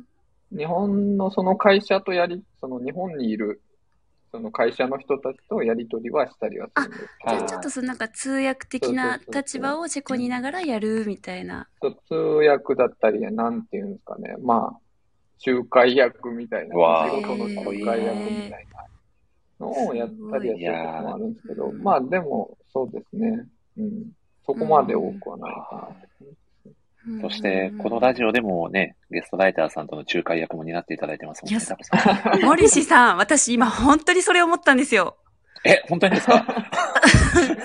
[SPEAKER 10] ん
[SPEAKER 2] 日本のその会社とやり、その日本にいるその会社の人たちとやり取りはしたりはするんです。
[SPEAKER 10] じゃあちょっとそのなんか通訳的な立場をチェコにいながらやるみたいな。
[SPEAKER 2] そう通訳だったり、なんていうんですかね。まあ、仲介役みたいな。
[SPEAKER 1] わあ
[SPEAKER 2] 仕事の仲介役みたいなのをやったりはすることもあるんですけど、まあでも、そうですね。うん。そこまで多くはないか
[SPEAKER 1] そして、このラジオでもね、ゲストライターさんとの仲介役も担っていただいてますもんね、タコさん。
[SPEAKER 10] 森氏さん、私今本当にそれ思ったんです よ。
[SPEAKER 1] え、本当にですか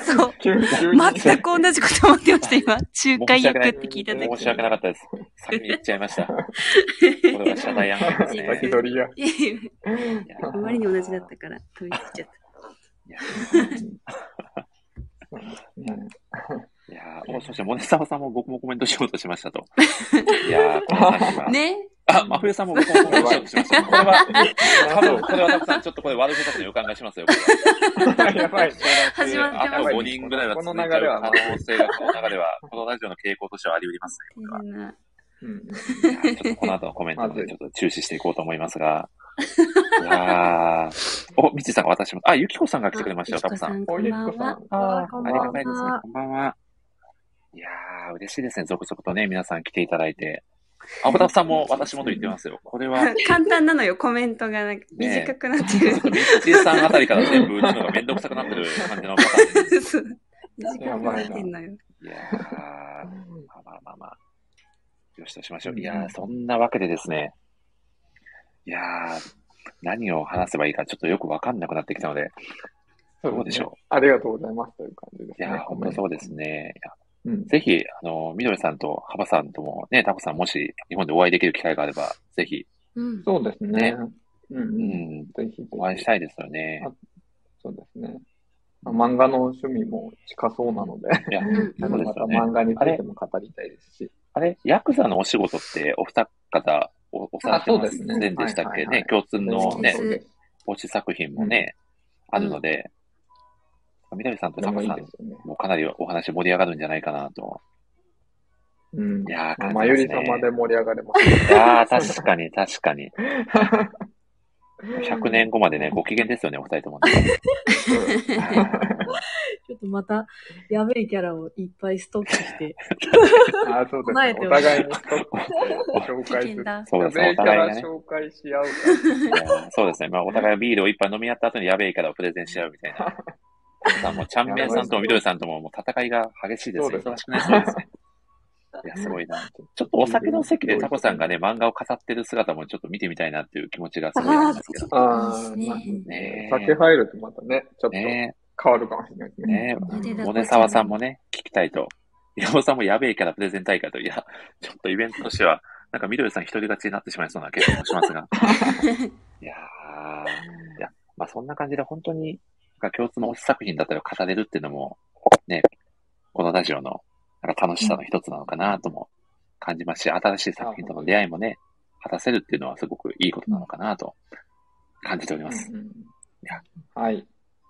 [SPEAKER 10] そう。全く同じこと思ってました、今。 仲介役って聞いた時。
[SPEAKER 1] 申し訳なかったです。先に言っちゃ いました。これは謝罪案件ですね。
[SPEAKER 2] 先取りや。
[SPEAKER 10] いやいやあまりに同じだったから、飛びついちゃっ
[SPEAKER 1] い
[SPEAKER 2] な。
[SPEAKER 1] やー、もしかして、モネサワさんも僕もコメントしようとしましたと。いやー、この話は。
[SPEAKER 10] た。ね。
[SPEAKER 1] あ、真冬さんも僕もコメントしようとしました。これは、多分、これはタコさん、ちょっとこれ悪いことの予感がしますよ。こ
[SPEAKER 2] やばい。
[SPEAKER 1] れ
[SPEAKER 10] 始まって
[SPEAKER 1] あ
[SPEAKER 10] ま
[SPEAKER 1] と
[SPEAKER 10] す。
[SPEAKER 1] 5人ぐらいは
[SPEAKER 2] この
[SPEAKER 1] 続い
[SPEAKER 2] 流
[SPEAKER 1] ちゃう
[SPEAKER 2] れは
[SPEAKER 1] 可能性が、この流れは、このラジオの傾向としてはあり得りますね。
[SPEAKER 10] みんな
[SPEAKER 2] うん
[SPEAKER 1] いやーちょっとこの後のコメントもねちょっと注視していこうと思いますが。いやーお、みちさんが私も、あ、ゆきこさんが来てくれましたよ、タコさん。
[SPEAKER 10] こんばんは。
[SPEAKER 2] あ
[SPEAKER 1] ありがたいですね。こんばんは。いやー、嬉しいですね。続々とね、皆さん来ていただいて。あ、ぼたさんも私もと言ってますよ。これは、
[SPEAKER 10] 簡単なのよ、コメントがなんか
[SPEAKER 1] ね
[SPEAKER 10] 短くなってる。
[SPEAKER 1] みちさんあたりから全部打つのがめんどくさくなってる感じのパターンで
[SPEAKER 10] そう短くなってんのよ。
[SPEAKER 1] いやー、まあまあまあまあ。よしとしましょう。いやー、そんなわけでですね。いやー、何を話せばいいかちょっとよくわかんなくなってきたので、どうでしょう。
[SPEAKER 2] ありがとうございますという感じです
[SPEAKER 1] い
[SPEAKER 2] ね。
[SPEAKER 1] やー、ほんとそうですね。いや
[SPEAKER 2] うん。
[SPEAKER 1] ぜひ、あの、みどりさんとハバさんともね、タコさんもし日本でお会いできる機会があれば、ぜひ、
[SPEAKER 10] うん。
[SPEAKER 2] そうですね
[SPEAKER 1] ね。
[SPEAKER 2] うんう。
[SPEAKER 1] うん
[SPEAKER 2] ぜ
[SPEAKER 1] ん、
[SPEAKER 2] ひぜひ。
[SPEAKER 1] お会いしたいですよね。
[SPEAKER 2] そうですね。まあ漫画の趣味も近そうなので、
[SPEAKER 1] いや、
[SPEAKER 2] あ
[SPEAKER 1] そう
[SPEAKER 2] の
[SPEAKER 1] で
[SPEAKER 2] ますた
[SPEAKER 1] よね。
[SPEAKER 2] 漫画についても語りたいですし。
[SPEAKER 1] あれ、ヤクザのお仕事ってお二方、お、おさ
[SPEAKER 2] あ
[SPEAKER 1] れて
[SPEAKER 2] そう
[SPEAKER 1] ま
[SPEAKER 2] です
[SPEAKER 1] せ
[SPEAKER 2] ね
[SPEAKER 1] んでしたっ
[SPEAKER 2] はい
[SPEAKER 1] け
[SPEAKER 2] はいは
[SPEAKER 1] ね
[SPEAKER 2] い。
[SPEAKER 1] 共通のね
[SPEAKER 10] そ、うです
[SPEAKER 1] ポチ作品もね、あるので、みどりさんと
[SPEAKER 2] で
[SPEAKER 1] タ
[SPEAKER 2] も
[SPEAKER 1] コ
[SPEAKER 2] いい
[SPEAKER 1] さ
[SPEAKER 2] で
[SPEAKER 1] ん
[SPEAKER 2] すよね。
[SPEAKER 1] もかなりお話盛り上がるんじゃないかなと。
[SPEAKER 2] うん。
[SPEAKER 1] いやー、
[SPEAKER 2] まあ、
[SPEAKER 1] 感
[SPEAKER 2] ま
[SPEAKER 1] じ
[SPEAKER 2] ゆ
[SPEAKER 1] ま
[SPEAKER 2] り
[SPEAKER 1] すね
[SPEAKER 2] 様。で盛り上がれますね。
[SPEAKER 1] いやー、確 かに、確かに。100年後までね、ご機嫌ですよね、お二人ともね。
[SPEAKER 9] ちょっとまた、やべえキャラをいっぱいストックして。
[SPEAKER 2] ああ、そうです
[SPEAKER 9] 備え
[SPEAKER 2] ね。
[SPEAKER 9] て
[SPEAKER 2] お
[SPEAKER 9] おります
[SPEAKER 2] 互いに取って紹
[SPEAKER 10] 危
[SPEAKER 2] 介す
[SPEAKER 10] 険
[SPEAKER 2] る。
[SPEAKER 10] だ。
[SPEAKER 1] そうですね、
[SPEAKER 2] 全
[SPEAKER 1] お
[SPEAKER 2] 員か
[SPEAKER 1] 互いが
[SPEAKER 2] ら
[SPEAKER 1] ね。
[SPEAKER 2] 紹介し合うか
[SPEAKER 1] いやーそうですね。まあ、お互いビールを一杯飲み合った後にやべえからをプレゼンし合うみたいな。さあもう、ちゃんめんさんとみどりさんとも、もう戦いが激しいです
[SPEAKER 2] そう
[SPEAKER 1] よ。
[SPEAKER 2] です
[SPEAKER 1] 忙しくなりそうですね。いや、すごいな。ちょっとお酒の席でタコさんがね、漫画を飾ってる姿もちょっと見てみたいなっていう気持ちがすごいありますけど。
[SPEAKER 2] ら。ああ、
[SPEAKER 10] ね
[SPEAKER 2] まあ
[SPEAKER 1] ねえ
[SPEAKER 2] 酒入るとまたね、ちょっと変
[SPEAKER 1] ね
[SPEAKER 2] わるかもしれないです
[SPEAKER 1] え、
[SPEAKER 2] ね。
[SPEAKER 1] ね
[SPEAKER 10] ゆで
[SPEAKER 1] え、
[SPEAKER 10] だこ
[SPEAKER 1] モネサワさんもね、聞きたいと。岩尾さんもやべえからプレゼン大会と。いや、ちょっとイベントとしては、なんかみどりさん一人勝ちになってしまいそうな気がします が。いやー、いや、まあそんな感じで本当に、なんか共通の推し作品だったりを語れるっていうのも、ね、このラジオのなんか楽しさの一つなのかなとも感じますし、新しい作品との出会いもね、果たせるっていうのはすごくいいことなのかなと感じております。
[SPEAKER 2] うんうん
[SPEAKER 1] や
[SPEAKER 2] はい。
[SPEAKER 1] い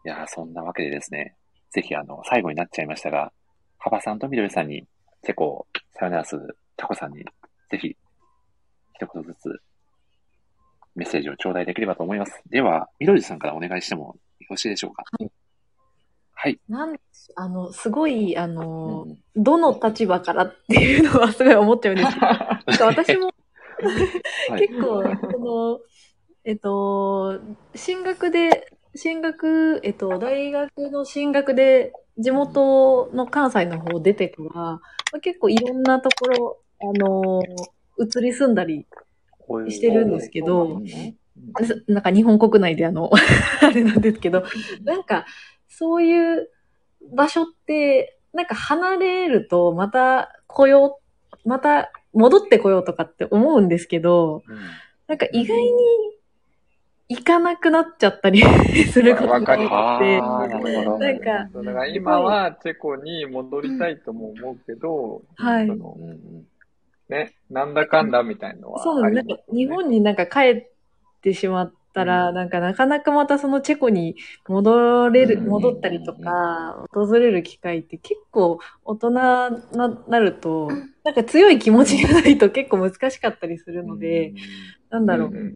[SPEAKER 1] やー、そんなわけでですね、ぜひあの、最後になっちゃいましたが、カバさんとみどりさんに、チェコ、サヨナラス、タコさんに、ぜひ、一言ずつ、メッセージを頂戴できればと思います。では、みどりさんからお願いしてもよろしいでしょうか。はい。
[SPEAKER 9] なんあの、すごい、あの
[SPEAKER 1] う、ん
[SPEAKER 9] どの立場からっていうのはすごい思っちゃうんです けど、なんか私も
[SPEAKER 1] はい。
[SPEAKER 9] 結構、その、えっと、進学で、進学、えっと、大学の進学で、地元の関西の方出てから、まあ、結構いろんなところ、あの、移り住んだりしてるんですけど、すなんか日本国内であの、 あれなんですけど、なんか、そういう場所って、なんか離れると、また来よう、また戻ってこようとかって思うんですけど、なんか意外に行かなくなっちゃったり すること
[SPEAKER 2] わ
[SPEAKER 9] が
[SPEAKER 2] かり
[SPEAKER 9] 多くて、
[SPEAKER 1] あーなるほど
[SPEAKER 9] なんか、
[SPEAKER 2] だから今はチェコに戻りたいとも思うけど、
[SPEAKER 9] はい
[SPEAKER 2] そ
[SPEAKER 1] うん
[SPEAKER 2] の
[SPEAKER 1] うん
[SPEAKER 2] ね、なんだかんだみたいのは
[SPEAKER 9] そう
[SPEAKER 2] あ
[SPEAKER 9] なん
[SPEAKER 2] り
[SPEAKER 9] で。
[SPEAKER 2] ますす
[SPEAKER 9] なんか
[SPEAKER 2] ね
[SPEAKER 9] 日本になんか帰ってしまったら、
[SPEAKER 2] うん
[SPEAKER 9] なんかなかなかまたそのチェコに戻れる、
[SPEAKER 1] うん
[SPEAKER 9] 戻ったりとか、訪れる機会って結構大人ななると、なんか強い気持ちがないと結構難しかったりするので、なんだろ
[SPEAKER 2] うん
[SPEAKER 9] う、
[SPEAKER 2] うん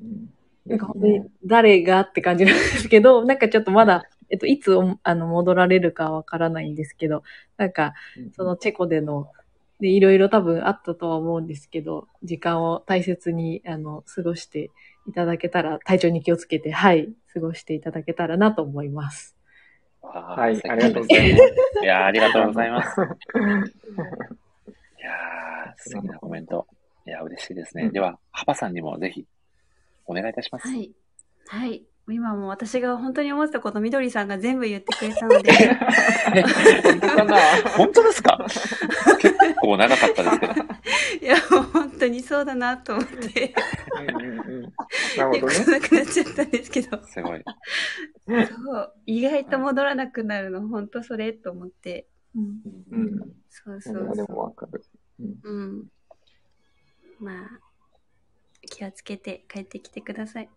[SPEAKER 9] なんか本当に誰がって感じなんですけど、なんかちょっとまだ、えっと、いつおあの戻られるかわからないんですけど、なんか、そのチェコでの、で、いろいろ多分あったとは思うんですけど、時間を大切に、あの、過ごしていただけたら、体調に気をつけて、はい、過ごしていただけたらなと思います。
[SPEAKER 1] はい
[SPEAKER 2] ありがとうございます
[SPEAKER 1] いやーありがとうござい ます。いやー素敵なコメント。いやー嬉しいですね。では、ハパさんにもぜひ、お願いいたします。
[SPEAKER 10] はい。はい。今もう私が本当に思ってたこと、みどりさんが全部言ってくれたので、
[SPEAKER 1] 本当ですか結構長かったですけど。
[SPEAKER 10] いや、もう本当にそうだなと思って、
[SPEAKER 2] なるほど
[SPEAKER 10] 結構
[SPEAKER 2] ね。
[SPEAKER 10] なくなっちゃったんですけど、
[SPEAKER 1] すごい。
[SPEAKER 10] そう、意外と戻らなくなるの、本当それと思って。うん、
[SPEAKER 2] うん。
[SPEAKER 10] そう
[SPEAKER 2] そ
[SPEAKER 10] そ
[SPEAKER 2] れは
[SPEAKER 10] う
[SPEAKER 2] で
[SPEAKER 10] そ
[SPEAKER 2] もわかる。
[SPEAKER 10] う。うん。まあ、気をつけて帰ってきてください。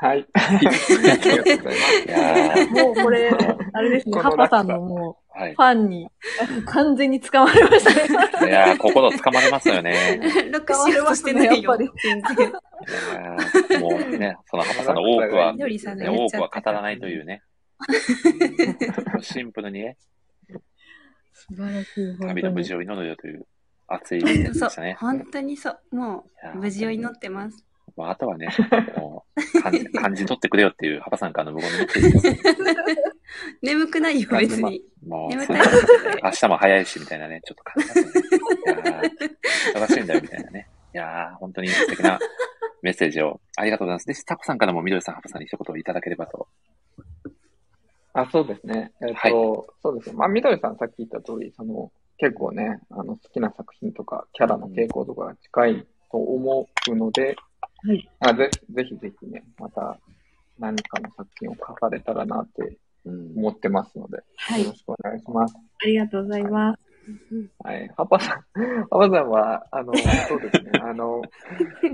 [SPEAKER 2] はい。ありがとうございます。
[SPEAKER 1] いやー
[SPEAKER 9] もうこれ、あ れですね、
[SPEAKER 2] こ
[SPEAKER 9] ハ
[SPEAKER 2] の
[SPEAKER 9] パ
[SPEAKER 2] 落差
[SPEAKER 9] さんのも
[SPEAKER 1] は
[SPEAKER 9] う、
[SPEAKER 1] い
[SPEAKER 9] フ。ァンに完全に捕まれましたね。
[SPEAKER 1] いやー心掴まれますよね。
[SPEAKER 10] ロックしようとしてないよ
[SPEAKER 9] 変わりま。
[SPEAKER 10] 全然。
[SPEAKER 1] いやーもう ね、そのハパさんの多くは、
[SPEAKER 10] み
[SPEAKER 1] ね
[SPEAKER 10] どりさんが言
[SPEAKER 1] 多
[SPEAKER 10] っち
[SPEAKER 1] く
[SPEAKER 10] ゃ
[SPEAKER 1] は
[SPEAKER 10] った
[SPEAKER 1] 語
[SPEAKER 10] から
[SPEAKER 1] ないという ね。シンプルにね、
[SPEAKER 9] 素晴らしい、本
[SPEAKER 1] 旅
[SPEAKER 9] 当
[SPEAKER 1] の無
[SPEAKER 9] に
[SPEAKER 1] 事。を祈るよという熱いメッセージ
[SPEAKER 10] そ
[SPEAKER 1] で
[SPEAKER 10] う
[SPEAKER 1] したね、。
[SPEAKER 10] 本当にそう。も
[SPEAKER 1] いやー
[SPEAKER 10] う、無事を祈ってます。
[SPEAKER 1] まあ、あとはね、もう、感じ、感じ取ってくれよっていう、ハパさんからの無言のメッセージですね。
[SPEAKER 10] 眠くないよ、別に。
[SPEAKER 1] もう、
[SPEAKER 10] 眠
[SPEAKER 1] そ
[SPEAKER 10] た
[SPEAKER 1] う
[SPEAKER 10] い
[SPEAKER 1] 明日も早いし、みたいなね、ちょっと感じ ますね。いやー忙しいんだよ、みたいなね。いやー本当に素敵なメッセージを、ありがとうございます。で、タコさんからも、みどりさん、ハパさんに一言いただければと。
[SPEAKER 2] あ、そうですね。えっ、と、
[SPEAKER 1] はい
[SPEAKER 2] そうですね。まあ、みどりさんさっき言った通り、その、結構ね、あの、好きな作品とか、キャラの傾向とかが近いと思うので、
[SPEAKER 9] はい
[SPEAKER 2] あぜぜひぜひね、また何かの作品を書かれたらなって
[SPEAKER 1] うん。
[SPEAKER 2] 思ってますので、
[SPEAKER 9] はい
[SPEAKER 2] よろしくお願いします。
[SPEAKER 9] ありがとうございます。
[SPEAKER 2] はい。ハパさん、ハパさんは、あ の、そうですね、あの、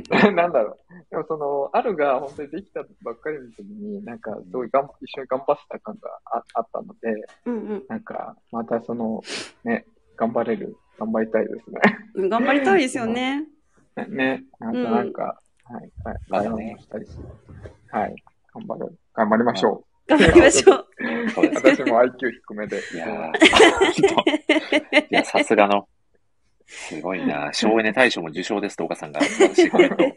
[SPEAKER 2] なんだろう。でもその、あるが本当にできたばっかりの時に、なんか、すごいがん一緒に頑張ってた感がああったので、
[SPEAKER 10] うん
[SPEAKER 2] なんか、またその、ね、頑張れる、頑張りたいです
[SPEAKER 10] うん。頑張りたいですよね。
[SPEAKER 2] ね。 ね、またなんか、はい、はい、
[SPEAKER 1] まだね
[SPEAKER 2] 会話もしたりして、はい、頑張ろう、頑張りましょ
[SPEAKER 10] 頑張りましょう。
[SPEAKER 2] う。
[SPEAKER 1] そうですね。
[SPEAKER 2] 私も IQ 低めで。
[SPEAKER 1] いやーちょっと いや、さすがの、すごいな。省エネ大賞も受賞ですと、岡さんが素晴らしいコメントをし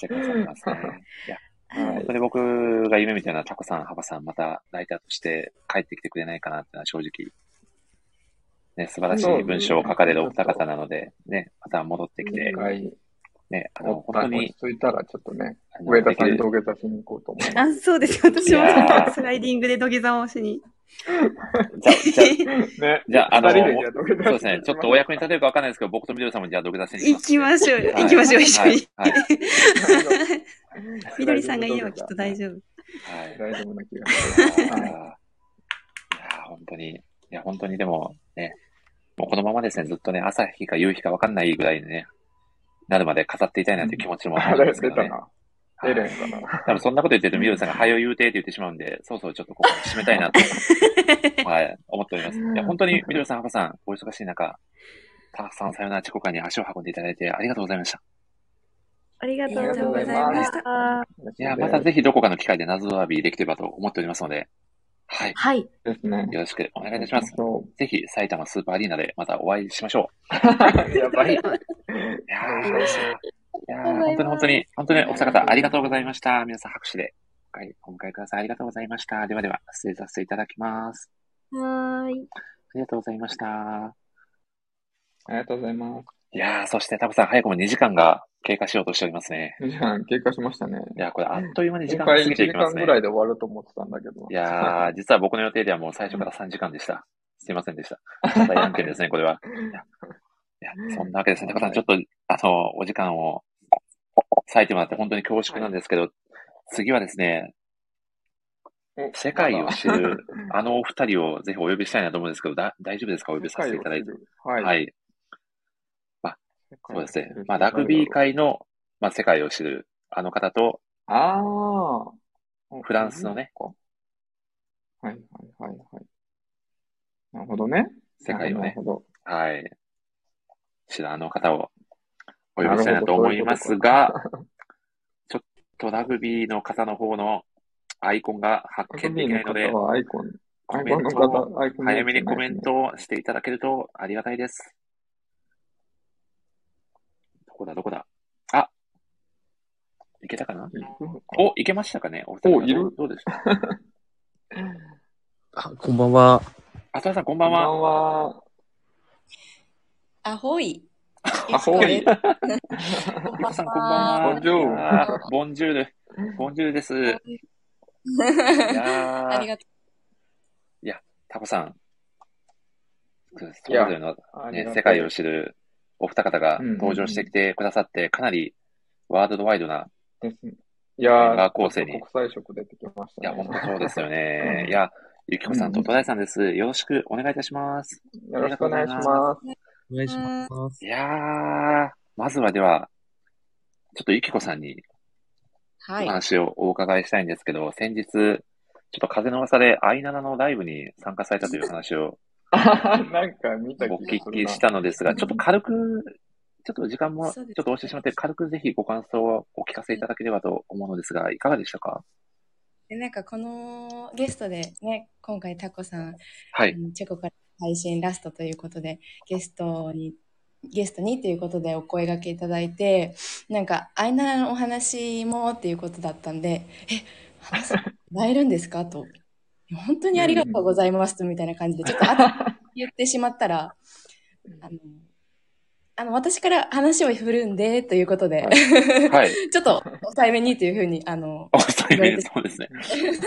[SPEAKER 1] てください ますね。いや、
[SPEAKER 2] はい
[SPEAKER 1] それ僕が夢みたいなタコさん、ハバさん、またライターとして帰ってきてくれないかなってのは正直、ね、素晴らしい文章を書かれるお二方なので、ね、また戻ってきて
[SPEAKER 2] 一、回、
[SPEAKER 1] ね、あの、
[SPEAKER 2] お
[SPEAKER 1] 本当
[SPEAKER 2] 落
[SPEAKER 1] に
[SPEAKER 2] ち、着いたら、ちょっとね、
[SPEAKER 1] あの
[SPEAKER 2] 上田
[SPEAKER 1] でき
[SPEAKER 2] さんに
[SPEAKER 1] る
[SPEAKER 2] 土下座しに行こうと思いま
[SPEAKER 10] あ、そうです。私も
[SPEAKER 1] いやー
[SPEAKER 10] スライディングで土下座をしに。
[SPEAKER 1] じゃあ、じゃあ
[SPEAKER 2] す。ね、
[SPEAKER 1] じゃあ、あの、
[SPEAKER 2] 二人でじゃあ土下座
[SPEAKER 1] そうですね、ちょっとお役に立てるかわかんないですけど、僕とみどりさんもじゃあ、独断しに
[SPEAKER 10] 行きましょう。
[SPEAKER 1] はい
[SPEAKER 10] 行きましょう、一緒に。
[SPEAKER 1] はい。はい
[SPEAKER 10] みどりさんがいればきっと大丈夫。
[SPEAKER 1] はい
[SPEAKER 2] 大丈夫な気が
[SPEAKER 1] い
[SPEAKER 2] す
[SPEAKER 1] や
[SPEAKER 2] る。
[SPEAKER 1] ーい
[SPEAKER 2] はい
[SPEAKER 1] やー、本当に、いや、本当にでもね、もうこのままですね、ずっとね、朝日か夕日か分かんないぐらいにね、なるまで飾っていたいなという気持ちも あ
[SPEAKER 2] あ
[SPEAKER 1] るん
[SPEAKER 2] れ
[SPEAKER 1] ですけ
[SPEAKER 2] 出
[SPEAKER 1] ど
[SPEAKER 2] た
[SPEAKER 1] ね。
[SPEAKER 2] な。
[SPEAKER 1] は
[SPEAKER 2] エ
[SPEAKER 1] い
[SPEAKER 2] レンかな。
[SPEAKER 1] 多分そんなこと言ってると、みどりさんが、はよ言うてって言ってしまうんで、そうそうちょっとここ締めたい なと、はい、思っております。いや、本当にみどりさん、ハパさん、お忙しい中、たくさんさよならチコカに足を運んでいただいてありがとうございました。
[SPEAKER 9] ありが
[SPEAKER 10] ありが
[SPEAKER 9] と
[SPEAKER 10] と
[SPEAKER 9] うご
[SPEAKER 10] うご
[SPEAKER 9] ざ
[SPEAKER 10] ざ
[SPEAKER 9] い
[SPEAKER 10] い
[SPEAKER 9] ま
[SPEAKER 10] ま
[SPEAKER 9] し
[SPEAKER 10] したた。
[SPEAKER 1] いや、またぜひどこかの機会で謎詫びできればと思っておりますので、はい、
[SPEAKER 9] はい。
[SPEAKER 2] ひ。ですね。
[SPEAKER 1] よろしくお願いいたします。
[SPEAKER 2] そ
[SPEAKER 1] ぜひ埼玉スーパーアリーナでまたお会いしましょう。
[SPEAKER 2] う。 やばい。
[SPEAKER 1] いやー
[SPEAKER 2] ありがとうございま
[SPEAKER 1] いやー本当に本当に、本当にお二方ありがとうございました。皆さん拍手でお迎えお迎えください。ありがとうございました。ではでは、失礼させていただきます。
[SPEAKER 8] はーい。
[SPEAKER 1] ありがとうございました。
[SPEAKER 2] ありがとうございます。
[SPEAKER 1] いやー、そしてタコさん、早くも2時間が経過しようとしておりますね。
[SPEAKER 2] 2時間経過しましたね。
[SPEAKER 1] いやー、これあっという間に時
[SPEAKER 2] 今
[SPEAKER 1] 間が過
[SPEAKER 2] 回1
[SPEAKER 1] ぎてい
[SPEAKER 2] 時
[SPEAKER 1] きま
[SPEAKER 2] 間
[SPEAKER 1] す
[SPEAKER 2] ぐ
[SPEAKER 1] ね。
[SPEAKER 2] らいで終わると思ってたんだけど。
[SPEAKER 1] いやー、実は僕の予定ではもう最初から3時間でした。すいませんでした。課題案件ですね、これは。いや、いやそんなわけですね。タコさん、ちょっと、あの、お時間を割いてもらって本当に恐縮なんですけど、次はですね、
[SPEAKER 2] お
[SPEAKER 1] 世界を
[SPEAKER 2] まだ
[SPEAKER 1] 知る、あのお二人をぜひお呼びしたいなと思うんですけど、だ大丈夫ですかお呼び
[SPEAKER 2] 世
[SPEAKER 1] させ
[SPEAKER 2] 界
[SPEAKER 1] てい
[SPEAKER 2] を
[SPEAKER 1] ただい
[SPEAKER 2] 知
[SPEAKER 1] て。
[SPEAKER 2] る。はい。。
[SPEAKER 1] はいい。そうですね。まあ、ラグビー。界の、まあ、世界を知る、あの方と、
[SPEAKER 2] ああ。
[SPEAKER 1] フランスのね
[SPEAKER 2] お。はいはいはいはい。なるほどね。
[SPEAKER 1] 世界を
[SPEAKER 2] なる
[SPEAKER 1] ね
[SPEAKER 2] ほ、ど。
[SPEAKER 1] はい。知るあの方をお呼びしたいなと思いますが、とラグビーの方の方のアイコンが発見できないので、
[SPEAKER 2] 方はアイコン、
[SPEAKER 1] コメント
[SPEAKER 2] アイコンの
[SPEAKER 1] を
[SPEAKER 2] 方アイコ、ンのやつね
[SPEAKER 1] 早めにコメントをしていただけるとありがたいです。どこだ、どこだ。あ、いけたかなお、いけましたかねお二人
[SPEAKER 2] おいる
[SPEAKER 1] どうでしょう
[SPEAKER 11] こんばんは。
[SPEAKER 1] あつらさん、こんばんは。
[SPEAKER 2] こんばんは。
[SPEAKER 12] アホイ。
[SPEAKER 1] アホイ。
[SPEAKER 12] ゆこさん、こんば
[SPEAKER 1] ボンジュール。
[SPEAKER 12] は。
[SPEAKER 1] ボンジュール。ボンジュールです。い や
[SPEAKER 12] あ
[SPEAKER 1] ー
[SPEAKER 12] りがと
[SPEAKER 1] いや、タコさん。そ
[SPEAKER 2] い
[SPEAKER 1] れ
[SPEAKER 2] や
[SPEAKER 1] ぞれの、
[SPEAKER 2] あり
[SPEAKER 1] ね
[SPEAKER 2] が、た
[SPEAKER 1] 世
[SPEAKER 2] い
[SPEAKER 1] 界を知るお二方が
[SPEAKER 2] うんうんうん
[SPEAKER 1] 登場してきてくださって、かなりワールドワイドな
[SPEAKER 2] ですねいや
[SPEAKER 1] メンバ
[SPEAKER 2] ー、
[SPEAKER 1] ー構成に。
[SPEAKER 2] ちょっと国際色出てきましたね。
[SPEAKER 1] いや、本当そうですよ
[SPEAKER 2] う
[SPEAKER 1] ね。
[SPEAKER 2] ん
[SPEAKER 1] いや、ゆきこさんと戸田井さんです。よろしくお願いいたします。
[SPEAKER 2] よろしくお願いし
[SPEAKER 1] ありがとうござい
[SPEAKER 2] ます。
[SPEAKER 11] お願いします。
[SPEAKER 1] いやー、まずはでは、ちょっとゆきこさんに
[SPEAKER 12] う。
[SPEAKER 1] お
[SPEAKER 12] はい。
[SPEAKER 1] 話をお伺いしたいんですけど、先日、ちょっと風の噂でアイナナのライブに参加されたという話 を
[SPEAKER 2] なんか見た
[SPEAKER 1] お
[SPEAKER 2] 気
[SPEAKER 1] 聞
[SPEAKER 2] がする
[SPEAKER 1] き
[SPEAKER 2] な。
[SPEAKER 1] したのですが、ちょっと軽く、ちょっと時間もち
[SPEAKER 12] そ
[SPEAKER 1] ょ
[SPEAKER 12] う
[SPEAKER 1] っ
[SPEAKER 12] ですね
[SPEAKER 1] と押してしまって、軽くぜひご感想をお聞かせいただければと思うのですが、いかがでしたか
[SPEAKER 12] で、なんかこのゲストでね、今回タコさん、
[SPEAKER 1] は
[SPEAKER 12] あ
[SPEAKER 1] い。
[SPEAKER 12] のチェコから配信ラストということで、ゲストに、ゲストにということでお声掛けいただいて、なんか、アイナナのお話もっていうことだったんで、え、話してもらえるんですかと。本当にありがとうございますみたいな感じで、ちょっと後で言ってしまったら、あの、あの、私から話を振るんで、ということで、
[SPEAKER 1] はい。
[SPEAKER 12] ちょっと抑えめにというふうに、あ の、
[SPEAKER 1] お二人目、 そうですね。 そうですね。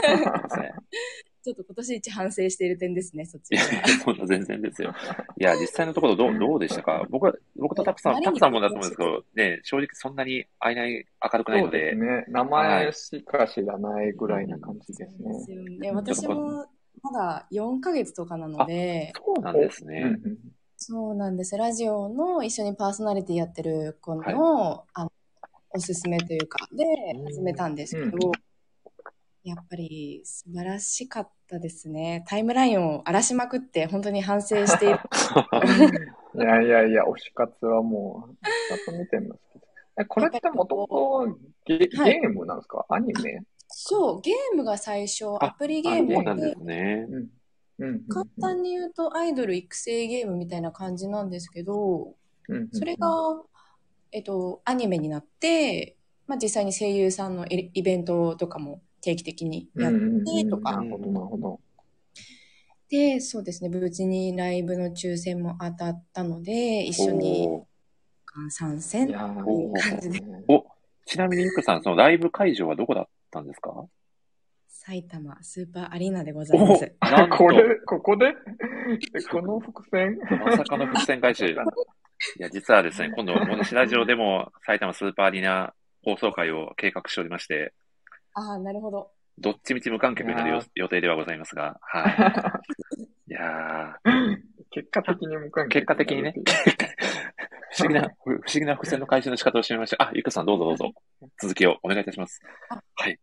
[SPEAKER 12] ちょっと今年一反省している点ですね、そっ
[SPEAKER 1] い
[SPEAKER 12] ち
[SPEAKER 1] や
[SPEAKER 12] は。、
[SPEAKER 1] そんな全然ですよ。いや、実際のところどう、どうでしたか僕は、僕とタクさ
[SPEAKER 12] あ
[SPEAKER 1] ん、
[SPEAKER 12] まり
[SPEAKER 1] タ
[SPEAKER 12] に
[SPEAKER 1] ク
[SPEAKER 12] も
[SPEAKER 1] さんもだと思うんですけど、ね、正直そんなに会えない、明るくない
[SPEAKER 2] そ
[SPEAKER 1] の
[SPEAKER 2] うで、
[SPEAKER 1] です
[SPEAKER 2] ね。名前しか知らないぐらいな感じです
[SPEAKER 12] そうで
[SPEAKER 2] ね
[SPEAKER 12] す。よ ね。
[SPEAKER 1] ちょっと
[SPEAKER 12] 私
[SPEAKER 1] こ
[SPEAKER 12] もまだ4ヶ月とかなので、
[SPEAKER 1] そうなんです
[SPEAKER 2] うんう
[SPEAKER 1] ね。
[SPEAKER 2] ん
[SPEAKER 12] そうなんです。ラジオの一緒にパーソナリティやってる子の,、あのおすすめというか、で
[SPEAKER 1] うん
[SPEAKER 12] 始めたんですけど、
[SPEAKER 2] うん
[SPEAKER 12] やっぱり素晴らしかったですね。タイムラインを荒らしまくって、本当に反省してい る。
[SPEAKER 2] いやいやいや、推し活はもう、推し活見てますけど。えこれってもともとゲ
[SPEAKER 12] はい
[SPEAKER 2] ゲームなんですかアニメ
[SPEAKER 12] そう、ゲームが最初、
[SPEAKER 1] あ
[SPEAKER 12] アプリゲ
[SPEAKER 1] あ、
[SPEAKER 12] ー
[SPEAKER 1] そうな
[SPEAKER 12] ム
[SPEAKER 1] ん
[SPEAKER 12] で
[SPEAKER 1] で、すね。
[SPEAKER 2] うん。うんうん
[SPEAKER 12] 簡単に言うとアイドル育成ゲームみたいな感じなんですけど、
[SPEAKER 2] うんうん
[SPEAKER 12] それが、えっと、アニメになって、まあ、実際に声優さんのイイベントとかも定期的に
[SPEAKER 2] うん
[SPEAKER 12] やっ
[SPEAKER 2] うんうん
[SPEAKER 12] てと
[SPEAKER 2] な
[SPEAKER 12] か
[SPEAKER 2] るほど、なるほど。
[SPEAKER 12] で、そうですね、無事にライブの抽選も当たったので、一緒に
[SPEAKER 1] おー
[SPEAKER 12] 参戦
[SPEAKER 2] いやー、
[SPEAKER 12] とい
[SPEAKER 2] いういです
[SPEAKER 12] 感じ
[SPEAKER 2] ね
[SPEAKER 12] で、
[SPEAKER 1] お、ちなみにゆくさん、そのライブ会場はどこだったんですかお
[SPEAKER 12] 埼玉スーパーアリーナでございます。
[SPEAKER 1] なんと、
[SPEAKER 2] これ、こ こでえこの伏線
[SPEAKER 1] まさかの伏線回収。いや、実はですね、今度、私ラジオでも埼玉スーパーアリーナ放送会を計画しておりまして、
[SPEAKER 12] ああ、なるほど。
[SPEAKER 1] どっちみち無観客になる
[SPEAKER 2] いや
[SPEAKER 1] よ
[SPEAKER 2] ー
[SPEAKER 1] 予定ではございますが、はい。いやー、
[SPEAKER 2] 結果的に向かう
[SPEAKER 1] 結果的にね、不思議な、不思議な伏線の回収の仕方をしてみました。あ、ゆかさんどうぞどうぞ。続きをお願いいたします。はい。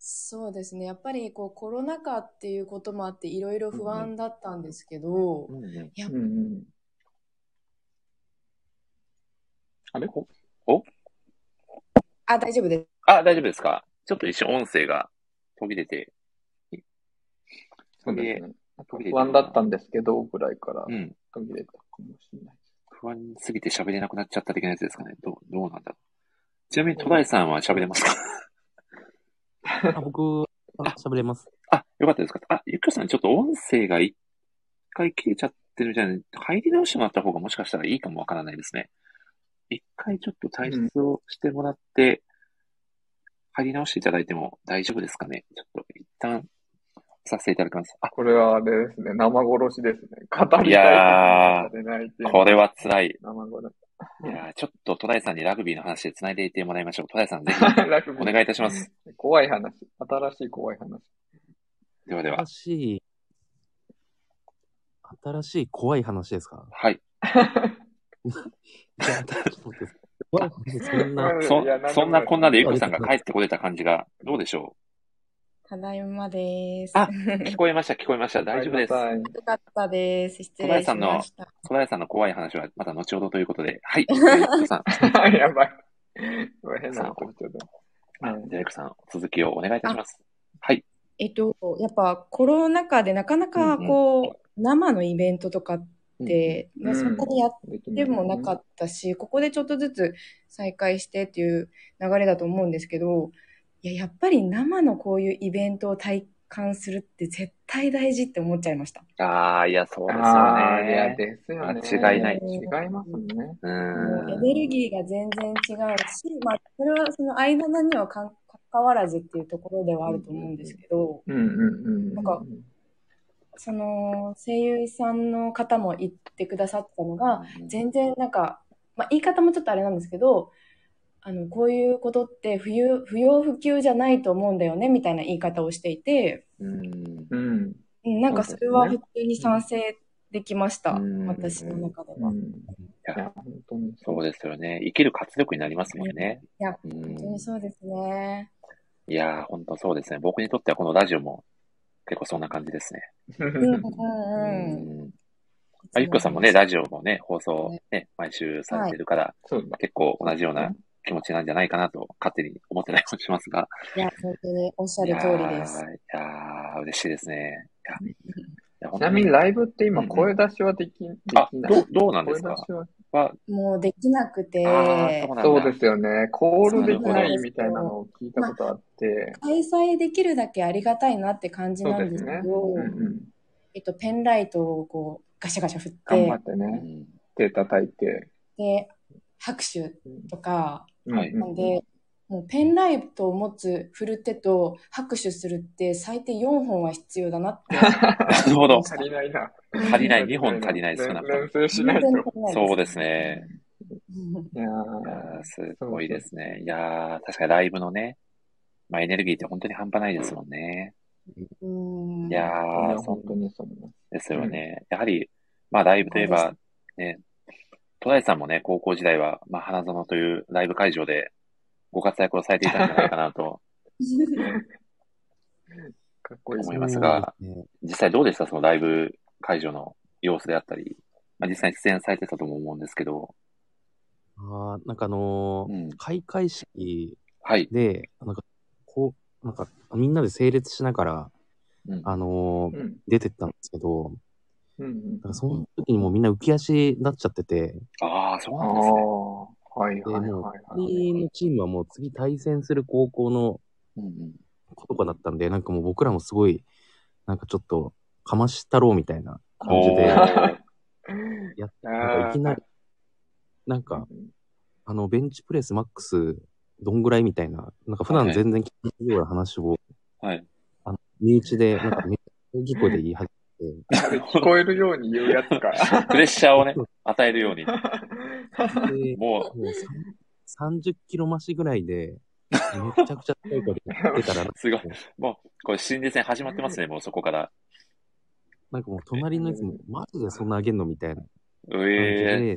[SPEAKER 12] そうですね。やっぱりこうコロナ禍っていうこともあっていろいろ不安だったんですけど、
[SPEAKER 1] うんうん
[SPEAKER 12] やっ
[SPEAKER 2] うんうん。あれ
[SPEAKER 12] あ、大丈夫です。
[SPEAKER 1] あ、大丈夫ですかちょっと一瞬音声が途切れて。
[SPEAKER 2] そうですね。
[SPEAKER 1] 途切れて
[SPEAKER 2] 不安だったんですけど、ぐらいから
[SPEAKER 1] うん。
[SPEAKER 2] 途切れたかもしれない。
[SPEAKER 1] 不安すぎて喋れなくなっちゃった的なやつですかね。どう、どうなんだろう。ちなみに、戸田井さんは喋れますか
[SPEAKER 11] あ僕、あ喋れます。
[SPEAKER 1] あ、よかったですかあ、ゆっかさん、ちょっと音声が一回切れちゃってるみたいな、入り直してもらった方がもしかしたらいいかもわからないですね。一回ちょっと退出をしてもらって、入り直していただいても大丈夫ですかねちょっと一旦させていただきます。あ、
[SPEAKER 2] これはあれですね、生殺しですね。語りたいことに語れないっていうの
[SPEAKER 1] これは辛い。
[SPEAKER 2] 生殺
[SPEAKER 1] いやーちょっと戸田井さんにラグビーの話で繋いでいてもらいましょう。戸田井さ ん、ぜひ
[SPEAKER 2] し。楽
[SPEAKER 1] お願いいたします。
[SPEAKER 2] 怖い話。新しい怖い話。
[SPEAKER 1] ではでは
[SPEAKER 11] 新。しい、新しい怖い話ですか
[SPEAKER 1] はい。
[SPEAKER 11] いや、ちょっと待って怖い話、そんな。
[SPEAKER 1] そ
[SPEAKER 2] いや、なんで
[SPEAKER 1] そ
[SPEAKER 2] も
[SPEAKER 1] ん
[SPEAKER 2] な
[SPEAKER 1] ないこんなでゆくさんが帰ってこれた感じが、どうでしょ
[SPEAKER 12] ただいまです。
[SPEAKER 1] うあ、 聞こえました、聞こえました。大丈夫です。
[SPEAKER 2] ありが
[SPEAKER 12] よかったです。失
[SPEAKER 1] 戸田井
[SPEAKER 12] 礼
[SPEAKER 1] さ
[SPEAKER 12] し
[SPEAKER 1] んの
[SPEAKER 12] ました。
[SPEAKER 1] 戸田井さんの怖い話はまた 後ほどということで。はい。ゆくさん、
[SPEAKER 2] たいやばい。変なこと言っちゃっ
[SPEAKER 1] デレクさん、続きをお願いいたします。はい。
[SPEAKER 12] えっと、やっぱコロナ禍でなかなかこう、生のイベントとかって、
[SPEAKER 9] うん
[SPEAKER 12] まあ、
[SPEAKER 9] うん
[SPEAKER 12] そんなにやってもなかったし、ここでちょっとずつ再開してっていう流れだと思うんですけど、いや、やっぱり生のこういうイベントを体感するって絶対大事って思っちゃいました。
[SPEAKER 1] ああ、いや、そうですよね。
[SPEAKER 2] あーいやですよね
[SPEAKER 1] 間違いない。
[SPEAKER 2] 違いますね。
[SPEAKER 1] う
[SPEAKER 12] もうエ
[SPEAKER 1] ーん。
[SPEAKER 12] ネルギーが全然違うし、まあ、それはその間何にはかん関わらずっていうところではあると思うんですけど、
[SPEAKER 2] うんうん
[SPEAKER 12] なんか、その声優さんの方も言ってくださったのが、全然なんか、まあ、言い方もちょっとあれなんですけど、あの、こういうことって不要不要不急じゃないと思うんだよね、みたいな言い方をしていて、
[SPEAKER 1] うん。
[SPEAKER 12] う
[SPEAKER 2] うん。
[SPEAKER 12] んなんかそれは普通に賛成できました、私の中では。い
[SPEAKER 1] いや、そうですよね。生きる活力になりますもんね。
[SPEAKER 12] や、
[SPEAKER 1] うん
[SPEAKER 12] 本当にそうですね。
[SPEAKER 1] いやー、本当そうですね。僕にとってはこのラジオも結構そんな感じですね。
[SPEAKER 12] うんうんうん。
[SPEAKER 1] まあ、ゆっこさんもね、ラジオもね、放送ね、毎週されてるから、
[SPEAKER 2] そう
[SPEAKER 1] 結構同じような気持ちなんじゃないかなと勝手に思ってたりもしますが。
[SPEAKER 12] いや、本当におっしゃる通りです。
[SPEAKER 1] いやーいやー嬉しいですね。いや
[SPEAKER 2] ちなみにライブって今声出しはでき、できない。
[SPEAKER 1] どうどうなんですか
[SPEAKER 2] 声出しは
[SPEAKER 1] は、
[SPEAKER 12] もうできなくて、
[SPEAKER 2] そうですよね。コールでき
[SPEAKER 12] そうな
[SPEAKER 2] なん
[SPEAKER 12] です
[SPEAKER 2] い
[SPEAKER 12] よ
[SPEAKER 2] みたいなのを聞いたことあって。
[SPEAKER 12] 開催できるだけありがたいなって感じなんですけど、
[SPEAKER 2] そうですねうんうん
[SPEAKER 12] えっと、ペンライトをこう、ガシャガシャ振って、
[SPEAKER 2] 頑張ってね。手叩いて。
[SPEAKER 12] で、拍手とか、
[SPEAKER 2] はい
[SPEAKER 12] なんで、もうペンライトを持つ振る手と拍手するって最低4本は必要だなって。
[SPEAKER 1] なるほど。
[SPEAKER 2] 足りないな。
[SPEAKER 1] 足りない、2本足りない、少なくとも
[SPEAKER 2] 練習しないと
[SPEAKER 1] そうですね。
[SPEAKER 2] いや
[SPEAKER 1] いやーすごいですね。いやー確かにライブのね、まあ、エネルギーって本当に半端ないですもんね。
[SPEAKER 12] うん
[SPEAKER 1] いや
[SPEAKER 2] い
[SPEAKER 1] ー
[SPEAKER 2] や
[SPEAKER 1] そ
[SPEAKER 2] 本
[SPEAKER 1] う
[SPEAKER 2] 当にそう思います。
[SPEAKER 1] ですよね。やはり、まあ、ライブといえば、ね、戸田井さんもね、高校時代は、まあ、花園というライブ会場でご活躍をされていたんじゃないかなと
[SPEAKER 2] かっこいい。
[SPEAKER 1] 思いますが、実際どうでしたそのライブ会場の様子であったり、まあ、実際に出演されてたとも思うんですけど、
[SPEAKER 11] あーなんかあのー開会式
[SPEAKER 1] で、
[SPEAKER 11] なんか、こう、なんか、みんなで整列しながら、あのー
[SPEAKER 2] うん
[SPEAKER 11] 出てったんですけど、
[SPEAKER 2] うんうん
[SPEAKER 11] なんかその時にもうみんな浮き足になっちゃってて、
[SPEAKER 1] ああ、そう
[SPEAKER 2] なんですね。はい
[SPEAKER 11] で、
[SPEAKER 2] はい
[SPEAKER 11] も、
[SPEAKER 2] はいう
[SPEAKER 11] 次のチームはもう次対戦する高校の子とかだったんで、なんかもう僕らもすごい、なんかちょっと、かましたろうみたいな感じで、やっなんかいきなり、なんか、あの、ベンチプレスマックス、どんぐらいみたいな、なんか普段全然聞いてないような話を、
[SPEAKER 1] はい。
[SPEAKER 11] あの、身内で、なんか、めっちゃ大きい声で言い始めて、
[SPEAKER 2] あれ 聞こえるように言うやつか。
[SPEAKER 1] プレッシャーをね、与えるように。
[SPEAKER 11] で
[SPEAKER 1] も
[SPEAKER 11] う、30キロ増しぐらいで、めちゃくちゃ高い声で言って たら、
[SPEAKER 1] すごい。もう、これ心理戦始まってますね、もうそこから。
[SPEAKER 11] なんかもう隣のやつも、マジでそんな上げんのみたいな感じで、
[SPEAKER 1] え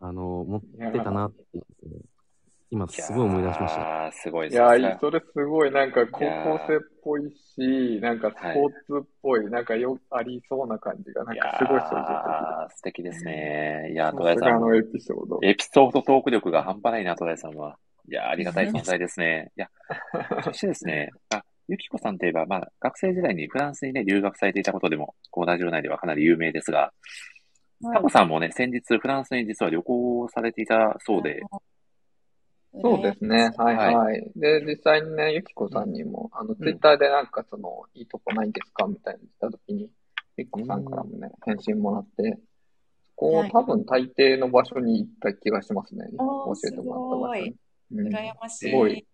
[SPEAKER 11] あの、持ってたなって思って、今すごい思い出しました。
[SPEAKER 1] ああ、すごい
[SPEAKER 2] い
[SPEAKER 1] ですね。
[SPEAKER 2] やー、それすごい、なんか高校生っぽいし、なんかスポーツっぽい、なんかよ、ありそうな感じが、なんかすごい想
[SPEAKER 1] ああ、素敵ですね。いやー、
[SPEAKER 2] さす
[SPEAKER 1] 戸
[SPEAKER 2] が
[SPEAKER 1] 田井さん
[SPEAKER 2] のエピソード
[SPEAKER 1] エピソードトーク力が半端ないな、戸田井さんは。いやー、ありがたい存在ですね。いや、そしてですね、あ、ゆきこさんといえば、まあ、学生時代にフランスにね、留学されていたことでも、このラジオ内ではかなり有名ですが、タコさんもね、先日フランスに実は旅行をされていたそうで、
[SPEAKER 2] そうですね。はいはい。
[SPEAKER 1] は
[SPEAKER 2] で、実際にね、ゆきこさんにも、あの、ツイッターでなんかその、いいとこないんですかみたいに言った時に、ゆきこさんからもね、返信もらって、そこを多分大抵の場所に行った気がしますね。教えてもらった場所に。うん
[SPEAKER 12] 羨ましい。
[SPEAKER 2] すごい。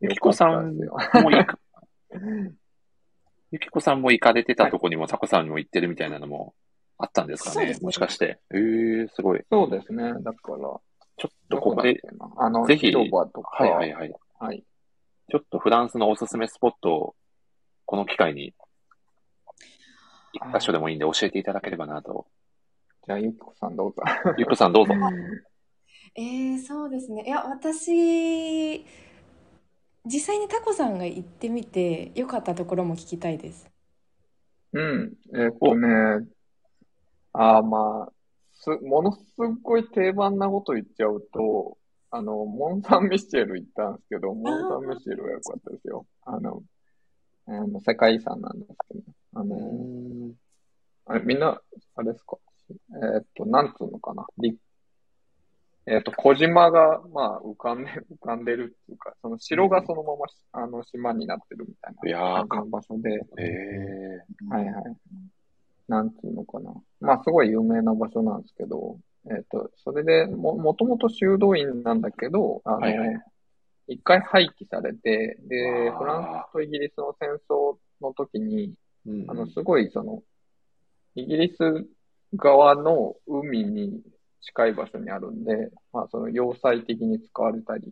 [SPEAKER 1] ゆきこさんも行く、ゆきこさんも行かれてたとこにも、タコさんにも行ってるみたいなのもあったんですか
[SPEAKER 2] そうで
[SPEAKER 1] ね
[SPEAKER 2] すね
[SPEAKER 1] もしかして。ええー、すごい。
[SPEAKER 2] そうですね。だから、ちょ
[SPEAKER 1] っとここで、
[SPEAKER 2] あの、
[SPEAKER 1] ぜひ
[SPEAKER 2] 広場とか。
[SPEAKER 1] はいはいはい。
[SPEAKER 2] はい。
[SPEAKER 1] ちょっとフランスのおすすめスポットを、この機会に、一箇所でもいいんで教えていただければなと。
[SPEAKER 2] じゃあ、ゆきこさんどうぞ。
[SPEAKER 1] ゆきこさんどうぞ。
[SPEAKER 12] えー、そうですね。いや、私、実際にタコさんが行ってみて、良かったところも聞きたいです。
[SPEAKER 2] うん。えっとね、ああまあ、す、ものすごい定番なこと言っちゃうと、あの、モン・サン・ミシェル行ったんですけど、モン・サン・ミシェルは良かったですよ。あの、あの世界遺産なんですけど、あの、あれ、みんな、あれですかえーっと、なんつうのかな。りえーっと、小島が、まあ、浮かんで、浮かんでるっていうか、その城がそのままし、あの、島になってるみたいな。
[SPEAKER 1] いやー
[SPEAKER 2] 感じの場所で。
[SPEAKER 1] ええ
[SPEAKER 2] はいはい。なんつうのかな。まあ、すごい有名な場所なんですけど、えっ、と、それでも、もともと修道院なんだけど、あの、
[SPEAKER 1] はいはい
[SPEAKER 2] 一回廃棄されて、で、
[SPEAKER 1] わあ
[SPEAKER 2] フランスとイギリスの戦争の時に、
[SPEAKER 1] うん
[SPEAKER 2] あの、すごいその、イギリス側の海に近い場所にあるんで、まあ、その要塞的に使われたりし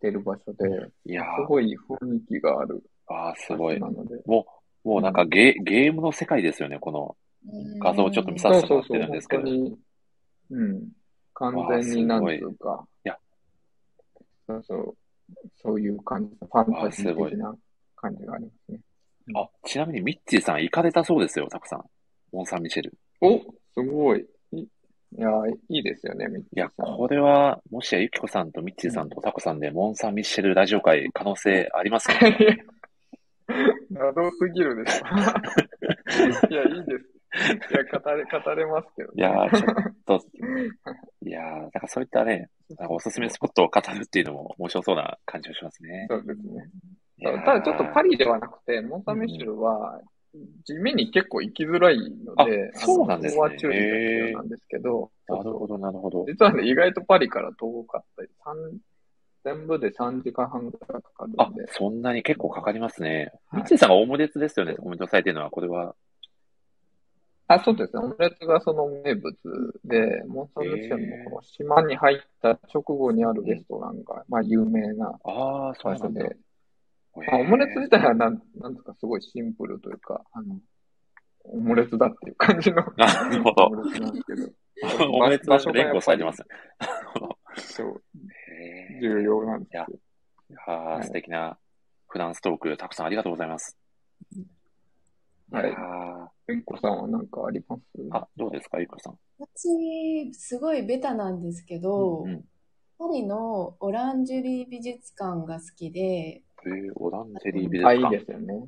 [SPEAKER 2] てる場所で、
[SPEAKER 1] いやー
[SPEAKER 2] すごい雰囲気がある。
[SPEAKER 1] ああ、すごい。
[SPEAKER 2] なので
[SPEAKER 1] もう、もうなんかゲ,、ゲームの世界ですよね、この画像をちょっと見させてもらってるんですけど。
[SPEAKER 2] そうそうそう本当に、うん、完全になんつうか、
[SPEAKER 1] いや、
[SPEAKER 2] そうそう、そういう感じ、ファンタジ
[SPEAKER 1] わあすご
[SPEAKER 2] ー
[SPEAKER 1] い
[SPEAKER 2] 的な感じがありますね。
[SPEAKER 1] あ、ちなみにミッチーさん行かれたそうですよ、たくさん。モンサンミシェル。
[SPEAKER 2] おすごい。いいや、いいですよ ね、み
[SPEAKER 1] いや、これは、もしやゆきこさんとミッチーさんとタコさんで、モンサンミシェルラジオ会可能性あり ますよね。
[SPEAKER 2] 謎すぎるで しょ。いや、いいです。いや、語れ、語れますけど、ね。
[SPEAKER 1] いやー、ちょっ と、いやー、なんかそういったね、なんかおすすめスポットを語るっていうのも面白そうな感じがしますね。
[SPEAKER 2] そうですね。
[SPEAKER 1] いやー
[SPEAKER 2] ただちょっとパリではなくて、モンサンミシェルは、地味に結構行きづらいので、
[SPEAKER 1] あそうなんですね
[SPEAKER 2] あのそこは注意が必要なんですけど、
[SPEAKER 1] なるほど、なるほど。
[SPEAKER 2] 実はね、意外とパリから遠かったり、三全部で3時間半ぐらいかかるんで
[SPEAKER 1] あ、そんなに結構かかりますね。ミッチーさんがオムレツですよね、コメントされてるのは、これは。
[SPEAKER 2] あ、そうですね。オムレツがその名物で、モンサンミシェルのこの島に入った直後にあるレストランが、まあ、有名な
[SPEAKER 1] 場
[SPEAKER 2] 所で、
[SPEAKER 1] そうなんだ
[SPEAKER 2] まあオムレツ自体はなん、なんとかすごいシンプルというか、あの、オムレツだっていう感じの
[SPEAKER 1] なるほど
[SPEAKER 2] オムレツなんですけ ど、
[SPEAKER 1] オムレツ
[SPEAKER 2] 場
[SPEAKER 1] は
[SPEAKER 2] 所が
[SPEAKER 1] 連
[SPEAKER 2] や
[SPEAKER 1] 呼
[SPEAKER 2] っ
[SPEAKER 1] さ
[SPEAKER 2] ぱ
[SPEAKER 1] れ
[SPEAKER 2] り
[SPEAKER 1] てます。
[SPEAKER 2] そう、
[SPEAKER 1] へー
[SPEAKER 2] 重要なんです
[SPEAKER 1] よ。いやー素敵なフランストーク、たくさんありがとうございます。
[SPEAKER 2] はい
[SPEAKER 1] やー
[SPEAKER 2] ゆっこさんは何かあります
[SPEAKER 1] あ、どうですか、ゆっこさん。
[SPEAKER 12] 私、すごいベタなんですけど、パリのオランジュリー美術館が好きで、
[SPEAKER 1] えー、オランジェリー美術
[SPEAKER 2] あ、
[SPEAKER 1] 館。
[SPEAKER 2] いいですよね。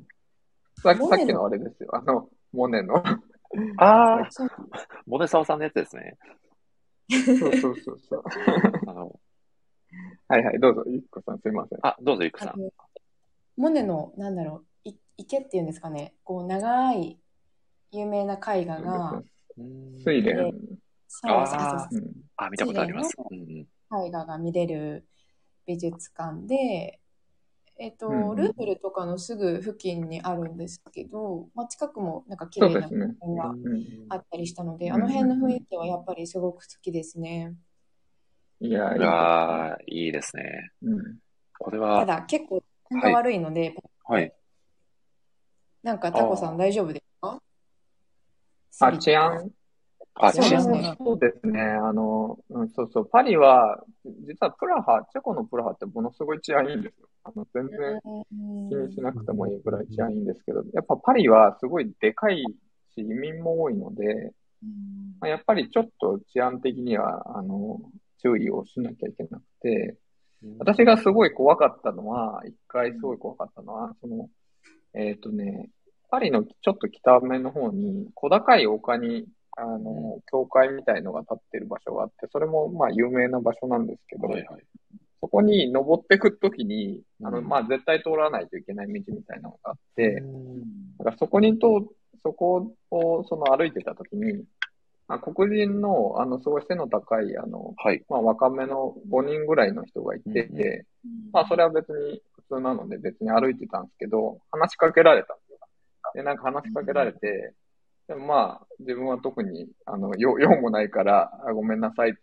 [SPEAKER 2] さ
[SPEAKER 12] モ
[SPEAKER 2] さ
[SPEAKER 12] ネの
[SPEAKER 2] っきのあれですよ。あの、モネの。
[SPEAKER 1] ああ、 モネサオさんのやつですね。
[SPEAKER 2] そうそうそうそう。
[SPEAKER 1] あの、
[SPEAKER 2] はいはい、どうぞ、ゆっこさん、すいません。
[SPEAKER 1] あ、どうぞ、ゆっこ
[SPEAKER 12] あのモネの、なんだろう、い池っていうんですかね、こう長い有名な絵画が、
[SPEAKER 2] 睡蓮。
[SPEAKER 12] そうそうそうそう
[SPEAKER 1] あ、見たことあります。うんうん
[SPEAKER 12] 絵画が見れる美術館で、えっと、
[SPEAKER 2] うんうん
[SPEAKER 12] ルーブルとかのすぐ付近にあるんですけど、まあ、近くもなんか綺
[SPEAKER 2] そう
[SPEAKER 12] 麗
[SPEAKER 2] で
[SPEAKER 12] な
[SPEAKER 2] す
[SPEAKER 12] 公
[SPEAKER 2] ね。
[SPEAKER 12] 園が
[SPEAKER 2] うん
[SPEAKER 12] あったりしたので、
[SPEAKER 2] うん
[SPEAKER 12] あの辺の雰囲気はやっぱりすごく好きですね。
[SPEAKER 2] いやー、いいです
[SPEAKER 1] う
[SPEAKER 2] ね。
[SPEAKER 1] わーいいですね。
[SPEAKER 2] うん
[SPEAKER 1] これ
[SPEAKER 12] た
[SPEAKER 1] は、
[SPEAKER 12] だ結構感が悪いので、
[SPEAKER 1] はい。
[SPEAKER 12] なんかタコさん大丈夫ですか
[SPEAKER 2] あ、治安
[SPEAKER 1] あ
[SPEAKER 12] そうですね
[SPEAKER 2] 治安そうですね。あの、うん、そうそう。パリは、実はプラハ、チェコのプラハってものすごい治安いいんですよ。あの、全然気にしなくてもいいぐらい治安いいんですけど、やっぱパリはすごいでかいし、移民も多いので、まあ、やっぱりちょっと治安的には、あの、注意をしなきゃいけなくて、私がすごい怖かったのは、一回すごい怖かったのは、その、えっ、とね、パリのちょっと北目の方に、小高い丘に、あの、教会みたいのが立ってる場所があって、それもまあ有名な場所なんですけど、そこに登ってくときに、あの、まあ絶対通らないといけない道みたいなのがあって、だからそこにと、そこをその歩いてたときに、あ黒人の、あの、すごい背の高い、あの、まあ若めの5人ぐらいの人がいて、まあそれは別に普通なので別に歩いてたんですけど、話しかけられたんですよ。で、なんか話しかけられて、でもまあ自分は特に、あの、用用もないから、あごめんなさいって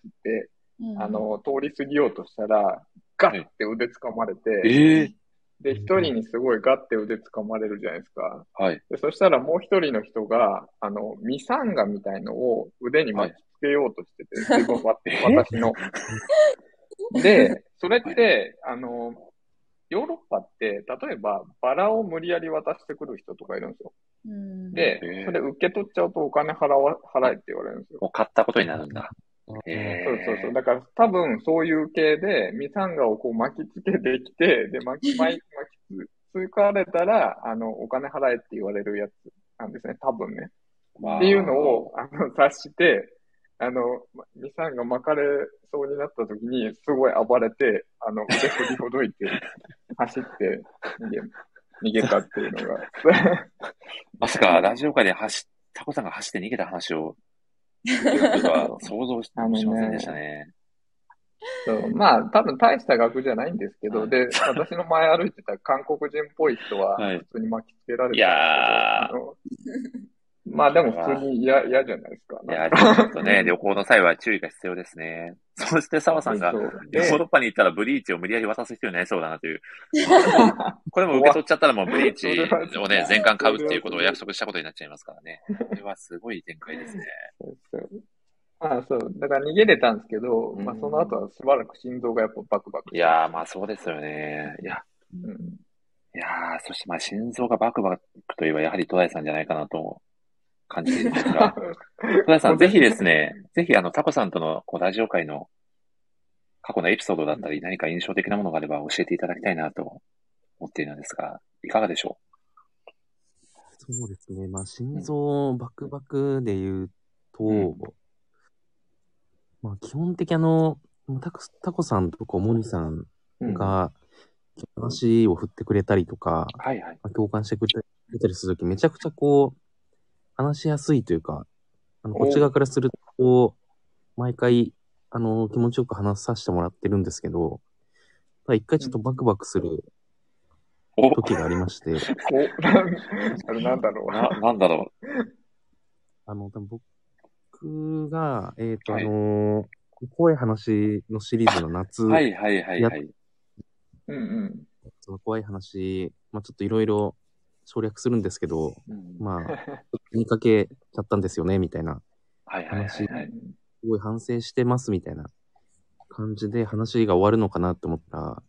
[SPEAKER 2] 言って、あの、通り過ぎようとしたら、ガッて腕掴まれて、
[SPEAKER 1] ええ
[SPEAKER 2] で、一人にすごいガッて腕掴まれるじゃないですか。
[SPEAKER 1] はい。
[SPEAKER 2] でそしたらもう一人の人が、あの、ミサンガみたいのを腕に巻きつけようとしてて、自分は私の。で、それって、あの、ヨーロッパって、例えばバラを無理やり渡してくる人とかいるんですよ。で、それ受け取っちゃうとお金払わ、払えって言われるんですよ。
[SPEAKER 1] もう買ったことになるんだ。へ
[SPEAKER 2] そうそうそう。だから多分そういう系で、ミサンガをこう巻きつけてきて、で、 巻き、巻き、巻きつ、つかれたら、あの、お金払えって言われるやつなんですね、多分ね。
[SPEAKER 1] まあ
[SPEAKER 2] っていうのを、あの、察して、あの、ミサンが巻かれそうになった時に、すごい暴れて、あの、腕振りほどいて、走って逃げ、逃げたっていうのが。
[SPEAKER 1] まさか、ラジオ界で走っ、タコさんが走って逃げた話 を、想像し
[SPEAKER 2] あのね
[SPEAKER 1] しませんでしたね。
[SPEAKER 2] そうまあ、多分大した額じゃないんですけど、で、私の前歩いてた韓国人っぽい人は、
[SPEAKER 1] はい
[SPEAKER 2] 普通に巻きつけられてたんですけど
[SPEAKER 1] いやー
[SPEAKER 2] あの まあでも普通に嫌、嫌じゃないですか。
[SPEAKER 1] いや、でもちょっとね、旅行の際は注意が必要ですね。そして、澤さんが、
[SPEAKER 2] そ
[SPEAKER 1] ヨ
[SPEAKER 2] う
[SPEAKER 1] ーロッパに行ったらブリーチを無理やり渡す必要になりそうだなと いう。これも受け取っちゃったらもうブリーチをね、全巻買うっていうことを約束したことになっちゃいますからね。これはすごい展開ですね。
[SPEAKER 2] まあそう、だから逃げれたんですけど、まあその後はしばらく心臓がやっぱバクバク。
[SPEAKER 1] いやー、まあそうですよね。いや、いやー、そしてまあ心臓がバクバクといえばやはり戸田井さんじゃないかなと感じているんです が、戸田井さん、ぜひですね、ぜひあの、タコさんとのこうラジオ会の過去のエピソードだったり、何か印象的なものがあれば教えていただきたいなと思っているのですが、いかがでしょ
[SPEAKER 11] そうですね。まあ、心臓バクバクで言うと、まあ、基本的あの、タコタコさんとこうモニさんが、話を振ってくれたりとか、
[SPEAKER 1] はいはい
[SPEAKER 11] まあ、共感してくれたりするとき、めちゃくちゃこう、話しやすいというか、あの
[SPEAKER 1] お
[SPEAKER 11] こっち側からすると、こう、毎回、あの、気持ちよく話させてもらってるんですけど、ただ一回ちょっとバクバクする時がありま して、
[SPEAKER 2] お、なん、あれなんだろう。
[SPEAKER 1] ななんだろ
[SPEAKER 11] あの、多分僕が、えっ、と、あのー怖い話のシリーズの夏。
[SPEAKER 1] う。はいはいはいはい。
[SPEAKER 2] うんうん。
[SPEAKER 11] その怖い話、まあちょっといろいろ省略するんですけど、まあ、気にかけちゃったんですよね、みたいな
[SPEAKER 1] はい
[SPEAKER 2] はいはいはい
[SPEAKER 11] 話、すごい反省してます、みたいな感じで話が終わるのかなと思ったら、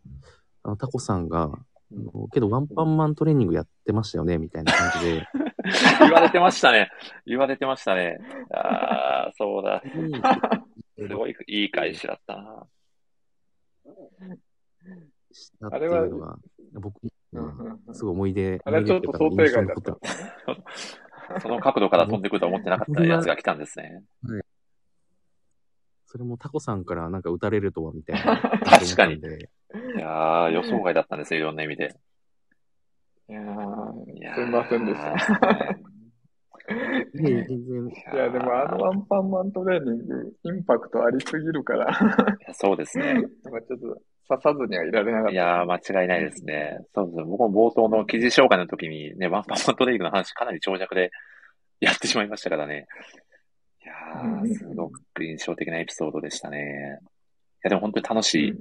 [SPEAKER 11] あの、タコさんが、あのけどワンパンマントレーニングやってましたよね、みたいな感じ で、
[SPEAKER 1] 言われてましたね。言われてましたね。ああ、そうだ。すごいいい返しだったな。
[SPEAKER 11] だっていうのが、僕、すごい思い出、
[SPEAKER 1] あれはちょっと
[SPEAKER 11] 思い出いうか
[SPEAKER 1] 想定外だった
[SPEAKER 11] 印象に残ってます
[SPEAKER 1] その角度から飛んでくるとは思ってなかったやつが来たんですね。
[SPEAKER 11] はい。それもタコさんからなんか打たれるとは、みたいな。
[SPEAKER 1] 確かに。いやー、予想外だったんですよ、いろんな意味で。
[SPEAKER 2] いやー、すみませんで し
[SPEAKER 11] い
[SPEAKER 2] た。
[SPEAKER 11] や、全然。
[SPEAKER 2] いや、でもあのワンパンマントレーニング、インパクトありすぎるから。
[SPEAKER 1] そうですね。
[SPEAKER 2] なんかちょっと刺さずにはいられなかった。
[SPEAKER 1] いやー、間違いないですね。そうですね。僕も冒頭の記事紹介の時にね、ワンパンマントレイクの話かなり長尺でやってしまいましたからね。いやー、すごく印象的なエピソードでしたね。いや、でも本当に楽しい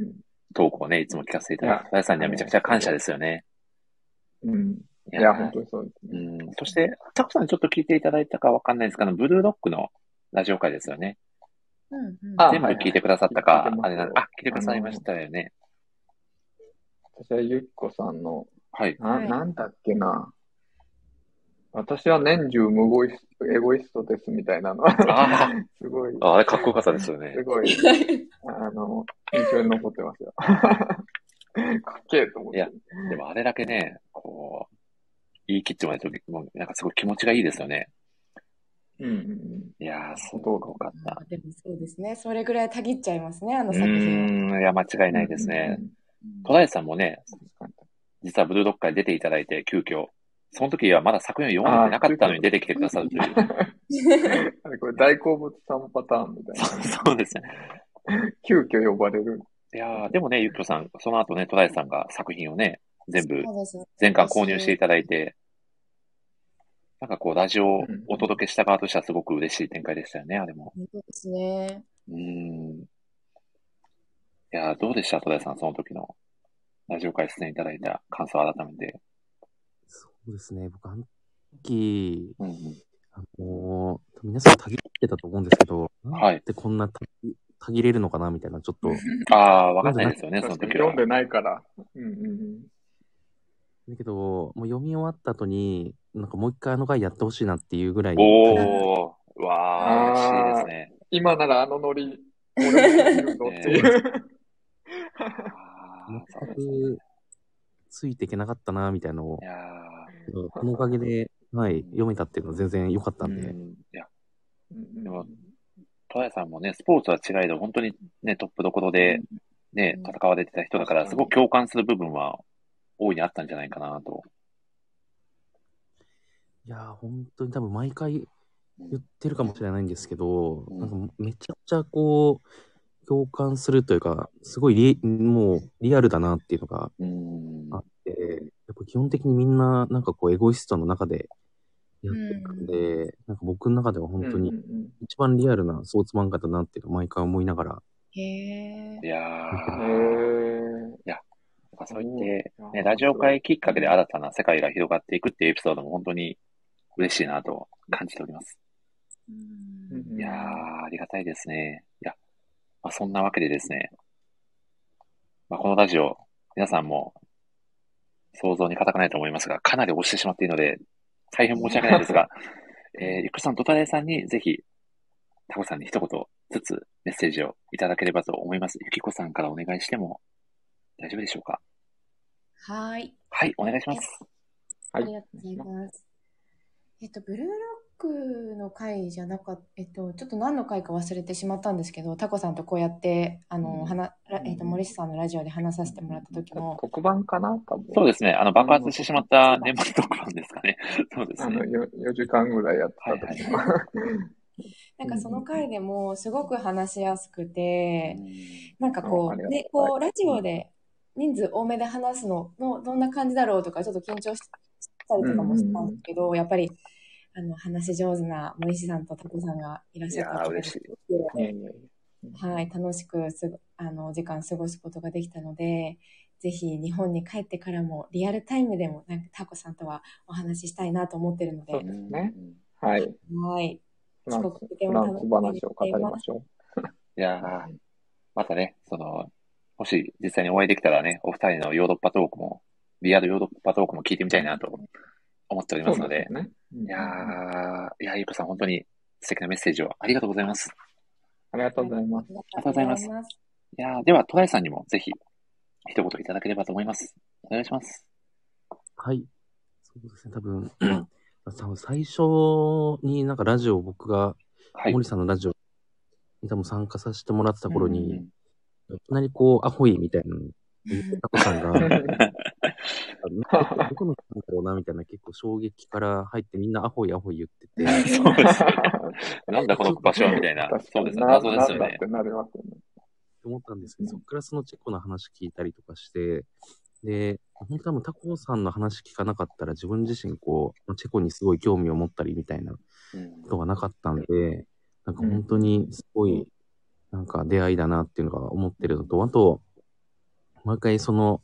[SPEAKER 1] 投稿をね、いつも聞かせていただ
[SPEAKER 2] い
[SPEAKER 1] く。
[SPEAKER 2] や
[SPEAKER 1] 小林さんにはめちゃくちゃ感謝ですよね。
[SPEAKER 2] うん。い
[SPEAKER 1] いや
[SPEAKER 2] や、本当にそうです。
[SPEAKER 1] うん。そして、タコさんちょっと聞いていただいたかわかんないですけど、ブルーロックのラジオ会ですよね。全部聞いてくださったか、あれな、あ、聞いてくださいましたよね。
[SPEAKER 2] 私はゆっこさんの、
[SPEAKER 1] はい。
[SPEAKER 2] な、なんだっけな。私は年中無ゴイスエゴイストですみたいなの。
[SPEAKER 1] あ
[SPEAKER 2] すごい。
[SPEAKER 1] ああれかっこよかったですよね
[SPEAKER 2] すごい、あの、印象に残ってますよ。かっけえと思って。
[SPEAKER 1] いや、でもあれだけね、こう、言い切ってもらえると、もうなんかすごい気持ちがいいですよね。
[SPEAKER 2] うんうん。
[SPEAKER 1] いやー、すごくよかった。
[SPEAKER 12] でもそうですね。それぐらいたぎっちゃいますね、あ
[SPEAKER 1] う
[SPEAKER 12] の作品は。
[SPEAKER 1] ーん、いや、間違いないですね。戸田井さんもね、実はブルードックから出ていただいて、急遽、その時はまだ作品を読んでなかったのに出てきてくださるという。
[SPEAKER 2] あれこれ大好物3パターンみたいな。
[SPEAKER 1] そうですね。
[SPEAKER 2] 急遽呼ばれる。
[SPEAKER 1] いやーでもね、ゆっきょさん、その後ね、戸田井さんが作品をね、全部
[SPEAKER 12] そうですね、
[SPEAKER 1] 全巻購入していただいて、なんかこう、ラジオをお届けした側としてはすごく嬉しい展開でしたよね、あれも。
[SPEAKER 12] 本当ですね。
[SPEAKER 1] うーん。いやーどうでした戸田井さん、その時のラジオ会出演いただいた感想を改めて。
[SPEAKER 11] そうですね、僕、あの時、
[SPEAKER 1] うん
[SPEAKER 11] あのー皆さんたぎってたと思うんですけど、
[SPEAKER 1] は
[SPEAKER 11] な
[SPEAKER 1] い、
[SPEAKER 11] んでこんなたぎたぎれるのかなみたいな、ちょっと。
[SPEAKER 1] あ あ、わかんないですよね、その
[SPEAKER 2] 確かに
[SPEAKER 1] 時
[SPEAKER 2] 読
[SPEAKER 1] は
[SPEAKER 2] ん。でないから。うんうんうん。
[SPEAKER 11] だけど、もう読み終わった後に、なんかもう一回あの回やってほしいなっていうぐらい。
[SPEAKER 1] おー、わー、嬉しいですね。
[SPEAKER 2] 今ならあのノリ俺もいるぞ っていう。
[SPEAKER 11] 全くついていけなかったな、みたいなのを、うんこのおかげで、はい、読めたっていうのは全然良かったんで、
[SPEAKER 1] いや、でも、トヤさんもね、スポーツは違いど、本当にね、トップどころで、ね、戦われてた人だから、すごく共感する部分は、大いにあったんじゃないかなと。
[SPEAKER 11] いやー、本当に多分毎回言ってるかもしれないんですけど、なんかめちゃくちゃこう、共感するというか、すごいリ、もうリアルだなっていうのがあって、やっぱ基本的にみんな、なんかこう、エゴイストの中でやっていくんで、なんか僕の中では本当に一番リアルなスポーツ漫画だなっていうのを毎回思いながら、
[SPEAKER 1] いやー、いや、なんかそう言って、ね、ラジオ会きっかけで新たな世界が広がっていくっていうエピソードも本当に嬉しいなと感じております。いやー、ありがたいですね。いや、まあ、そんなわけでですね、まあ、このラジオ、皆さんも想像に難くないと思いますが、かなり押してしまっているので、大変申し訳ないですが、えー、ゆくさんとたれさんにぜひ、タコさんに一言ずつメッセージをいただければと思います。ゆきこさんからお願いしても大丈夫でしょうか
[SPEAKER 12] はーい。
[SPEAKER 1] はい、お願いします。
[SPEAKER 12] ありがとうございます。えっと、ブルーロックの回じゃなかった、えっと、ちょっと何の回か忘れてしまったんですけど、タコさんとこうやって、あの、はな、らえっと、森下さんのラジオで話させてもらった時も、
[SPEAKER 2] 黒板かな多分。
[SPEAKER 1] そうですね、あの、爆発してしまった年末特番ですかね。 そうです
[SPEAKER 2] あ
[SPEAKER 1] ね
[SPEAKER 2] の。4、4時間ぐらいやったと思う。
[SPEAKER 12] なんかその回でもすごく話しやすくて、なんか
[SPEAKER 2] あ
[SPEAKER 12] こ
[SPEAKER 2] あり
[SPEAKER 12] う、
[SPEAKER 2] がとう
[SPEAKER 12] ね、こう、ラジオで人数多めで話すの、の、どんな感じだろうとか、ちょっと緊張ししたりとかもしたんですけど、やっぱり、あの、話し上手な森氏さんとタコさんがいらっしゃったことで、はい、楽しくすご、あの、お時間過ごすことができたので、ぜひ日本に帰ってからもリアルタイムでもなんかタコさんとはお話ししたいなと思ってるので、
[SPEAKER 2] ね。はい。
[SPEAKER 12] はい。
[SPEAKER 2] フラ
[SPEAKER 12] す
[SPEAKER 2] ンス
[SPEAKER 12] ごくとて
[SPEAKER 2] フ
[SPEAKER 12] も
[SPEAKER 2] ラ
[SPEAKER 12] 楽
[SPEAKER 2] ン
[SPEAKER 12] しみに
[SPEAKER 2] ス話
[SPEAKER 12] し
[SPEAKER 2] を語
[SPEAKER 12] てい
[SPEAKER 2] り
[SPEAKER 12] ます
[SPEAKER 2] ま。しょ
[SPEAKER 1] いやー、またね、その、もし実際にお会いできたらね、お二人のヨーロッパトークも、リアルヨーロッパトークも聞いてみたいなと思っておりますので、
[SPEAKER 2] そうですね
[SPEAKER 1] いやー、いや、ゆうこさん本当に素敵なメッセージをありがとうございます。
[SPEAKER 2] ありがとうございます。あり
[SPEAKER 1] がとうございますいやー、では、トライさんにもぜひ、一言いただければと思います。お願いします。
[SPEAKER 11] はい。そうですね、多分、多分最初になんかラジオ、僕が、森さんのラジオに多分参加させてもらってた頃に、いきなりこう、アホイみたいなのを言ってた子さんが、あの どこの人なんだろうなみたいな結構衝撃から入ってみんなアホイアホイ言ってて。
[SPEAKER 1] そうですね。なんだこの場所はみたいな。そうですね。
[SPEAKER 2] な
[SPEAKER 1] 謎ですよ
[SPEAKER 2] なんだっ
[SPEAKER 1] ね
[SPEAKER 2] て。なりますよね。
[SPEAKER 11] 思ったんですけど、そっからそのチェコの話聞いたりとかして、で、本当はもうタコさんの話聞かなかったら自分自身こう、チェコにすごい興味を持ったりみたいなことがなかったんで、なんか本当にすごい、なんか出会いだなっていうのが思ってるのと、あと、毎回その、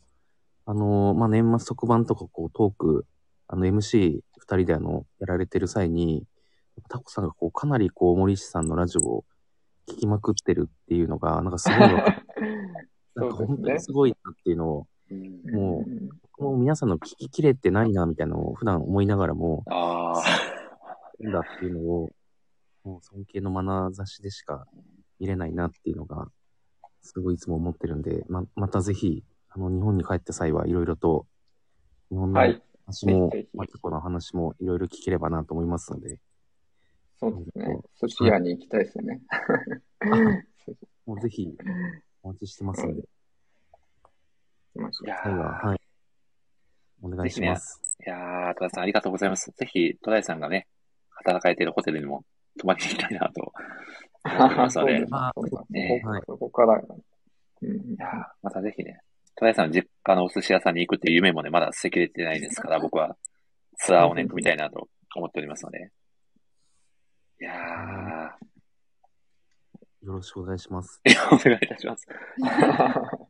[SPEAKER 11] あのまあ、年末特番とかこうトーク、あの MC2 人であの、やられてる際に、タコさんがこう、かなりこう、森氏さんのラジオを聞きまくってるっていうのが、なんかすごいわかるなんか本当にすごいなっていうのを、もう、僕も皆さんの聞ききれてないなみたいなのを普段思いながらも、
[SPEAKER 1] あ
[SPEAKER 11] あ。だっていうのを、もう尊敬の眼差しでしか見れないなっていうのが、すごいいつも思ってるんで、ま、またぜひ、あの、日本に帰った際はいろいろと、日本の
[SPEAKER 2] はい
[SPEAKER 11] 話も、
[SPEAKER 2] ぜひぜひ
[SPEAKER 11] まあ、過去の話もいろいろ聞ければなと思いますので、
[SPEAKER 2] そうですね。寿司屋に行きたいですよね。
[SPEAKER 11] もうぜひ、お待ちしてますので、
[SPEAKER 1] いや
[SPEAKER 11] 最後は、はい。お願いします。
[SPEAKER 1] ぜひね、いやー、戸田さんありがとうございます。ぜひ、戸田さんがね、働かれているホテルにも泊まりに行きたいなと思っておりますの
[SPEAKER 2] そう
[SPEAKER 1] で
[SPEAKER 2] ですね、そうですね
[SPEAKER 1] ね
[SPEAKER 2] そこそこから。うんうん
[SPEAKER 1] またぜひね、戸田さんの実家のお寿司屋さんに行くっていう夢もね、まだ捨てきれてないで すから、僕はツアーをね、組みたいなと思っておりますので。いやー、
[SPEAKER 11] よろしくお願いします。
[SPEAKER 1] いや、お願いいたします。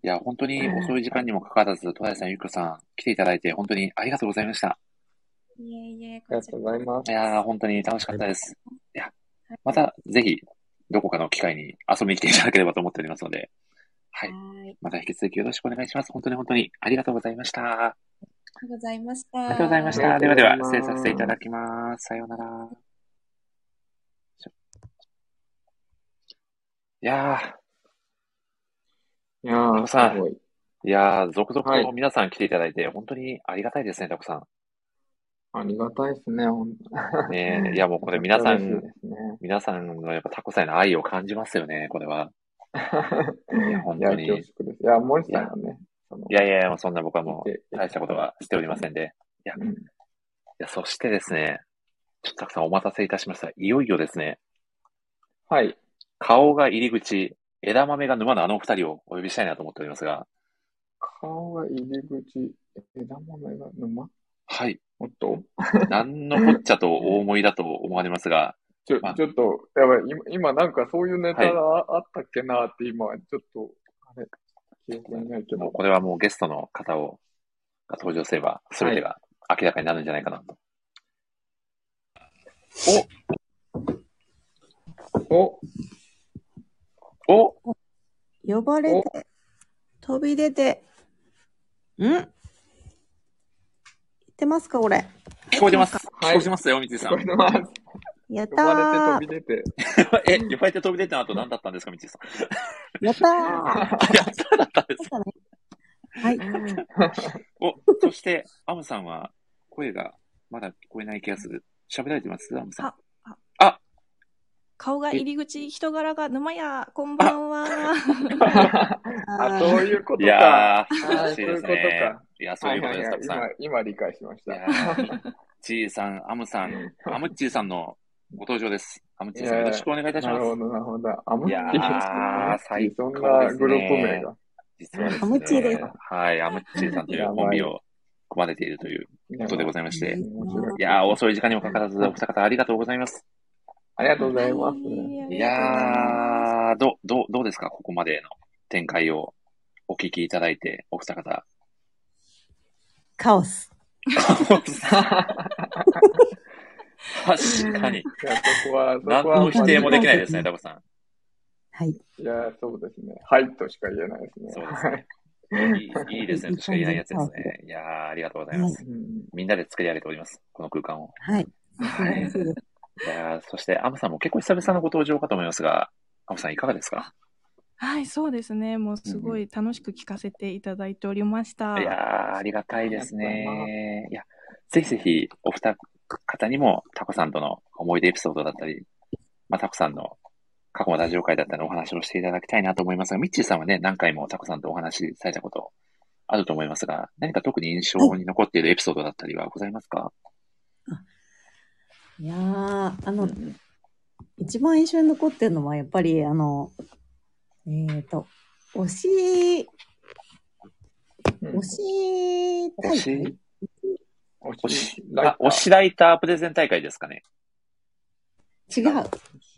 [SPEAKER 1] いや、本当に遅い時間にもかかわらず、戸田さん、ゆきこさん、来ていただいて、本当にありがとうございました。
[SPEAKER 12] いえいえ、
[SPEAKER 2] ありがとうございます。
[SPEAKER 1] いやー、本当に楽しかったです。いや、また、ぜひ、どこかの機会に遊びに来ていただければと思っておりますので、はい。また引き続きよろしくお願いします。本当に本当にありがとうございました。
[SPEAKER 12] ありがとうございまし
[SPEAKER 1] あ
[SPEAKER 12] た。
[SPEAKER 1] りがとうございました。ではでは、失礼させていただきます。さようなら。いやー、いやー、さん。いやー、続々と皆さん来ていただいて、本当にありがたいですね、たくさん。
[SPEAKER 2] ありがたいですね、ほん
[SPEAKER 1] ねえ、いやもうこれ皆さ
[SPEAKER 2] 嬉しい
[SPEAKER 1] ん
[SPEAKER 2] で、すね。
[SPEAKER 1] 皆さんのやっぱタコさんへの愛を感じますよね、これは。いや、本当に。
[SPEAKER 2] いや恐縮ですいや森さんがね
[SPEAKER 1] いやいやいや、もうそんな僕はもう大したことはしておりませんで。いや、いやそしてですね、ちょっとたくさんお待たせいたしました。いよいよですね、
[SPEAKER 2] はい。
[SPEAKER 1] 顔が入り口、枝豆が沼のあのお二人をお呼びしたいなと思っておりますが、
[SPEAKER 2] 顔が入り口、枝豆が沼
[SPEAKER 1] はい。
[SPEAKER 2] おっ と
[SPEAKER 1] 何のこっちゃとお思いだと思われますが、
[SPEAKER 2] ちょ、ちょっと、やばい、今、今なんかそういうネタ
[SPEAKER 1] はい
[SPEAKER 2] がああったっけなって今、ちょっと、あれ、記憶にないけ
[SPEAKER 1] もう
[SPEAKER 2] ど。
[SPEAKER 1] これはもうゲストの方を、が登場すれば、すべてが明らかになるんじゃないかなと。
[SPEAKER 2] お
[SPEAKER 1] お
[SPEAKER 13] 呼ばれて、飛び出て、ん言ってますか、これ。
[SPEAKER 1] 聞こえてます。
[SPEAKER 2] は
[SPEAKER 1] 聞
[SPEAKER 2] い
[SPEAKER 1] こえてますよ、三井さん。
[SPEAKER 2] 聞こえてます。
[SPEAKER 13] やった
[SPEAKER 2] 呼ば
[SPEAKER 13] ー
[SPEAKER 2] れて飛び出て。
[SPEAKER 1] え、呼ばれて飛び出た後何だったんですか、三井さん。
[SPEAKER 13] やったーはい。
[SPEAKER 1] お、そして、アムさんは、声がまだ聞こえない気がする。喋られてますアムさん。
[SPEAKER 14] 顔が入り口、人柄が沼や、こんばんは。
[SPEAKER 2] あ、そういうことか。
[SPEAKER 1] いやー、素晴
[SPEAKER 2] あ
[SPEAKER 1] ら
[SPEAKER 2] ー
[SPEAKER 1] し
[SPEAKER 2] そ
[SPEAKER 1] いうで
[SPEAKER 2] いう
[SPEAKER 1] す
[SPEAKER 2] こと
[SPEAKER 1] ね
[SPEAKER 2] か。。
[SPEAKER 1] いや、そういうことです、
[SPEAKER 2] は
[SPEAKER 1] た
[SPEAKER 2] は
[SPEAKER 1] くさん。
[SPEAKER 2] 今、今理解しました。
[SPEAKER 1] ちーさん、アムさん、アムッチーさんのご登場です。アムッチーさん、
[SPEAKER 2] いや
[SPEAKER 1] よろしくお願いいたします。
[SPEAKER 2] なるほど、なるほど。あ、も
[SPEAKER 1] い
[SPEAKER 2] ち
[SPEAKER 1] やー、最
[SPEAKER 2] そん
[SPEAKER 1] 高で
[SPEAKER 2] な
[SPEAKER 1] すね。
[SPEAKER 2] グループ名が。
[SPEAKER 1] 実はですね、
[SPEAKER 2] アムチーです
[SPEAKER 1] はい、アムッチーさんというコンビを組まれているということでございまして、いやー、遅い時間にもかからず、お二方ありがとうございます。
[SPEAKER 2] ありがとうございます。
[SPEAKER 1] いやー、ど、ど、どうですかここまでの展開をお聞きいただいて、お二方。
[SPEAKER 13] カオス。
[SPEAKER 1] 確かに。
[SPEAKER 2] いや、そこは、そこは
[SPEAKER 1] 何の否定もできないですね、
[SPEAKER 2] もう
[SPEAKER 1] タコさん。
[SPEAKER 2] いや、そうですね。はいとしか言えないですね。
[SPEAKER 1] そうです
[SPEAKER 2] はい。
[SPEAKER 1] いいいいですね、としか言えないやつですね。いやー、ありがとうございます。みんなで作り上げております、この空間を。
[SPEAKER 13] はい。
[SPEAKER 1] はい。いやーそして、アムさんも結構久々のご登場かと思いますが、アムさんいかがですか
[SPEAKER 14] はい、そうですね。もうすごい楽しく聞かせていただいておりました。
[SPEAKER 1] いやー、ありがたいですね。いや、ぜひぜひ、お二方にも、タコさんとの思い出エピソードだったり、まあ、タコさんの過去のラジオ会だったりのお話をしていただきたいなと思いますが、ミッチーさんはね、何回もタコさんとお話しされたことあると思いますが、何か特に印象に残っているエピソードだったりはございますか
[SPEAKER 13] いやー、あの、一番印象に残ってるのは、やっぱり、あの、えっ、と、推し、推し大
[SPEAKER 1] 推
[SPEAKER 13] 会
[SPEAKER 1] し、推し、あ、推しライタープレゼン大会ですかね。
[SPEAKER 13] 違う。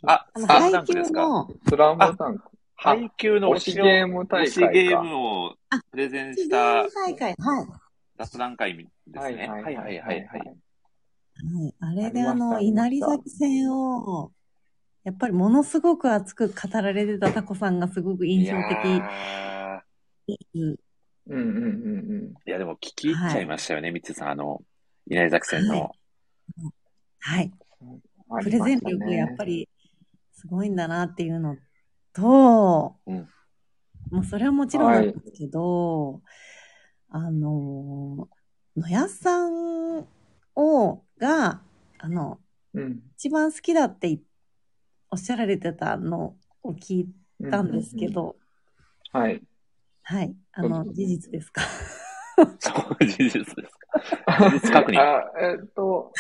[SPEAKER 1] あ、
[SPEAKER 13] あの
[SPEAKER 1] スラムダンクです
[SPEAKER 13] 配
[SPEAKER 1] か
[SPEAKER 13] 給
[SPEAKER 2] スラムダンク。
[SPEAKER 1] 配給の推しを
[SPEAKER 2] 推しゲーム大会か
[SPEAKER 1] 推しゲームをプレゼンした
[SPEAKER 13] 大会、はい。
[SPEAKER 1] 雑談会ですね。はいはいはいはい。
[SPEAKER 13] はい、あれで
[SPEAKER 1] あ
[SPEAKER 13] あ
[SPEAKER 1] りました
[SPEAKER 13] の、稲荷崎戦を、やっぱりものすごく熱く語られてたタコさんがすごく印象的
[SPEAKER 1] いや
[SPEAKER 13] です。
[SPEAKER 2] うんうんうんうん。
[SPEAKER 1] いや、でも聞き入っちゃいましたよね、みつさん。あの、稲荷崎戦の。
[SPEAKER 13] はい。
[SPEAKER 1] あ
[SPEAKER 13] プ
[SPEAKER 1] り
[SPEAKER 13] レ
[SPEAKER 1] ま
[SPEAKER 13] ゼン
[SPEAKER 1] したね
[SPEAKER 13] 力がやっぱりすごいんだなっていうのと、
[SPEAKER 1] うん
[SPEAKER 13] もうそれはもちろんなんですけど、あのー、野谷さんを、が、あの、
[SPEAKER 2] うん。
[SPEAKER 13] 一番好きだっていおっしゃられてたのを聞いたんですけど、
[SPEAKER 2] はい。
[SPEAKER 13] はい、あの、事実ですか。
[SPEAKER 1] そう、事実です か。事実確認。
[SPEAKER 2] あ、えっと、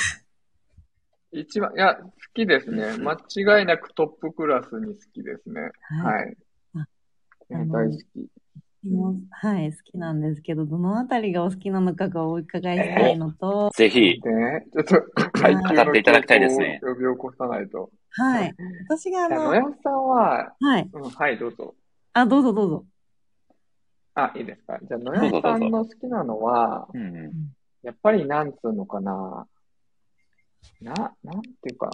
[SPEAKER 2] 一番、いや、好きですね。間違いなくトップクラスに好きですね。はい。いや
[SPEAKER 13] あの
[SPEAKER 2] 大好き。
[SPEAKER 13] もうはい、好きなんですけど、どのあたりがお好きなのかがお伺いしたいのと、
[SPEAKER 1] ぜひ。
[SPEAKER 2] ちょっと、階級
[SPEAKER 1] 語っていただきたいですね。
[SPEAKER 2] 呼び起こさないと。
[SPEAKER 13] はい、私があ
[SPEAKER 2] いや
[SPEAKER 13] の、
[SPEAKER 2] 野山さんは、
[SPEAKER 13] はい、
[SPEAKER 2] うん、はい、どうぞ。
[SPEAKER 13] あ、どうぞどうぞ。
[SPEAKER 2] あ、いいですか。じゃあ、野
[SPEAKER 13] どうぞど
[SPEAKER 2] 山さ
[SPEAKER 13] うぞ
[SPEAKER 2] んの好きなのは、やっぱりなんつうのかな。な、なんていうか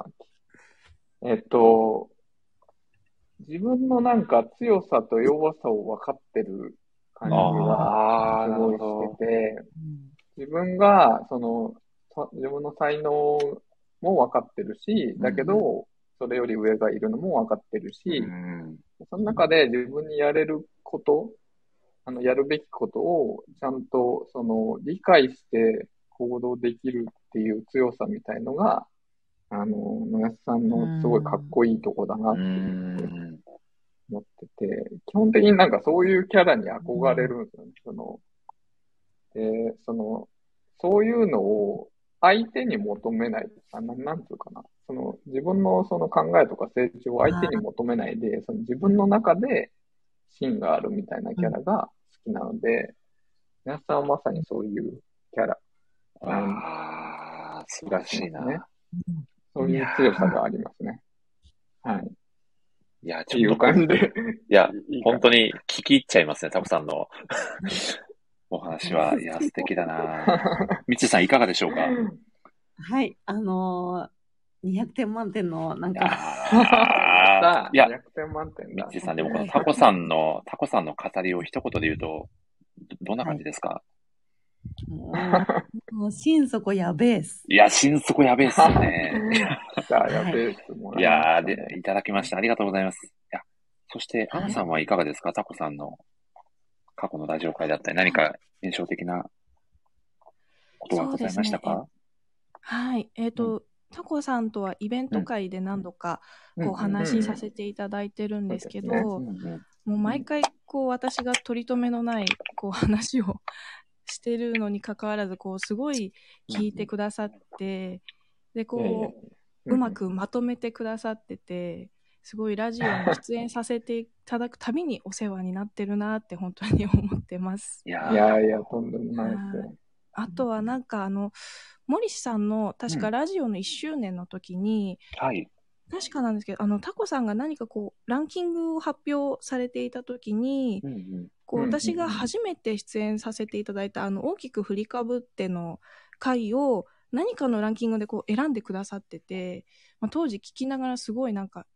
[SPEAKER 2] な。えっと、自分のなんか強さと弱さを分かってる感じが
[SPEAKER 1] あー
[SPEAKER 2] すごいしてて、自分が、その、さ自分の才能も分かってるし、だけど、それより上がいるのも分かってるし、その中で自分にやれることあの、やるべきことを、ちゃんと、その、理解して行動できるっていう強さみたいのが、あの、野安さんのすごいかっこいいとこだなっていうふうに思ってて、基本的になんかそういうキャラに憧れるんですよね。その、で、その、そういうのを相手に求めない。あななんつうかな。その、自分のその考えとか成長を相手に求めないで、その自分の中で芯があるみたいなキャラが好きなので、皆さんはまさにそういうキャラ。
[SPEAKER 1] ああ、素晴らしいな。
[SPEAKER 2] ね、そういう強さがありますね。はい。
[SPEAKER 1] いや、
[SPEAKER 2] ちょっと。いう感じで。
[SPEAKER 1] いや、本当に聞き入っちゃいますね、タコさんのお話 は。いや、素敵だな。みちさん、いかがでしょうか
[SPEAKER 13] はい、あのー、200点満点の、なんか、
[SPEAKER 1] あーいや、
[SPEAKER 2] 100点満点
[SPEAKER 1] み
[SPEAKER 2] だ。
[SPEAKER 1] ちさん、でもこのタコさんの、タコさんの語りを一言で言うと、どどんな感じですか、
[SPEAKER 13] もう、 もう心底やべえっす。
[SPEAKER 1] い、や、心底やべえっすよね。
[SPEAKER 2] やべえっすも
[SPEAKER 1] いやーで、いただきました。ありがとうございます。いや、そして、アナさんはいかがですかタコさんの過去のラジオ会だったり、何か印象的なことはございました
[SPEAKER 14] そう
[SPEAKER 1] か
[SPEAKER 14] はい。えっ、と、タコさんとはイベント会で何度か
[SPEAKER 1] うん
[SPEAKER 14] こうお話しさせていただいてるんですけど、もう毎回こう私が取り留めのないこう話をしてるのに関わらず、こうすごい聞いてくださって、で、
[SPEAKER 2] いやいやいや
[SPEAKER 14] こ
[SPEAKER 2] うん
[SPEAKER 14] う、うまくまとめてくださってて、すごいラジオに出演させていただくたびにお世話になってるなって本当に思ってます。
[SPEAKER 1] い
[SPEAKER 2] いやいや、とんでもないですよ。
[SPEAKER 14] あとはなんかあの、森氏さんの確
[SPEAKER 2] う
[SPEAKER 14] か
[SPEAKER 2] ん
[SPEAKER 14] ラジオの1周年の時に、
[SPEAKER 1] はい。
[SPEAKER 14] 確かなんですけど、あの、タコさんが何かこう、ランキングを発表されていた時に、こう、
[SPEAKER 10] うんうんうん
[SPEAKER 14] 私が初めて出演させていただいた、あの、大きく振りかぶっての回を、何かのランキングでこう、選んでくださってて、まあ、当時聞きながらすごいなんか、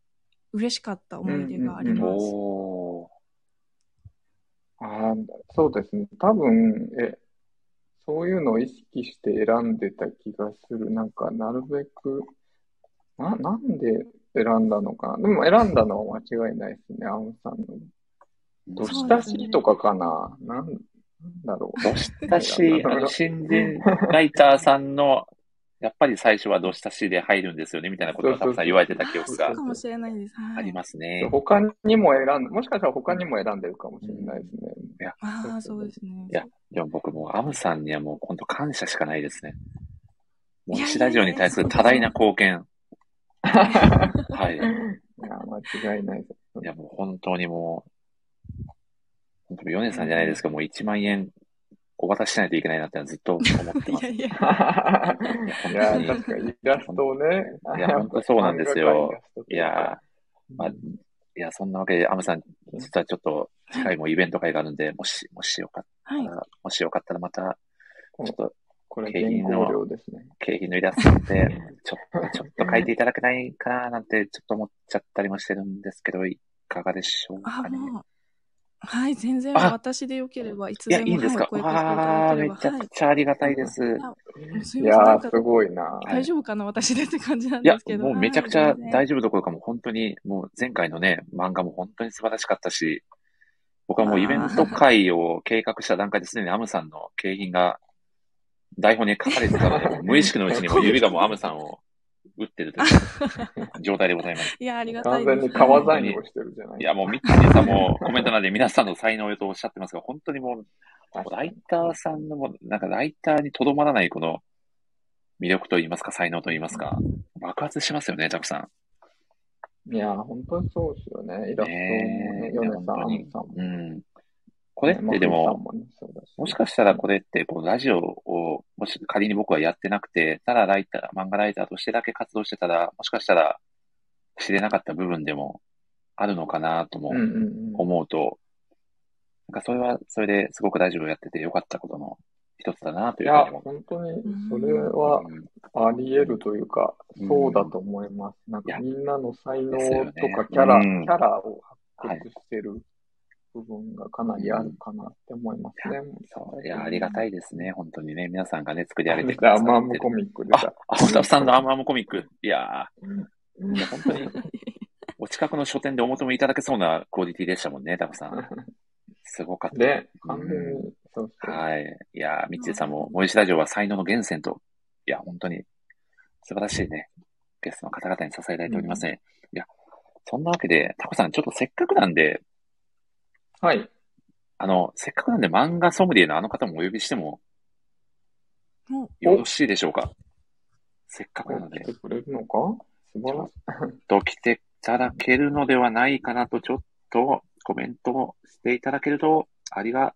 [SPEAKER 14] 嬉しかった思い出があります。
[SPEAKER 1] おー
[SPEAKER 2] あーそうですね。多分、え、そういうのを意識して選んでた気がする。なんか、なるべく、な、なんで選んだのかな。でも選んだのは間違いないですね。青さんの。どしたしとかかな。なんなんだろう。
[SPEAKER 1] どしたし、あの、新人ライターさんの、やっぱり最初はどしたしで入るんですよね、みたいなことがたくさん言われてた記憶
[SPEAKER 14] そ
[SPEAKER 1] が
[SPEAKER 14] うかもしれないです。はい
[SPEAKER 1] ありますね。
[SPEAKER 2] 他にも選んもしかしたら他にも選んでるかもしれないですね。
[SPEAKER 1] いや、
[SPEAKER 14] ああ、そうですね。
[SPEAKER 1] いや、でも僕もうアムさんにはもう本当感謝しかないですね。もう石ラジオに対する多大な貢 献。はい。い
[SPEAKER 2] や、間違いないです。
[SPEAKER 1] いや、もう本当にもう、本当にヨネさんじゃないですけど、もう1万円お渡ししないといけないなってのはずっと思ってます。
[SPEAKER 14] いや、
[SPEAKER 2] い
[SPEAKER 1] や
[SPEAKER 2] や、確かにイラストをね。
[SPEAKER 1] いや、本当そうなんです よ。いや、まあ、いや、そんなわけで、アムさん、実はちょっと、次回もイベント会があるんで、もし、もしよかったら、もしよかったらまた、ちょっと、
[SPEAKER 2] これ
[SPEAKER 1] 景品
[SPEAKER 2] 原稿
[SPEAKER 1] の
[SPEAKER 2] 料ですね、
[SPEAKER 1] 景品のイラストで、 ちょっと、ちょっと書いていただけないかな、なんて、ちょっと思っちゃったりもしてるんですけど、いかがでしょう
[SPEAKER 14] あ
[SPEAKER 1] かね。
[SPEAKER 14] もう、はい、全然
[SPEAKER 1] あ
[SPEAKER 14] 私でよければ、いつ
[SPEAKER 1] いや、い
[SPEAKER 14] でも、
[SPEAKER 1] いんですか
[SPEAKER 14] はい、お声掛けいただ
[SPEAKER 1] わ
[SPEAKER 14] け
[SPEAKER 1] ー、
[SPEAKER 14] れ
[SPEAKER 1] め
[SPEAKER 14] ば、
[SPEAKER 1] ちゃ
[SPEAKER 14] は
[SPEAKER 1] く
[SPEAKER 14] い。
[SPEAKER 1] ちゃありがたいです。
[SPEAKER 14] もうす
[SPEAKER 1] い
[SPEAKER 14] いません、なんか、
[SPEAKER 2] ごいな
[SPEAKER 14] 大丈夫かな、私でって感じなん
[SPEAKER 1] いや
[SPEAKER 14] ですけ、ど。
[SPEAKER 1] もうめちゃくちゃ大丈
[SPEAKER 14] 丈
[SPEAKER 1] 夫どころかもう本当に、もう前回のね、漫画も本当に素晴らしかったし、僕はもうイベント会を計画した段階ですでにアムさんの景品が台本に書かれてたので、もう無意識のうちにもう指がもうアムさんを打ってるという状態でございます。
[SPEAKER 14] いや、ありがた
[SPEAKER 2] 完
[SPEAKER 14] い
[SPEAKER 2] 全
[SPEAKER 14] で
[SPEAKER 2] に
[SPEAKER 14] す。
[SPEAKER 2] 川山をしてるじゃない
[SPEAKER 1] いや、もうミッチーさんもコメントなんで皆さんの才能とおっしゃってますが、本当にもう、ライターさんのもう、なんかライターにとどまらないこの魅力といいますか、才能といいますか、爆発しますよね、たくさん。
[SPEAKER 2] いや、本当にそうですよね。イラストもね、ヨネさん、アムさんも。
[SPEAKER 1] うん。これっ
[SPEAKER 2] まあ
[SPEAKER 1] てで
[SPEAKER 2] フーさん
[SPEAKER 1] も、
[SPEAKER 2] もねそうだし
[SPEAKER 1] もしかしたらこれって、このラジオを、もし仮に僕はやってなくて、ただライター、漫画ライターとしてだけ活動してたら、もしかしたら知れなかった部分でもあるのかなとも
[SPEAKER 2] うんうん
[SPEAKER 1] 思うと、なんかそれは、それですごくラジオをやっててよかったことの一つだなと
[SPEAKER 2] い
[SPEAKER 1] いうふう
[SPEAKER 2] や
[SPEAKER 1] に思、う。
[SPEAKER 2] 本当に、それはあり得るというか、そうだと思います。なんかみんなの才能
[SPEAKER 1] ですよね
[SPEAKER 2] とかキャラ、
[SPEAKER 1] うん
[SPEAKER 2] キャラを発掘してる部分がかなりあるかなって思いますね。
[SPEAKER 1] いや、ありがたいですね。本当にね。皆さんがね、作り上げて
[SPEAKER 2] アムアムコミックで
[SPEAKER 1] あ、あ、本当さんのアムアムコミック。いやーいや本当に、お近くの書店でお求めいただけそうなクオリティでしたもんね、タコさん。すごかった。
[SPEAKER 2] ね、完全に、そうそう。
[SPEAKER 1] はい。いやー、三井さんも、森下ラジオは才能の源泉と、いや、本当に素晴らしいね、ゲストの方々に支えられておりますね。いや、そんなわけで、タコさん、ちょっとせっかくなんで、
[SPEAKER 2] はい。
[SPEAKER 1] あの、せっかくなんで漫画ソムリエのあの方もお呼びしても
[SPEAKER 14] も
[SPEAKER 1] よろしいでしょうかせっかくなので。
[SPEAKER 2] 来てくれるのか素晴らしい。
[SPEAKER 1] と来ていただけるのではないかなと、ちょっとコメントをしていただけるとありが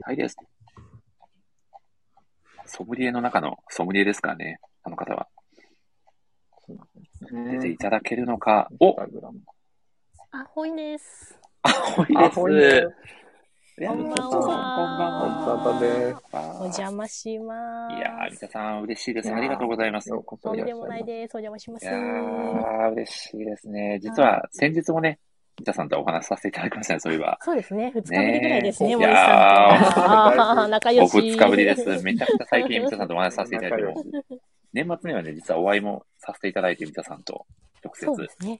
[SPEAKER 1] たいです。ソムリエの中のソムリエですからね、あの方は。出ていただけるのか、お
[SPEAKER 15] あ、ほいです。
[SPEAKER 1] 多いです。
[SPEAKER 15] こん
[SPEAKER 1] いや
[SPEAKER 15] ばん
[SPEAKER 1] 三田さんこんば
[SPEAKER 15] は。
[SPEAKER 1] んは。
[SPEAKER 15] お邪魔します。
[SPEAKER 1] いやー、三田さん、嬉しいです。ありがとうございます。
[SPEAKER 15] とんでもないです。お邪魔します。
[SPEAKER 1] いやー、嬉しいですね。実は、先日もね、三田さんとお話しさせていただきましたね、そういえば。
[SPEAKER 15] そうですね。二日ぶりぐらいですね、
[SPEAKER 1] い
[SPEAKER 15] 森
[SPEAKER 1] や
[SPEAKER 15] さんと
[SPEAKER 1] ー
[SPEAKER 15] は。あー仲良し。
[SPEAKER 1] 僕二日ぶりです。めちゃくちゃ最近、三田さんとお話しさせていただいてます。 年末にはね、実はお会いもさせていただいて、三田さんと、直接。
[SPEAKER 15] そうですね。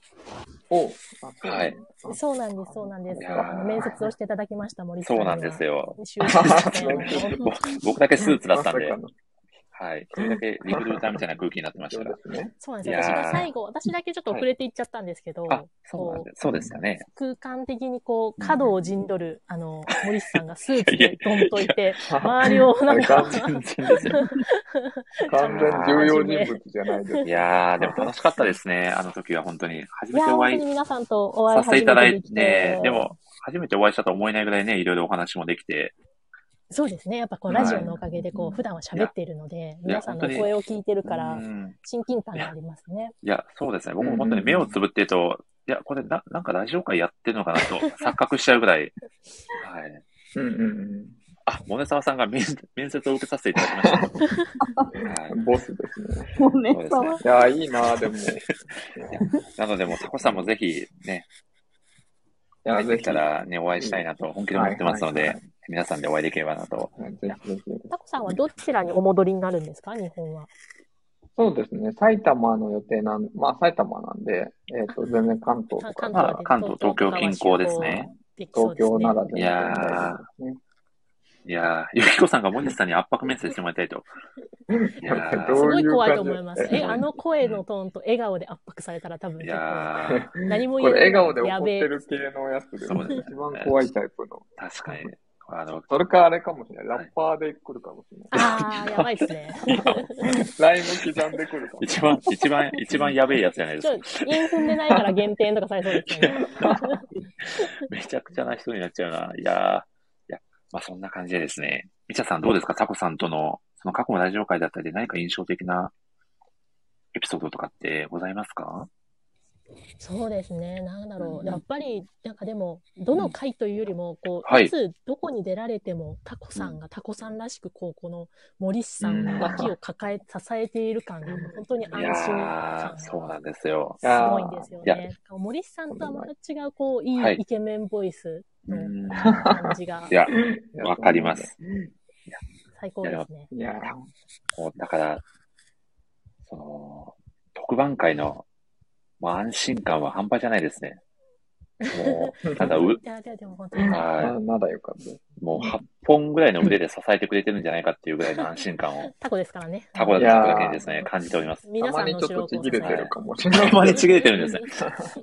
[SPEAKER 1] はい。
[SPEAKER 15] そうなんです、そうなんです。
[SPEAKER 1] いやー
[SPEAKER 15] あの面接をしていただきました、森さん
[SPEAKER 1] そ
[SPEAKER 15] に
[SPEAKER 1] う
[SPEAKER 15] は。
[SPEAKER 1] なんですよ。
[SPEAKER 15] 就職してもらって
[SPEAKER 1] 僕僕だけスーツだったんで
[SPEAKER 2] まさかの、
[SPEAKER 1] はい。それだけリクルーターみたいな空気になってましたから。
[SPEAKER 15] そうなん
[SPEAKER 1] い
[SPEAKER 15] です
[SPEAKER 1] や
[SPEAKER 15] よ。
[SPEAKER 1] ー
[SPEAKER 15] 私が最後、私だけちょっと遅れていっちゃったんですけど、
[SPEAKER 1] そうなん
[SPEAKER 15] こ
[SPEAKER 1] でそうですよね。
[SPEAKER 15] う空間的にこう、角を陣取る、あの、森さんがスーツでドンといて、周りをなんか、
[SPEAKER 1] 完全ですよ
[SPEAKER 2] 完全重要人物じゃないです
[SPEAKER 1] いやー、でも楽しかったですね。あの時は本当に。初
[SPEAKER 15] い
[SPEAKER 1] めて
[SPEAKER 15] や、本
[SPEAKER 1] お
[SPEAKER 15] 当
[SPEAKER 1] 会い
[SPEAKER 15] に皆さんとお会い
[SPEAKER 1] させていただい
[SPEAKER 15] 初め
[SPEAKER 1] て、で、も、初めてお会いしたとは思えないぐらいね、いろいろお話もできて、
[SPEAKER 15] そうですね。やっぱこう、
[SPEAKER 1] はい
[SPEAKER 15] ラジオのおかげで、こう、普段は喋っているので、皆さんの
[SPEAKER 1] 本当に
[SPEAKER 15] 声を聞いてるから
[SPEAKER 1] うん、
[SPEAKER 15] 親近感がありますね。
[SPEAKER 1] いや、そうですね。僕も本当に目をつぶってると、いや、これな、なんかラジオ会やってるのかなと、錯覚しちゃうぐらい。はい。
[SPEAKER 2] うんうんうん。
[SPEAKER 1] あ、モネサワさんが面面接を受けさせていただきました。
[SPEAKER 2] ボスですね。
[SPEAKER 13] も
[SPEAKER 1] うねそうですね
[SPEAKER 2] いや、いいなでも。い
[SPEAKER 1] なので、もうタコさんもぜひね、
[SPEAKER 2] や、
[SPEAKER 1] で
[SPEAKER 2] ぜ
[SPEAKER 1] き
[SPEAKER 2] ひ。
[SPEAKER 1] たらね、お会いしたいなと本気で思ってますの
[SPEAKER 2] はい
[SPEAKER 1] で
[SPEAKER 2] は、
[SPEAKER 1] 皆さんでお会いできればなと。
[SPEAKER 2] ぜひぜひ。
[SPEAKER 15] タコさんはどちらにお戻りになるんですか日本は。
[SPEAKER 2] そうですね。埼玉の予定なん、まあ埼玉なんで、えっ、と、全然関東とか、
[SPEAKER 1] まあ、関東、東京近郊ですね。
[SPEAKER 2] 東京なら全
[SPEAKER 1] い
[SPEAKER 2] 然大
[SPEAKER 1] や
[SPEAKER 2] 丈夫ですね。
[SPEAKER 1] ー、いやー、ゆきこさんがモネさんに圧迫面接してもらいたいと。いやー
[SPEAKER 15] すごい怖いと思います。え、あの声のトーンと笑顔で圧迫されたら多分
[SPEAKER 1] い
[SPEAKER 15] 結
[SPEAKER 1] や
[SPEAKER 15] 構、
[SPEAKER 1] ー
[SPEAKER 15] 何も
[SPEAKER 2] こ
[SPEAKER 15] 言えな
[SPEAKER 2] れ
[SPEAKER 15] い。
[SPEAKER 2] 笑顔で怒
[SPEAKER 15] や
[SPEAKER 2] っ
[SPEAKER 15] べ
[SPEAKER 2] て
[SPEAKER 15] え。
[SPEAKER 2] る系のやつです
[SPEAKER 1] そうですね
[SPEAKER 2] ね。一番怖いタイプの。
[SPEAKER 1] 確 かに。あの、
[SPEAKER 2] それかあれかもしれない。ラッパーで来るかもしれない。
[SPEAKER 15] あー、やばいですね。
[SPEAKER 2] ライム刻んでくるかも。
[SPEAKER 1] 一番、一番、一番やべえやつじゃないで
[SPEAKER 15] ち
[SPEAKER 1] す
[SPEAKER 15] ょっ。
[SPEAKER 1] か
[SPEAKER 15] と、韻踏んでないから減点とかされそうですよね。
[SPEAKER 1] めちゃくちゃな人になっちゃうな。いやー、いや、まあそんな感じでですね。みちゃさんどうですかタコさんとの、その過去のラジオ会だったりで何か印象的なエピソードとかってございますか
[SPEAKER 15] そうですね、なんだろう、やっぱり、なんかでも、どの回というよりも、こう、
[SPEAKER 1] はい
[SPEAKER 15] いつ、どこに出られても、タコさんがタコさんらしく、こう、この森氏さんの脇を抱え、支えている感が、本当に
[SPEAKER 1] い
[SPEAKER 15] 安
[SPEAKER 1] や
[SPEAKER 15] 心
[SPEAKER 1] ー
[SPEAKER 15] 感、
[SPEAKER 1] そうなんですよ。
[SPEAKER 15] すごいんですよ
[SPEAKER 1] いや、
[SPEAKER 15] ね。森氏さんとはまた違う、こう、い
[SPEAKER 1] はい
[SPEAKER 15] いイケメンボイスの感じが、
[SPEAKER 1] いや、わかります。
[SPEAKER 15] 最高ですね。
[SPEAKER 2] いや
[SPEAKER 1] もうだから、その、特番会の、もう安心感は半端じゃないですね。もう、 なんかう、
[SPEAKER 15] いや、いやでも本当に。
[SPEAKER 1] は
[SPEAKER 2] まだよかった。
[SPEAKER 1] い。もう8本ぐらいの腕で支えてくれてるんじゃないかっていうぐらいの安心感を、
[SPEAKER 15] タコですからね。
[SPEAKER 1] タコだタコだけにですね、感じております。
[SPEAKER 15] 皆さんの後ろをこう支えて
[SPEAKER 2] も
[SPEAKER 1] しれない。たまにちぎれてるんですね。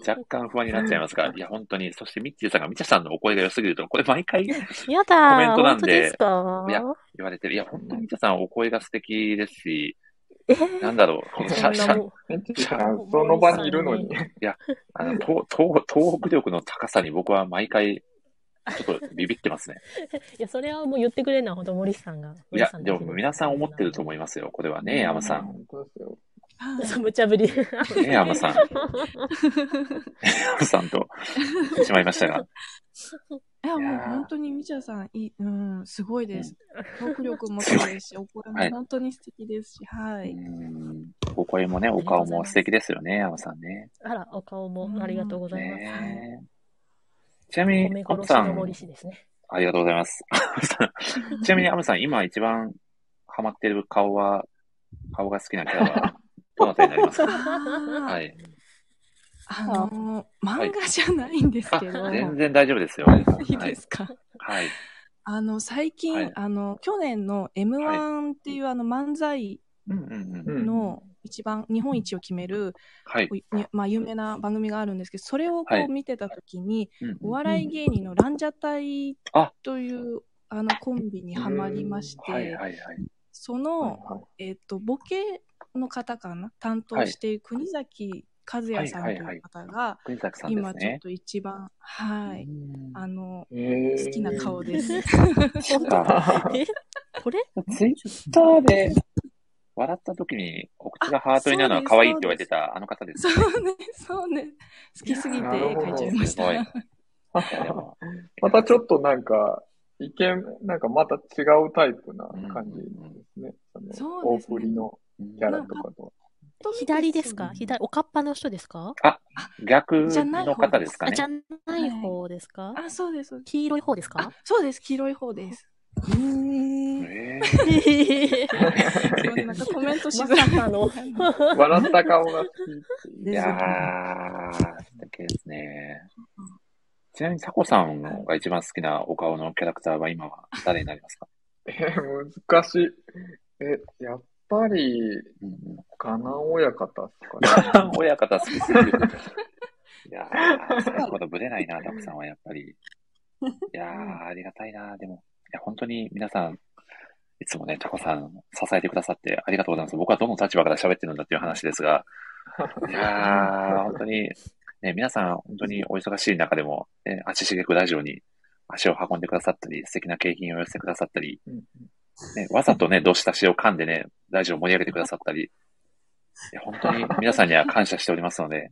[SPEAKER 1] 若干不安になっちゃいますから、いや、本当に、そしてミッチーさんがミチャさんのお声が良すぎると、これ毎回
[SPEAKER 15] やだー
[SPEAKER 1] コメントなん
[SPEAKER 15] 本当で、
[SPEAKER 1] です
[SPEAKER 15] か
[SPEAKER 1] いや、言われてる。いや、本当にミチャさんお声が素敵ですし、なんだろう、このしゃ、し
[SPEAKER 15] そん
[SPEAKER 1] ゃ
[SPEAKER 15] なも、
[SPEAKER 1] しゃ
[SPEAKER 2] その場にいるのに。
[SPEAKER 1] いや、あの、東、東、東北力の高さに僕は毎回、ちょっとビビってますね。
[SPEAKER 15] いや、それはもう言ってくれるのは本当森さんが。
[SPEAKER 1] いや、でも皆さん思ってると思いますよ。これはね、山さん。
[SPEAKER 15] そう、無茶ぶり。
[SPEAKER 1] ね山さん山さんと言ってしまいました が。
[SPEAKER 14] いや、もう本当にみちゃさん、いい、うん、すごいです。トーク力もそうですし、お声
[SPEAKER 1] は
[SPEAKER 14] も
[SPEAKER 1] い
[SPEAKER 14] 本当に素敵ですし、はい。
[SPEAKER 1] お声もね、お顔も素敵ですよね、山さんね。
[SPEAKER 15] あら、お顔もありがとうございます。
[SPEAKER 1] ちなみ
[SPEAKER 15] お
[SPEAKER 1] に
[SPEAKER 15] 目、
[SPEAKER 1] アム
[SPEAKER 15] 殺し
[SPEAKER 1] さ
[SPEAKER 15] の
[SPEAKER 1] ん
[SPEAKER 15] 森、氏ですね。
[SPEAKER 1] ありがとうございます。 ち なみにアムさん、今一番ハマってる顔 は、顔が好きなキャラは、どなたになりますかはい。
[SPEAKER 14] あの、漫画じゃないんですけど、
[SPEAKER 1] あ全然大丈夫です よ。
[SPEAKER 14] いいですか。
[SPEAKER 1] はい。
[SPEAKER 14] あの、最近、あの、去年の M1 っていう、あの漫才の一番、日本一を決める、
[SPEAKER 1] はい。
[SPEAKER 14] にまあ、有名な番組があるんですけど、それをこ
[SPEAKER 1] はいう
[SPEAKER 14] 見てたときに、
[SPEAKER 1] うん
[SPEAKER 14] お笑い芸人のランジャタイ
[SPEAKER 1] あ
[SPEAKER 14] という、あの、コンビにはまりまして、
[SPEAKER 1] はいはいはい。
[SPEAKER 14] その、えっと、ボケの方かな担当している国崎和也さんという方が
[SPEAKER 1] 国崎さ、んです
[SPEAKER 14] 今ちょっ
[SPEAKER 1] ね。
[SPEAKER 14] と一番、はい、あの、
[SPEAKER 1] へー
[SPEAKER 14] 好きな 顔です。
[SPEAKER 1] 本当 だえ
[SPEAKER 15] これ
[SPEAKER 1] ツイッターで笑った時にお口がハートになるのは可愛いって言われてたあの方です
[SPEAKER 14] そ
[SPEAKER 1] ね。
[SPEAKER 14] うね、そうね。好きすぎて絵描いちゃいました。
[SPEAKER 1] すごい。いやでも
[SPEAKER 2] またちょっとなんか、意見、なんかまた違うタイプな感じですね。その
[SPEAKER 15] そうですね
[SPEAKER 2] 大振りのキャラとかとは。
[SPEAKER 15] 左ですか左、おかっぱの人ですか
[SPEAKER 1] あ、逆
[SPEAKER 15] じゃない
[SPEAKER 1] の
[SPEAKER 15] 方
[SPEAKER 1] 方ですか
[SPEAKER 15] あじゃ
[SPEAKER 1] ね。
[SPEAKER 15] ない方ですか
[SPEAKER 14] あ、そうです。
[SPEAKER 15] 黄色い方ですか
[SPEAKER 14] そうです、黄色い方です。
[SPEAKER 15] へー。
[SPEAKER 1] え
[SPEAKER 14] なんかコメントしづ
[SPEAKER 15] ま
[SPEAKER 14] らい
[SPEAKER 15] さかの。
[SPEAKER 2] 笑った顔が好
[SPEAKER 1] いやー、素敵ですね。ちなみに、タコさんが一番好きなお顔のキャラクターは今は誰になりますか
[SPEAKER 2] えー、難しい。え、やっぱり、カナン親方ですかね。
[SPEAKER 1] 親方好きすぎる。いやー、最後までぶれないな、タコさんはやっぱり。いやー、ありがたいな、でも。いや、本当に皆さん、いつもね、タコさん支えてくださってありがとうございます。僕はどの立場から喋ってるんだっていう話ですが、いやー、本当に、ね、皆さん本当にお忙しい中でも、ね、足しげくラジオに足を運んでくださったり、素敵な景品を寄せてくださったり、ね、わざとね、どしたしを噛んでね、ラジオを盛り上げてくださったり、いや本当に皆さんには感謝しており ますので、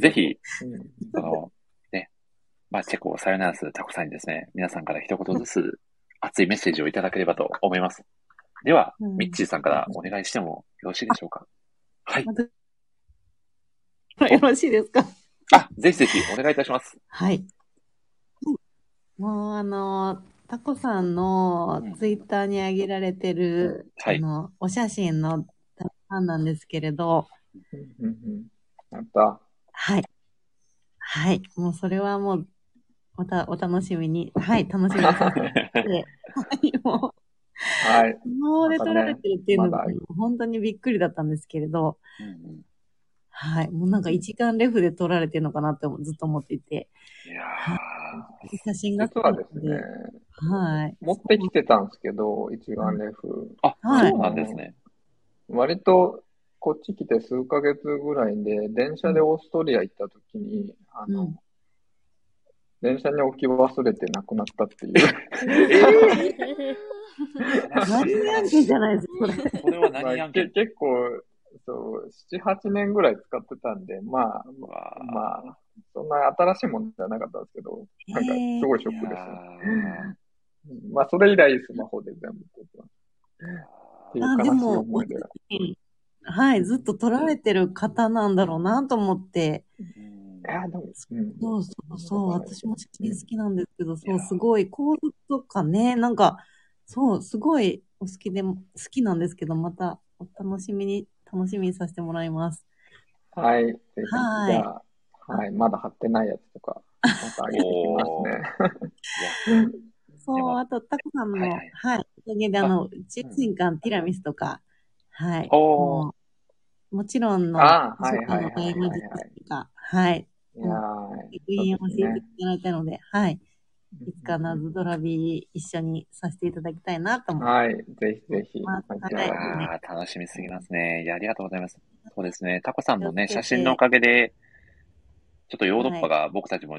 [SPEAKER 1] ぜひ、その、ね、まあ、チェコをさよならするタコさんにですね、皆さんから一言ずつ熱いメッセージをいただければと思います。では、
[SPEAKER 13] うん
[SPEAKER 1] ミッチーさんからお願いしてもよろしいでしょうか。
[SPEAKER 13] よろしいですか
[SPEAKER 1] あ、ぜひぜひお願いいたします。
[SPEAKER 13] はい。もうあの、タコさんのツイッターに上げられてる、
[SPEAKER 1] はい
[SPEAKER 13] あの、お写真のタコさんなんですけれど、
[SPEAKER 2] やった。
[SPEAKER 13] はい。はい。もうそれはもう、またお楽しみに。はい、楽しみにさせていただい て。はい、も
[SPEAKER 2] はい。
[SPEAKER 13] う、もうで撮られてるっていうの
[SPEAKER 2] ま
[SPEAKER 13] が、
[SPEAKER 2] だ
[SPEAKER 13] 本当にびっくりだったんですけれど、はい。もうなんか一眼レフで撮られてるのかなって思ずっと思っていて。
[SPEAKER 1] いや
[SPEAKER 13] ー写真が
[SPEAKER 2] 実はですね、
[SPEAKER 13] はい。
[SPEAKER 2] 持ってきてたんですけど、一眼レフ。
[SPEAKER 1] あ、
[SPEAKER 13] はい
[SPEAKER 1] そうなんですね。
[SPEAKER 2] 割と、こっち来て数ヶ月ぐらいで、電車でオーストリア行った時に、あの、電車に置き忘れて亡くなったっていう。
[SPEAKER 13] 何やんけじゃないですか、これ。
[SPEAKER 1] これは何
[SPEAKER 2] やんけ、結構、そう、7、8年ぐらい使ってたんで、まあ、まあ、そんな新しいものじゃなかったんですけど、なんか、すごいショックでしたね。うんまあ、それ以来、スマホで全部撮ってます。っていう
[SPEAKER 13] あ、で
[SPEAKER 2] 悲しい
[SPEAKER 13] も、
[SPEAKER 2] 思い出が。
[SPEAKER 13] はい、ずっと撮られてる方なんだろうなと思って。
[SPEAKER 2] あ、でも、
[SPEAKER 13] そうそうそう、私も写真好きなんですけど、そう、すごい構図とかね、なんか、そう、すごいお好きでも、好きなんですけど、またお楽しみに、楽しみにさせてもらいます。
[SPEAKER 2] はい。ぜひ
[SPEAKER 13] はい
[SPEAKER 2] じゃあ、はい、まだ貼ってないやつとか、また上げてきますね。
[SPEAKER 13] そう、あと、タコさんの、はい、おかげで、あの、宇宙戦艦ティラミスとか、はい、
[SPEAKER 2] おー
[SPEAKER 13] もう、もちろんの、
[SPEAKER 2] あーはい
[SPEAKER 13] 初期の大魔術とか、はい、
[SPEAKER 2] いやー
[SPEAKER 13] 永遠教えてい
[SPEAKER 2] そうですね
[SPEAKER 13] ただいたので、はい、いつか謎ドラビー一緒にさせていただきたいなと思って。
[SPEAKER 2] はい、ぜひぜひ。
[SPEAKER 1] いや
[SPEAKER 13] は
[SPEAKER 1] ー楽しみすぎますね。いや、ありがとうございます。そうですね。タコさんのね、
[SPEAKER 13] 気をつけて
[SPEAKER 1] 写真のおかげで、ちょっとヨーロッパが僕たちも、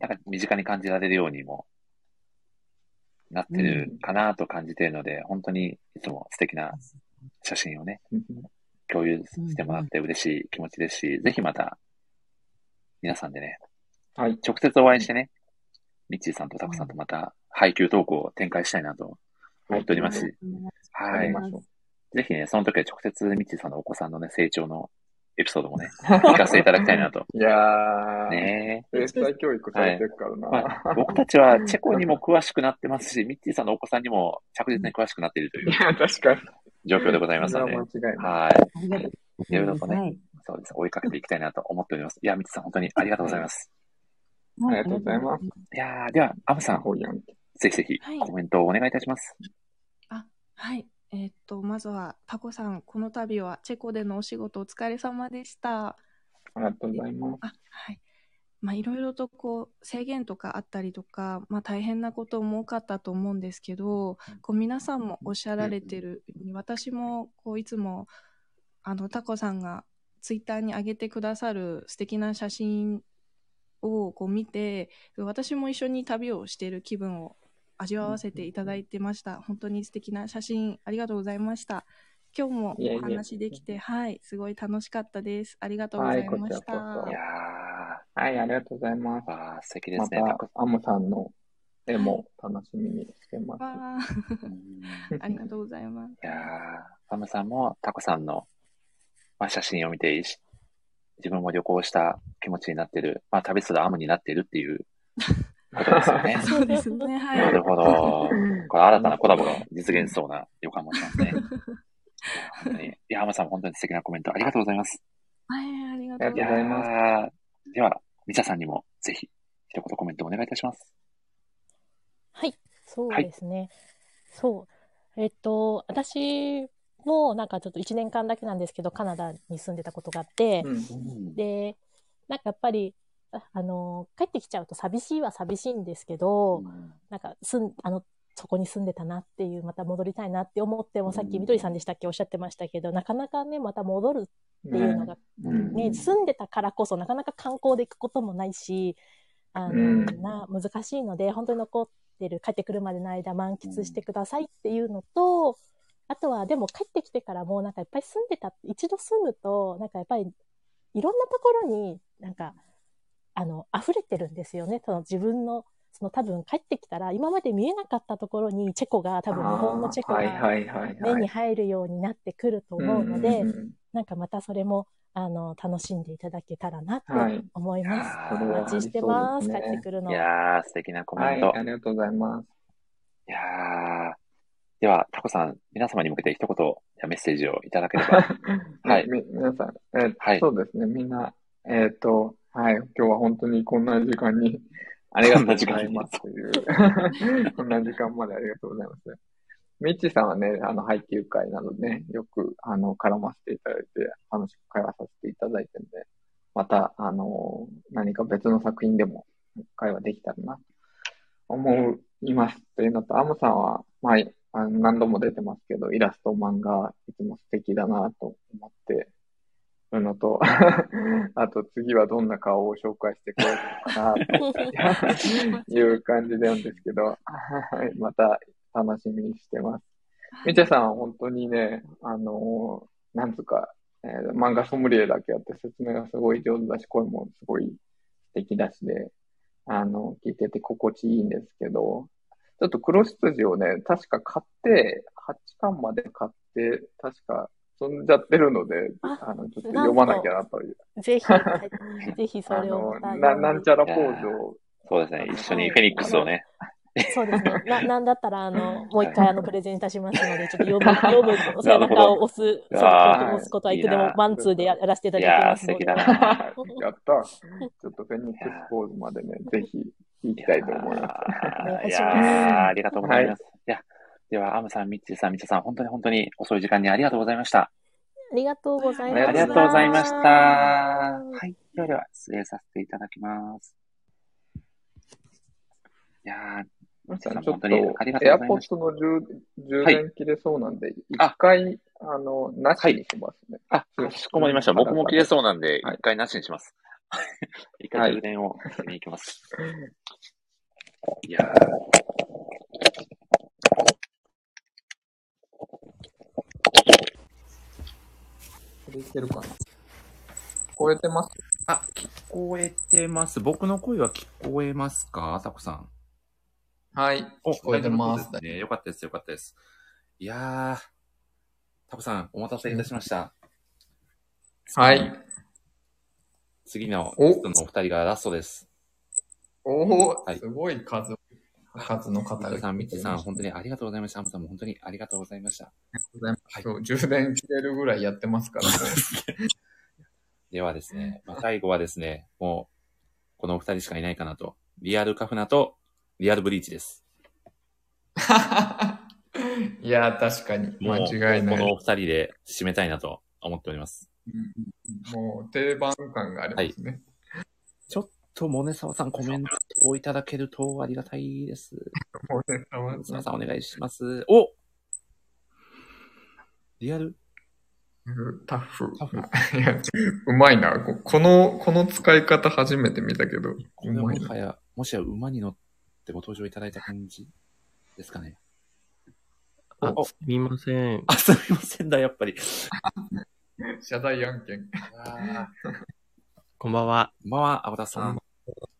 [SPEAKER 1] なんか身近に感じられるようにも、なってるかなと感じているので、本当にいつも素敵な写真をね、共有してもらって嬉しい気持ちですし、ぜひまた、皆さんでね、
[SPEAKER 2] はい、
[SPEAKER 1] 直接お会いしてね、ミッチーさんとタコさんとまた、配給トークを展開したいなと思っておりますし、は
[SPEAKER 2] やり
[SPEAKER 1] い
[SPEAKER 2] ましょう。
[SPEAKER 1] ぜひね、その時は直接、ミッチーさんのお子さんのね、成長のエピソードも ね、聞かせていただきたいなと。
[SPEAKER 2] いやー、
[SPEAKER 1] ねえ
[SPEAKER 2] 英才教育されてるからな。
[SPEAKER 1] はいまあ僕たち はチェコにも詳しくなってますし、ミッチーさんのお子さんにも着実に詳しくなっているという
[SPEAKER 2] 確かに。
[SPEAKER 1] 状況でございますので、
[SPEAKER 2] それは間違いない
[SPEAKER 1] はい。
[SPEAKER 13] い。
[SPEAKER 1] いろいろとね、そうです。追いかけていきたいなと思っております。いや、みつさん、本当にありがとうございます。
[SPEAKER 2] ありがとうございます。
[SPEAKER 1] いやーでは、アムさん、ぜひぜひコメントをお願いいたします。
[SPEAKER 14] はい。えーっと、まずは、タコさん、この度はチェコでのお仕事お疲れ様でした。
[SPEAKER 2] ありがとうございます。
[SPEAKER 14] あはい。まあ、いろいろとこう制限とかあったりとか、まあ、大変なことも多かったと思うんですけど、こう皆さんもおっしゃられてるように、私もこういつもあのタコさんがツイッターに上げてくださる素敵な写真をこう見て、私も一緒に旅をしている気分を味わわせていただいてました。本当に素敵な写真ありがとうございました。今日も
[SPEAKER 2] いえいえ
[SPEAKER 14] お話できて、はい、すごい楽しかったです。ありがとうございました。
[SPEAKER 2] はい、こちらこそ。はい、ありがとうございます。
[SPEAKER 1] あ素敵ですね
[SPEAKER 2] また、アムさんの絵も楽しみにしてます。
[SPEAKER 14] わー ありがとうございます。。
[SPEAKER 1] いやーアムさんもタコさんの、まあ、写真を見て、し自分も旅行した気持ちになってる、まあ、旅するアムになってるっていうことですよね
[SPEAKER 14] そうですね、はい。
[SPEAKER 1] なるほど。これ新たなコラボが実現しそうな予感もしますね。本当にいや、アムさんも本当に素敵なコメントありがとうございます。
[SPEAKER 14] はい、ありが
[SPEAKER 1] い
[SPEAKER 14] とうご
[SPEAKER 1] や
[SPEAKER 14] ざいます。
[SPEAKER 1] ーでは、ミサさんにもぜひ一言コメントお願いいたします。
[SPEAKER 15] はい、そうですね。そう。えっと、私もなんかちょっと1年間だけなんですけど、カナダに住んでたことがあって、で、なんかやっぱり、ああの、帰ってきちゃうと寂しいは寂しいんですけど、なんか住ん、あの、そこに住んでたなっていう、また戻りたいなって思っても、さっきみどりさんでしたっけおっしゃってましたけど、なかなかね、また戻るっていうのが、ね、住んでたからこそ、なかなか観光で行くこともないし、あの、
[SPEAKER 16] うん
[SPEAKER 15] な、難しいので、本当に残ってる、帰ってくるまでの間満喫してくださいっていうのと、あとは、でも帰ってきてからもうなんかいっぱい住んでた、一度住むと、なんかやっぱりいろんなところになんか、あの、溢れてるんですよね。その自分の、その多分帰ってきたら、今まで見えなかったところにチェコが、多分日本のチェコ
[SPEAKER 2] あー
[SPEAKER 15] が
[SPEAKER 2] はいはいはいはい
[SPEAKER 15] 目に入るようになってくると思うので、
[SPEAKER 2] うんうんうん
[SPEAKER 15] なんかまたそれも、あの、楽しんでいただけたらなって
[SPEAKER 2] はい
[SPEAKER 15] 思います。
[SPEAKER 2] そ
[SPEAKER 15] お
[SPEAKER 2] れは
[SPEAKER 15] 待ちしてます。
[SPEAKER 2] そう
[SPEAKER 15] 帰
[SPEAKER 2] で
[SPEAKER 15] ってくるの。
[SPEAKER 1] いやー、素敵なコメント。
[SPEAKER 2] はい、ありがとうございます。
[SPEAKER 1] いやーでは、タコさん、皆様に向けて一言やメッセージをいただければ。
[SPEAKER 2] はい、み、皆さん、えー
[SPEAKER 1] はい
[SPEAKER 2] そうですね、みんな、えっ、と、はい、今日は本当にこんな時間にありがとうございますという、 こんな時間までありがとうございます。みっちさんはね、あの、配給会などね、よく、あの、絡ませていただいて、楽しく会話させていただいてるんで、また、あの、何か別の作品でも会話できたらなと思いますというのと、アムさんは、まあ、あの何度も出てますけど、イラスト、漫画、いつも素敵だなと思ってるのと、 あと次はどんな顔を紹介してくれるのかなという感じなんですけど、はいまた楽しみにしてます。みちゃさんは本当にね、あのーなんつうか、えー漫画ソムリエだけあって説明がすごい上手だし、声もすごい素敵だしで、あの、聞いてて心地いいんですけど、ちょっと黒羊をね、確か買って、8巻まで買って、確か積んじゃってるので、あの、ちょっと読まなきゃなという。
[SPEAKER 15] ぜひ、ぜひそれをまた
[SPEAKER 2] あ
[SPEAKER 15] 読
[SPEAKER 2] のな、
[SPEAKER 15] んで
[SPEAKER 2] なんちゃらポーズを。
[SPEAKER 1] そうですね、一緒にフェニックスをね。
[SPEAKER 15] そうです ね。な、なんだったら、あの、もう一回あの、プレゼンいたしますので、ちょっと読む、
[SPEAKER 1] なる
[SPEAKER 15] 読
[SPEAKER 1] ほ
[SPEAKER 15] む
[SPEAKER 1] ど、
[SPEAKER 15] 背中を押す、その
[SPEAKER 1] あー
[SPEAKER 15] 押すことはい
[SPEAKER 1] い
[SPEAKER 15] くで
[SPEAKER 1] な
[SPEAKER 15] も、マンツーでややらせていただいてますので。
[SPEAKER 1] いやー素敵だ
[SPEAKER 2] やったちょっとフェニックスポーズまでね、ぜひ行きたいと思います。
[SPEAKER 1] いやーありがとうございます。い、や、では、アムさん、ミッチーさん、ミッチーさん、本当に本当に遅い時間にありがとうございました。
[SPEAKER 15] ありがとうござい
[SPEAKER 1] あ
[SPEAKER 15] ました。
[SPEAKER 1] りがとうございました。はい。ではでは、失礼させていただきます。いやー、ミッチーさん、
[SPEAKER 2] ちょっ
[SPEAKER 1] 本当
[SPEAKER 2] と
[SPEAKER 1] にありが、と
[SPEAKER 2] エ
[SPEAKER 1] う
[SPEAKER 2] ア
[SPEAKER 1] ござい
[SPEAKER 2] ポ
[SPEAKER 1] ま
[SPEAKER 2] ッ
[SPEAKER 1] した。
[SPEAKER 2] ドの充充電切れそうなんで、一回、あの、なしにしますね。
[SPEAKER 1] あ、かしこまりました。僕も切れそうなんで、一回なしにします。 一回充電をしに行きます。いやー
[SPEAKER 2] これいけるかな超えてます
[SPEAKER 17] あ、聞こえてます。僕の声は聞こえますかタコさん。
[SPEAKER 2] はい。
[SPEAKER 17] お、
[SPEAKER 2] 聞こえてま
[SPEAKER 17] 大丈夫
[SPEAKER 2] す
[SPEAKER 17] そうですね。よかったです、よかったです。いやー、タコさん、お待たせいたしました。
[SPEAKER 2] はい。
[SPEAKER 17] 次のゲストのお二人がラストです。
[SPEAKER 2] おお、すごい数、数の方
[SPEAKER 17] ミッチーさん、ミッチーさん、
[SPEAKER 2] あ
[SPEAKER 17] 本当にありがとうございました。アムさんも本当にありがとうございました。
[SPEAKER 2] りがとうございます。そう充電切れるぐらいやってますからね。
[SPEAKER 1] ではですね、まあ、最後はですね、もう、このお二人しかいないかなと。リアルカフナと、リアルブリーチです。
[SPEAKER 2] いやー、確かに。
[SPEAKER 1] もう、
[SPEAKER 2] 間違いない。
[SPEAKER 1] このお二人で締めたいなと思っております。
[SPEAKER 2] もう定番感がありますね。
[SPEAKER 1] ちょっと、モネサワさんコメントをいただけるとありがたいです。
[SPEAKER 2] モネサワ
[SPEAKER 1] モネサワさんお願いします。おリアル
[SPEAKER 2] タフ。タフ。 いや、うまいな。ここの、この使い方初めて見たけど。
[SPEAKER 1] これはもはや、もしや馬に乗ってご登場いただいた感じですかね。
[SPEAKER 18] あ、すみません。
[SPEAKER 1] あ、すみませんだ、やっぱり。
[SPEAKER 2] 謝罪案件。
[SPEAKER 18] こんばんは。
[SPEAKER 1] こんばんは、青田さん。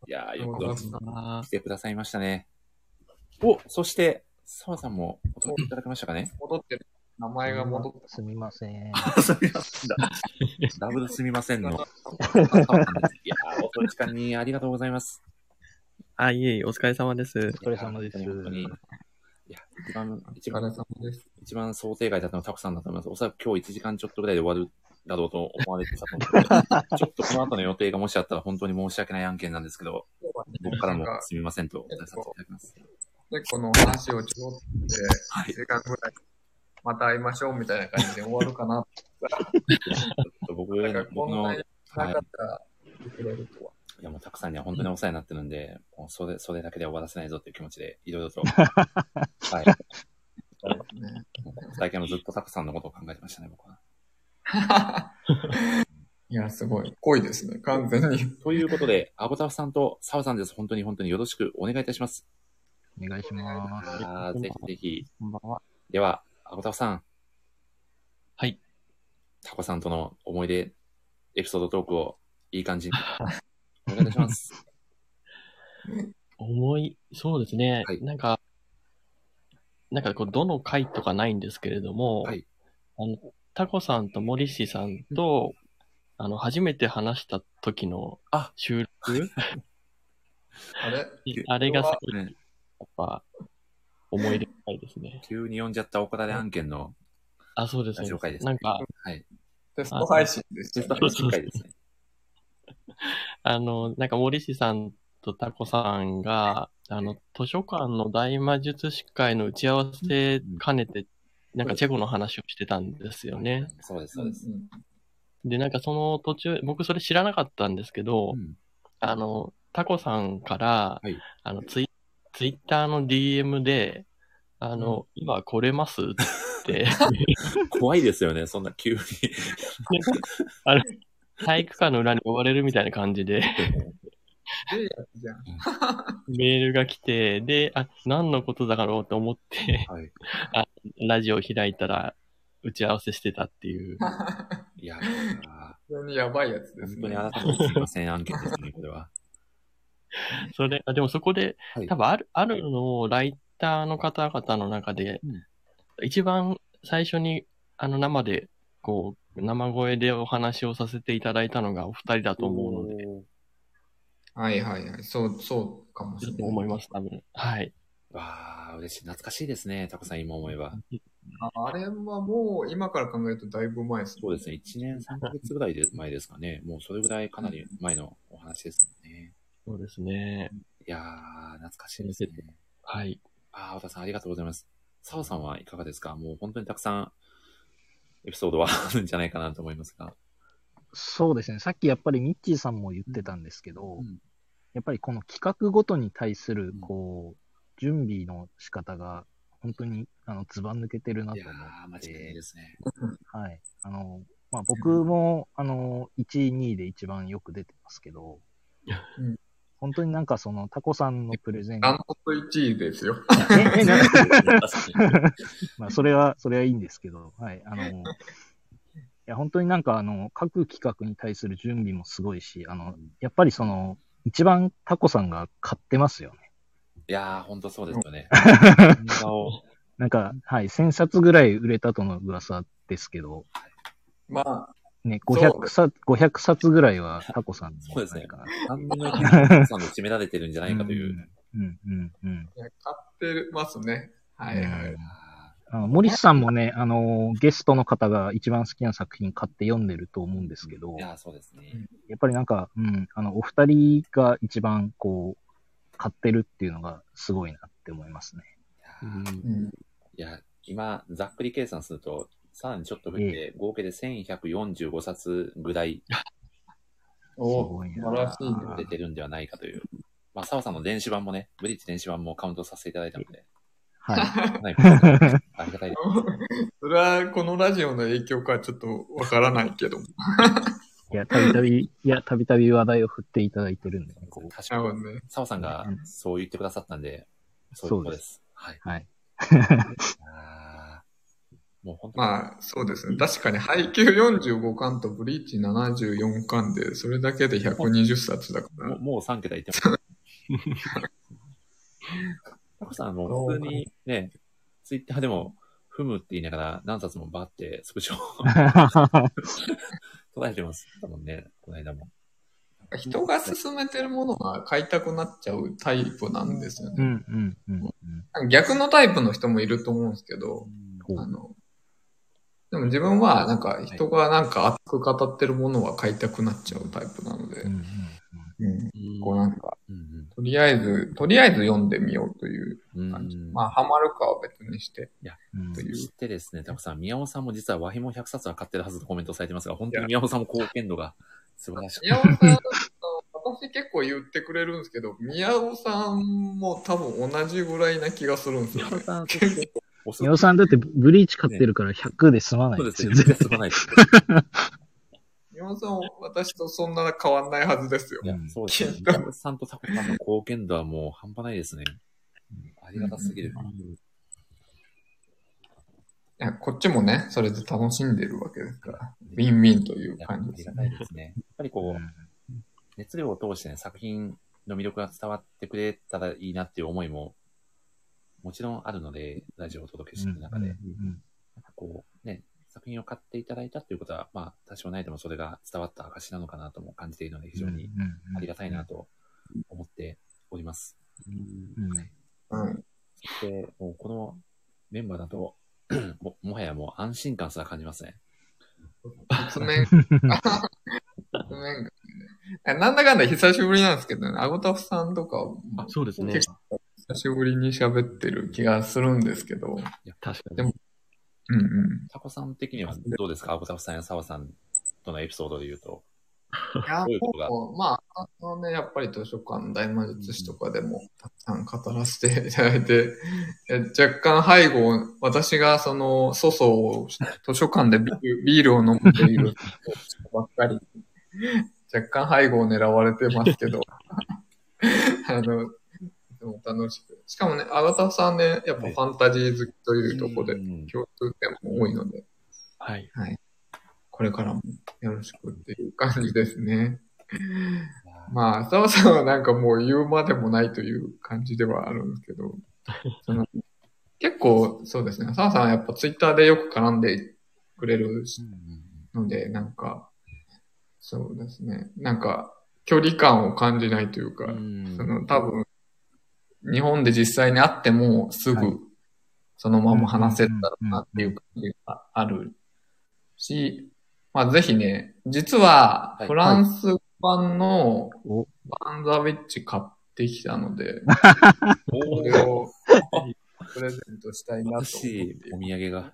[SPEAKER 1] いやー、よく来てくださいましたね。お、そして、澤さんもお届けいただけましたかね。
[SPEAKER 2] 戻ってる。名前が戻って
[SPEAKER 19] すみません。
[SPEAKER 1] すみませんだ。ダブルすみません の。澤さんですいやー、お時間にありがとうございます。
[SPEAKER 19] あ、いえいえ、お疲れ様です。お疲れ様です。
[SPEAKER 1] 本当に。いや、一番、一番、一番想定外だったのはタコさんだと思います。おそらく今日1時間ちょっとぐらいで終わるだろうと思われてたと思うんでちょっとこの後の予定がもしあったら本当に申し訳ない案件なんですけど、僕からもすみませんとお伝えさせていただきます。
[SPEAKER 2] で、この話をちょろって、1時間ぐらい、また会いましょうみたいな感じで終わる かなと
[SPEAKER 1] 僕の、僕の、
[SPEAKER 2] 思
[SPEAKER 1] は
[SPEAKER 2] っ
[SPEAKER 1] い。い
[SPEAKER 2] たら。なかったら、できれるとは。
[SPEAKER 1] や、もうたくさんには本当にお世話になってるんで、もうそれ、それだけで終わらせないぞっていう気持ちで、いろい ろと。はい。もう最近もずっとたくさんのことを考えてましたね、僕は。
[SPEAKER 2] いや、すごい。濃いですね、完全に。
[SPEAKER 1] ということで、アボタフさんとサワさんです。本当に本当によろしくお願いいたします。
[SPEAKER 19] お願いします。
[SPEAKER 1] あーぜひぜひ。
[SPEAKER 19] こんばんは。
[SPEAKER 1] では、アボタフさん。
[SPEAKER 19] はい。
[SPEAKER 1] タコさんとの思い出、エピソードトークをいい感 じに。お願いいたします。
[SPEAKER 19] 重い、そうですね。なんか、なんかこう、どの回とかないんですけれども、あの、タコさんとモリシさんと、あの、初めて話した時の収 録
[SPEAKER 2] あれ
[SPEAKER 19] あれがすごい、やっぱ、思い出深いですね。
[SPEAKER 1] 急に呼んじゃったお答え案件の、
[SPEAKER 19] あ、そうです、
[SPEAKER 1] ラジ
[SPEAKER 19] そ
[SPEAKER 1] オ
[SPEAKER 19] う
[SPEAKER 1] 会
[SPEAKER 19] で。
[SPEAKER 1] ですす
[SPEAKER 19] な
[SPEAKER 1] ね
[SPEAKER 19] んか、
[SPEAKER 1] はい。
[SPEAKER 2] テスト配信です
[SPEAKER 19] あ
[SPEAKER 2] よね
[SPEAKER 19] のそうそうそう
[SPEAKER 2] テスト配信会ですね
[SPEAKER 19] あの、なんか森氏さんとタコさんが、あの、図書館の大魔術師会の打ち合わせ兼ねて、なんかチェコの話をしてたんですよね。
[SPEAKER 1] そうです、そうです。
[SPEAKER 19] で、なんかその途中、僕それ知らなかったんですけど、あの、タコさんから、あのツイ、ツイッターの DM で、あの、今来れますって。
[SPEAKER 1] 怖いですよね、そんな急に。
[SPEAKER 19] あ の、体育館の裏に呼ばれるみたいな感じで、
[SPEAKER 2] いいやつじゃん。
[SPEAKER 19] メールが来て、で、あ、何のことだろうと思って、 あラジオ開いたら、打ち合わせしてたっていう。
[SPEAKER 1] い や、
[SPEAKER 2] 非常にやばいやつです
[SPEAKER 1] 本当
[SPEAKER 2] ね。
[SPEAKER 1] にあなたのすいません案件ですね、これは。
[SPEAKER 19] それ、あでもそこで、多分ある、あるのをライターの方々の中で、一番最初に、あの、生で、こう、生声でお話をさせていただいたのがお二人だと思うので、
[SPEAKER 2] はいはいはい。そう、そうかもしれない。
[SPEAKER 19] 思います、多分。はい。
[SPEAKER 1] わあ、嬉しい。懐かしいですね、たくさん今思えば。
[SPEAKER 2] ああれはもう、今から考えるとだいぶ前ですね。
[SPEAKER 1] そうですね、1年3ヶ月ぐらいで前ですかね。もうそれぐらいかなり前のお話ですね。
[SPEAKER 19] そうですね。
[SPEAKER 1] いやー、懐かしいですね。
[SPEAKER 19] はい。
[SPEAKER 1] あー、和田さんありがとうございます。澤さんはいかがですかもう本当にたくさんエピソードはあるんじゃないかなと思いますが。
[SPEAKER 19] そうですね。さっきやっぱりミッチーさんも言ってたんですけど、
[SPEAKER 20] やっぱりこの企画ごとに対する、こう、準備の仕方が、本当に、あの、ずば抜けてるなと思
[SPEAKER 1] あー、間違いないですね。
[SPEAKER 20] う。はい。あの、まあ、僕も、あの、1位、2位で一番よく出てますけど、本当になんかその、タコさんのプレゼン
[SPEAKER 2] ダントツ1位ですよ。
[SPEAKER 20] ええな
[SPEAKER 2] 確かに
[SPEAKER 20] まあ、それは、それはいいんですけど、はい。あの、いや、本当になんか、あの、各企画に対する準備もすごいし、あの、やっぱりその、一番タコさんが買ってますよね。
[SPEAKER 1] いやー、本当そうですよね。
[SPEAKER 20] なんか、はい、1000冊ぐらい売れたとの噂ですけど、
[SPEAKER 2] まあ、
[SPEAKER 20] ね、
[SPEAKER 2] そう
[SPEAKER 20] 500
[SPEAKER 2] です
[SPEAKER 20] 冊、500冊ぐらいはタコさんに。
[SPEAKER 1] そうですね。3分の1さんで占められてるんじゃないかという。
[SPEAKER 20] うん、うん、うん。
[SPEAKER 2] いや買ってますね。はいはい。
[SPEAKER 20] あの森さんもね、あの、ゲストの方が一番好きな作品買って読んでると思うんですけど、
[SPEAKER 1] いや、そうですね。
[SPEAKER 20] やっぱりなんか、うん、あの、お二人が一番こう、買ってるっていうのがすごいなって思いますね。
[SPEAKER 1] うんいや、今、ざっくり計算すると、さらにちょっと増えて、合計で1145冊ぐらい、
[SPEAKER 2] おー素晴らしいね。
[SPEAKER 1] 出てるんではないかという。まあ、澤さんの電子版もね、ブリッジ電子版もカウントさせていただいたので。
[SPEAKER 2] はい
[SPEAKER 1] ないですねありが たいです。
[SPEAKER 2] それはこのラジオの影響かちょっとわからないけども。
[SPEAKER 20] いや、たびたび、いや、たびたび話題を振っていただいてるんでね、こう。
[SPEAKER 1] 確かに、澤さんがそう言ってくださったんで、そういうことです。はい。
[SPEAKER 20] はい。
[SPEAKER 1] もう本当に
[SPEAKER 2] まあ、そうですね。確かに、配給45巻とブリーチ74巻で、それだけで120冊だから。
[SPEAKER 1] もうもう3桁いってます。タコさん、あの、普通にね、ツイッターでも、ふむって言いながら何冊もバーってスクショを 捉えてます。多分ね、この間も。
[SPEAKER 2] 人が勧めてるものが買いたくなっちゃうタイプなんですよね。
[SPEAKER 20] うんうんうん。
[SPEAKER 2] 逆のタイプの人もいると思うんですけど、あの、でも自分はなんか人がなんか熱く語ってるものは買いたくなっちゃうタイプなので、うんこうなんか、とりあえず、とりあえず読んでみようという感じ。まあ、ハマるかは別にして。
[SPEAKER 1] いや、そしてですね、タコさん、宮尾さんも実は和ひも100冊は買ってるはずとコメントされてますが、本当に宮尾さんも貢献度が素晴らしい。
[SPEAKER 2] 宮尾さん、あの私結構言ってくれるんですけど、宮尾さんも多分同じぐらいな気がするんですよ、ね。
[SPEAKER 20] 宮尾さんだってブリーチ買ってるから100で済まないですよ。
[SPEAKER 1] そうですよ全然済まないです。
[SPEAKER 2] 宮尾さん、私とそんな変わんないはずですよ。
[SPEAKER 1] そうですね。宮尾さんとタコさんの貢献度はもう半端ないですね。ありがたすぎる。
[SPEAKER 2] いや、こっちもね、それで楽しんでるわけですから、ウィンウィンという感じです
[SPEAKER 1] ありがたいですね。やっぱりこう、熱量を通してね、作品の魅力が伝わってくれたらいいなっていう思いも、もちろんあるので、ラジオをお届けしている中で、なんかこう、ね、作品を買っていただいたということは、まあ、多少ないでもそれが伝わった証なのかなとも感じているので、非常にありがたいなと思っております。
[SPEAKER 2] うん
[SPEAKER 1] そして、もうこのメンバーだと、 ももはやもう安心感すら感じますね。
[SPEAKER 2] 説明、説明会ねえなんだかんだ久しぶりなんですけどね、アゴタフさんとか、
[SPEAKER 19] そうですね。
[SPEAKER 2] 久しぶりに喋ってる気がするんですけど、
[SPEAKER 19] 確か
[SPEAKER 2] でも、うんうん。
[SPEAKER 1] タコさん的にはどうですかアボタフさんやサワさんとのエピソードで言うと。
[SPEAKER 2] い
[SPEAKER 1] ど
[SPEAKER 2] や、
[SPEAKER 1] ういうことが
[SPEAKER 2] もう、まあ、あのね、やっぱり図書館、大魔術師とかでも、たくさん語らせていただいて、 え若干背後、私がその、粗相を、図書館でビールビールを飲むということばっかり、若干背後を狙われてますけど、 あの、でも楽しく。しかもね、あがたさんね、やっぱファンタジー好きというところで、共通点も多いので、
[SPEAKER 19] はい。
[SPEAKER 2] はい。これからもよろしくっていう感じですね。まあ、澤さんはなんかもう言うまでもないという感じではあるんですけど、その結構そうですね、澤さんはやっぱツイッターでよく絡んでくれるしので、なんか、そうですね、なんか距離感を感じないというか、その多分、日本で実際に会ってもすぐそのまま話せたらなっていう感じがあるし、まあぜひね、実はフランス版のバンザウィッチ買ってきたの で、これをぜひ プレゼントしたいなと思っています。
[SPEAKER 1] お土産が。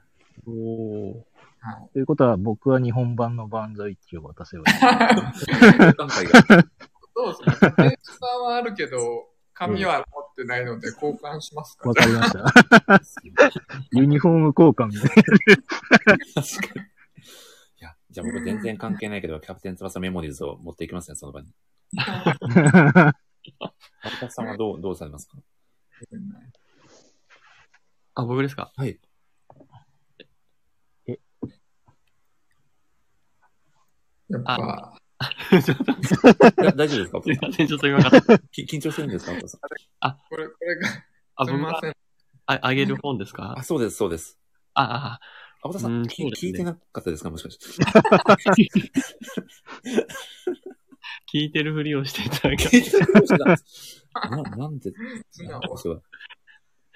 [SPEAKER 20] ということは、僕は日本版 のバンザイチを渡せばい
[SPEAKER 1] い。
[SPEAKER 2] そうですね。電子版はあるけど、紙は持ってないので交換しますか
[SPEAKER 20] わかりま した。ユニフォーム交換みたい
[SPEAKER 1] じゃあ僕全然関係ないけど、キャプテン翼メモリーズを持っていきますね、その場に。
[SPEAKER 20] な。
[SPEAKER 1] アルタさんはどう、どうされますか
[SPEAKER 19] あ、僕ですか
[SPEAKER 1] はい。
[SPEAKER 2] やっぱ、
[SPEAKER 1] だ大丈夫ですか
[SPEAKER 19] すいません、ちょっと今から。
[SPEAKER 1] き緊張してる んですかアルタさん
[SPEAKER 19] あ、
[SPEAKER 2] これ、これが、
[SPEAKER 19] あ、
[SPEAKER 2] す
[SPEAKER 19] 僕
[SPEAKER 2] みま
[SPEAKER 19] が
[SPEAKER 2] せん。
[SPEAKER 19] ああげる本ですか
[SPEAKER 1] あ、そうです、そうです。
[SPEAKER 19] ああ、
[SPEAKER 1] アボタさ、
[SPEAKER 19] うんん
[SPEAKER 1] き
[SPEAKER 19] そうですね
[SPEAKER 1] 聞いてなかったですかもしかして。
[SPEAKER 19] 聞いてるふりをしていただき
[SPEAKER 1] 聞いて るふりをしてたんですななんで、
[SPEAKER 2] 素直
[SPEAKER 1] そうだ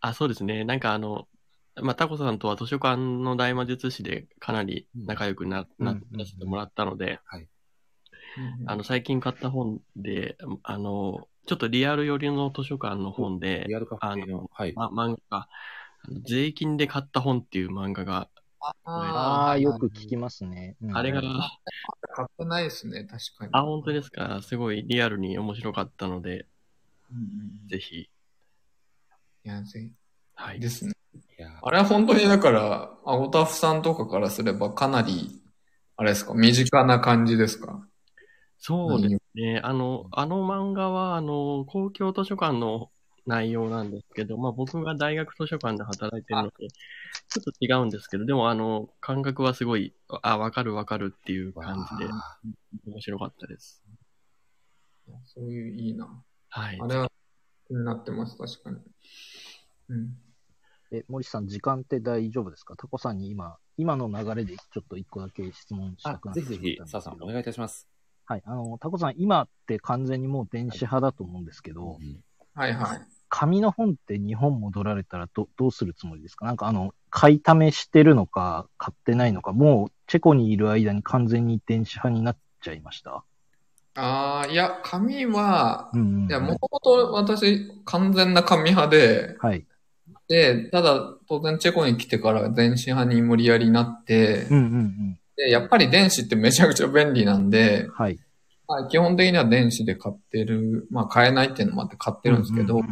[SPEAKER 19] あ、そうですね。なんかあの、まあ、タコさんとは図書館の大魔術師でかなり仲良くな、ならせてもらったので、あの、最近買った本で、あの、ちょっとリアル寄りの図書館の本で、リアルカフェの、はい。ま、漫画あの税金で買った本っていう漫画が、
[SPEAKER 20] ああ、よく聞きますね。うん
[SPEAKER 19] あれが、
[SPEAKER 2] 買ってないですね、確かに。
[SPEAKER 19] あ、本当ですか。すごいリアルに面白かったので、ぜひ。
[SPEAKER 2] いや、ぜひ。
[SPEAKER 19] はい。
[SPEAKER 2] ですね。あれは本当にだから、アゴタフさんとかからすればかなり、あれですか、身近な感じですか
[SPEAKER 19] そうですね。あの、あの漫画は、あの、公共図書館の内容なんですけど、まあ僕が大学図書館で働いてるので、ちょっと違うんですけど、でもあの、感覚はすごい、あ、わかるわかるっていう感じで、面白かったです。
[SPEAKER 2] そういう、いいな。
[SPEAKER 19] はい。
[SPEAKER 2] あれは気になってます、確かに。うん。
[SPEAKER 20] え、森さん、時間って大丈夫ですかタコさんに今、今の流れでちょっと一個だけ質問したくなって
[SPEAKER 1] ぜひぜひ、澤さん、お願いいたします。
[SPEAKER 20] はい、あの、タコさん、今って完全にもう電子派だと思うんですけど、
[SPEAKER 2] はいはい。
[SPEAKER 20] 紙の本って日本戻られたらどどうするつもりですかなんかあの、買いためしてるのか、買ってないのか、もうチェコにいる間に完全に電子派になっちゃいました。
[SPEAKER 2] ああ、いや、紙は、いや、もともと私、完全な紙派で、
[SPEAKER 20] はい。
[SPEAKER 2] で、ただ、当然チェコに来てから電子派に無理やりなって、
[SPEAKER 20] うんうん
[SPEAKER 2] で、やっぱり電子ってめちゃくちゃ便利なんで、
[SPEAKER 20] はい。
[SPEAKER 2] まあ、基本的には電子で買ってる、まあ買えないっていうのもあって買ってるんですけど、図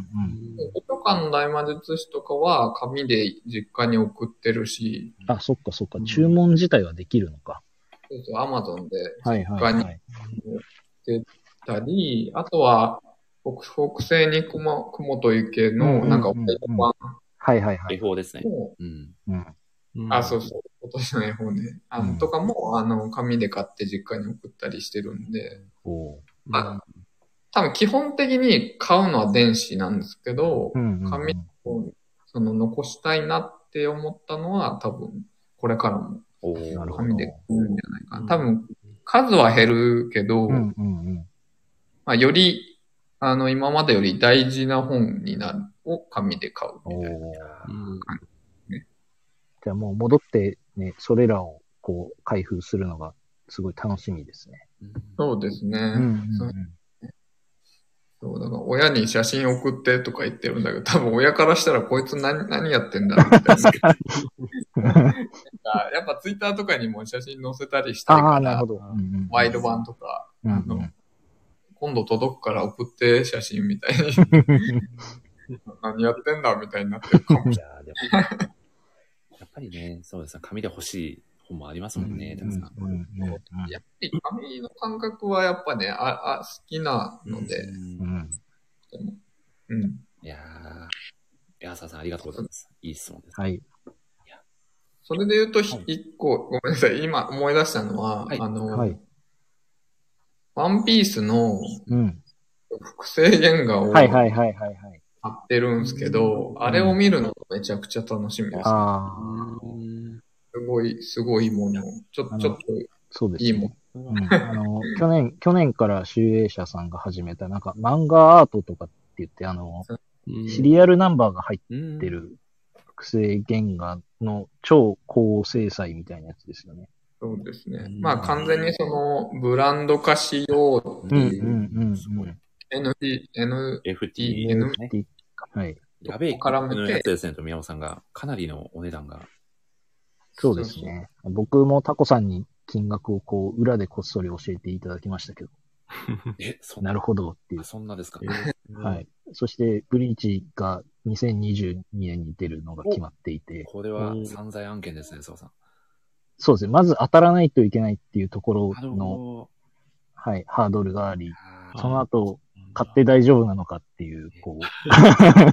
[SPEAKER 2] 書館の大魔術師とかは紙で実家に送ってるし、
[SPEAKER 20] うん。あ、そっかそっか。注文自体はできるのか。
[SPEAKER 2] アマゾンで
[SPEAKER 20] はいはい、
[SPEAKER 2] 他に
[SPEAKER 20] はい。
[SPEAKER 2] 売ってたり、あとは、北北西に雲、雲と池の、なんか、お手本
[SPEAKER 20] はいはいはい。
[SPEAKER 1] 絵法ですね。うん。
[SPEAKER 2] あ、そうそう。今年の絵本ね。あの、とかも、あの、紙で買って実家に送ったりしてるんで、まあ、多分基本的に買うのは電子なんですけど、紙を、その、残したいなって思ったのは、多分、これからも、紙で買うんじゃないかな。多分、数は減るけど、まあ、より、あの、今までより大事な本になるを紙で買うみたいな。
[SPEAKER 20] じゃあもう戻ってね、それらをこう開封するのがすごい楽しみですね。
[SPEAKER 2] そうですね。
[SPEAKER 20] うんうん
[SPEAKER 2] そうそう、だから親に写真送ってとか言ってるんだけど、多分親からしたらこいつ何、何やってんだろうみたいな。 なんかやっぱツイッターとかにも写真載せたりしたい
[SPEAKER 20] あ
[SPEAKER 2] か
[SPEAKER 20] あ、なる
[SPEAKER 2] ら
[SPEAKER 20] ほ、ど。うん
[SPEAKER 2] ワイド版とか、
[SPEAKER 20] うんうんうん
[SPEAKER 2] 今度届くから送って写真みたい に。何やってんだみたいになってるかもしれない。
[SPEAKER 1] やっぱりね、そうですね、紙で欲しい本もありますもんね、たくさん。
[SPEAKER 2] やっぱり紙の感覚はやっぱね、あ、あ、好きなので。うん。
[SPEAKER 1] いやー、いやー、澤さんありがとうございます。いい質問です。
[SPEAKER 20] はい。
[SPEAKER 2] それで言うと、ひ一個、ごめんなさい、今思い出したのは、あの、
[SPEAKER 20] はい
[SPEAKER 2] ワンピースの
[SPEAKER 20] うん。
[SPEAKER 2] 複製原画を
[SPEAKER 20] はい
[SPEAKER 2] 買
[SPEAKER 20] はいはいはいはい。
[SPEAKER 2] ってるんですけど、あれを見るのめちゃくちゃ楽しみです。
[SPEAKER 20] あ
[SPEAKER 2] すごい、すごいもの。ちょ、ちょっ
[SPEAKER 20] そう
[SPEAKER 2] と
[SPEAKER 20] です
[SPEAKER 2] いいもの。
[SPEAKER 20] うん、あの、 去年、去年から集英社さんが始めた、なんか漫画アートとかって言って、あの、シリアルナンバーが入ってる複製原画の超高精細みたいなやつですよね。
[SPEAKER 2] そうですね。まあ完全にその、ブランド化しようって
[SPEAKER 20] うんうん
[SPEAKER 2] いう、
[SPEAKER 20] うん。
[SPEAKER 2] NT、N、
[SPEAKER 1] FT、
[SPEAKER 2] N
[SPEAKER 20] はい。
[SPEAKER 1] やべえ、
[SPEAKER 2] 絡めて
[SPEAKER 1] のやつですね、と宮本さんが、かなりのお値段が。
[SPEAKER 20] そうですね。僕もタコさんに金額をこう、裏でこっそり教えていただきましたけど。
[SPEAKER 1] え、そ
[SPEAKER 20] なるほどっていう。
[SPEAKER 1] そんなですか。
[SPEAKER 20] はい。そして、ブリーチが2022年に出るのが決まっていて。
[SPEAKER 1] これは散財案件ですね、澤さん。
[SPEAKER 20] そうですね。まず当たらないといけないっていうところ
[SPEAKER 1] なる
[SPEAKER 20] の、
[SPEAKER 1] ほ
[SPEAKER 20] はい、ハードルがあり、その後、買って大丈夫なのかっていう、こう。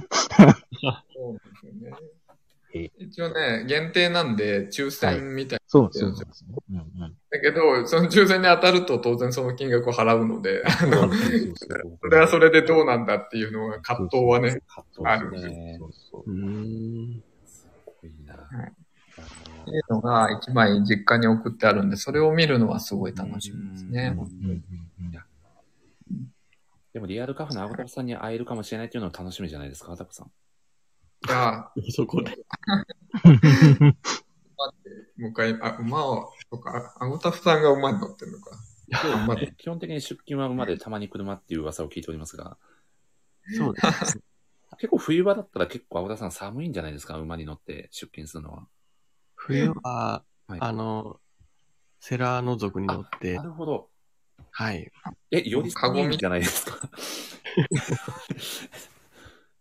[SPEAKER 2] そうなんですよね。
[SPEAKER 20] え
[SPEAKER 2] 一応ね、限定なんで、抽選みたいな。
[SPEAKER 20] そうそうそうですね。
[SPEAKER 2] だけど、その抽選に当たると当然その金額を払うので、あのそれはそれでどうなんだっていうのが葛藤はね、あるんですよ。
[SPEAKER 1] うん。
[SPEAKER 2] っていうのが一枚実家に送ってあるんで、それを見るのはすごい楽しみですね。
[SPEAKER 1] でもリアルカフェのアゴタフさんに会えるかもしれないっていうのは楽しみじゃないですか、タコさん。
[SPEAKER 2] じゃ あ、
[SPEAKER 19] そこで。
[SPEAKER 2] もう一回、あ、馬を、とか、あごたふさんが馬に乗ってるのか。
[SPEAKER 1] そうですね基本的に出勤は馬でたまに車っていう噂を聞いておりますが、
[SPEAKER 19] そうですね。
[SPEAKER 1] 結構冬場だったら結構青田さん寒いんじゃないですか馬に乗って出勤するのは。
[SPEAKER 19] 冬は、あの、セラーノ族に乗って
[SPEAKER 1] な、るほど。
[SPEAKER 19] はい。
[SPEAKER 1] え、より
[SPEAKER 19] カ
[SPEAKER 1] カ
[SPEAKER 19] ゴ
[SPEAKER 1] ゴ
[SPEAKER 19] み
[SPEAKER 1] じゃないですか。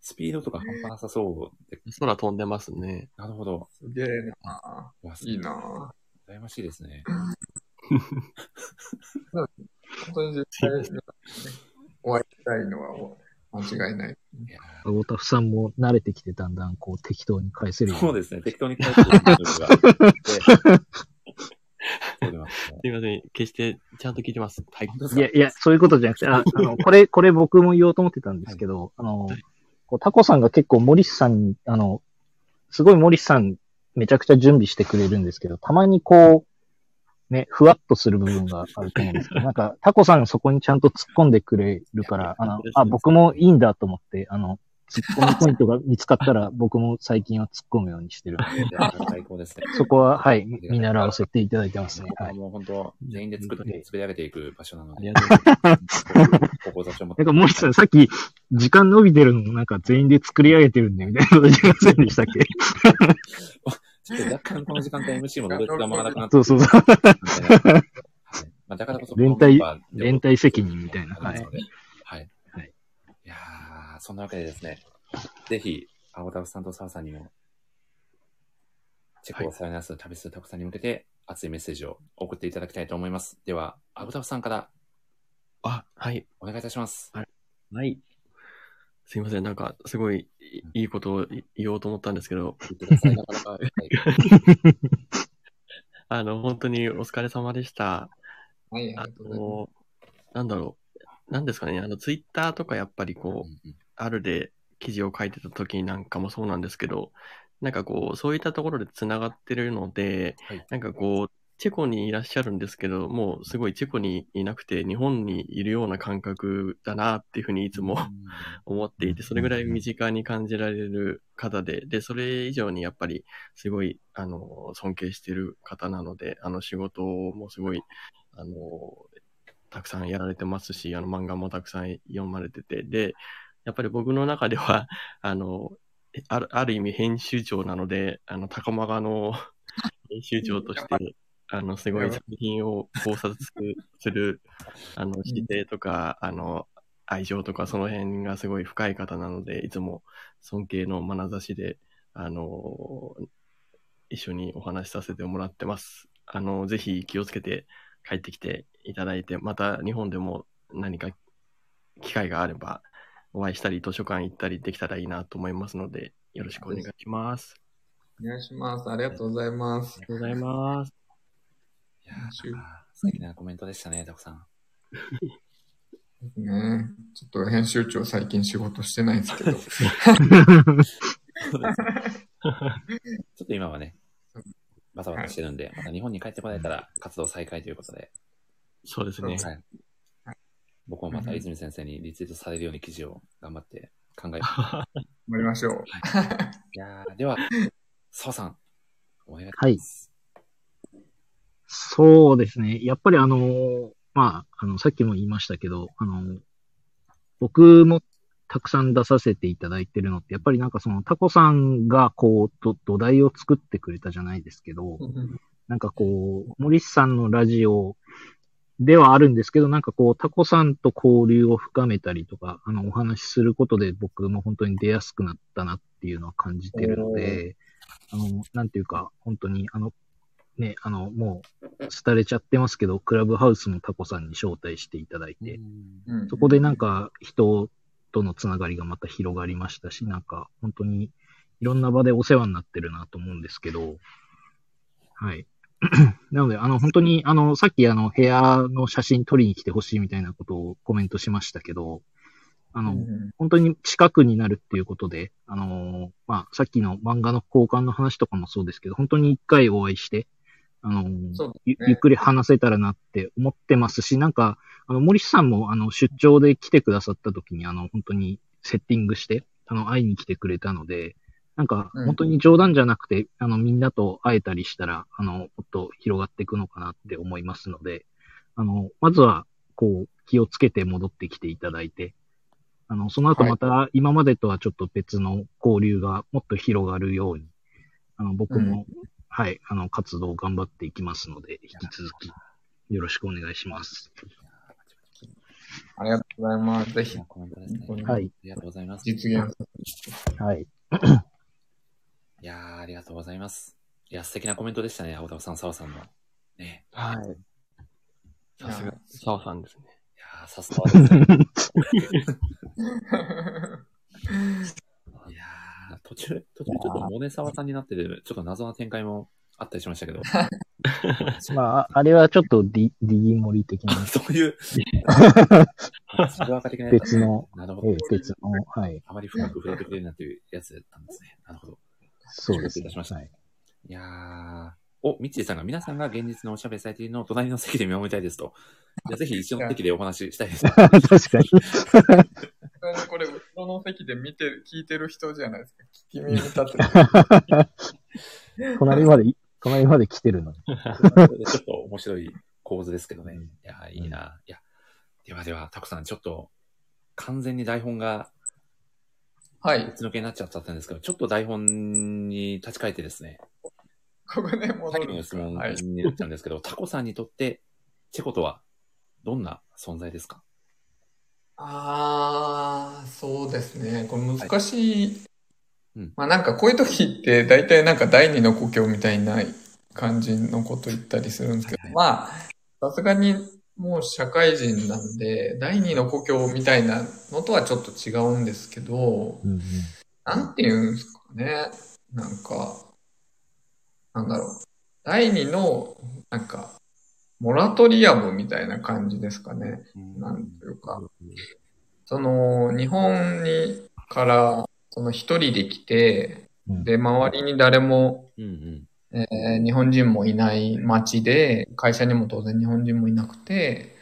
[SPEAKER 1] スピードとか半端なさそうで。
[SPEAKER 19] 空飛んでますね。
[SPEAKER 1] なるほど。
[SPEAKER 2] すげえな
[SPEAKER 1] わ
[SPEAKER 2] いいな
[SPEAKER 1] 羨ましいですね。
[SPEAKER 2] 本当に絶対、お会いしたいのは間違いない。
[SPEAKER 20] アゴタフさんも慣れてきて、だんだんこう適当に返せるように
[SPEAKER 1] そうですね。適当に書いてる の が。
[SPEAKER 19] すみません。決してちゃんと聞いてます。はい。
[SPEAKER 20] いやいや、そういうことじゃなくて、ああ の、これ、これ僕も言おうと思ってたんですけど、あの、こうタコさんが結構森さんに、あの、すごい森さんめちゃくちゃ準備してくれるんですけど、たまにこう、ね、ふわっとする部分があると思うんですけ ど、なんか、タコさんそこにちゃんと突っ込んでくれるから、あの、あ、僕もいいんだと思って、あの、突っ込みポイントが見つかったら、僕も最近は突っ込むようにしてるんで。
[SPEAKER 1] 最高ですね。
[SPEAKER 20] そこは、はい、見習わせていただいてますね。はい。
[SPEAKER 1] もう本当、全員で作って、作り上げていく場所なので。 志を持っ
[SPEAKER 20] な
[SPEAKER 1] て
[SPEAKER 20] んか森さん、さっき、時間伸びてるのもなんか全員で作り上げてるんで、みたいなこと言いませんでしたっけ
[SPEAKER 1] ちょっと若干この時間帯 MC もロレツが回らなくなって
[SPEAKER 20] そうそうそう
[SPEAKER 1] はいまあだからこそ、
[SPEAKER 20] 連帯、連帯責任みたいな。はい。
[SPEAKER 1] はい。いやーそんなわけでですね、ぜひ、青田さんと澤さんにも、チェコをさよならす旅するたくさんに向けて、熱いメッセージを送っていただきたいと思います。では、青田さんから、
[SPEAKER 19] あ、はい。
[SPEAKER 1] お願いいたします。
[SPEAKER 19] はい。すいません。なんか、すごいいいことを言おうと思ったんですけど。
[SPEAKER 1] なかなか
[SPEAKER 19] あの、本当にお疲れ様でした。
[SPEAKER 2] はい、あ
[SPEAKER 19] の、なんだろう。なんですかね。あの、ツイッターとかやっぱりこう、あるで記事を書いてた時なんかもそうなんですけど、なんかこう、そういったところでつながってるので、なんかこう、チェコにいらっしゃるんですけど、もうすごいチェコにいなくて日本にいるような感覚だなっていうふうにいつも思っていて、それぐらい身近に感じられる方で、で、それ以上にやっぱりすごい、あの、尊敬してる方なので、あの仕事もすごい、あの、たくさんやられてますし、あの漫画もたくさん読まれてて、で、やっぱり僕の中では、 あの、えあるある意味編集長なので、あの、高間がの編集長として、あの、すごい作品を考察する、するあの、姿勢とか、あ の、愛情とか、その辺がすごい深い方なので、いつも尊敬の眼差しで、あの、一緒にお話しさせてもらってます。あの、ぜひ気をつけて帰ってきていただいて、また日本でも何か機会があれば、お会いしたり、図書館行ったりできたらいいなと思いますので、よろしくお願いします。
[SPEAKER 2] お願いします。ありがとうございます。ありが
[SPEAKER 19] とうございます。
[SPEAKER 2] いやー
[SPEAKER 1] 素敵なコメントでしたね、たくさん。
[SPEAKER 2] ねえちょっと編集長最近仕事してないんですけど。
[SPEAKER 1] ちょっと今はね、バタバタしてるんで、また日本に帰ってこられたら活動再開ということで。
[SPEAKER 19] そうですね
[SPEAKER 1] はい僕もまた泉先生にリツイートされるように記事を頑張って考えます
[SPEAKER 2] 頑張りましょう。
[SPEAKER 1] いやーでは、澤さん、お願いします。
[SPEAKER 20] はい。そうですね。やっぱりあのー、まあ、あの、さっきも言いましたけど、あのー、僕もたくさん出させていただいてるのって、やっぱりなんかそのタコさんがこう、ど土台を作ってくれたじゃないですけど、なんかこう、森さんのラジオではあるんですけど、なんかこう、タコさんと交流を深めたりとか、あの、お話しすることで僕も本当に出やすくなったなっていうのは感じてるので、あの、なんていうか、本当に、あの、ね、あの、もう、廃れちゃってますけど、クラブハウスもタコさんに招待していただいて、そこでなんか、人とのつながりがまた広がりましたし、なんか、本当に、いろんな場でお世話になってるなと思うんですけ ど、はい。 なので、あの、本当に、あの、さっき、あの、部屋の写真撮りに来てほしいみたいなことをコメントしましたけど、あの、本当に近くになるっていうことで、あの、まあ、さっきの漫画の交換の話とかもそうですけど、本当に一回お会いして、あの、ゆゆっくり話せたらなって思ってますし、なんか、あの、森さんも、あの、出張で来てくださった時に、あの、本当にセッティングして、あの、会いに来てくれたので、なんか、
[SPEAKER 2] うん
[SPEAKER 20] 本当に冗談じゃなくて、あの、みんなと会えたりしたら、あの、もっと広がっていくのかなって思いますので、あの、まずは、こう、気をつけて戻ってきていただいて、あの、その後また、今までとはちょっと別の交流がもっと広がるように、あの、僕も、はい、あの、活動を頑張っていきますので、引き続き、よろしくお願いします。
[SPEAKER 2] ありがとうございます。ぜひ。
[SPEAKER 20] はい
[SPEAKER 1] ありがとうございます。
[SPEAKER 2] 実現
[SPEAKER 20] はい。
[SPEAKER 1] いやー、ありがとうございます。いや、素敵なコメントでしたね、青田さん、澤さんの。ね。
[SPEAKER 21] はい。さすが、澤さんですね。
[SPEAKER 1] いやー、さすがです ねいやー、途中、途中ちょっとモネ澤さんになってて、ちょっと謎な展開もあったりしました けど。
[SPEAKER 20] まあ、あれはちょっとディ、ディギモリ的な。
[SPEAKER 1] そういう自分的なやつ
[SPEAKER 20] 別の、
[SPEAKER 1] なるほど
[SPEAKER 20] ええ別の、はい。
[SPEAKER 1] あまり深く触れてくれるなというやつだったんですね。なるほど。
[SPEAKER 20] そうです
[SPEAKER 1] 失礼いたしました。い、やー、お、ミッチーさんが、皆さんが現実のおしゃべりされているのを隣の席で見守りたいですと。じゃあぜひ一緒の席でお話ししたいです。
[SPEAKER 20] 確かに。
[SPEAKER 2] これ、後ろの席で見て、聞いてる人じゃないですか。聞き耳立て
[SPEAKER 20] 隣まで、隣まで来てるのに。
[SPEAKER 1] ちょっと面白い構図ですけどね。いや、いいな。いや、ではでは、タコさん、ちょっと、完全に台本が、
[SPEAKER 2] はい。
[SPEAKER 1] 別のけになっちゃったんですけど、ちょっと台本に立ち返ってですね。
[SPEAKER 2] ここね、戻
[SPEAKER 1] さっきの質問になっちゃうんですけど、タコさんにとって、チェコとは、どんな存在ですか
[SPEAKER 2] ああ、そうですね。これ難しい。まあなんかこういう時って大体なんか第二の故郷みたいな感じのこと言ったりするんですけど、まあ、さすがにもう社会人なんで、第二の故郷みたいなのとはちょっと違うんですけど、なんて言うんですかね。なんか、なんだろう。第二の、なんか、モラトリアムみたいな感じですかね。なんというか、その、日本にから、その一人で来て、で、周りに誰も、えー日本人もいない町で、会社にも当然日本人もいなくて、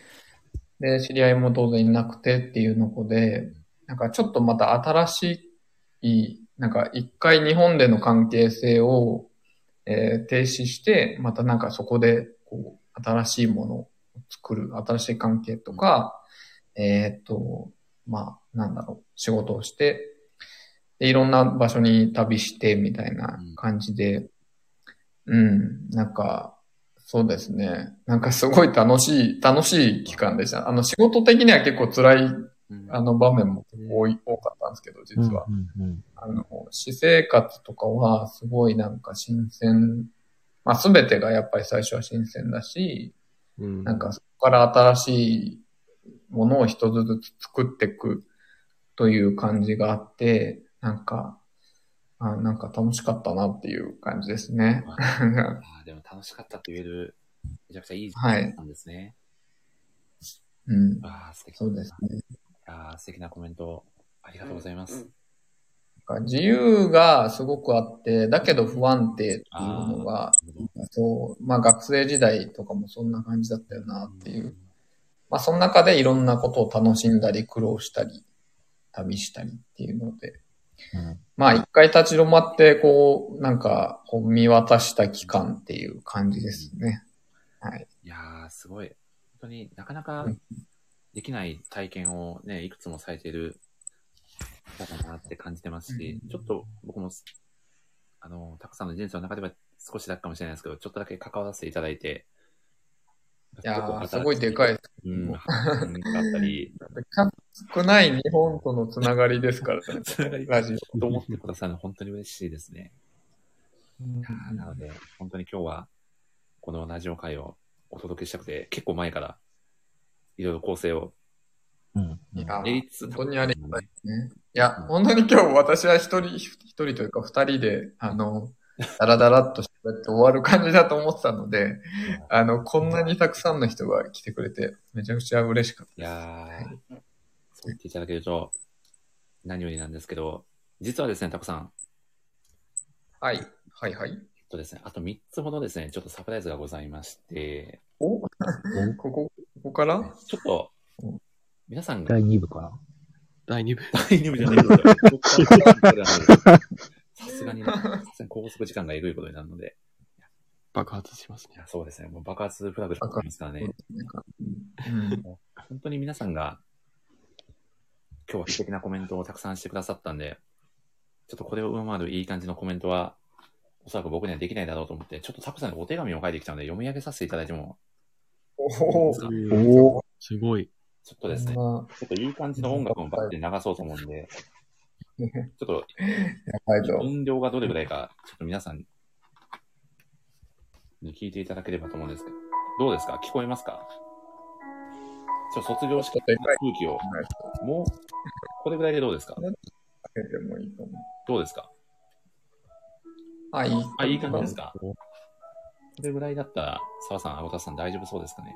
[SPEAKER 2] で、知り合いも当然いなくてっていうのこで、なんかちょっとまた新しい、なんか一回日本での関係性を、えー停止して、またなんかそこで、こう、新しいものを作る、新しい関係とか、えーっと、まあ、なんだろう、仕事をして、で、いろんな場所に旅して、みたいな感じで、うん、なんか、そうですね。なんかすごい楽しい、楽しい期間でした。あの、仕事的には結構辛い、あの、場面も結構多い多かったんですけど、実は。あの、私生活とかは、すごいなんか新鮮、まあ、すべてがやっぱり最初は新鮮だし、なんかそこから新しいものを一つずつ作っていくという感じがあって、なんか、あなんか楽しかったなっていう感じですね。
[SPEAKER 1] あーでも楽しかったと言える、めちゃくちゃいい時
[SPEAKER 2] はい
[SPEAKER 1] 間なんですね。
[SPEAKER 2] うん。
[SPEAKER 1] ああ、素敵。
[SPEAKER 2] そうですね。
[SPEAKER 1] ああ、素敵なコメント、ありがとうございます。
[SPEAKER 2] なんか自由がすごくあって、だけど不安定っていうのが、そう、まあ学生時代とかもそんな感じだったよなっていう。まあその中でいろんなことを楽しんだり、苦労したり、旅したりっていうので、まあ一回立ち止まって、こう、なんか、こう見渡した期間っていう感じですね。はい。
[SPEAKER 1] いやー、すごい。本当になかなかできない体験をね、いくつもされている方だなって感じてますし、ちょっと僕も、あの、たくさんの人生の中では少しだけかもしれないですけど、ちょっとだけ関わらせていただいて、
[SPEAKER 2] いやー、すごいでかいです。
[SPEAKER 1] うん、発見があ ったり、
[SPEAKER 2] 少ない日本とのつながりですから ね。ラジオ。
[SPEAKER 1] と思ってくださるの本当に嬉しいですね。いやーなので、本当に今日は、このラジオ会をお届けしたくて、結構前から、いろいろ構成を、
[SPEAKER 2] いや、
[SPEAKER 1] えいつ
[SPEAKER 2] 本当にありがたいですね。いや、本当に今日私は一人、一人というか二人で、あの、だらだらっと喋って終わる感じだと思ってたので、あの、こんなにたくさんの人が来てくれて、めちゃくちゃ嬉しかった。
[SPEAKER 1] いやーそう言っていただけると、何よりなんですけど、実はですね、タコさん、
[SPEAKER 2] はい、はい、はい。
[SPEAKER 1] えっとですね、あと3つほどですね、ちょっとサプライズがございまして、
[SPEAKER 2] おここ、ここから
[SPEAKER 1] ちょっと、皆さんが
[SPEAKER 20] 第2部かな。
[SPEAKER 1] 第2部。第2部じゃないですよ。僕から第二部ではないですさす間にね、さすがに拘束時間がえぐいことになるので。
[SPEAKER 19] 爆発しますね。
[SPEAKER 1] そうですね。もう爆発フラグとかありますからね。もう本当に皆さんが、今日は素敵なコメントをたくさんしてくださったんで、ちょっとこれを上回るいい感じのコメントは、おそらく僕にはできないだろうと思って、ちょっとタコさんにお手紙を書いてきたので、読み上げさせていただいても。
[SPEAKER 2] お
[SPEAKER 19] おすごい。
[SPEAKER 1] ちょっとですね、ちょっといい感じの音楽もバッて流そうと思うんで、ちょっと、音量がどれぐらいか、ちょっと皆さんに聞いていただければと思うんですけど、どうですか聞こえますかちょっと卒業式の空気を、もう、これぐらいでどうですかどうですか
[SPEAKER 2] あ、いい。
[SPEAKER 1] あ、いい感じですかこれぐらいだったら、澤さん、青田さん大丈夫そうですか ね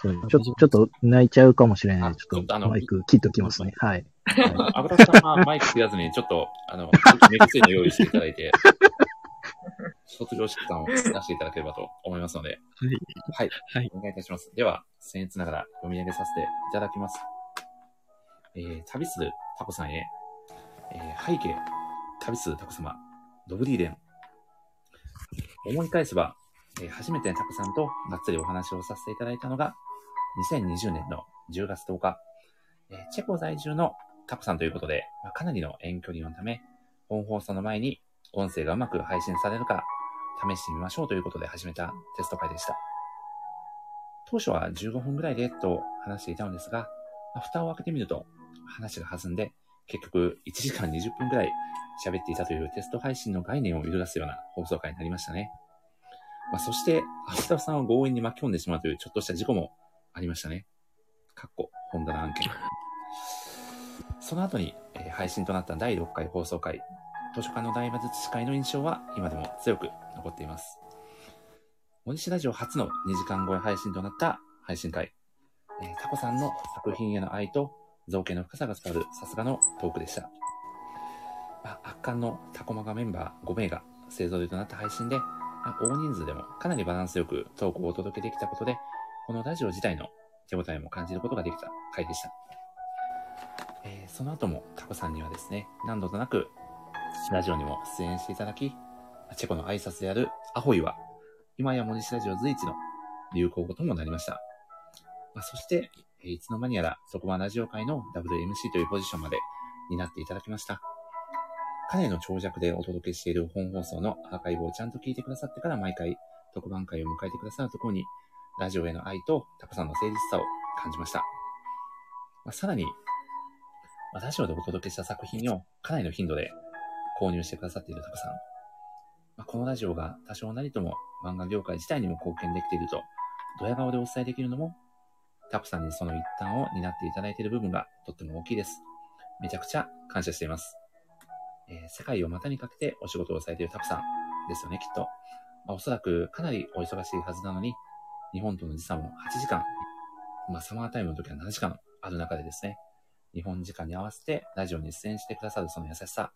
[SPEAKER 20] そうちょちょっと泣いちゃうかもしれない。ちょっ
[SPEAKER 1] と
[SPEAKER 20] と
[SPEAKER 1] あの
[SPEAKER 20] マイク切っときますね。はい。
[SPEAKER 1] 青田さんはマイク切らずに、ちょっと、あの、目薬の用意していただいて、卒業式感を出していただければと思いますので、はい。はい。お願いいたします。では、僭越ながら読み上げさせていただきます。えー、旅するタコさんへ、えー、背景、旅するタコ様、ドブリーデン。思い返せば、えー初めてタコさんとがっつりお話をさせていただいたのが、2020年の10月10日、えーチェコ在住のタコさんということで、まあ、かなりの遠距離のため、本放送の前に音声がうまく配信されるか試してみましょうということで始めたテスト会でした。当初は15分ぐらいでと話していたのですが、まあ蓋を開けてみると話が弾んで、結局1時間20分ぐらい喋っていたというテスト配信の概念を揺るがすような放送会になりましたね。まあ、そして、青田さんを強引に巻き込んでしまうというちょっとした事故もありましたね。かっこ、本棚案件。その後に、えー配信となった第6回放送回、図書館の大魔術師会の印象は今でも強く残っています。森氏ラジオ初の2時間超え配信となった配信会。えータコさんの作品への愛と造形の深さが伝わるさすがのトークでした。まあ、圧巻のタコマガメンバー5名が勢ぞろいとなった配信で、まあ大人数でもかなりバランスよくトークをお届けできたことで、このラジオ自体の手応えも感じることができた回でした。えーその後もタコさんにはですね、何度となくラジオにも出演していただき、チェコの挨拶であるアホイは、今やモニシラジオ随一の流行語ともなりました。まあ、そして、えーいつの間にやら、そこはラジオ界の WMC というポジションまで担っていただきました。彼の長尺でお届けしている本放送のアーカイブをちゃんと聞いてくださってから毎回特番会を迎えてくださるところに、ラジオへの愛とたくさんの誠実さを感じました。まあ、さらに、まあラジオでお届けした作品をかなりの頻度で購入してくださっているタコさん。まあ、このラジオが多少なりとも漫画業界自体にも貢献できていると、ドヤ顔でお伝えできるのも、タコさんにその一端を担っていただいている部分がとっても大きいです。めちゃくちゃ感謝しています。えー世界を股にかけてお仕事をされているタコさんですよね、きっと。まあ、おそらくかなりお忙しいはずなのに、日本との時差も8時間、まあ、サマータイムの時は7時間ある中でですね、日本時間に合わせてラジオに出演してくださるその優しさ、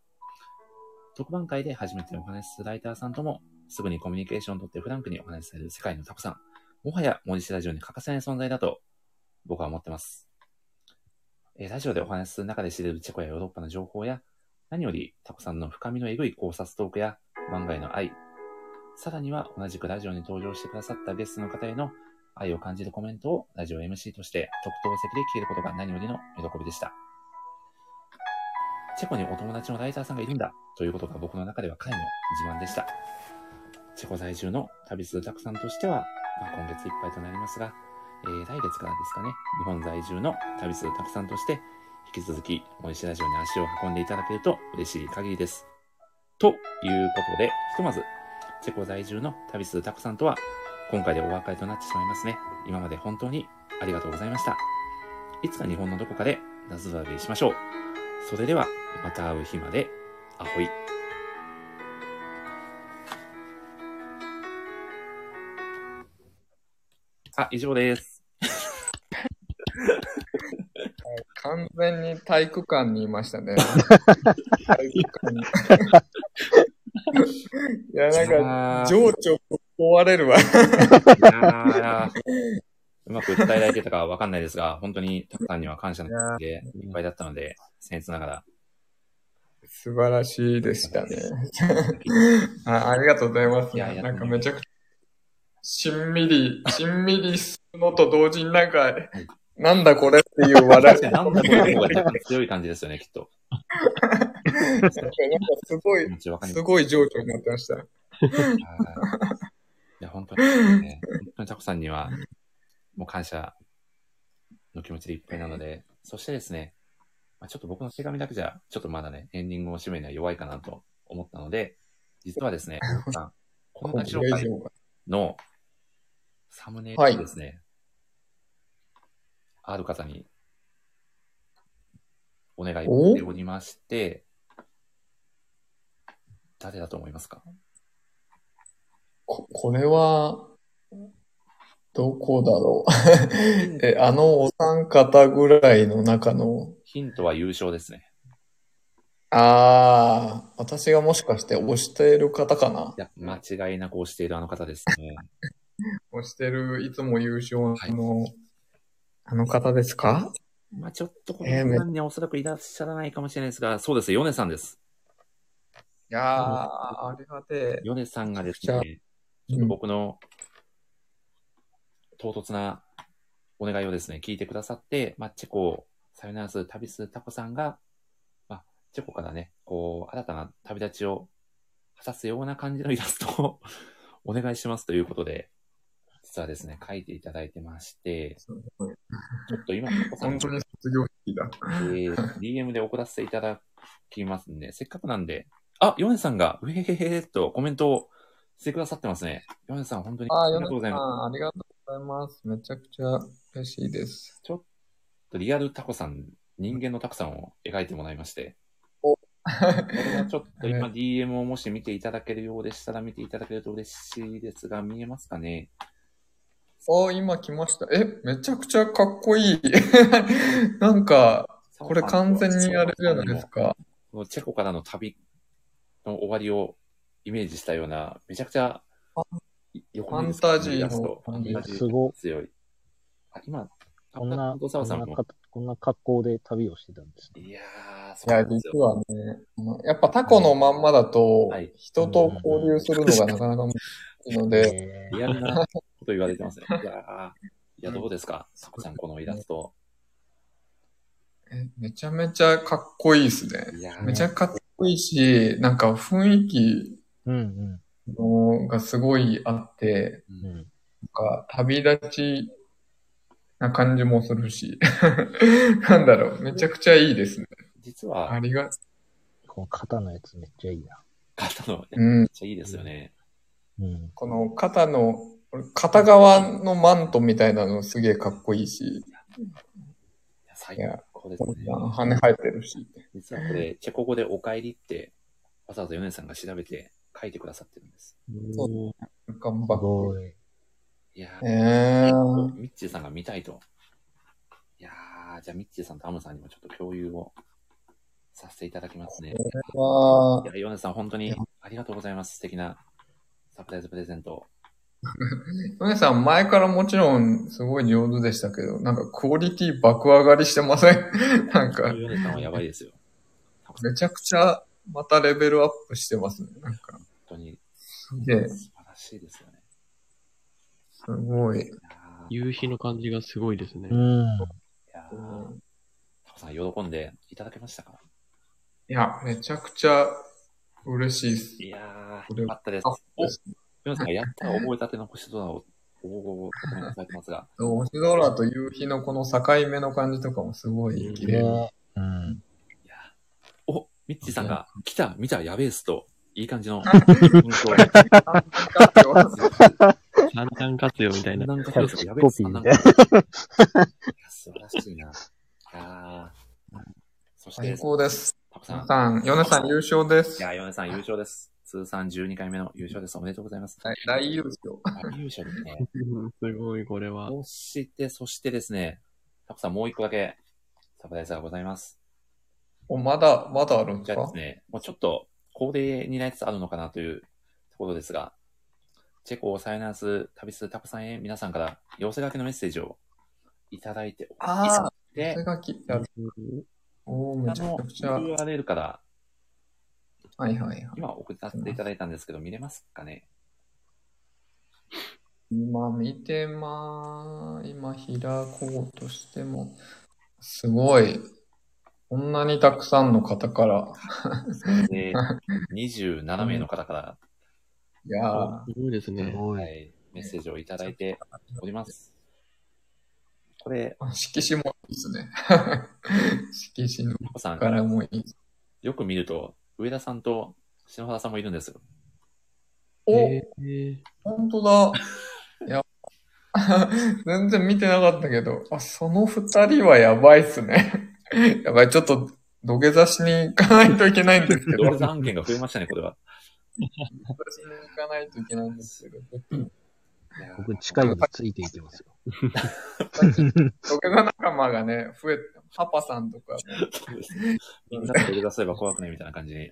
[SPEAKER 1] 特番会で初めてお話しするライターさんとも、すぐにコミュニケーションをとってフランクにお話しされる世界のタコさん。もはや、森氏ラジオに欠かせない存在だと、僕は思ってます。えーラジオでお話しする中で知れるチェコやヨーロッパの情報や、何よりタコさんの深みのえぐい考察トークや、漫画への愛、さらには同じくラジオに登場してくださったゲストの方への愛を感じるコメントをラジオ MC として特等席で聞けることが何よりの喜びでした。チェコにお友達のライターさんがいるんだということが僕の中では彼の自慢でした。チェコ在住の旅するたくさんとしては、まあ、今月いっぱいとなりますが、えー来月からですかね、日本在住の旅するたくさんとして、引き続き、森氏ラジオに足を運んでいただけると嬉しい限りです。ということで、ひとまず、チェコ在住の旅するたくさんとは、今回でお別れとなってしまいますね。今まで本当にありがとうございました。いつか日本のどこかで、ナズラビーしましょう。それでは、また会う日まで、アホイ。あ、以上です。
[SPEAKER 2] 完全に体育館にい ましたね。体育館に。 いや、なんか、情緒壊れるわ。
[SPEAKER 1] いやーうまく伝えられてたかわかんないですが、本当にたくさんには感謝の気持ちでいっぱいだったので、僭越ながら。
[SPEAKER 2] 素晴らしいでした ね。あありがとうございます。なんかめちゃくちゃ、しんみり、しんみりするのと同時になんか、なんだこれっていう笑
[SPEAKER 1] 確
[SPEAKER 2] い。
[SPEAKER 1] かに なんだこれの方が若干強い感じですよね、きっと。
[SPEAKER 2] なんかすごい、
[SPEAKER 1] ちわかります
[SPEAKER 2] すごい情緒になってました。
[SPEAKER 1] いや、本当に、ね、本当にタコさんには、もう感謝の気持ちでいっぱいなので、そしてですね、まあ、ちょっと僕の手紙だけじゃ、ちょっとまだね、エンディングを締めるには弱いかなと思ったので、実はですね、タコさん、このラジオ会のサムネイルをですね、ある方にお願いをしておりまして、誰だと思いますか
[SPEAKER 2] ここれは、どこだろう。 え、あのお三方ぐらいの中の、
[SPEAKER 1] ヒントは優勝ですね。
[SPEAKER 2] ああ、私がもしかして押している方かない
[SPEAKER 1] や、間違いなく推しているあの方ですね。
[SPEAKER 2] 押してる、いつも優勝の、あの方ですか
[SPEAKER 1] まあちょっとこの
[SPEAKER 2] えーめ
[SPEAKER 1] 時間にはおそらくいらっしゃらないかもしれないですが、そうです、ヨネさんです。
[SPEAKER 2] いやー、ありがて
[SPEAKER 1] ヨネさんがです
[SPEAKER 2] じゃあ
[SPEAKER 1] ね、ちょっと僕の唐突なお願いをですね、聞いてくださって、まあ、チェコをさよならする旅するタコさんが、まあ、チェコからね、こう、新たな旅立ちを果たすような感じのイラストを お願いしますということで、実はですね、書いていただいてまして、ちょっと今、タコさん
[SPEAKER 2] 本当に卒業式だ。
[SPEAKER 1] えー DM で送らせていただきますんで、せっかくなんで、あ、ヨネさんが、うへへへへとコメントをしてくださってますね。ヨネさん、本当に
[SPEAKER 2] あ
[SPEAKER 1] あ
[SPEAKER 2] あ、
[SPEAKER 1] りが
[SPEAKER 2] ヨネ
[SPEAKER 1] とうござ
[SPEAKER 2] さ
[SPEAKER 1] います。
[SPEAKER 2] ん、ありがとうございます。めちゃくちゃ嬉しいです。
[SPEAKER 1] ちょっとリアルタコさん、人間のタコさんを描いてもらいまして。ちょっと 今 DM をもし見ていただけるようでしたら見ていただけると嬉しいですが、見えますかね
[SPEAKER 2] ああ、今来ました。え、めちゃくちゃかっこいい。なんか、これ完全にあれじゃないですか。
[SPEAKER 1] このチェコからの旅の終わりをイメージしたような、めちゃくちゃ横に
[SPEAKER 2] ファンタジーの
[SPEAKER 1] イラストファンタジー強い。あ今、
[SPEAKER 20] こんな、
[SPEAKER 1] 澤さん
[SPEAKER 20] こん
[SPEAKER 1] も
[SPEAKER 20] なかこんな格好で旅をしてたんです
[SPEAKER 1] ね。いや
[SPEAKER 2] いや、実はね、あのやっぱタコのまんまだと、人と交流するのがなかなか難しいので、
[SPEAKER 1] リアルなこと言われて ますね。いやーいや、どうですかサコさん、このイラスト。
[SPEAKER 2] えめちゃめちゃかっこいいですね
[SPEAKER 1] いや。ー
[SPEAKER 2] めちゃかっこいいし、なんか雰囲気のがすごいあって、
[SPEAKER 20] なん
[SPEAKER 2] か旅立ちな感じもするし、 なんだろう、めちゃくちゃいいですね。
[SPEAKER 1] 実は、
[SPEAKER 2] ありがと
[SPEAKER 20] この肩のやつめっちゃいいな。
[SPEAKER 1] 肩の、
[SPEAKER 2] うん
[SPEAKER 1] めっちゃいいですよね。
[SPEAKER 2] う。この肩の、片側のマントみたいなのすげえかっこいいし、
[SPEAKER 1] 最
[SPEAKER 2] いや
[SPEAKER 1] 高ですね。
[SPEAKER 2] 羽生えてるし。
[SPEAKER 1] 実はこれ、チェコ語でお帰りって、わざわざヨネさんが調べて書いてくださってるんです。
[SPEAKER 2] そう頑張っ
[SPEAKER 1] い
[SPEAKER 2] て。
[SPEAKER 1] や
[SPEAKER 2] えー
[SPEAKER 1] ミッチーさんが見たいと。いやー、じゃあミッチーさんとアムさんにもちょっと共有をさせていただきますね。
[SPEAKER 2] これはい
[SPEAKER 1] や、ヨネさん本当にありがとうございます。素敵なサプライズプレゼントを。
[SPEAKER 2] ヨネさん、前からもちろんすごい上手でしたけど、なんかクオリティ爆上がりし てませんなんか、
[SPEAKER 1] ヨネさんはやばいですよ。
[SPEAKER 2] めちゃくちゃまたレベルアップしてますね。なんか、
[SPEAKER 1] 本当に。
[SPEAKER 2] すげえ
[SPEAKER 1] 素晴らしいですよね。
[SPEAKER 2] すごい。
[SPEAKER 19] 夕日の感じがすごいですね。
[SPEAKER 1] タコさん喜んでいただけましたか
[SPEAKER 2] いや、めちゃくちゃ嬉しいです。
[SPEAKER 1] いやー、よかったです。お、ヨネさんがやったら覚えたての星空を、おお、おめされてますが。
[SPEAKER 2] 星空と夕日のこの境目の感じとかもすごい綺麗。
[SPEAKER 1] お、ミッチーさんが、来た、見た、やべえっすと、いい感 じの、
[SPEAKER 19] 三段活用みたいな。
[SPEAKER 1] 三段活用ですやべえっす三段活用いや素晴らしいな。あーそして、
[SPEAKER 2] 最高です。
[SPEAKER 1] タコさん。
[SPEAKER 2] さん、ヨネさん優勝です。
[SPEAKER 1] いや、ヨネさん優勝です。通算12回目の優勝です。おめでとうございます。
[SPEAKER 2] 大優勝。
[SPEAKER 1] 大優勝ですね。 すごい、これは。そして、そしてですね、タコさんもう一個だけ、サプライズがございます。
[SPEAKER 2] お、まだ、まだあるんです
[SPEAKER 1] じゃあ
[SPEAKER 2] か
[SPEAKER 1] ですね、もうちょっと恒例になりつつあるのかなというところですが、チェコをサイナース旅するタコさんへ皆さんから寄せ書きのメッセージをいただいております
[SPEAKER 2] ああ、寄せ書き。おーめちゃくちゃ。
[SPEAKER 1] URL から
[SPEAKER 2] はいはいはい。
[SPEAKER 1] 今送させていただいたんですけど、見れますかね
[SPEAKER 2] 今見てまー、今開こうとしても、すごい。こんなにたくさんの方から。
[SPEAKER 1] で、27名の方から、
[SPEAKER 2] いやー、
[SPEAKER 22] すごいですね。
[SPEAKER 1] はい、メッセージをいただいております。これ、
[SPEAKER 2] 色紙もいいで すね。色紙の
[SPEAKER 1] さん
[SPEAKER 2] からもいい。
[SPEAKER 1] よく見ると、上田さんと篠原さんもいるんですよ。
[SPEAKER 2] お、本当だ。いや、 全然見てなかったけど、あ、その二人はやばいっすね。 やばい、ちょっと土下座しに行かないといけないんですけど。
[SPEAKER 1] 同列案件が増えましたね、これは。
[SPEAKER 2] 私も行かないといけないんですけど。
[SPEAKER 9] 僕、近いのでついていって ますよ。
[SPEAKER 2] 土下座仲間がね、増えて、パパさんとか も。
[SPEAKER 1] みんなで出せば怖くないみたいな感じに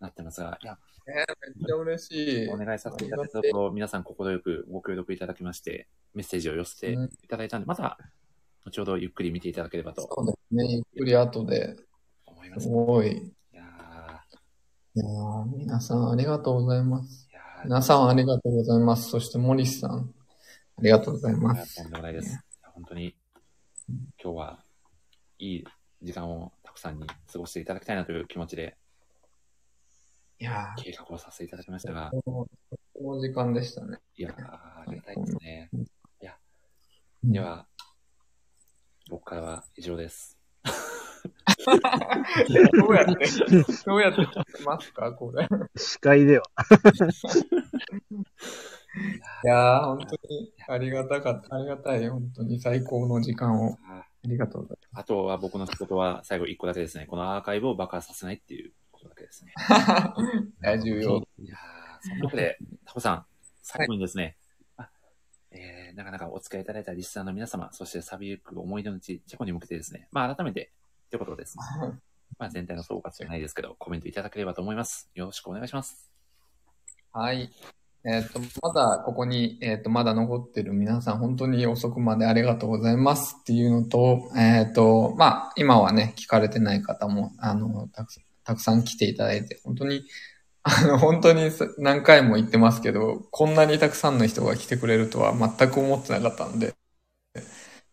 [SPEAKER 1] なってますが、いや、
[SPEAKER 2] えー、めっちゃ嬉しい。
[SPEAKER 1] お願いさせていただいたところ、皆さん快くご協力いただきまして、メッセージを寄せていただいたんで、また、後ほどゆっくり見ていただければと。
[SPEAKER 2] そうですね、ゆっくり後で。すごい。いやー皆さんありがとうございます。皆さんありがとうございます。そして、モリスさん、ありがとうございます。
[SPEAKER 1] とんでもないです。いや本当に、今日は、いい時間をたくさんに過ごしていただきたいなという気持ちで、
[SPEAKER 2] いや
[SPEAKER 1] 計画をさせていただきましたが、
[SPEAKER 2] ー、この時間でしたね。
[SPEAKER 1] いやー、ありがたいですね。いや、では、僕からは以上です。
[SPEAKER 2] どうやって、どうやって撮ってますか、これ。
[SPEAKER 9] 司会では。
[SPEAKER 2] いやー、本当にありがたかった。ありがたい。本当に最高の時間を。
[SPEAKER 1] あ
[SPEAKER 2] りがとうござい
[SPEAKER 1] あとは僕の仕事は最後一個だけですね。このアーカイブを爆破させないっていうことだけですね。
[SPEAKER 2] 大重要。
[SPEAKER 1] いやーそんなわけで、タコさん、最後にですね、あえー、なかなかお付き合いいただいたリスナーの皆様、そしてサビゆく思い出の地、チェコに向けてですね、まあ改めて、ということですね。まあ全体の総括じゃないですけど、コメントいただければと思います。よろしくお願いします。
[SPEAKER 2] はい。えっ、と、まだここに、えっ、と、まだ残ってる皆さん、本当に遅くまでありがとうございますっていうのと、えっ、と、まあ、今はね、聞かれてない方も、あの、たくさん、たくさん来ていただいて、本当に、 あの、本当にさ何回も言ってますけど、こんなにたくさんの人が来てくれるとは全く思ってなかったんで、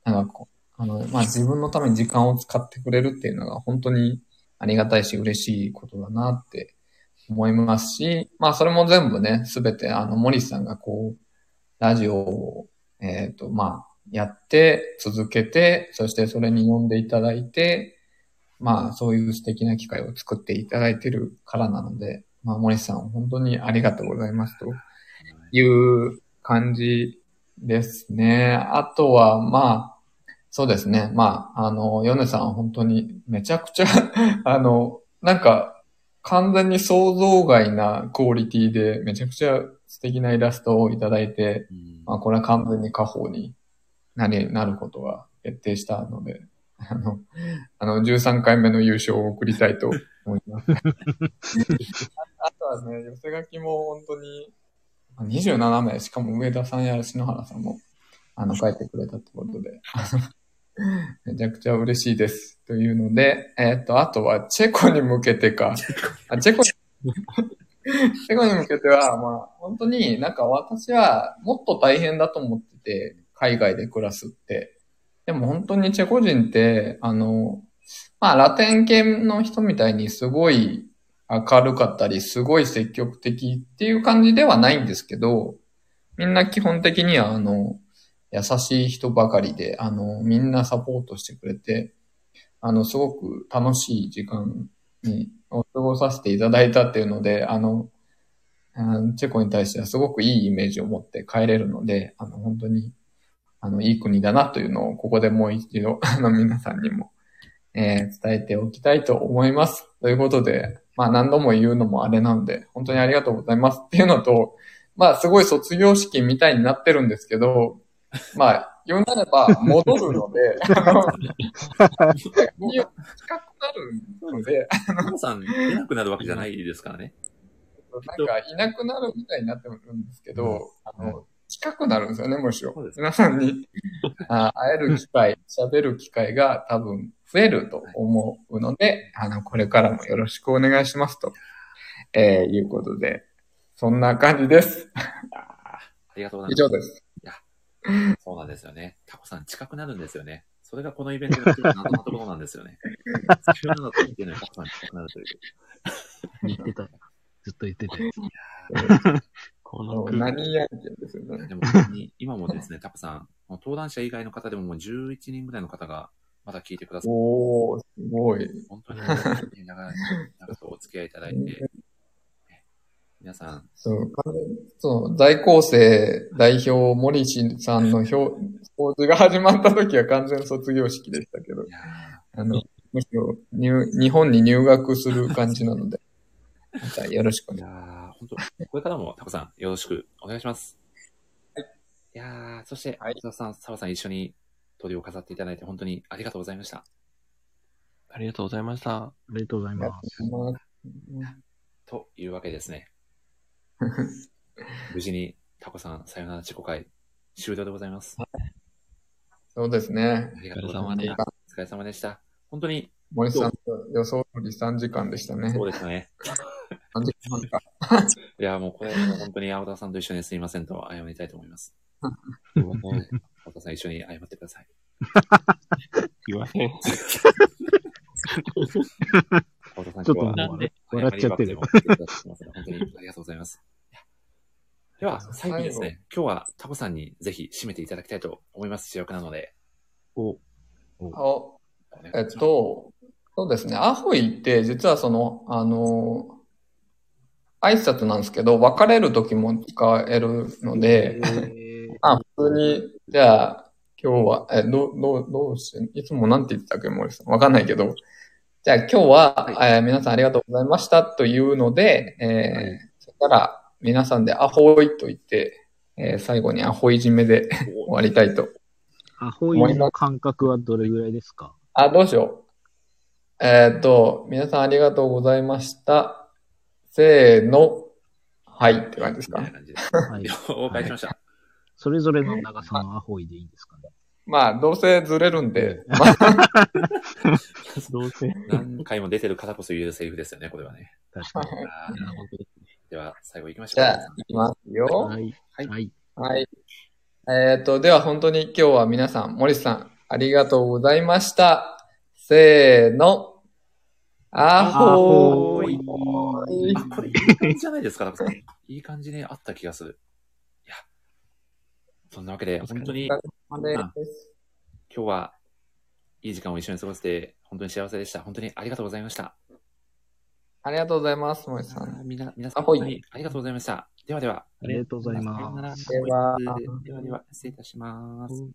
[SPEAKER 2] なんかこう、あの、まあ、自分のために時間を使ってくれるっていうのが本当にありがたいし嬉しいことだなって思いますし、まあそれも全部ね、すべてあの、森さんがこう、ラジオを、えっ、と、まあ、やって、続けて、そしてそれに呼んでいただいて、まあそういう素敵な機会を作っていただいてるからなので、まあ森さん本当にありがとうございますという感じですね。あとは、まあ、そうですね。まあ、あの、ヨネさん本当にめちゃくちゃ、 あの、なんか、完全に想像外なクオリティで、めちゃくちゃ素敵なイラストをいただいて、まあ、これは完全に家宝になり、なることが決定したので、あの、あの、13回目の優勝を送りたいと思います。ああとはね、寄せ書きも本当に、まあ27名、しかも上田さんや篠原さんも、あの、書いてくれたってことで、めちゃくちゃ嬉しいです。というので、えっ、と、あとはチェコに向けてか。あチェコにチェコに向けては、まあ、本当になんか私はもっと大変だと思ってて、海外で暮らすって。でも本当にチェコ人って、あの、まあ、ラテン系の人みたいにすごい明るかったり、すごい積極的っていう感じではないんですけど、みんな基本的には、あの、優しい人ばかりで、あの、みんなサポートしてくれて、あの、すごく楽しい時間に、を過ごさせていただいたっていうので、あの、うんチェコに対してはすごくいいイメージを持って帰れるので、あの、本当に、あの、いい国だなというのを、ここでもう一度、 あの、皆さんにも、えー伝えておきたいと思います。ということで、まあ、何度も言うのもあれなんで、本当にありがとうございますっていうのと、まあ、すごい卒業式みたいになってるんですけど、まあ、言うなれば戻るので、あの、いいよ近くなるので、
[SPEAKER 1] 皆さん、出なくなるわけじゃないですからね。
[SPEAKER 2] なんかいなくなるみたいになってるんですけど、あの、近くなるんですよね、むしろ。皆さん にあ会える機会、喋る機会が多分増えると思うので、あの、これからもよろしくお願いしますとえー、いうことで、そんな感じです。
[SPEAKER 1] ありがとうござい
[SPEAKER 2] 以
[SPEAKER 1] ます。
[SPEAKER 2] 上です。
[SPEAKER 1] いや、そうなんですよね。タコさん近くなるんですよね。それがこのイベントの一番謎なところなんです よね。それなのと見てるのにタコさん近くなるという。
[SPEAKER 20] 言ってた。ずっと言ってて。
[SPEAKER 1] こ
[SPEAKER 20] の空間
[SPEAKER 2] 何やってんですよね。
[SPEAKER 1] でも本当に今もですね、タコさん、もう登壇者以外の方でももう11人ぐらいの方がまだ聞いてくださって、
[SPEAKER 2] おー、すごい。
[SPEAKER 1] 本当に長々長くお付き合いいただいて、皆さん、
[SPEAKER 2] そう、かそう在校生代表、森氏さんの表、講授が始まった時は完全卒業式でしたけど、あの、むしろ入、日本に入学する感じ なので、またよろしくお願いします。
[SPEAKER 1] あ本当、これからもタコさんよろしくお願いします。いやー、そして、伊藤さん、澤さん一緒に鳥を飾っていただいて本当にありがとうございました。
[SPEAKER 9] ありがとうございました。あ
[SPEAKER 20] りがとうございます。
[SPEAKER 1] というわけです ね。無事にタコさんさよなら自己会終了でございます。
[SPEAKER 2] そうですね。
[SPEAKER 1] ありがとうございました。お疲れ様でした。本当に。
[SPEAKER 2] 森さんと予想通り3時間でしたね。
[SPEAKER 1] そうです ね。
[SPEAKER 2] 3時間か。
[SPEAKER 1] いや、もうこれ、もう本当に青田さんと一緒にすいませんと謝りたいと思 います。もうね青田さん一緒に謝ってください。
[SPEAKER 9] 言わへん。
[SPEAKER 1] 青田さん、
[SPEAKER 9] ちょっと
[SPEAKER 1] 今日は
[SPEAKER 9] なんで
[SPEAKER 1] 謝り
[SPEAKER 9] 笑っちゃってる
[SPEAKER 1] バッグでも来てくださいません本当にありがとうございます。では、最後にですね、今日はタコさんにぜひ締めていただきたいと思います。主役なので。
[SPEAKER 20] お
[SPEAKER 2] おえっと、そうですね。アホイって、実はその、あの、挨拶なんですけど、別れる時も使えるので、あ、普通に、じゃあ、今日は、え、どう、どう、どうし、いつもなんて言ってたっけ、森さん。わかんないけど、じゃあ今日は、えー皆さんありがとうございましたというので、えーそしたら、皆さんでアホイと言って、えー最後にアホイ締めで 終わりたいと
[SPEAKER 20] アホイの感覚はどれぐらいですか
[SPEAKER 2] あ、どうしよう。えーっと、皆さんありがとうございました。せーの。はいって感じですか。
[SPEAKER 20] はい。
[SPEAKER 1] お返しました。
[SPEAKER 20] それぞれの長さのアホイでいいですかね。
[SPEAKER 2] まあ、どうせずれるんで。
[SPEAKER 20] どうせ。
[SPEAKER 1] 何回も出てるからこそ言えるセリフ ですよね、これはね。
[SPEAKER 20] 確かに。
[SPEAKER 1] では、最後行きましょう。
[SPEAKER 2] じゃあ、いきますよ。
[SPEAKER 20] はい。
[SPEAKER 1] はい。
[SPEAKER 2] はい。えーっと、では本当に今日は皆さん、森さん、ありがとうございました。せーの。アホイ。
[SPEAKER 1] あ、これいい感じじゃないですか、 タコさん。いい感じにあった気がする。いや、そんなわけで、本当に、
[SPEAKER 2] お疲れ様です
[SPEAKER 1] 今日は、いい時間を一緒に過ごせて、本当に幸せでした。本当にありがとうございました。
[SPEAKER 2] ありがとうございます、森さん。
[SPEAKER 1] みな、皆
[SPEAKER 2] さん、本
[SPEAKER 1] 当にありがとうございました。ではでは。
[SPEAKER 20] ありがとうござい
[SPEAKER 1] さよなら
[SPEAKER 20] ます。
[SPEAKER 1] ではでは、失礼いたします。